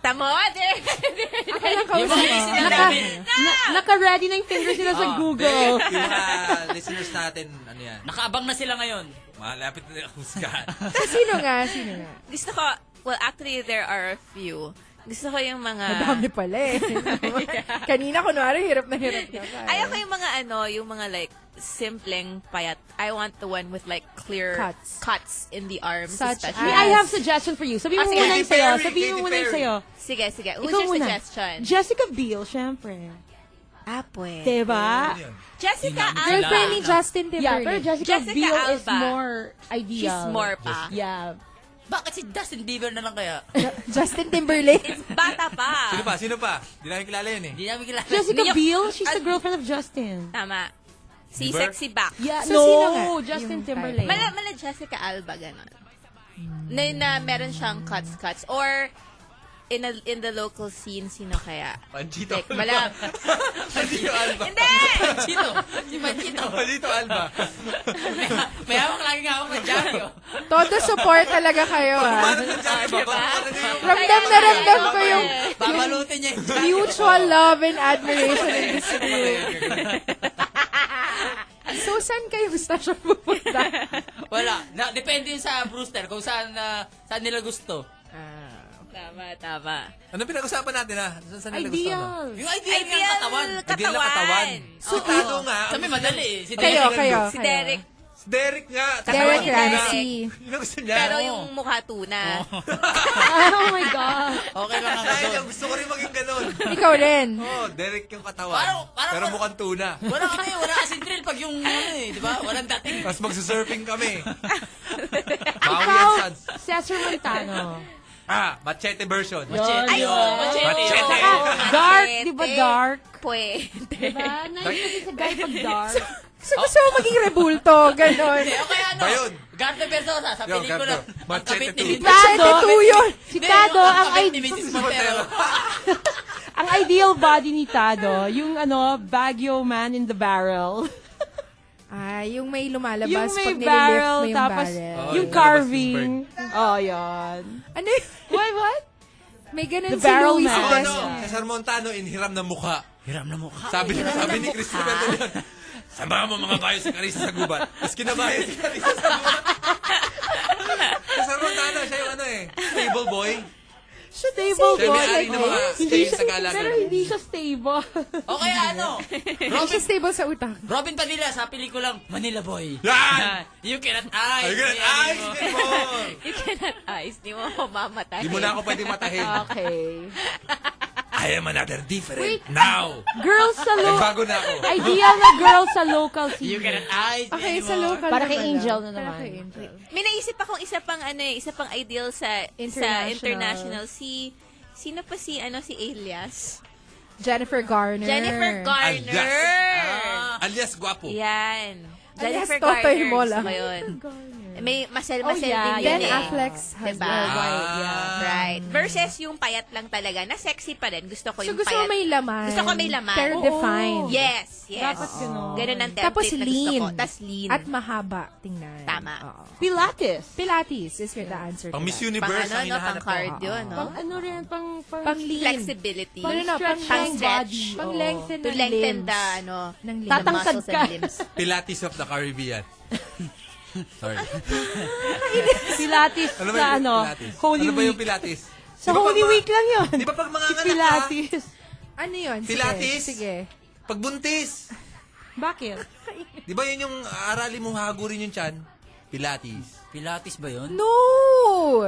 Speaker 9: Tamo, there. Ako
Speaker 6: lang
Speaker 19: kausap mo.
Speaker 9: "Ah,
Speaker 19: Naka- Naka-ready na yung fingers nila sa
Speaker 8: Ah,
Speaker 19: Google.
Speaker 8: Dave, Yung mga listeners natin, ano yan?
Speaker 17: Nakaabang na sila ngayon.
Speaker 8: Malapit na yung husgahan.
Speaker 19: Ah,
Speaker 6: sino nga? Sino nga?
Speaker 9: Gusto ko, well, actually, there are a few. Gusto ko yung mga...
Speaker 6: Madami pala eh. Kanina, kunwari, hirap na hirap na pa. eh.
Speaker 9: Ayoko yung mga ano, yung mga like simpleng payat. I want the one with like clear
Speaker 6: Cuts.
Speaker 9: in the arms.
Speaker 6: Such
Speaker 9: especially.
Speaker 19: May I have suggestion for you. Sabi mo
Speaker 9: Ah, sige.
Speaker 19: muna yung
Speaker 9: Katy
Speaker 19: sa'yo.
Speaker 9: Perry,
Speaker 19: Sabi mo
Speaker 9: Katy
Speaker 19: muna yung
Speaker 9: Perry.
Speaker 19: sa'yo.
Speaker 9: Sige, sige. Who's
Speaker 19: Ikaw
Speaker 9: your
Speaker 19: muna.
Speaker 9: suggestion?
Speaker 19: Jessica Biel, syempre.
Speaker 9: Ah, pwede.
Speaker 19: Diba?
Speaker 9: Jessica Alba.
Speaker 6: Girlfriend ni Justin
Speaker 19: Yeah,
Speaker 6: Timberlake.
Speaker 19: pero Jessica,
Speaker 9: Jessica
Speaker 19: Biel is
Speaker 9: Alba.
Speaker 19: more ideal.
Speaker 9: She's more pa.
Speaker 19: Yeah.
Speaker 17: Bakit si Justin Bieber na lang kaya?
Speaker 6: Justin Timberlake.
Speaker 9: Bata pa.
Speaker 8: Sino pa? Sino pa? Hindi namin kilala yun eh.
Speaker 17: Hindi namin kilala.
Speaker 19: Jessica
Speaker 9: Niyo-
Speaker 19: Biel, she's the girlfriend of Justin.
Speaker 9: Tama. Si
Speaker 8: Bieber?
Speaker 9: Sexy Back.
Speaker 19: Yeah,
Speaker 6: So,
Speaker 19: no,
Speaker 6: sino nga?
Speaker 19: Justin
Speaker 6: Yung
Speaker 19: Timberlake.
Speaker 9: Mala, mala Jessica Alba, ganon. Na, na meron siyang cuts-cuts. Or, in a, in the local scene, sino kaya?
Speaker 8: Panchito
Speaker 9: Like, mala,
Speaker 8: Panchito Alba.
Speaker 9: Hindi!
Speaker 17: Panchito. Si Panchito.
Speaker 8: Panchito Alba.
Speaker 17: May hawak lagi nga hawak ng Johnny. oh.
Speaker 6: Todo support talaga kayo ah.
Speaker 8: Paano ng Johnny? Paano niya yung...
Speaker 6: Ramdam na ramdam ko yung
Speaker 17: Babalutin niya yung Johnny.
Speaker 6: mutual love and admiration in this group. So, saan kayo station pupunta?
Speaker 17: Wala. Na, depende yun sa Brewster kung saan, ah, saan nila gusto.
Speaker 9: tama, tama.
Speaker 8: Anong Ano pinag-usapan natin ah? Saan saan nila gusto? no?
Speaker 19: Ideal.
Speaker 17: Yung ideal, niya ang katawan.
Speaker 8: Ideal na katawan. Si Tado nga.
Speaker 17: Sabi madali eh. Si
Speaker 6: Kayo,
Speaker 17: Derek.
Speaker 6: kayo.
Speaker 9: Si Derek.
Speaker 8: Si Derek nga.
Speaker 6: Derek
Speaker 8: Tama,
Speaker 6: Ramsey.
Speaker 8: Yun ang gusto niya.
Speaker 9: Pero yung mukha tuna.
Speaker 19: oh my God.
Speaker 17: Okay lang ang
Speaker 8: Ay,
Speaker 17: katawan.
Speaker 8: gusto ko rin maging ganun.
Speaker 6: Ikaw rin.
Speaker 8: Oh, Derek yung katawan.
Speaker 17: Parang- parang-
Speaker 8: pero mukhang tuna.
Speaker 17: Wala kami, wala kasi drill pag yung ano eh, di ba? Walang dating.
Speaker 8: Tapos magsusurfing kami. Bawi
Speaker 19: Ikaw,
Speaker 8: yan, Sans.
Speaker 19: Cesar Montano.
Speaker 8: Ah, machete version.
Speaker 19: Yun.
Speaker 9: Ay,
Speaker 17: Ayun.
Speaker 9: machete.
Speaker 8: Machete.
Speaker 19: Dark, di ba dark?
Speaker 9: Pwede.
Speaker 19: Diba? Nice kasi sa guy pag dark.
Speaker 6: Gusto gusto ko maging rebulto, ganon.
Speaker 17: Hindi, okay ano?
Speaker 8: Ba yun?
Speaker 17: Gardo Verdosa, sa
Speaker 8: Yung
Speaker 17: pelikula.
Speaker 8: Gardo.
Speaker 17: Ang
Speaker 8: Machete
Speaker 17: kapit ni
Speaker 8: two.
Speaker 17: Mrs.
Speaker 19: Tado, si
Speaker 17: Hindi,
Speaker 19: Tado,
Speaker 17: yung
Speaker 19: ang,
Speaker 17: kapit ni
Speaker 19: id-
Speaker 17: Mrs. Montero.
Speaker 19: ang ideal body ni Tado, yung ano, Baguio man in the barrel.
Speaker 6: Ay, na, yung may lumalabas
Speaker 19: yung may
Speaker 6: pag
Speaker 19: barrel,
Speaker 6: nililift mo yung
Speaker 19: tapos
Speaker 6: barrel.
Speaker 19: yung carving. Oh, yun.
Speaker 6: Ano yun?
Speaker 19: What, what?
Speaker 6: May ganun
Speaker 19: The
Speaker 6: si
Speaker 19: barrel
Speaker 6: Louis
Speaker 19: man.
Speaker 8: Oh, ano?
Speaker 6: Sebastian.
Speaker 8: Cesar Montano, inhiram na mukha.
Speaker 10: Hiram na mukha.
Speaker 8: Sabi,
Speaker 10: Hiram na
Speaker 8: sabi ni Chris Roberto yun. Sama mo mga kayo si Carissa sa gubat. Tapos kinabayan si Carissa sa gubat. Cesar Montano, siya yung ano eh. Stable boy.
Speaker 19: Stable
Speaker 8: Siya yung
Speaker 19: boy.
Speaker 8: may-ari
Speaker 19: like,
Speaker 8: ng mga
Speaker 19: hindi
Speaker 8: stay sa
Speaker 19: siya,
Speaker 8: galagan.
Speaker 19: pero hindi siya stable.
Speaker 1: Okay, ano?
Speaker 6: Hindi siya stable sa utak.
Speaker 1: Robin Padilla sa pelikulang Manila Boy.
Speaker 8: Yan!
Speaker 1: you cannot ice
Speaker 8: You cannot ice me anymore.
Speaker 9: you cannot ice. Di mo ako mamatay.
Speaker 8: Di mo na ako pwedeng matahin.
Speaker 19: Okay.
Speaker 8: I am another different
Speaker 19: Wait.
Speaker 8: now.
Speaker 19: Girls sa lo-
Speaker 8: Nagbago na ako.
Speaker 19: Ideal na girl sa local scene.
Speaker 8: You cannot ice me
Speaker 6: Okay, sa
Speaker 8: anymore.
Speaker 6: local
Speaker 19: Para kay
Speaker 6: na pala.
Speaker 19: Angel na
Speaker 6: Para
Speaker 19: naman.
Speaker 6: kay Angel.
Speaker 9: May naisip akong isa pang ano eh, isa pang ideal sa sa
Speaker 6: International.
Speaker 9: international si sino pa si ano si Elias?
Speaker 19: Oh.
Speaker 6: Jennifer Garner.
Speaker 9: Jennifer Garner.
Speaker 8: Ah, Alias guwapo.
Speaker 9: Yan.
Speaker 6: Alias
Speaker 9: Jennifer
Speaker 6: Totoy
Speaker 9: Garner.
Speaker 6: mo
Speaker 9: gusto
Speaker 6: lang.
Speaker 9: ko yun.
Speaker 19: Mm.
Speaker 9: May masel
Speaker 6: Oh,
Speaker 9: masel
Speaker 6: yeah,
Speaker 9: din yun
Speaker 6: Ben
Speaker 9: eh.
Speaker 6: Affleck's husband.
Speaker 9: Diba?
Speaker 6: Right,
Speaker 19: Ah.
Speaker 6: yeah.
Speaker 9: Right. Versus yung payat lang talaga. Na sexy pa rin. Gusto ko
Speaker 6: So
Speaker 9: yung
Speaker 6: gusto
Speaker 9: payat.
Speaker 6: mo may laman.
Speaker 9: Gusto ko may laman.
Speaker 6: Pero
Speaker 9: Oo.
Speaker 6: defined.
Speaker 9: Yes, yes.
Speaker 6: Dapat ganun.
Speaker 9: Ganun ang template
Speaker 6: Tapos
Speaker 9: na gusto
Speaker 6: lean.
Speaker 9: ko. Tapos lean.
Speaker 6: At mahaba. Tingnan.
Speaker 9: Tama.
Speaker 19: Pilates.
Speaker 6: Pilates is the answer to
Speaker 8: Pang Miss
Speaker 6: that.
Speaker 9: Pang
Speaker 8: Universe
Speaker 9: ano,
Speaker 8: ang
Speaker 9: no?
Speaker 8: hinahanap
Speaker 9: Pang cardio, no?
Speaker 19: Pang ano rin, pang... Pang,
Speaker 6: Pang lean.
Speaker 9: Flexibility.
Speaker 6: Pang ano, pang
Speaker 9: pang
Speaker 6: stretch.
Speaker 9: stretch.
Speaker 6: Pang lengthen
Speaker 9: To
Speaker 6: ng
Speaker 9: lengthen
Speaker 6: limbs.
Speaker 9: the, ano,
Speaker 6: Ng
Speaker 9: the
Speaker 6: limbs.
Speaker 9: muscles and limbs.
Speaker 8: Pilates of the Caribbean. Sorry.
Speaker 19: Pilates
Speaker 8: Ano ba
Speaker 19: sa
Speaker 8: yung
Speaker 19: ano,
Speaker 8: Pilates?
Speaker 19: Holy
Speaker 8: ano ba yung
Speaker 19: Week.
Speaker 8: Pilates?
Speaker 19: Sa Holy Week lang yun.
Speaker 8: Di ba pag mga
Speaker 19: Si
Speaker 8: anak
Speaker 19: Pilates.
Speaker 6: Ano yun? Sige,
Speaker 8: Pilates?
Speaker 6: Sige.
Speaker 8: Pag buntis.
Speaker 19: Bakit?
Speaker 8: Di ba yun yung arali mo hagurin yung chan? Pilates. Pilates ba yun?
Speaker 6: No!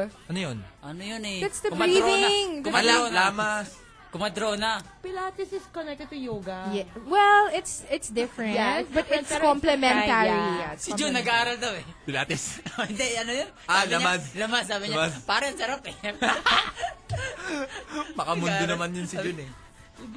Speaker 8: Ano yun?
Speaker 1: Ano yun eh?
Speaker 6: That's the
Speaker 1: Kumadrona.
Speaker 6: breathing. The
Speaker 1: Kumadrona.
Speaker 8: Lamas.
Speaker 1: Kumadrona.
Speaker 19: Pilates is connected to yoga.
Speaker 6: Yeah. Well, it's it's different,
Speaker 19: Yeah, it's
Speaker 6: but
Speaker 19: different,
Speaker 6: it's
Speaker 19: pero it's
Speaker 6: complementary.
Speaker 19: kind,
Speaker 6: Yeah, it's
Speaker 1: Si
Speaker 6: complementary.
Speaker 1: Jun, nag-aaral daw eh.
Speaker 8: Pilates.
Speaker 1: Hindi, ano yun?
Speaker 8: Ah,
Speaker 1: Sabi niya-
Speaker 8: laman.
Speaker 1: Laman, sabi niya.
Speaker 8: Laman.
Speaker 1: Parang sarap eh.
Speaker 8: Baka mundo naman yun si Jun eh.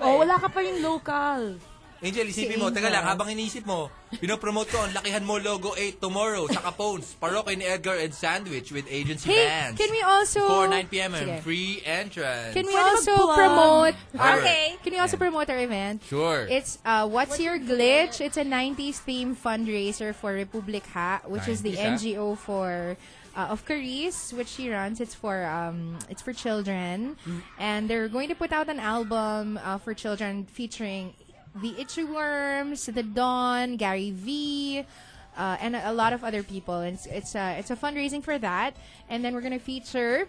Speaker 19: Oh, wala ka pa yung local.
Speaker 8: Angel, isipin mo. Teka lang, habang iniisip mo, pinopromote ko ang Lakihan Mo Logo 8 tomorrow sa Capones, Parokya ni Edgar and Sandwich with agency
Speaker 6: Hey,
Speaker 8: bands.
Speaker 6: can we also...
Speaker 8: Before 9 p.m. and
Speaker 6: Sige.
Speaker 8: free entrance.
Speaker 6: Can we
Speaker 19: Pwede
Speaker 6: also
Speaker 19: mag-plug.
Speaker 6: promote?
Speaker 8: Sure.
Speaker 6: Okay. Can we also promote our event?
Speaker 8: Sure.
Speaker 6: It's uh, What's Your Glitch? It's a 90s theme fundraiser for Republic Ha, which is the
Speaker 8: 90s,
Speaker 6: NGO for uh, of Caris, which she runs. It's for um, it's for children, and they're going to put out an album uh, for children featuring the Itchy Worms, the Dawn, Gary V. Uh, and a, a lot of other people. And it's it's a it's a fundraising for that. And then we're gonna feature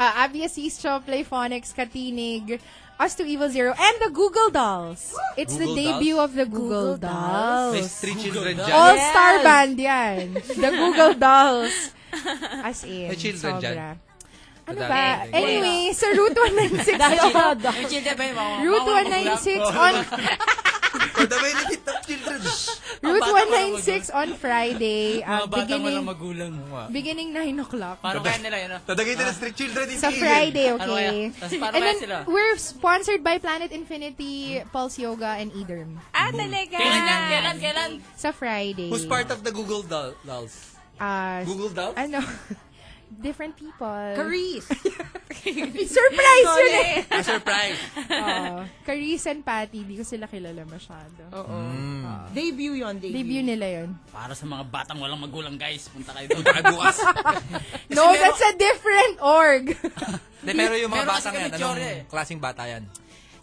Speaker 6: uh, Abby's Eastro, Playphonics, Katinig, Us to Evil Zero, and the Google Dolls. It's
Speaker 8: Google
Speaker 6: the
Speaker 8: Dolls?
Speaker 6: debut of the Google, Dolls.
Speaker 8: May street children dyan.
Speaker 6: All-star band yan. The Google Dolls. As in,
Speaker 8: May children dyan.
Speaker 6: sobra. Ano
Speaker 8: Madami
Speaker 6: ba?
Speaker 8: dyan.
Speaker 6: Anyway, sa Route 196.
Speaker 1: Yung children ba yun? Mga-
Speaker 6: Route 196
Speaker 1: mga-
Speaker 6: on
Speaker 8: For the benefit of children.
Speaker 6: Route
Speaker 1: bata walang
Speaker 6: 196 on Friday, uh,
Speaker 1: Mga bata walang
Speaker 6: beginning
Speaker 1: magulang.
Speaker 6: beginning 9 o'clock.
Speaker 1: Paano kaya nila yun? ah?
Speaker 8: Tadagay na ng street children ni
Speaker 6: Sa Friday,
Speaker 1: Ano
Speaker 6: okay?
Speaker 1: kaya? Tapos paano
Speaker 6: and
Speaker 1: kaya
Speaker 6: then,
Speaker 1: sila?
Speaker 6: we're sponsored by Planet Infinity, Pulse Yoga, and Ederm.
Speaker 9: Ah, talaga.
Speaker 1: Kailan, kailan, kailan?
Speaker 6: Sa Friday.
Speaker 8: Who's part of the Google doll- dolls?
Speaker 6: Ah, s-
Speaker 8: Google Dolls?
Speaker 6: Ano? Different people.
Speaker 19: Caris.
Speaker 6: Surprise yun eh!
Speaker 8: A Ah, surprise.
Speaker 6: Oo. Caris and Patty, di ko sila kilala masyado.
Speaker 19: Oo.
Speaker 1: Mm.
Speaker 19: Debut yun, debut.
Speaker 6: Debut nila yun.
Speaker 1: Para sa mga batang walang magulang, guys. Punta kayo doon.
Speaker 8: Ay, bukas.
Speaker 6: No, that's a different org.
Speaker 8: De, pero yung mga
Speaker 1: Meron kasi
Speaker 8: batang
Speaker 1: kami
Speaker 8: yan, anong
Speaker 1: teorya eh.
Speaker 8: klaseng bata yan?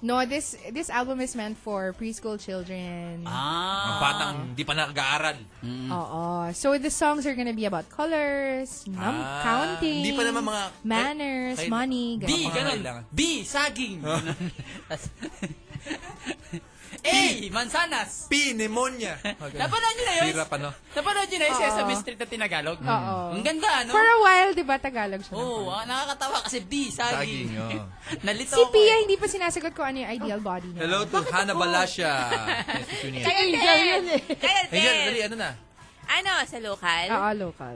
Speaker 6: no, this this album is meant for preschool children. Mm.
Speaker 8: Mga
Speaker 1: Ah.
Speaker 8: batang hindi pa nag-aaral.
Speaker 15: Mm.
Speaker 6: Oo. So the songs are gonna be about colors, num
Speaker 8: Ah,
Speaker 6: counting,
Speaker 8: hindi pa naman mga-
Speaker 6: manners,
Speaker 8: Kay-
Speaker 6: money,
Speaker 1: B,
Speaker 6: ganun.
Speaker 1: ganun.
Speaker 8: Kailangan.
Speaker 1: B, saging. A, mansanas.
Speaker 8: P, pneumonia. Okay.
Speaker 1: Napanood nyo na yun?
Speaker 8: Hirap ano?
Speaker 1: Napanood nyo na yung
Speaker 6: Oo.
Speaker 1: Sesame Street na Tinagalog?
Speaker 6: Oo.
Speaker 1: Ang ganda, ano?
Speaker 6: For a while, di ba, Tagalog siya. ng
Speaker 1: Oo,
Speaker 6: color.
Speaker 1: ah, nakakatawa kasi B,
Speaker 8: Saging.
Speaker 1: saging.
Speaker 8: oh.
Speaker 1: Nalito
Speaker 6: Si
Speaker 1: ako
Speaker 6: Pia,
Speaker 1: eh.
Speaker 6: hindi pa sinasagot ko ano yung ideal body niya.
Speaker 8: Hello to Hannah Balasha. Yes, tune in.
Speaker 9: Kaya
Speaker 19: Angel
Speaker 9: din.
Speaker 19: yun eh.
Speaker 9: Kaya
Speaker 8: Angel, dali,
Speaker 9: din.
Speaker 8: ano na?
Speaker 9: Ano, sa local?
Speaker 6: Oo, local.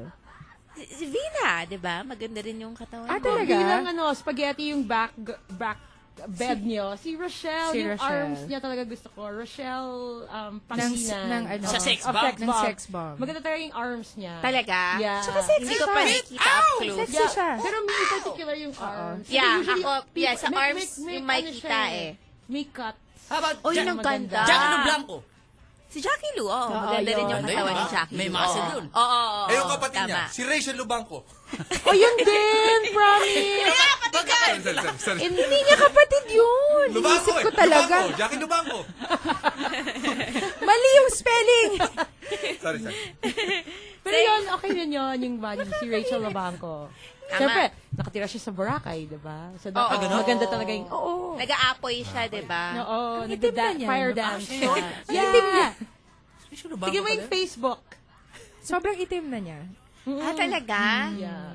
Speaker 9: Si- Si Vina, di ba? Maganda rin yung katawan.
Speaker 6: Ah,
Speaker 9: niya.
Speaker 6: talaga?
Speaker 19: Bilang ano, spaghetti yung back, back bed niyo. Si Rochelle,
Speaker 6: Si
Speaker 19: yung
Speaker 6: Rochelle.
Speaker 19: arms niya talaga gusto ko. Rochelle um, Pangilinan.
Speaker 6: ng ano?
Speaker 1: Sa sex
Speaker 19: Of
Speaker 1: bomb.
Speaker 6: Ng sex bomb.
Speaker 19: Maganda talaga yung arms niya.
Speaker 9: Talaga?
Speaker 19: Yeah.
Speaker 6: Tsaka
Speaker 9: Hindi
Speaker 6: sexy
Speaker 9: ko
Speaker 6: siya.
Speaker 9: pa nakikita up close.
Speaker 6: Sexy siya. Ah,
Speaker 19: Pero me in particular yung arms.
Speaker 9: Yeah,
Speaker 19: Usually,
Speaker 9: ako, yeah, sa
Speaker 19: people-
Speaker 9: arms yung may
Speaker 19: ano
Speaker 9: kita
Speaker 19: siya
Speaker 9: eh.
Speaker 19: May cuts.
Speaker 1: How about
Speaker 9: Oh, yun
Speaker 1: Jack,
Speaker 9: ang ganda.
Speaker 1: Jack Ano Blanco?
Speaker 9: Si Jackie Lu, oo.
Speaker 1: Oo,
Speaker 9: maganda rin yung
Speaker 1: yun. Maganda yun,
Speaker 9: katawan ni
Speaker 1: ah.
Speaker 9: Jackie
Speaker 1: May
Speaker 9: Lu.
Speaker 1: muscle
Speaker 9: Oo.
Speaker 1: yun.
Speaker 9: Oo, oo, oo.
Speaker 8: eh, yung kapatid
Speaker 9: tama.
Speaker 8: niya, si Rachel Lubanco.
Speaker 15: Oh, yun din! Promise!
Speaker 8: Kaya kapatid Sorry, sorry, sorry.
Speaker 15: Hindi niya kapatid yun.
Speaker 8: Lubanco
Speaker 15: Inisip
Speaker 8: eh.
Speaker 15: ko talaga.
Speaker 8: Lubanco. Jackie Lubanco.
Speaker 15: Mali yung spelling.
Speaker 8: Sorry, sorry.
Speaker 15: Pero yun, okay rin yun, yung buddy, si Rachel Labanco.
Speaker 9: Tama.
Speaker 15: Siyempre, nakatira siya sa Boracay, di ba? So,
Speaker 9: Oo.
Speaker 15: dapat maganda Diba? talaga yung, oo,
Speaker 9: Nag-aapoy siya, diba? di ba?
Speaker 15: oo,
Speaker 9: Ang itim na
Speaker 15: nagda-
Speaker 9: niya,
Speaker 15: fire
Speaker 9: no?
Speaker 15: dance
Speaker 9: Actually,
Speaker 15: siya.
Speaker 9: no?
Speaker 15: Yeah.
Speaker 9: Itim niya.
Speaker 15: Sige mo yung Facebook.
Speaker 6: Sobrang itim na niya. Mm-hmm.
Speaker 9: Ah, talaga?
Speaker 15: Yeah.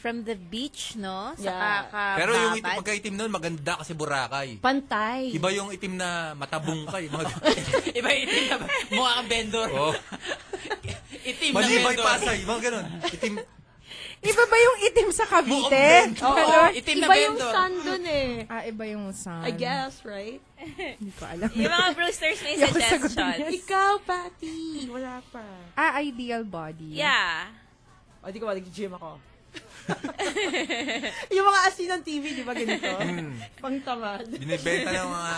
Speaker 9: From the beach, no? Sa
Speaker 15: Yeah.
Speaker 9: kakababad.
Speaker 8: Pero yung itim, pagka-itim nun, maganda kasi Boracay.
Speaker 15: Pantay.
Speaker 8: Iba yung itim na matabong kay.
Speaker 1: Iba yung itim na mukha kang vendor.
Speaker 8: Oh.
Speaker 1: Itim na vendor.
Speaker 8: Malibay pasay. Mga ganun. Itim.
Speaker 6: Iba ba yung itim sa
Speaker 8: Mukhang
Speaker 6: Cavite?
Speaker 8: bento. Oo,
Speaker 6: Ganon?
Speaker 8: itim
Speaker 15: Iba yung sun dun eh.
Speaker 6: Ah, iba yung sun.
Speaker 15: I guess, right?
Speaker 6: Hindi ko alam.
Speaker 9: Yung mga Brewsters may
Speaker 6: Hindi ako
Speaker 9: suggestions.
Speaker 6: sagutin yan.
Speaker 15: Ikaw, Patty. Wala pa.
Speaker 6: Ah, ideal body.
Speaker 9: Yeah.
Speaker 15: O, Oh, di ko ba, nag-gym ako. yung mga asin ng TV, di ba ganito?
Speaker 8: Mm.
Speaker 15: Pang tamad.
Speaker 8: Hmm. Binibenta ng mga...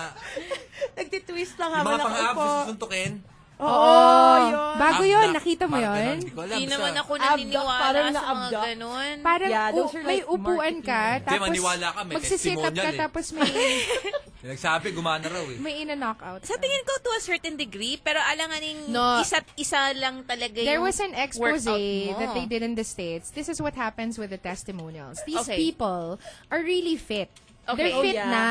Speaker 15: Nagtitwist lang
Speaker 8: Yung
Speaker 15: habang
Speaker 8: mga pang-abs
Speaker 15: nakaupo. Oh,
Speaker 8: susuntukin.
Speaker 15: Oo,
Speaker 6: Oh,
Speaker 15: yun.
Speaker 6: Bago
Speaker 8: Abduct.
Speaker 6: yun, nakita mo
Speaker 8: Parang
Speaker 6: yun?
Speaker 8: ganun, Hindi ko alam.
Speaker 9: Hindi
Speaker 8: basta-
Speaker 9: naman ako
Speaker 15: Abduct,
Speaker 9: naniniwala
Speaker 15: parang
Speaker 9: sa mga
Speaker 15: na-abduct.
Speaker 9: ganun.
Speaker 6: Parang
Speaker 15: Yeah,
Speaker 6: u-
Speaker 15: those are
Speaker 6: may
Speaker 15: like
Speaker 6: upuan ka,
Speaker 8: Hindi,
Speaker 6: tapos
Speaker 8: maniwala ka, may
Speaker 6: magsisit up ka,
Speaker 8: testimonial eh.
Speaker 6: tapos may,
Speaker 8: Nagsabi, gumana raw eh.
Speaker 6: may ina-knockout.
Speaker 9: Sa tingin ko to a certain degree, pero alanganing
Speaker 6: No.
Speaker 9: isa't isa lang talaga
Speaker 6: There
Speaker 9: yung
Speaker 6: was an expose
Speaker 9: workout mo.
Speaker 6: that they did in the States. This is what happens with the testimonials. These
Speaker 9: Okay.
Speaker 6: people are really fit.
Speaker 9: Okay.
Speaker 6: They're
Speaker 9: Oh,
Speaker 6: fit
Speaker 9: yeah.
Speaker 6: na.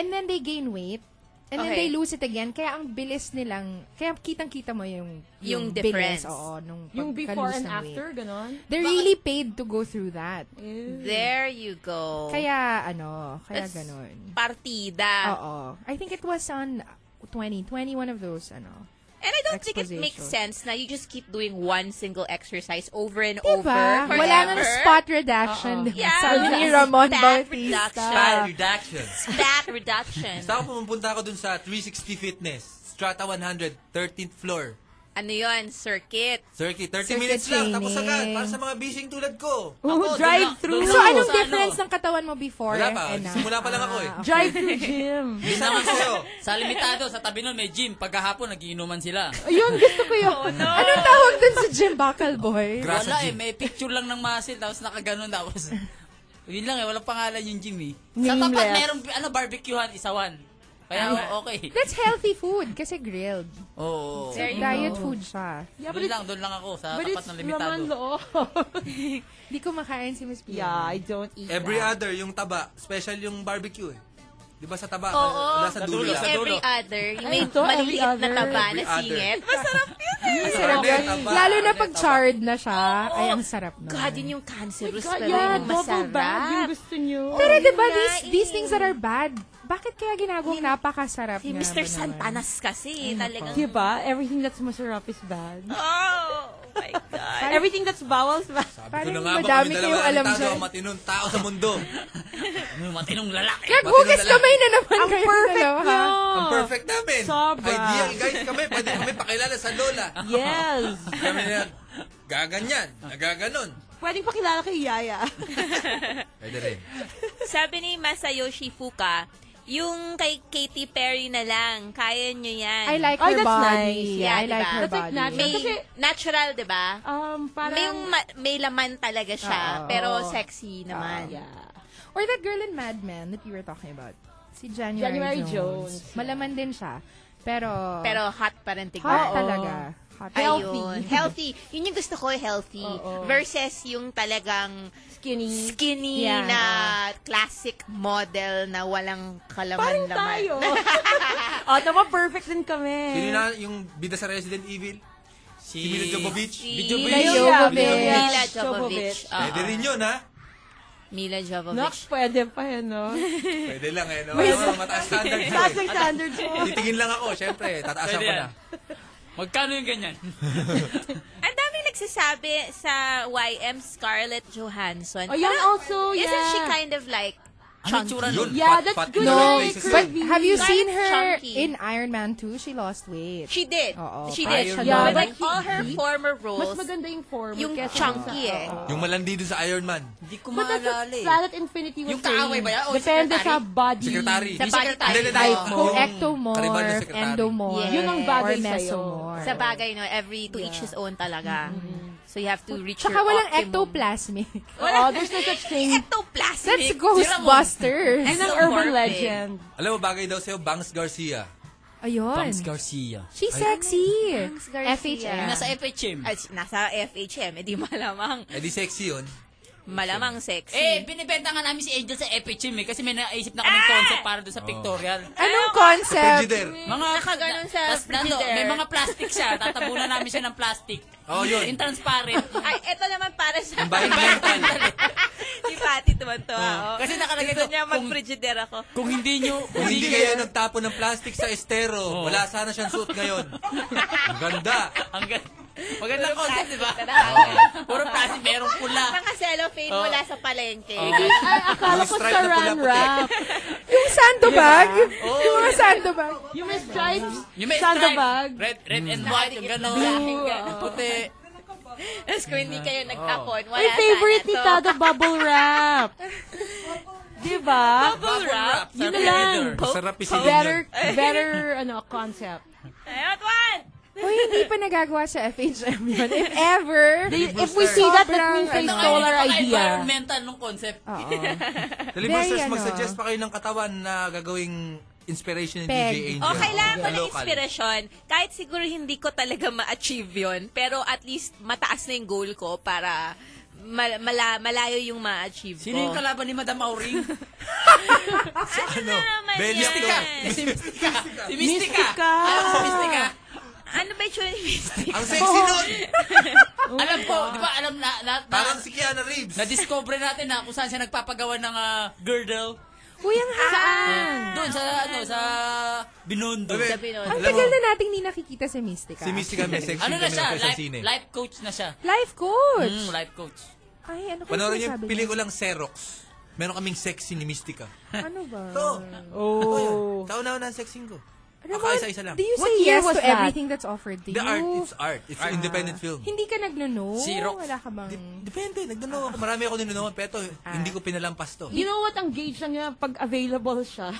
Speaker 6: And then they gain weight. And then
Speaker 9: Okay.
Speaker 6: they lose it again. Kaya ang bilis nilang, kaya kitang-kita mo yung,
Speaker 9: Yung difference.
Speaker 6: Bilis, oo, nung
Speaker 15: Yung before
Speaker 6: pagka-lose
Speaker 15: and
Speaker 6: ng weight.
Speaker 15: after, ganon.
Speaker 6: They're really paid to go through that.
Speaker 9: There you go.
Speaker 6: Kaya ano, kaya
Speaker 9: That's
Speaker 6: ganun.
Speaker 9: Partida.
Speaker 6: Oo. I think it was on 2021 of those ano.
Speaker 9: And I don't think it
Speaker 6: Exposition.
Speaker 9: makes sense na you just keep doing one single exercise over and
Speaker 6: Diba?
Speaker 9: over forever.
Speaker 6: Wala nang spot reduction. diba?
Speaker 9: Yeah,
Speaker 6: Sabi
Speaker 9: wala
Speaker 6: ni
Speaker 9: nang
Speaker 6: Ramon
Speaker 9: stat
Speaker 6: Bautista.
Speaker 9: reduction.
Speaker 8: Style reduction.
Speaker 9: Fat reduction.
Speaker 8: Basta ako pumupunta ako dun sa 360 Fitness. Strata 100, 13th floor.
Speaker 9: Ano yun? Circuit.
Speaker 8: Circuit, 30
Speaker 9: Circuit
Speaker 8: minutes lang. Tapos
Speaker 9: training.
Speaker 8: agad. Para sa mga bising tulad ko.
Speaker 15: Ooh, drive-through.
Speaker 6: So, anong
Speaker 9: ano?
Speaker 6: difference ng katawan mo before?
Speaker 8: Wala pa.
Speaker 6: and now?
Speaker 8: Simula pa lang ako eh.
Speaker 15: Drive-through gym.
Speaker 1: Yun naman sa'yo. Sa limitado, sa tabi nun may gym. Pagkahapon, nagiinuman sila.
Speaker 15: Ayun, gusto ko yun.
Speaker 6: Anong tawag dun sa gym, Bakal Boy?
Speaker 1: Oh, Wala eh, may picture lang ng muscle, tapos nakaganon, tapos... Yun lang eh, walang pangalan yung gym eh. Sa
Speaker 6: Name
Speaker 1: tapat,
Speaker 6: left.
Speaker 1: merong ano, barbecuehan, isawan. Kaya o- okay. Oh.
Speaker 6: That's healthy food kasi grilled.
Speaker 1: Oo.
Speaker 6: So, diet food siya.
Speaker 1: doon lang, doon lang ako, sa tapat ng limitado.
Speaker 6: Hindi ko makain si Miss Pia.
Speaker 15: Yeah, I don't eat
Speaker 8: Every
Speaker 15: that.
Speaker 8: other, yung taba. Special yung barbecue eh. Di ba sa taba?
Speaker 9: Oo.
Speaker 8: Wala sa dulo.
Speaker 9: Yung every other. Yung may
Speaker 15: Ay, ito, every
Speaker 9: maliliit na
Speaker 15: other.
Speaker 9: taba
Speaker 8: Every
Speaker 9: na
Speaker 8: other.
Speaker 9: singit. Masarap yun eh.
Speaker 6: Ang sarap
Speaker 8: Arnett,
Speaker 6: yun.
Speaker 8: taba,
Speaker 6: Lalo na
Speaker 8: Arnett,
Speaker 6: pag
Speaker 8: taba.
Speaker 6: charred na
Speaker 15: Oh,
Speaker 6: siya, ay ang sarap na.
Speaker 9: God, yun yung cancerous
Speaker 15: God,
Speaker 9: pala
Speaker 15: yeah,
Speaker 9: yung
Speaker 15: double bag yung
Speaker 9: masarap.
Speaker 15: gusto nyo.
Speaker 6: Pero
Speaker 9: yun
Speaker 6: diba,
Speaker 9: nga
Speaker 6: these,
Speaker 9: eh.
Speaker 6: these things that are bad, bakit kaya ginagawang napakasarap
Speaker 9: Si
Speaker 6: nga
Speaker 9: Mr.
Speaker 6: ba naman?
Speaker 9: Santanas kasi talagang...
Speaker 15: Diba? Everything that's masarap is bad.
Speaker 9: Uh-huh. Oh my God.
Speaker 15: Everything that's bawal is bad.
Speaker 8: Sabi ko na nga ba,
Speaker 6: madami
Speaker 8: kami
Speaker 6: kayong alam
Speaker 8: dalawa alam tao,
Speaker 6: dyan.
Speaker 8: matinong tao sa mundo.
Speaker 1: Ano, matinong lalaki.
Speaker 6: Naghugas
Speaker 8: Matinong
Speaker 6: kamay na naman
Speaker 15: Ang
Speaker 6: kayo
Speaker 15: perfect
Speaker 6: dalawa.
Speaker 15: nyo!
Speaker 8: Ang perfect namin.
Speaker 15: Sobra.
Speaker 8: Ideal guys kami. Pwede kami pakilala sa Lola.
Speaker 15: Yes!
Speaker 8: Kami na gaganyan, nagaganon.
Speaker 15: Pwedeng pakilala kay Yaya.
Speaker 8: Pwede rin.
Speaker 9: Sabi ni Masayoshi Fuka, yung kay Katy Perry na lang, kaya nyo yan.
Speaker 6: I like
Speaker 15: Ay,
Speaker 6: her
Speaker 15: that's
Speaker 6: body.
Speaker 15: nice.
Speaker 6: Yeah,
Speaker 9: Yeah,
Speaker 6: I like
Speaker 9: diba?
Speaker 6: her
Speaker 15: That's like
Speaker 6: body.
Speaker 15: natural.
Speaker 9: May
Speaker 15: Kasi-
Speaker 9: natural, di ba?
Speaker 15: Um,
Speaker 9: May,
Speaker 15: parang...
Speaker 9: ma- may laman talaga siya,
Speaker 6: Oo.
Speaker 9: pero sexy naman.
Speaker 15: yeah.
Speaker 6: Or that girl in Mad Men that you were talking about. Si January,
Speaker 15: January
Speaker 6: Jones.
Speaker 15: Jones.
Speaker 6: Malaman din siya. Pero,
Speaker 9: Pero hot pa rin diba? tignan.
Speaker 6: hot talaga. Hot.
Speaker 9: Healthy. Ayun. Healthy. Yun yung gusto ko, healthy.
Speaker 15: Oo.
Speaker 9: Versus yung talagang
Speaker 15: Skinny.
Speaker 9: skinny
Speaker 6: Yeah.
Speaker 9: na classic model na walang
Speaker 15: Parang
Speaker 9: kalaman-laman.
Speaker 15: tayo. o, tama, perfect din kami.
Speaker 8: Sino na yung bida sa Resident Evil? Si Mila
Speaker 9: Si
Speaker 8: Jovovich?
Speaker 6: Mila Jovovich.
Speaker 9: Mila
Speaker 15: Jovovich.
Speaker 9: Jovovich. Oo.
Speaker 8: Pwede rin yun, ha?
Speaker 9: Mila Jovovich.
Speaker 15: Nox, pwede pa yan, no?
Speaker 8: Pwede lang, eh. No? Ano, mataas standard yun,
Speaker 15: Taas
Speaker 8: eh.
Speaker 15: ng standards mo.
Speaker 8: Titingin lang ako, syempre. Tataasan
Speaker 1: Pwede
Speaker 8: ko
Speaker 1: yan.
Speaker 8: na. Ano
Speaker 1: Magkano yung ganyan?
Speaker 9: Ang daming nagsasabi sa YM Scarlett Johansson.
Speaker 15: Ayun,
Speaker 9: Parang,
Speaker 15: Oh, also,
Speaker 9: Isn't
Speaker 15: yeah.
Speaker 9: she kind of like
Speaker 1: Ano tsura nun?
Speaker 15: Yeah,
Speaker 1: Fat-
Speaker 15: that's
Speaker 1: fat
Speaker 15: good
Speaker 1: in a lot of
Speaker 15: No,
Speaker 1: places
Speaker 15: but
Speaker 1: yun.
Speaker 6: Have you
Speaker 9: Kind
Speaker 6: seen
Speaker 9: of
Speaker 6: her
Speaker 9: chunky.
Speaker 6: in Iron Man 2? She lost weight.
Speaker 9: She did.
Speaker 6: Oo,
Speaker 9: She
Speaker 6: parang
Speaker 9: did.
Speaker 6: siya
Speaker 9: Yeah,
Speaker 6: nun.
Speaker 9: but all her
Speaker 6: Hindi.
Speaker 9: former roles,
Speaker 15: Mas maganda yung form.
Speaker 9: yung
Speaker 15: kesa sa-
Speaker 9: chunky eh.
Speaker 8: Yung malandi dun sa Iron Man.
Speaker 1: Hindi ko
Speaker 15: But that's what Planet Infinity was
Speaker 1: eh. Yung kaaway
Speaker 15: saying.
Speaker 1: ba yan? O, yung
Speaker 15: Depende sa
Speaker 1: secretary?
Speaker 15: body.
Speaker 1: Secretary.
Speaker 15: body
Speaker 1: Sa Yung body secretary. type. Hindi, hindi, hindi.
Speaker 15: Kung
Speaker 1: Yung karibal na
Speaker 15: ectomorph,
Speaker 1: secretary.
Speaker 6: endomorph,
Speaker 15: Yun ang bagay
Speaker 6: or
Speaker 15: sa'yo.
Speaker 6: mesomorph. Mm-hmm.
Speaker 9: sa bagay, no, every to each his own talaga. So you have to reach your
Speaker 6: Tsaka walang oh,
Speaker 9: optimum.
Speaker 6: ectoplasmic.
Speaker 9: Wala.
Speaker 15: there's no such thing.
Speaker 9: Ectoplasmic.
Speaker 6: That's
Speaker 9: Sira mo.
Speaker 6: Ghostbusters.
Speaker 15: And an
Speaker 9: So
Speaker 15: urban
Speaker 9: morphic.
Speaker 15: legend.
Speaker 8: Alam mo, bagay daw sa'yo, Bangs Garcia.
Speaker 6: Ayun.
Speaker 1: Garcia.
Speaker 6: She's
Speaker 8: Ay.
Speaker 6: sexy.
Speaker 9: Garcia.
Speaker 6: FHM.
Speaker 9: Nasa FHM. Ay, nasa FHM. Eh di malamang.
Speaker 8: Eh di sexy yun.
Speaker 9: Malamang sexy.
Speaker 1: Eh, binibenta nga namin si Angel sa FHM eh, kasi may naisip na kaming concept para doon sa
Speaker 8: Oh.
Speaker 1: pictorial.
Speaker 6: Anong concept?
Speaker 8: Frigidaire.
Speaker 1: Mga
Speaker 9: Nakaganon sa
Speaker 1: tas nando,
Speaker 9: frigidaire.
Speaker 1: may mga plastic siya, tatabunan namin siya ng plastic.
Speaker 8: Oh, yun.
Speaker 1: In transparent.
Speaker 9: Ay, eto naman para sa...
Speaker 1: Environmental.
Speaker 9: Di pati tumantuwa.
Speaker 1: Oh.
Speaker 9: oh.
Speaker 1: Kasi nakalagay
Speaker 9: Gusto
Speaker 1: doon,
Speaker 9: niya
Speaker 1: kung-
Speaker 9: mag-frigidaire ako.
Speaker 1: Kung hindi nyo, Oh.
Speaker 8: Kung hindi kayo nagtapon ng plastic sa estero, wala sana siyang suit ngayon. Ang ganda.
Speaker 1: Ang ganda. Magandang concept, di ba?
Speaker 9: talaga.
Speaker 1: Puro plastic, merong pula.
Speaker 9: Mga cellophane
Speaker 1: Oh.
Speaker 9: mula sa palengke.
Speaker 1: Oh.
Speaker 15: Ay, akala ko
Speaker 1: Stripe na
Speaker 15: saran
Speaker 1: pula-pula. Oh.
Speaker 15: wrap.
Speaker 6: Yung sandbag.
Speaker 1: Oo.
Speaker 6: Yung mga sandbag.
Speaker 15: Yung may stripes.
Speaker 1: Yung may
Speaker 15: Sandbag.
Speaker 1: stripe. Red, red and
Speaker 9: Hmm.
Speaker 1: white, yung gano'n.
Speaker 15: Blue, ah.
Speaker 1: Puti.
Speaker 9: Tapos kung hindi kayo nagtapon, wala
Speaker 15: My favorite ni
Speaker 9: sana
Speaker 15: Tada, bubble wrap. diba?
Speaker 9: Bubble wrap.
Speaker 15: Yun na lang.
Speaker 8: Masarap isipin
Speaker 15: Better,
Speaker 8: yun.
Speaker 15: better, ano, concept.
Speaker 9: Ayot one!
Speaker 6: Uy, hindi pa nagagawa sa FHM yun. If ever,
Speaker 15: They- if we see that, that means they
Speaker 6: Sobrang,
Speaker 15: stole
Speaker 6: ano,
Speaker 15: our idea.
Speaker 1: Environmental nung concept.
Speaker 6: Oo.
Speaker 8: Delivers,
Speaker 6: ano.
Speaker 8: Ah. mag-suggest pa kayo ng katawan na gagawing inspiration ni
Speaker 6: Peg.
Speaker 8: DJ Angel.
Speaker 9: O, Oh, kailangan ko
Speaker 8: Sa
Speaker 9: ng
Speaker 8: local.
Speaker 9: inspirasyon. Kahit siguro hindi ko talaga ma-achieve yun, pero at least mataas na yung goal ko para mal- mala- malayo yung ma-achieve ko.
Speaker 1: Sino yung kalaban ni Madam Auring?
Speaker 9: Ano naman
Speaker 8: Belly
Speaker 9: yan?
Speaker 8: sticker.
Speaker 1: Si Mystica. Si Mystica.
Speaker 15: Mystica.
Speaker 1: Alam ko, Mystica.
Speaker 9: Ano ba yung mystic?
Speaker 8: Ang sexy nun!
Speaker 1: Alam ko, di ba alam na, na, na,
Speaker 8: Parang si Keanu Reeves.
Speaker 1: na-discover natin na kung saan siya nagpapagawa ng ah, girdle.
Speaker 6: Uy, ang haan.
Speaker 1: Doon sa, ano, sa Binondo.
Speaker 8: Sabi,
Speaker 1: Sa Binondo.
Speaker 6: Ang
Speaker 8: Alam
Speaker 6: tagal
Speaker 8: mo,
Speaker 6: na nating hindi nakikita si Mystica.
Speaker 8: Si Misty kami, sexy
Speaker 1: Ano na
Speaker 8: kami
Speaker 1: siya?
Speaker 8: ng sa
Speaker 1: Life,
Speaker 8: sine.
Speaker 1: life coach na siya.
Speaker 6: Life coach.
Speaker 1: Mm, life coach.
Speaker 6: Ay, ano kayo
Speaker 8: Panoorin niyo yung
Speaker 6: sinasabi niya?
Speaker 8: pelikulang Xerox. Meron kaming sexy ni Mystica.
Speaker 6: Ano ba?
Speaker 8: To.
Speaker 15: Oh.
Speaker 8: Tauna-una ang sexing ko.
Speaker 6: Ano
Speaker 8: Baka
Speaker 6: ba?
Speaker 8: isa-isa lang.
Speaker 6: Do you
Speaker 15: What
Speaker 6: say
Speaker 15: year
Speaker 6: yes
Speaker 15: was
Speaker 6: to
Speaker 15: that?
Speaker 6: everything that's offered to you?
Speaker 8: The art, it's art. It's an independent film.
Speaker 6: Hindi ka nagno-know?
Speaker 1: Xerox.
Speaker 6: Wala ka bang...
Speaker 8: Depende, nagnunaw ako. Marami ako ninunawan, pero ito,
Speaker 6: Ah.
Speaker 8: hindi ko pinalampas to.
Speaker 15: You know what ang gauge lang niya pag available siya.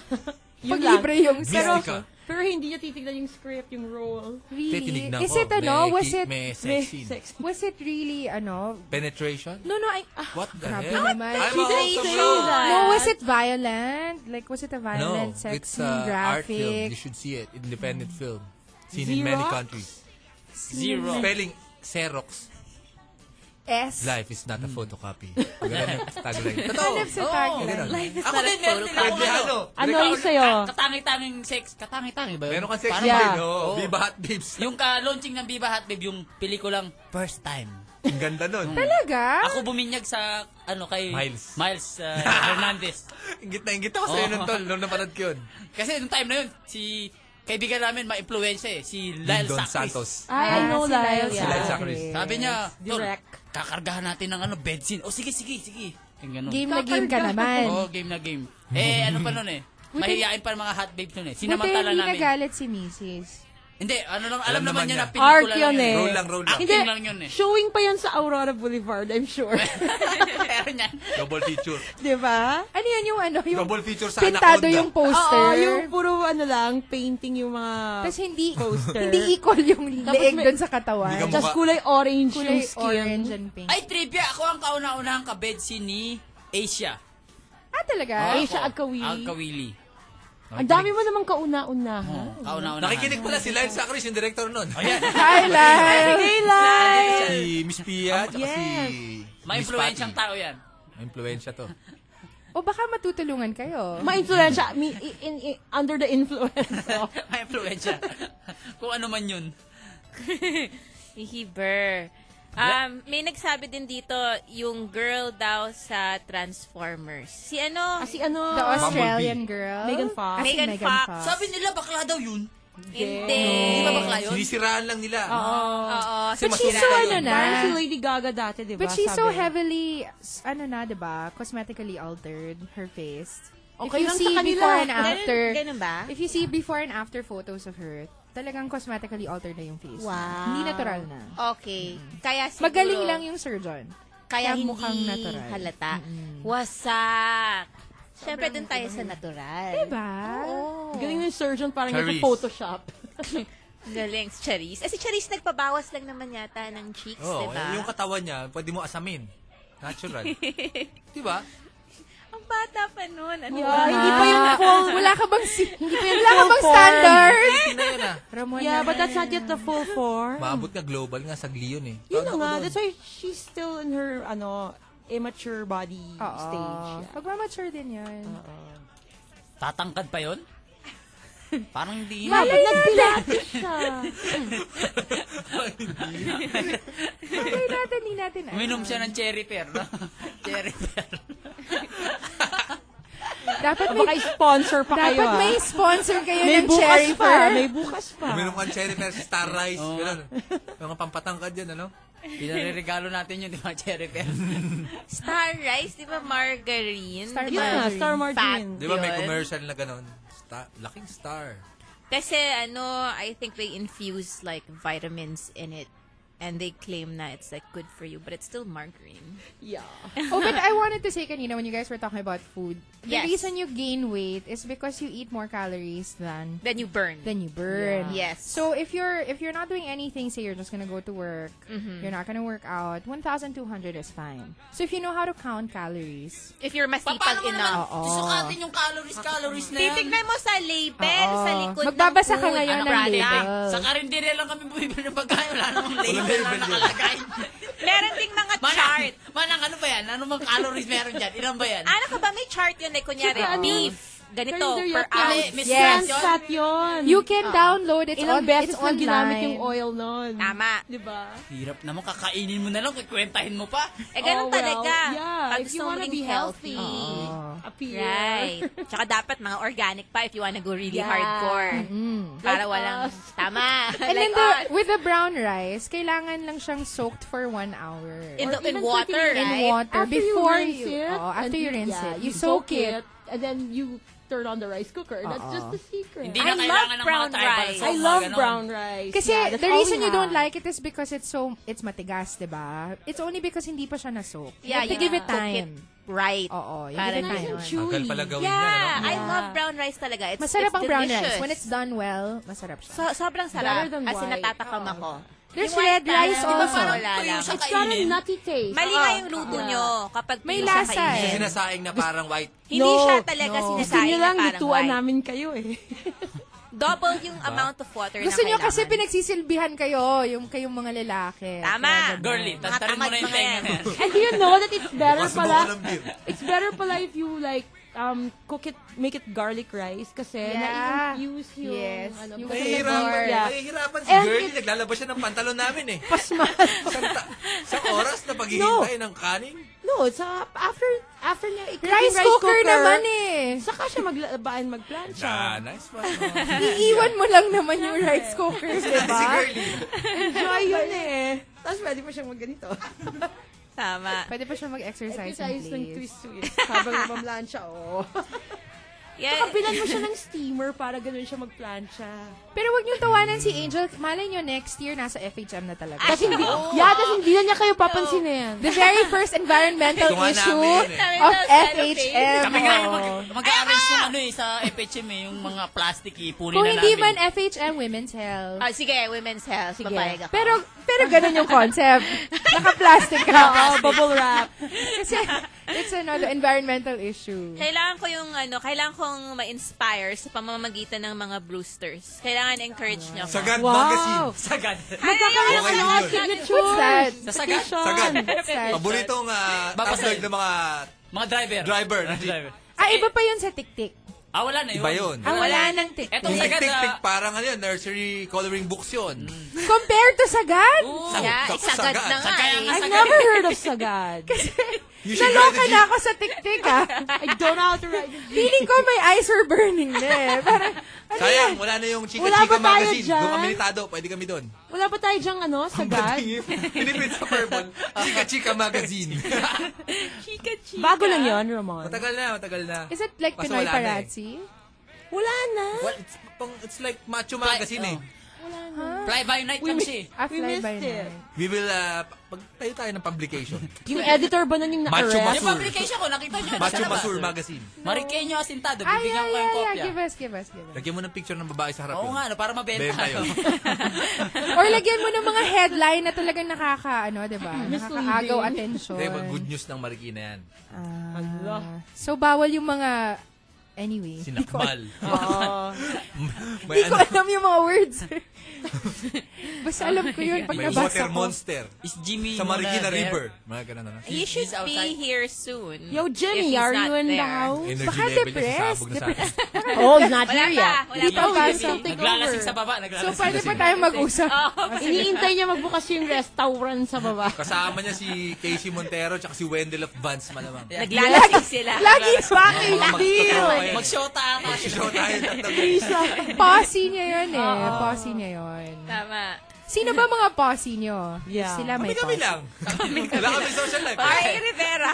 Speaker 6: Pag
Speaker 15: Yun lang.
Speaker 6: libre yung
Speaker 8: Mystica.
Speaker 6: Xerox.
Speaker 15: Pero hindi niya titignan yung script, yung role.
Speaker 8: Te,
Speaker 6: Really?
Speaker 8: tinignan
Speaker 6: Is
Speaker 8: ko.
Speaker 6: it ano?
Speaker 8: May
Speaker 6: Was
Speaker 8: ki-
Speaker 6: it...
Speaker 8: May
Speaker 15: May
Speaker 8: sex scene.
Speaker 15: sex.
Speaker 6: Was it really ano?
Speaker 8: Penetration?
Speaker 6: No, no, I... ah,
Speaker 8: What the
Speaker 6: Grabe
Speaker 8: hell?
Speaker 6: naman.
Speaker 8: I'm
Speaker 6: She
Speaker 8: also
Speaker 6: didn't
Speaker 8: show.
Speaker 15: that.
Speaker 6: No, was it violent? Like, was it a
Speaker 8: No,
Speaker 6: violent sex
Speaker 8: it's
Speaker 6: scene,
Speaker 8: a art film. You
Speaker 6: graphic?
Speaker 8: should see it. Independent film. Seen in many
Speaker 15: Xerox?
Speaker 8: countries.
Speaker 1: Zero.
Speaker 8: Spelling Xerox.
Speaker 6: S?
Speaker 8: Life is not a photocopy. Ganun ang tagline.
Speaker 6: Ano
Speaker 8: Totoo.
Speaker 6: sa tagline?
Speaker 8: Ganun.
Speaker 9: Life is
Speaker 1: Ako
Speaker 9: not a
Speaker 1: din, meron din
Speaker 9: photocopy.
Speaker 1: ako ano.
Speaker 15: Ano
Speaker 1: Meron
Speaker 15: yung
Speaker 1: ako-
Speaker 15: sa'yo?
Speaker 1: ka- Katangi-tanging sex. Katangi-tangi ba yun?
Speaker 8: Meron kang sex
Speaker 1: Parang-
Speaker 8: scene,
Speaker 15: Yeah.
Speaker 8: no?
Speaker 1: Oo.
Speaker 8: Viva Hot Babes.
Speaker 1: Yung ka-launching ng Viva Hot Babe, yung pelikulang First Time.
Speaker 8: Ang ganda nun.
Speaker 6: Talaga?
Speaker 1: Ako buminyag sa, ano, kay...
Speaker 8: Miles.
Speaker 1: Miles uh, Hernandez.
Speaker 8: Ingit na ingit ako sa'yo
Speaker 1: Oo.
Speaker 8: nun, tol. Nung napanood ko yun.
Speaker 1: Kasi nung time na yun, si... Kaibigan namin, ma-influensya eh. Si Lyle
Speaker 8: Don
Speaker 1: Sacris.
Speaker 8: Santos.
Speaker 15: I know
Speaker 6: si
Speaker 15: Lyle.
Speaker 6: Lyle
Speaker 15: yeah.
Speaker 8: Lyle Sacris.
Speaker 1: Sabi niya, Tol,
Speaker 15: Direct.
Speaker 1: kakargahan natin ng ano, benzin. O sige, sige, sige. Yung ganun.
Speaker 6: Game na game ka naman.
Speaker 1: Oo, game na game. Eh, ano pa nun eh? Mahihiyain pa ng mga hot babes nun eh.
Speaker 6: Buti
Speaker 1: Sinamantala
Speaker 6: hindi
Speaker 1: namin.
Speaker 6: nagalit si Mrs.
Speaker 1: Hindi, ano lang, alam,
Speaker 8: Alam
Speaker 1: naman
Speaker 8: naman
Speaker 1: niya
Speaker 8: niya.
Speaker 1: na pelikula
Speaker 15: Art
Speaker 1: lang
Speaker 15: yun eh.
Speaker 8: Roll lang, roll lang.
Speaker 1: Acting
Speaker 15: Hindi,
Speaker 1: lang yun eh.
Speaker 15: showing pa yan sa Aurora Boulevard, I'm sure.
Speaker 1: Pero niya.
Speaker 8: Double feature.
Speaker 15: diba?
Speaker 6: Ano yun yung ano? Yung
Speaker 8: Double feature sa
Speaker 6: pintado
Speaker 8: Anaconda.
Speaker 6: yung poster.
Speaker 15: Oo, yung puro ano lang, painting yung mga...
Speaker 6: Tapos hindi,
Speaker 15: Poster.
Speaker 6: hindi equal yung
Speaker 15: Tapos
Speaker 6: leeg
Speaker 15: may-
Speaker 6: doon sa katawan.
Speaker 8: Hindi ka
Speaker 15: Tapos
Speaker 8: mukha.
Speaker 15: kulay orange
Speaker 6: Kulay
Speaker 15: yung skin.
Speaker 6: orange and pink.
Speaker 1: Ay, trivia, ako ang kauna-unahang kabedsi ni Asia.
Speaker 6: ah, talaga?
Speaker 15: Ay,
Speaker 1: Ako,
Speaker 15: siya Agkawili.
Speaker 8: Ah,
Speaker 1: Ang kawili.
Speaker 6: Mhm.
Speaker 15: Ang dami mo namang kauna-una, ha?
Speaker 1: Kauna-unahan.
Speaker 8: Nakikinig pala si Lyle Sacris, yung director nun.
Speaker 1: Ayan.
Speaker 6: Hi, Lyle!
Speaker 15: Hey, Lyle!
Speaker 8: Si Miss Pia, tsaka si... Miss
Speaker 1: Ma-influensyang
Speaker 8: Patty.
Speaker 1: tao yan.
Speaker 8: Ma-influensya to.
Speaker 6: O baka matutulungan kayo.
Speaker 15: Ma-influensya. mi- i- in- i- under the influence. of-
Speaker 1: Ma-influensya. Kung ano man yun.
Speaker 9: Hihiber. Um, may nagsabi din dito yung girl daw sa Transformers. Si ano?
Speaker 6: Ah,
Speaker 15: Kasi ano...
Speaker 6: The Australian girl.
Speaker 15: Megan Fox.
Speaker 6: Ah, si
Speaker 9: Megan
Speaker 6: Megan
Speaker 9: Fox.
Speaker 6: Fox.
Speaker 1: Sabi nila, bakla daw yun.
Speaker 9: Hindi.
Speaker 1: Di ba bakla yun?
Speaker 8: Sinisiraan lang nila.
Speaker 9: Oo.
Speaker 8: Kasi
Speaker 9: But
Speaker 8: mas
Speaker 9: she's
Speaker 6: so
Speaker 9: so-
Speaker 6: ano na.
Speaker 15: Parang si Lady Gaga dati, diba?
Speaker 6: But she's so
Speaker 15: sabi?
Speaker 6: heavily, s- ano na, 'di ba? Cosmetically altered her face.
Speaker 3: Okay
Speaker 6: if you
Speaker 3: lang sa
Speaker 6: see
Speaker 3: kanila.
Speaker 6: before and
Speaker 3: Ganun-
Speaker 6: after,
Speaker 3: ganun ba?
Speaker 6: If you see before and after photos of her, talagang cosmetically altered na yung face. niya.
Speaker 9: Wow.
Speaker 6: Hindi natural na.
Speaker 9: Okay. Kaya siguro,
Speaker 6: Magaling lang yung surgeon.
Speaker 9: Kaya hindi
Speaker 6: mukhang natural.
Speaker 9: halata. Wasak! Siyempre, dun tayo sa natural.
Speaker 6: Diba?
Speaker 9: Oo.
Speaker 15: Galing ng surgeon parang nasa
Speaker 9: Charisse.
Speaker 15: Photoshop.
Speaker 9: Galing. Si Charisse. Eh, si Charisse nagpabawas lang naman yata ng cheeks,
Speaker 8: Oo, eh,
Speaker 9: diba?
Speaker 8: yung katawan niya, pwede mo asamin. Natural. diba?
Speaker 9: Ang bata pa nun. Ano
Speaker 15: Yeah,
Speaker 9: ba?
Speaker 15: Ah, hindi pa yung full.
Speaker 6: Wala ka bang, si-
Speaker 15: hindi pa yung
Speaker 6: wala
Speaker 15: full
Speaker 6: ka Ano bang
Speaker 15: form.
Speaker 6: standard?
Speaker 15: Ramon yeah, but that's not yet the full form.
Speaker 8: Maabot nga global nga sa Gleon eh.
Speaker 15: Yun na nga, that's why she's still in her, ano, immature body stage. Yeah. Uh-huh.
Speaker 6: Pagmamature din yan.
Speaker 1: Tatangkad pa yun? Parang hindi.
Speaker 15: Malay
Speaker 1: yun.
Speaker 15: natin.
Speaker 6: Pilates siya.
Speaker 1: Hindi.
Speaker 6: Hindi natin, hindi natin. alam.
Speaker 1: Uminom siya ng cherry pear. No? cherry pear.
Speaker 6: Dapat
Speaker 15: Baka sponsor pa kayo,
Speaker 6: Dapat
Speaker 15: ah.
Speaker 6: may sponsor kayo
Speaker 15: May
Speaker 6: ng
Speaker 15: bukas
Speaker 6: cherry
Speaker 15: pa,
Speaker 6: pear.
Speaker 15: may bukas pa.
Speaker 8: Uminom ka ng cherry pear, star rice. Ganun. Mga pampatangkad yan, ano?
Speaker 1: Pinareregalo natin yun, di ba, cherry pear?
Speaker 9: Star rice, di ba margarine? Star
Speaker 8: Yeah,
Speaker 15: Star margarine.
Speaker 8: Di ba Diba may
Speaker 9: yun.
Speaker 8: commercial na ganun? Star, laking star.
Speaker 9: Kasi ano, I think they infuse like vitamins in it. And they claim na it's like good for you, but it's still margarine.
Speaker 15: Yeah.
Speaker 6: oh, but I wanted to say kanina when you guys were talking about food, the
Speaker 9: Yes.
Speaker 6: reason you gain weight is because you eat more calories than
Speaker 9: than you burn.
Speaker 6: Than you burn.
Speaker 9: Yeah. Yes.
Speaker 6: So if you're if you're not doing anything, say you're just gonna go to work,
Speaker 9: Mhm.
Speaker 6: you're not gonna work out, 1,200 is fine. So if you know how to count calories,
Speaker 9: If you're masipag enough.
Speaker 6: Oo. Susukatin
Speaker 9: yung calories, calories
Speaker 1: na yan.
Speaker 9: Titignan mo sa label,
Speaker 6: Oo.
Speaker 9: sa likod ng
Speaker 6: Magbabasa ka
Speaker 9: food,
Speaker 6: ngayon
Speaker 9: ang
Speaker 6: ng
Speaker 9: product.
Speaker 6: label.
Speaker 1: Sa Ano karinderya lang kami bumibili ng pagkain. Wala namang label na
Speaker 9: label yun.
Speaker 1: nakalagay.
Speaker 9: Meron ding mga chart.
Speaker 1: Manang, ano ba yan? Ano mga calories meron dyan? Ilan ba yan?
Speaker 9: Ano ka ba? May chart yun. Like, kunyari,
Speaker 1: Saka ano,
Speaker 9: beef. Ganito,
Speaker 1: calendar
Speaker 9: per
Speaker 1: yun.
Speaker 9: ounce.
Speaker 1: May- may
Speaker 6: Yes.
Speaker 15: Sat yun.
Speaker 6: You can
Speaker 15: Oo.
Speaker 6: download. It's
Speaker 15: Ilang
Speaker 6: on-
Speaker 15: beses
Speaker 6: it's
Speaker 15: lang ginamit
Speaker 6: online.
Speaker 15: yung oil nun.
Speaker 9: Tama.
Speaker 15: Di ba?
Speaker 1: Hirap naman, kakainin mo na lang, kikwentahin mo pa.
Speaker 9: Eh, ganun
Speaker 15: Oh, well,
Speaker 9: talaga.
Speaker 15: yeah.
Speaker 9: Pag
Speaker 15: If
Speaker 9: gusto
Speaker 15: you
Speaker 9: mong
Speaker 15: wanna
Speaker 9: maging
Speaker 15: be healthy, appear.
Speaker 9: Right. Tsaka dapat mga organic pa if you wanna go really
Speaker 6: Yeah. Mm-hmm.
Speaker 9: hardcore. Para walang... Tama.
Speaker 6: And
Speaker 9: like ah.
Speaker 6: then the,
Speaker 9: us.
Speaker 6: with the brown rice, kailangan lang siyang soaked for one hour.
Speaker 9: In the-
Speaker 6: Or
Speaker 9: in
Speaker 6: even
Speaker 9: water,
Speaker 6: 30 minutes.
Speaker 9: right?
Speaker 6: In water.
Speaker 15: After
Speaker 6: before
Speaker 15: you, rinse it,
Speaker 6: oh, after
Speaker 15: and
Speaker 6: you rinse
Speaker 15: yeah,
Speaker 6: it. Uh-uh.
Speaker 15: You soak it. And then you turn on the rice cooker. That's
Speaker 6: Oo.
Speaker 15: just the secret.
Speaker 1: Hindi na I kailangan love ng mga brown tribal rice. sauce,
Speaker 15: I
Speaker 1: mga
Speaker 15: love
Speaker 1: ganon.
Speaker 15: brown rice.
Speaker 6: Kasi
Speaker 15: Yeah, that's
Speaker 6: the
Speaker 15: all
Speaker 6: reason
Speaker 15: we
Speaker 6: you don't
Speaker 15: have.
Speaker 6: like it is because it's so it's matigas, 'di ba? It's only because hindi pa siya na-soak.
Speaker 9: Yeah,
Speaker 6: you have to
Speaker 9: you
Speaker 6: give it
Speaker 9: cook it
Speaker 6: time.
Speaker 9: right.
Speaker 6: Oo, you
Speaker 9: Para
Speaker 6: give it
Speaker 9: nice
Speaker 6: time.
Speaker 9: and
Speaker 8: Tagal pala gawin
Speaker 9: yeah,
Speaker 8: yan, ano?
Speaker 9: I love brown rice talaga. It's,
Speaker 6: masarap
Speaker 9: it's
Speaker 6: ang brown
Speaker 9: delicious.
Speaker 6: rice. When it's done well, masarap siya.
Speaker 9: So, sobrang sarap.
Speaker 6: Better than
Speaker 9: As in,
Speaker 6: white.
Speaker 9: natatakam ako.
Speaker 6: There's
Speaker 9: Yung
Speaker 6: red
Speaker 9: white lang,
Speaker 6: rice
Speaker 9: di ba
Speaker 6: also.
Speaker 9: parang Wala tuyo lang. siya
Speaker 15: It's got a
Speaker 9: kainin?
Speaker 15: nutty taste.
Speaker 9: Mali nga yung luto nyo kapag
Speaker 6: May
Speaker 9: tuyo siya
Speaker 6: lasa eh.
Speaker 9: kainin.
Speaker 8: Siya sinasaing na parang white.
Speaker 9: eh. Hindi siya talaga
Speaker 15: Gusto
Speaker 9: sinasabi
Speaker 15: nyo
Speaker 9: na
Speaker 15: lang,
Speaker 9: parang
Speaker 15: lutuan
Speaker 9: white.
Speaker 15: namin kayo eh.
Speaker 9: Double yung
Speaker 8: Diba?
Speaker 9: amount of water
Speaker 6: Gusto
Speaker 9: na
Speaker 6: nyo
Speaker 9: kailangan.
Speaker 6: kasi pinagsisilbihan kayo, yung kayong mga lalaki.
Speaker 9: Tama.
Speaker 1: Girlie, tantarin mo na yung tenga na yan.
Speaker 15: And do you know that it's better
Speaker 1: Bukas
Speaker 15: pala?
Speaker 1: sumuko ng beer.
Speaker 15: It's better pala if you like um cook it, make it garlic rice kasi
Speaker 6: Yeah.
Speaker 15: na-infuse yung
Speaker 6: Yes.
Speaker 15: ano,
Speaker 6: Yung
Speaker 15: kasi
Speaker 8: Nahihirapan,
Speaker 15: yeah.
Speaker 8: nahihirapan si
Speaker 15: And
Speaker 8: Girlie.
Speaker 15: it-
Speaker 8: Naglalabas siya ng pantalon namin eh.
Speaker 15: Pasmas.
Speaker 8: Sa oras na paghihintay ng kanin.
Speaker 15: No, sa after after niya i-cook
Speaker 6: Rice
Speaker 15: yung
Speaker 6: cooker naman eh.
Speaker 15: Saka siya maglabaan magplancha.
Speaker 8: Ah, nice one.
Speaker 6: Iiwan mo lang naman yung rice cooker, di ba?
Speaker 15: Enjoy yun eh. Tapos pwede pa siyang magganito.
Speaker 9: Tama.
Speaker 6: Pwede pa siya mag-exercise
Speaker 15: Exercise
Speaker 6: in
Speaker 15: ng
Speaker 6: place.
Speaker 15: twist to it. Habang oh. nagpaplancha, oo.
Speaker 9: Yeah.
Speaker 15: Saka bilan mo siya ng steamer para ganun siya magplancha.
Speaker 6: Pero wag niyong tawanan si Angel. Malay nyo, next year, nasa FHM na talaga.
Speaker 15: Tapos hindi, yeah, tapos hindi na niya kayo papansinin.
Speaker 6: The very first environmental
Speaker 15: Gawa
Speaker 6: issue
Speaker 15: namin
Speaker 6: of
Speaker 1: eh. Environmental
Speaker 6: FHM.
Speaker 1: Kami nga yung
Speaker 6: Oo.
Speaker 1: mag- mag-arrange ng ano eh, sa FHM eh, yung mga plastic ipunin
Speaker 6: Kung
Speaker 1: na
Speaker 6: hindi
Speaker 1: namin.
Speaker 6: man FHM, Women's Health.
Speaker 9: Ah, sige, women's health. Sige. Papayag ako.
Speaker 6: Pero, pero ganun yung concept. Naka-plastic ka.
Speaker 9: Oo, bubble
Speaker 15: wrap.
Speaker 6: Kasi, it's another environmental issue.
Speaker 9: Kailangan ko yung ano, kailangan kong ma-inspire sa pamamagitan ng mga Brewsters. Kailangan encourage niyo ako.
Speaker 8: Sagad
Speaker 9: Wow.
Speaker 8: magazine. Sagad.
Speaker 9: Magkakaroon
Speaker 8: Okay
Speaker 9: ako ng
Speaker 8: yun.
Speaker 9: mga signatures.
Speaker 6: What's that?
Speaker 8: Sa sagad.
Speaker 6: Station.
Speaker 8: Sagad.
Speaker 6: Station.
Speaker 8: Paboritong uh,
Speaker 1: Babasahin.
Speaker 8: tabloid ng mga...
Speaker 1: Mga driver.
Speaker 8: Driver.
Speaker 6: Ah, iba pa yun sa tiktik.
Speaker 1: Ah, wala na yun. ah.
Speaker 8: Iba yun.
Speaker 6: Ah, wala nang tiktik.
Speaker 8: Yung tik-tik, parang ano yun, nursery coloring books yun.
Speaker 1: Mm.
Speaker 6: Compared to sagad?
Speaker 8: Sagad. Yeah, eh, sagad na nga Sagad. eh.
Speaker 6: I've
Speaker 15: I've never heard of sagad.
Speaker 8: Usually
Speaker 6: Naloka
Speaker 8: strategy-
Speaker 6: na ako sa tiktik ah. I don't know how to ride a jeep. Feeling ko may eyes were burning na eh. Parang,
Speaker 8: Sayang, wala na yung Chika
Speaker 15: Ano Wala
Speaker 8: Chika
Speaker 15: ba tayo
Speaker 8: magazine.
Speaker 15: dyan?
Speaker 8: Doon kami ni Tado, pwede kami doon.
Speaker 15: Wala pa tayo dyang ano, sagad?
Speaker 8: Pinipit sa purple, Chika Chika magazine.
Speaker 15: Bago lang yon Ramon.
Speaker 8: Matagal na, matagal na.
Speaker 6: Is it like
Speaker 8: Kaso
Speaker 6: Pinoy
Speaker 8: wala na eh.
Speaker 6: Parazzi?
Speaker 15: Wala na.
Speaker 8: Well, it's, pang, it's like macho magazine eh.
Speaker 15: Wala na.
Speaker 6: Ano?
Speaker 1: Fly by night
Speaker 15: We
Speaker 1: lang
Speaker 15: mi-
Speaker 1: siya eh.
Speaker 6: Ah,
Speaker 15: We
Speaker 6: fly
Speaker 15: missed
Speaker 6: by
Speaker 15: it.
Speaker 8: We will, uh, pagtayo tayo ng publication.
Speaker 15: Yung editor ba nun yung na-arrest?
Speaker 8: Macho Masur.
Speaker 1: Yung publication ko, nakita niyo. nasa
Speaker 8: Macho
Speaker 1: labas.
Speaker 8: Masur magazine.
Speaker 1: Marikenyo Asintado,
Speaker 6: Ay,
Speaker 1: bibigyan
Speaker 6: ay,
Speaker 1: ko yung
Speaker 6: ay, ay,
Speaker 1: kopya.
Speaker 6: give us, give us, give us.
Speaker 8: Lagyan mo ng picture ng babae sa harap
Speaker 1: Oo
Speaker 8: yun.
Speaker 1: nga, no, para mabenta.
Speaker 8: Benta yun.
Speaker 6: Or lagyan mo ng mga headline na talagang nakaka, ano, di ba?
Speaker 15: Misleading.
Speaker 6: Nakakaagaw
Speaker 8: Hindi, mga
Speaker 6: attention.
Speaker 8: good news ng Marikina yan.
Speaker 6: Ah, so, bawal yung mga, anyway. Hindi ko-
Speaker 8: Sinakmal.
Speaker 6: Oo. Hindi
Speaker 8: May ano?
Speaker 6: ko alam yung mga words. Basta alam ko yun pag
Speaker 8: May
Speaker 6: nabasa
Speaker 8: water
Speaker 6: ko.
Speaker 8: monster.
Speaker 1: Is Jimmy
Speaker 8: Sa
Speaker 1: Mona
Speaker 8: Marikina
Speaker 1: there?
Speaker 8: River. Mga ganun ano? na.
Speaker 9: He should be here soon.
Speaker 15: Yo, Jimmy,
Speaker 9: if he's
Speaker 15: are
Speaker 9: not
Speaker 15: you in the
Speaker 9: there.
Speaker 15: house?
Speaker 8: Energy
Speaker 15: Baka
Speaker 8: level niya
Speaker 15: depressed.
Speaker 8: sasabog na sa akin.
Speaker 15: Oh, he's not
Speaker 9: Wala
Speaker 15: here
Speaker 9: pa,
Speaker 15: yet.
Speaker 9: wala
Speaker 15: Hindi
Speaker 9: pa.
Speaker 15: pa
Speaker 9: Oh,
Speaker 15: ba
Speaker 9: Jimmy.
Speaker 15: something
Speaker 1: Naglalasing
Speaker 15: over?
Speaker 1: sa baba,
Speaker 6: So,
Speaker 1: naglalasing.
Speaker 6: pwede
Speaker 8: Lasing.
Speaker 6: pa tayo mag-usap.
Speaker 9: Ah, Oh,
Speaker 15: Iniintay niya magbukas yung restaurant sa baba.
Speaker 8: Kasama niya si Casey Montero at si Wendell of Vance malamang.
Speaker 9: Naglalasing sila.
Speaker 6: Lagi bakit?
Speaker 1: Mag-shota ka.
Speaker 8: Show tayo tatlo.
Speaker 6: Posse niya yun eh.
Speaker 9: Oo.
Speaker 6: Posse niya yun.
Speaker 9: Tama.
Speaker 6: Sino ba mga posse niyo?
Speaker 15: Yeah.
Speaker 6: Sila may
Speaker 8: Kami-kami
Speaker 6: posse.
Speaker 8: lang. Wala kami social life.
Speaker 9: Ay, Rivera.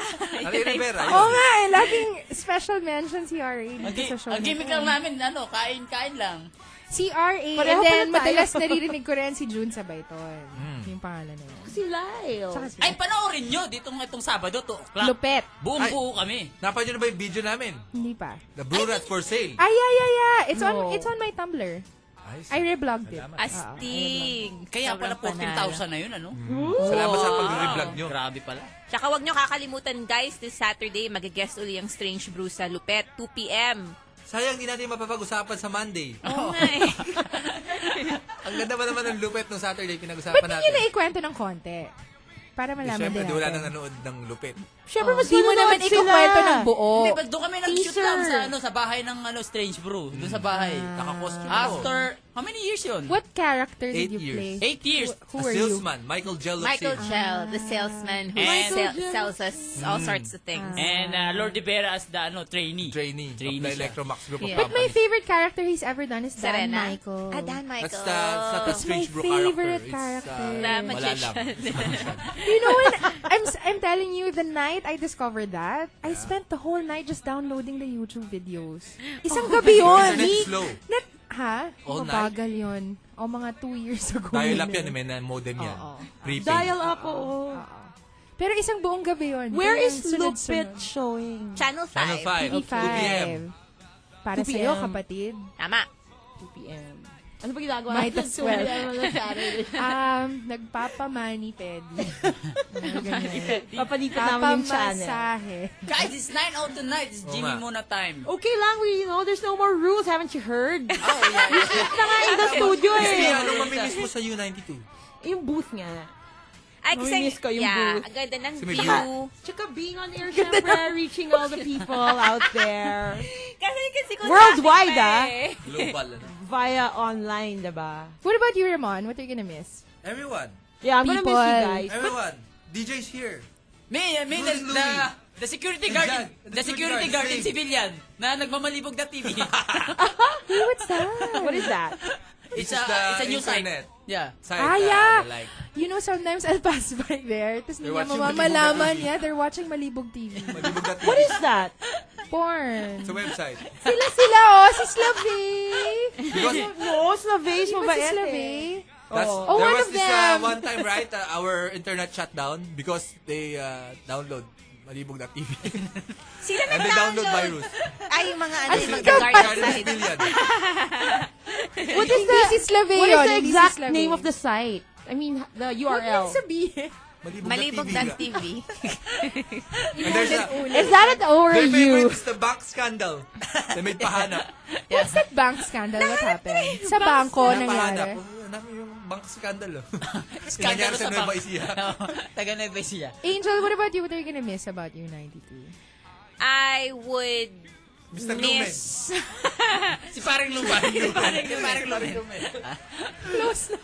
Speaker 8: Ari Rivera.
Speaker 6: Oo
Speaker 8: ayun.
Speaker 6: nga eh, laging special mention si RA dito
Speaker 1: Ang,
Speaker 6: sa show.
Speaker 1: ang gimmick lang namin, ano, kain-kain lang.
Speaker 6: Si RA,
Speaker 15: Pareho
Speaker 6: and then
Speaker 15: pala tayo.
Speaker 6: madalas naririnig ko rin si June sa Bayton. Yung pangalan na yun.
Speaker 15: Sila eh. oh.
Speaker 6: Tsaka si-
Speaker 1: Hmm. Ay, panoorin nyo dito itong Sabado, 2 o'clock.
Speaker 6: Lupet.
Speaker 1: Buong buo kami.
Speaker 8: Napanood niyo na ba yung video namin?
Speaker 6: Hindi pa.
Speaker 8: The Blue Rats for Sale.
Speaker 6: Ay, ay, ay, ay. It's,
Speaker 15: No.
Speaker 6: on, it's on my Tumblr.
Speaker 8: Ay,
Speaker 6: I reblogged it. Ah,
Speaker 9: Astig.
Speaker 1: Kaya pala
Speaker 9: Sobrang panalo.
Speaker 1: 14,000 na yun, ano?
Speaker 6: Mm.
Speaker 8: Salamat sa
Speaker 1: Wow.
Speaker 8: pag-reblog nyo.
Speaker 1: Grabe pala.
Speaker 9: Tsaka huwag nyo kakalimutan guys, this Saturday, mag-guest uli ang Strange Brew sa Lupet, 2 p.m.
Speaker 8: Sayang, di natin mapapag-usapan sa Monday.
Speaker 9: Oo nga eh.
Speaker 8: Ang ganda ba naman ng lupet nung Saturday, pinag-usapan
Speaker 6: Ba't di nyo
Speaker 8: natin.
Speaker 6: naikwento ng konti? Para
Speaker 8: Eh,
Speaker 6: malaman
Speaker 8: Siyempre,
Speaker 6: din
Speaker 8: di wala
Speaker 6: natin.
Speaker 8: nang nanood ng lupet.
Speaker 15: Siyempre, mas
Speaker 6: Di mo
Speaker 15: nanonood
Speaker 6: naman
Speaker 15: sila.
Speaker 6: ikukwento ng buo.
Speaker 1: Hindi, ba't doon kami nag-shoot
Speaker 15: Teaser.
Speaker 1: lang sa, ano, sa bahay ng ano, Strange Brew. Doon sa bahay.
Speaker 8: Naka-costume ako.
Speaker 1: After, how many years yun?
Speaker 6: Ah. What character did
Speaker 8: Eight
Speaker 6: you
Speaker 8: years.
Speaker 6: play?
Speaker 1: Eight years.
Speaker 6: Who
Speaker 8: A
Speaker 6: were you?
Speaker 8: salesman, Michael Jello.
Speaker 9: Michael Chell, the salesman who
Speaker 1: And-
Speaker 9: sell- sells us all
Speaker 8: Mm.
Speaker 9: sorts of
Speaker 6: Ah.
Speaker 9: things.
Speaker 15: Ah.
Speaker 1: And uh, Lord Rivera as the ano, trainee.
Speaker 8: Trainee,
Speaker 1: Trainee
Speaker 8: of the
Speaker 1: siya.
Speaker 8: Electromax Group of
Speaker 9: Yeah.
Speaker 6: But my
Speaker 8: Companies.
Speaker 6: favorite character he's ever done is Dan
Speaker 9: Serena.
Speaker 6: Michael.
Speaker 9: Ah, Dan Michael.
Speaker 8: That's the, sa the Strange Brew
Speaker 6: favorite
Speaker 8: character.
Speaker 6: character.
Speaker 9: The
Speaker 8: It's, uh, wala lang.
Speaker 9: magician.
Speaker 6: You know what? I'm s- I'm telling you, the night I discovered that, I spent the whole night just downloading the YouTube videos. Isang gabi yun.
Speaker 8: Internet's slow.
Speaker 6: Nat, ha?
Speaker 8: All
Speaker 6: Mabagal yun. O mga two years ago.
Speaker 8: Dial
Speaker 6: yun
Speaker 8: up yan,
Speaker 6: eh.
Speaker 8: may na- modem yan.
Speaker 6: Oo.
Speaker 8: Prepaid.
Speaker 15: Dial up, oo.
Speaker 6: Ah. Pero isang buong gabi yun.
Speaker 15: Where
Speaker 6: Kaya
Speaker 15: is
Speaker 6: sunod-
Speaker 15: Lupit
Speaker 6: sunod.
Speaker 15: showing?
Speaker 9: Channel 5.
Speaker 8: Channel 5.
Speaker 6: TV5.
Speaker 8: 2 p.m.
Speaker 6: Para
Speaker 15: 2
Speaker 6: sa'yo,
Speaker 15: PM.
Speaker 6: kapatid.
Speaker 9: Tama.
Speaker 15: 2 p.m. Ano ba ginagawa?
Speaker 6: Might as well.
Speaker 15: 2 p.m. on a Saturday.
Speaker 6: Um, nagpapamani pedi.
Speaker 15: Papalitan namin yung channel.
Speaker 6: Papamasahe.
Speaker 1: Guys, it's 9.02 tonight. It's
Speaker 8: Oo
Speaker 1: Jimmy
Speaker 8: nga.
Speaker 1: Muna time. Ah,
Speaker 15: Okay lang, we, you know, there's no more rules. Haven't you heard? Oh, yeah. We sleep na nga in the studio
Speaker 8: Hindi,
Speaker 15: eh.
Speaker 8: ano mamimiss mo sa U92?
Speaker 15: Yung booth nga.
Speaker 9: Ay, kasi,
Speaker 15: Mamimiss ko yung
Speaker 9: yeah,
Speaker 15: booth.
Speaker 9: ang ganda ng
Speaker 8: Kasi may
Speaker 9: view.
Speaker 15: Tsaka being on air, syempre, reaching all the people out there
Speaker 9: Kasi kasi ko
Speaker 15: Worldwide, ah.
Speaker 9: eh.
Speaker 8: Global. ano?
Speaker 15: via online, diba?
Speaker 6: What about you, Ramon? What are you gonna miss?
Speaker 8: Everyone.
Speaker 15: Yeah, I'm gonna miss you
Speaker 6: People.
Speaker 15: guys.
Speaker 8: Everyone. DJ's here.
Speaker 1: May, may eh, the,
Speaker 8: Louis,
Speaker 1: the,
Speaker 8: Louis.
Speaker 1: the security
Speaker 8: And
Speaker 1: guard,
Speaker 8: Jan,
Speaker 1: the,
Speaker 8: and
Speaker 1: security guard in civilian na nagmamalibog na TV.
Speaker 6: Hey, what's that?
Speaker 15: What is that?
Speaker 1: it's, a,
Speaker 8: This is the
Speaker 1: it's a new
Speaker 8: internet.
Speaker 1: site. Yeah.
Speaker 8: Site,
Speaker 6: Ah,
Speaker 8: uh,
Speaker 6: yeah.
Speaker 8: Like,
Speaker 6: You know, sometimes I'll pass by there, tapos
Speaker 8: They're
Speaker 6: nila
Speaker 8: watching Malibog
Speaker 6: mamamalaman,
Speaker 8: TV.
Speaker 6: yeah, they're watching Malibog TV.
Speaker 8: malibog na TV.
Speaker 15: What is that?
Speaker 6: Porn.
Speaker 8: It's a website.
Speaker 6: sila sila, oh, si Slavey.
Speaker 8: Because
Speaker 15: No, Slavage
Speaker 6: Di
Speaker 15: mo
Speaker 6: ba
Speaker 15: ba
Speaker 6: si
Speaker 15: yan
Speaker 6: Slavey?
Speaker 15: eh?
Speaker 8: That's,
Speaker 6: Oh,
Speaker 8: there
Speaker 6: one
Speaker 8: was
Speaker 6: of
Speaker 8: this uh,
Speaker 6: them.
Speaker 8: one time, right? uh, our internet shut down because they uh, download malibog.tv.
Speaker 9: Sila
Speaker 8: And they download
Speaker 9: nag-download.
Speaker 8: virus.
Speaker 9: Ay, yung mga ano, yung mga
Speaker 6: ikaw
Speaker 9: guard
Speaker 8: Garden is
Speaker 9: side.
Speaker 8: billion.
Speaker 15: What is
Speaker 6: Hindi si Slavey
Speaker 15: What
Speaker 6: yun,
Speaker 15: is the
Speaker 6: hindi si
Speaker 15: exact
Speaker 6: Slavey.
Speaker 15: name of the site? I mean, the
Speaker 6: Huwag
Speaker 15: URL.
Speaker 6: niyang sabihin.
Speaker 9: Malibog ng TV.
Speaker 8: And there's a,
Speaker 15: Is that an O or
Speaker 8: their
Speaker 15: a
Speaker 8: favorite
Speaker 15: U?
Speaker 8: is the bank scandal. They made pahanap.
Speaker 6: What's that bank scandal? What happened? Sa bangko
Speaker 8: Napahanap.
Speaker 6: nangyari.
Speaker 8: Oh, hanapin yung bank scandal. Oh.
Speaker 1: Scandal
Speaker 8: Nangyari sa
Speaker 1: sa
Speaker 8: Nueva
Speaker 1: bank.
Speaker 8: Ecija.
Speaker 1: Oo, Taga Nueva Ecija.
Speaker 6: Angel, what about you? What are you gonna miss about U92?
Speaker 9: I would
Speaker 8: Mr.
Speaker 9: miss...
Speaker 1: Si parang lumen. si parang si parang lumen.
Speaker 6: Close na.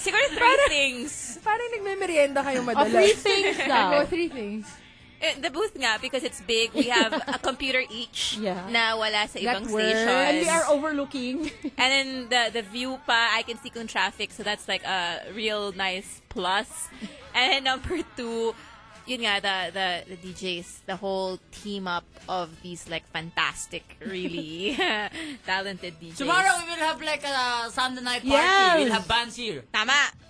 Speaker 9: Siguro three things.
Speaker 6: Parang nagme-merienda kayo
Speaker 15: Of
Speaker 6: madalas.
Speaker 15: Oh, three things
Speaker 6: Go,
Speaker 15: daw.
Speaker 6: three things.
Speaker 9: Eh, The booth nga, because it's big, we have a computer each
Speaker 15: Yeah.
Speaker 9: na wala sa
Speaker 15: That
Speaker 9: ibang
Speaker 15: works.
Speaker 9: station.
Speaker 15: And we are overlooking.
Speaker 9: And then the the view pa, I can see kung traffic, so that's like a real nice plus. And then number two, yun nga, the, the, the DJs, the whole team up of these like fantastic, really talented DJs.
Speaker 1: Tomorrow we will have like a Sunday night party.
Speaker 9: Yes.
Speaker 1: We'll have bands here.
Speaker 9: Tama.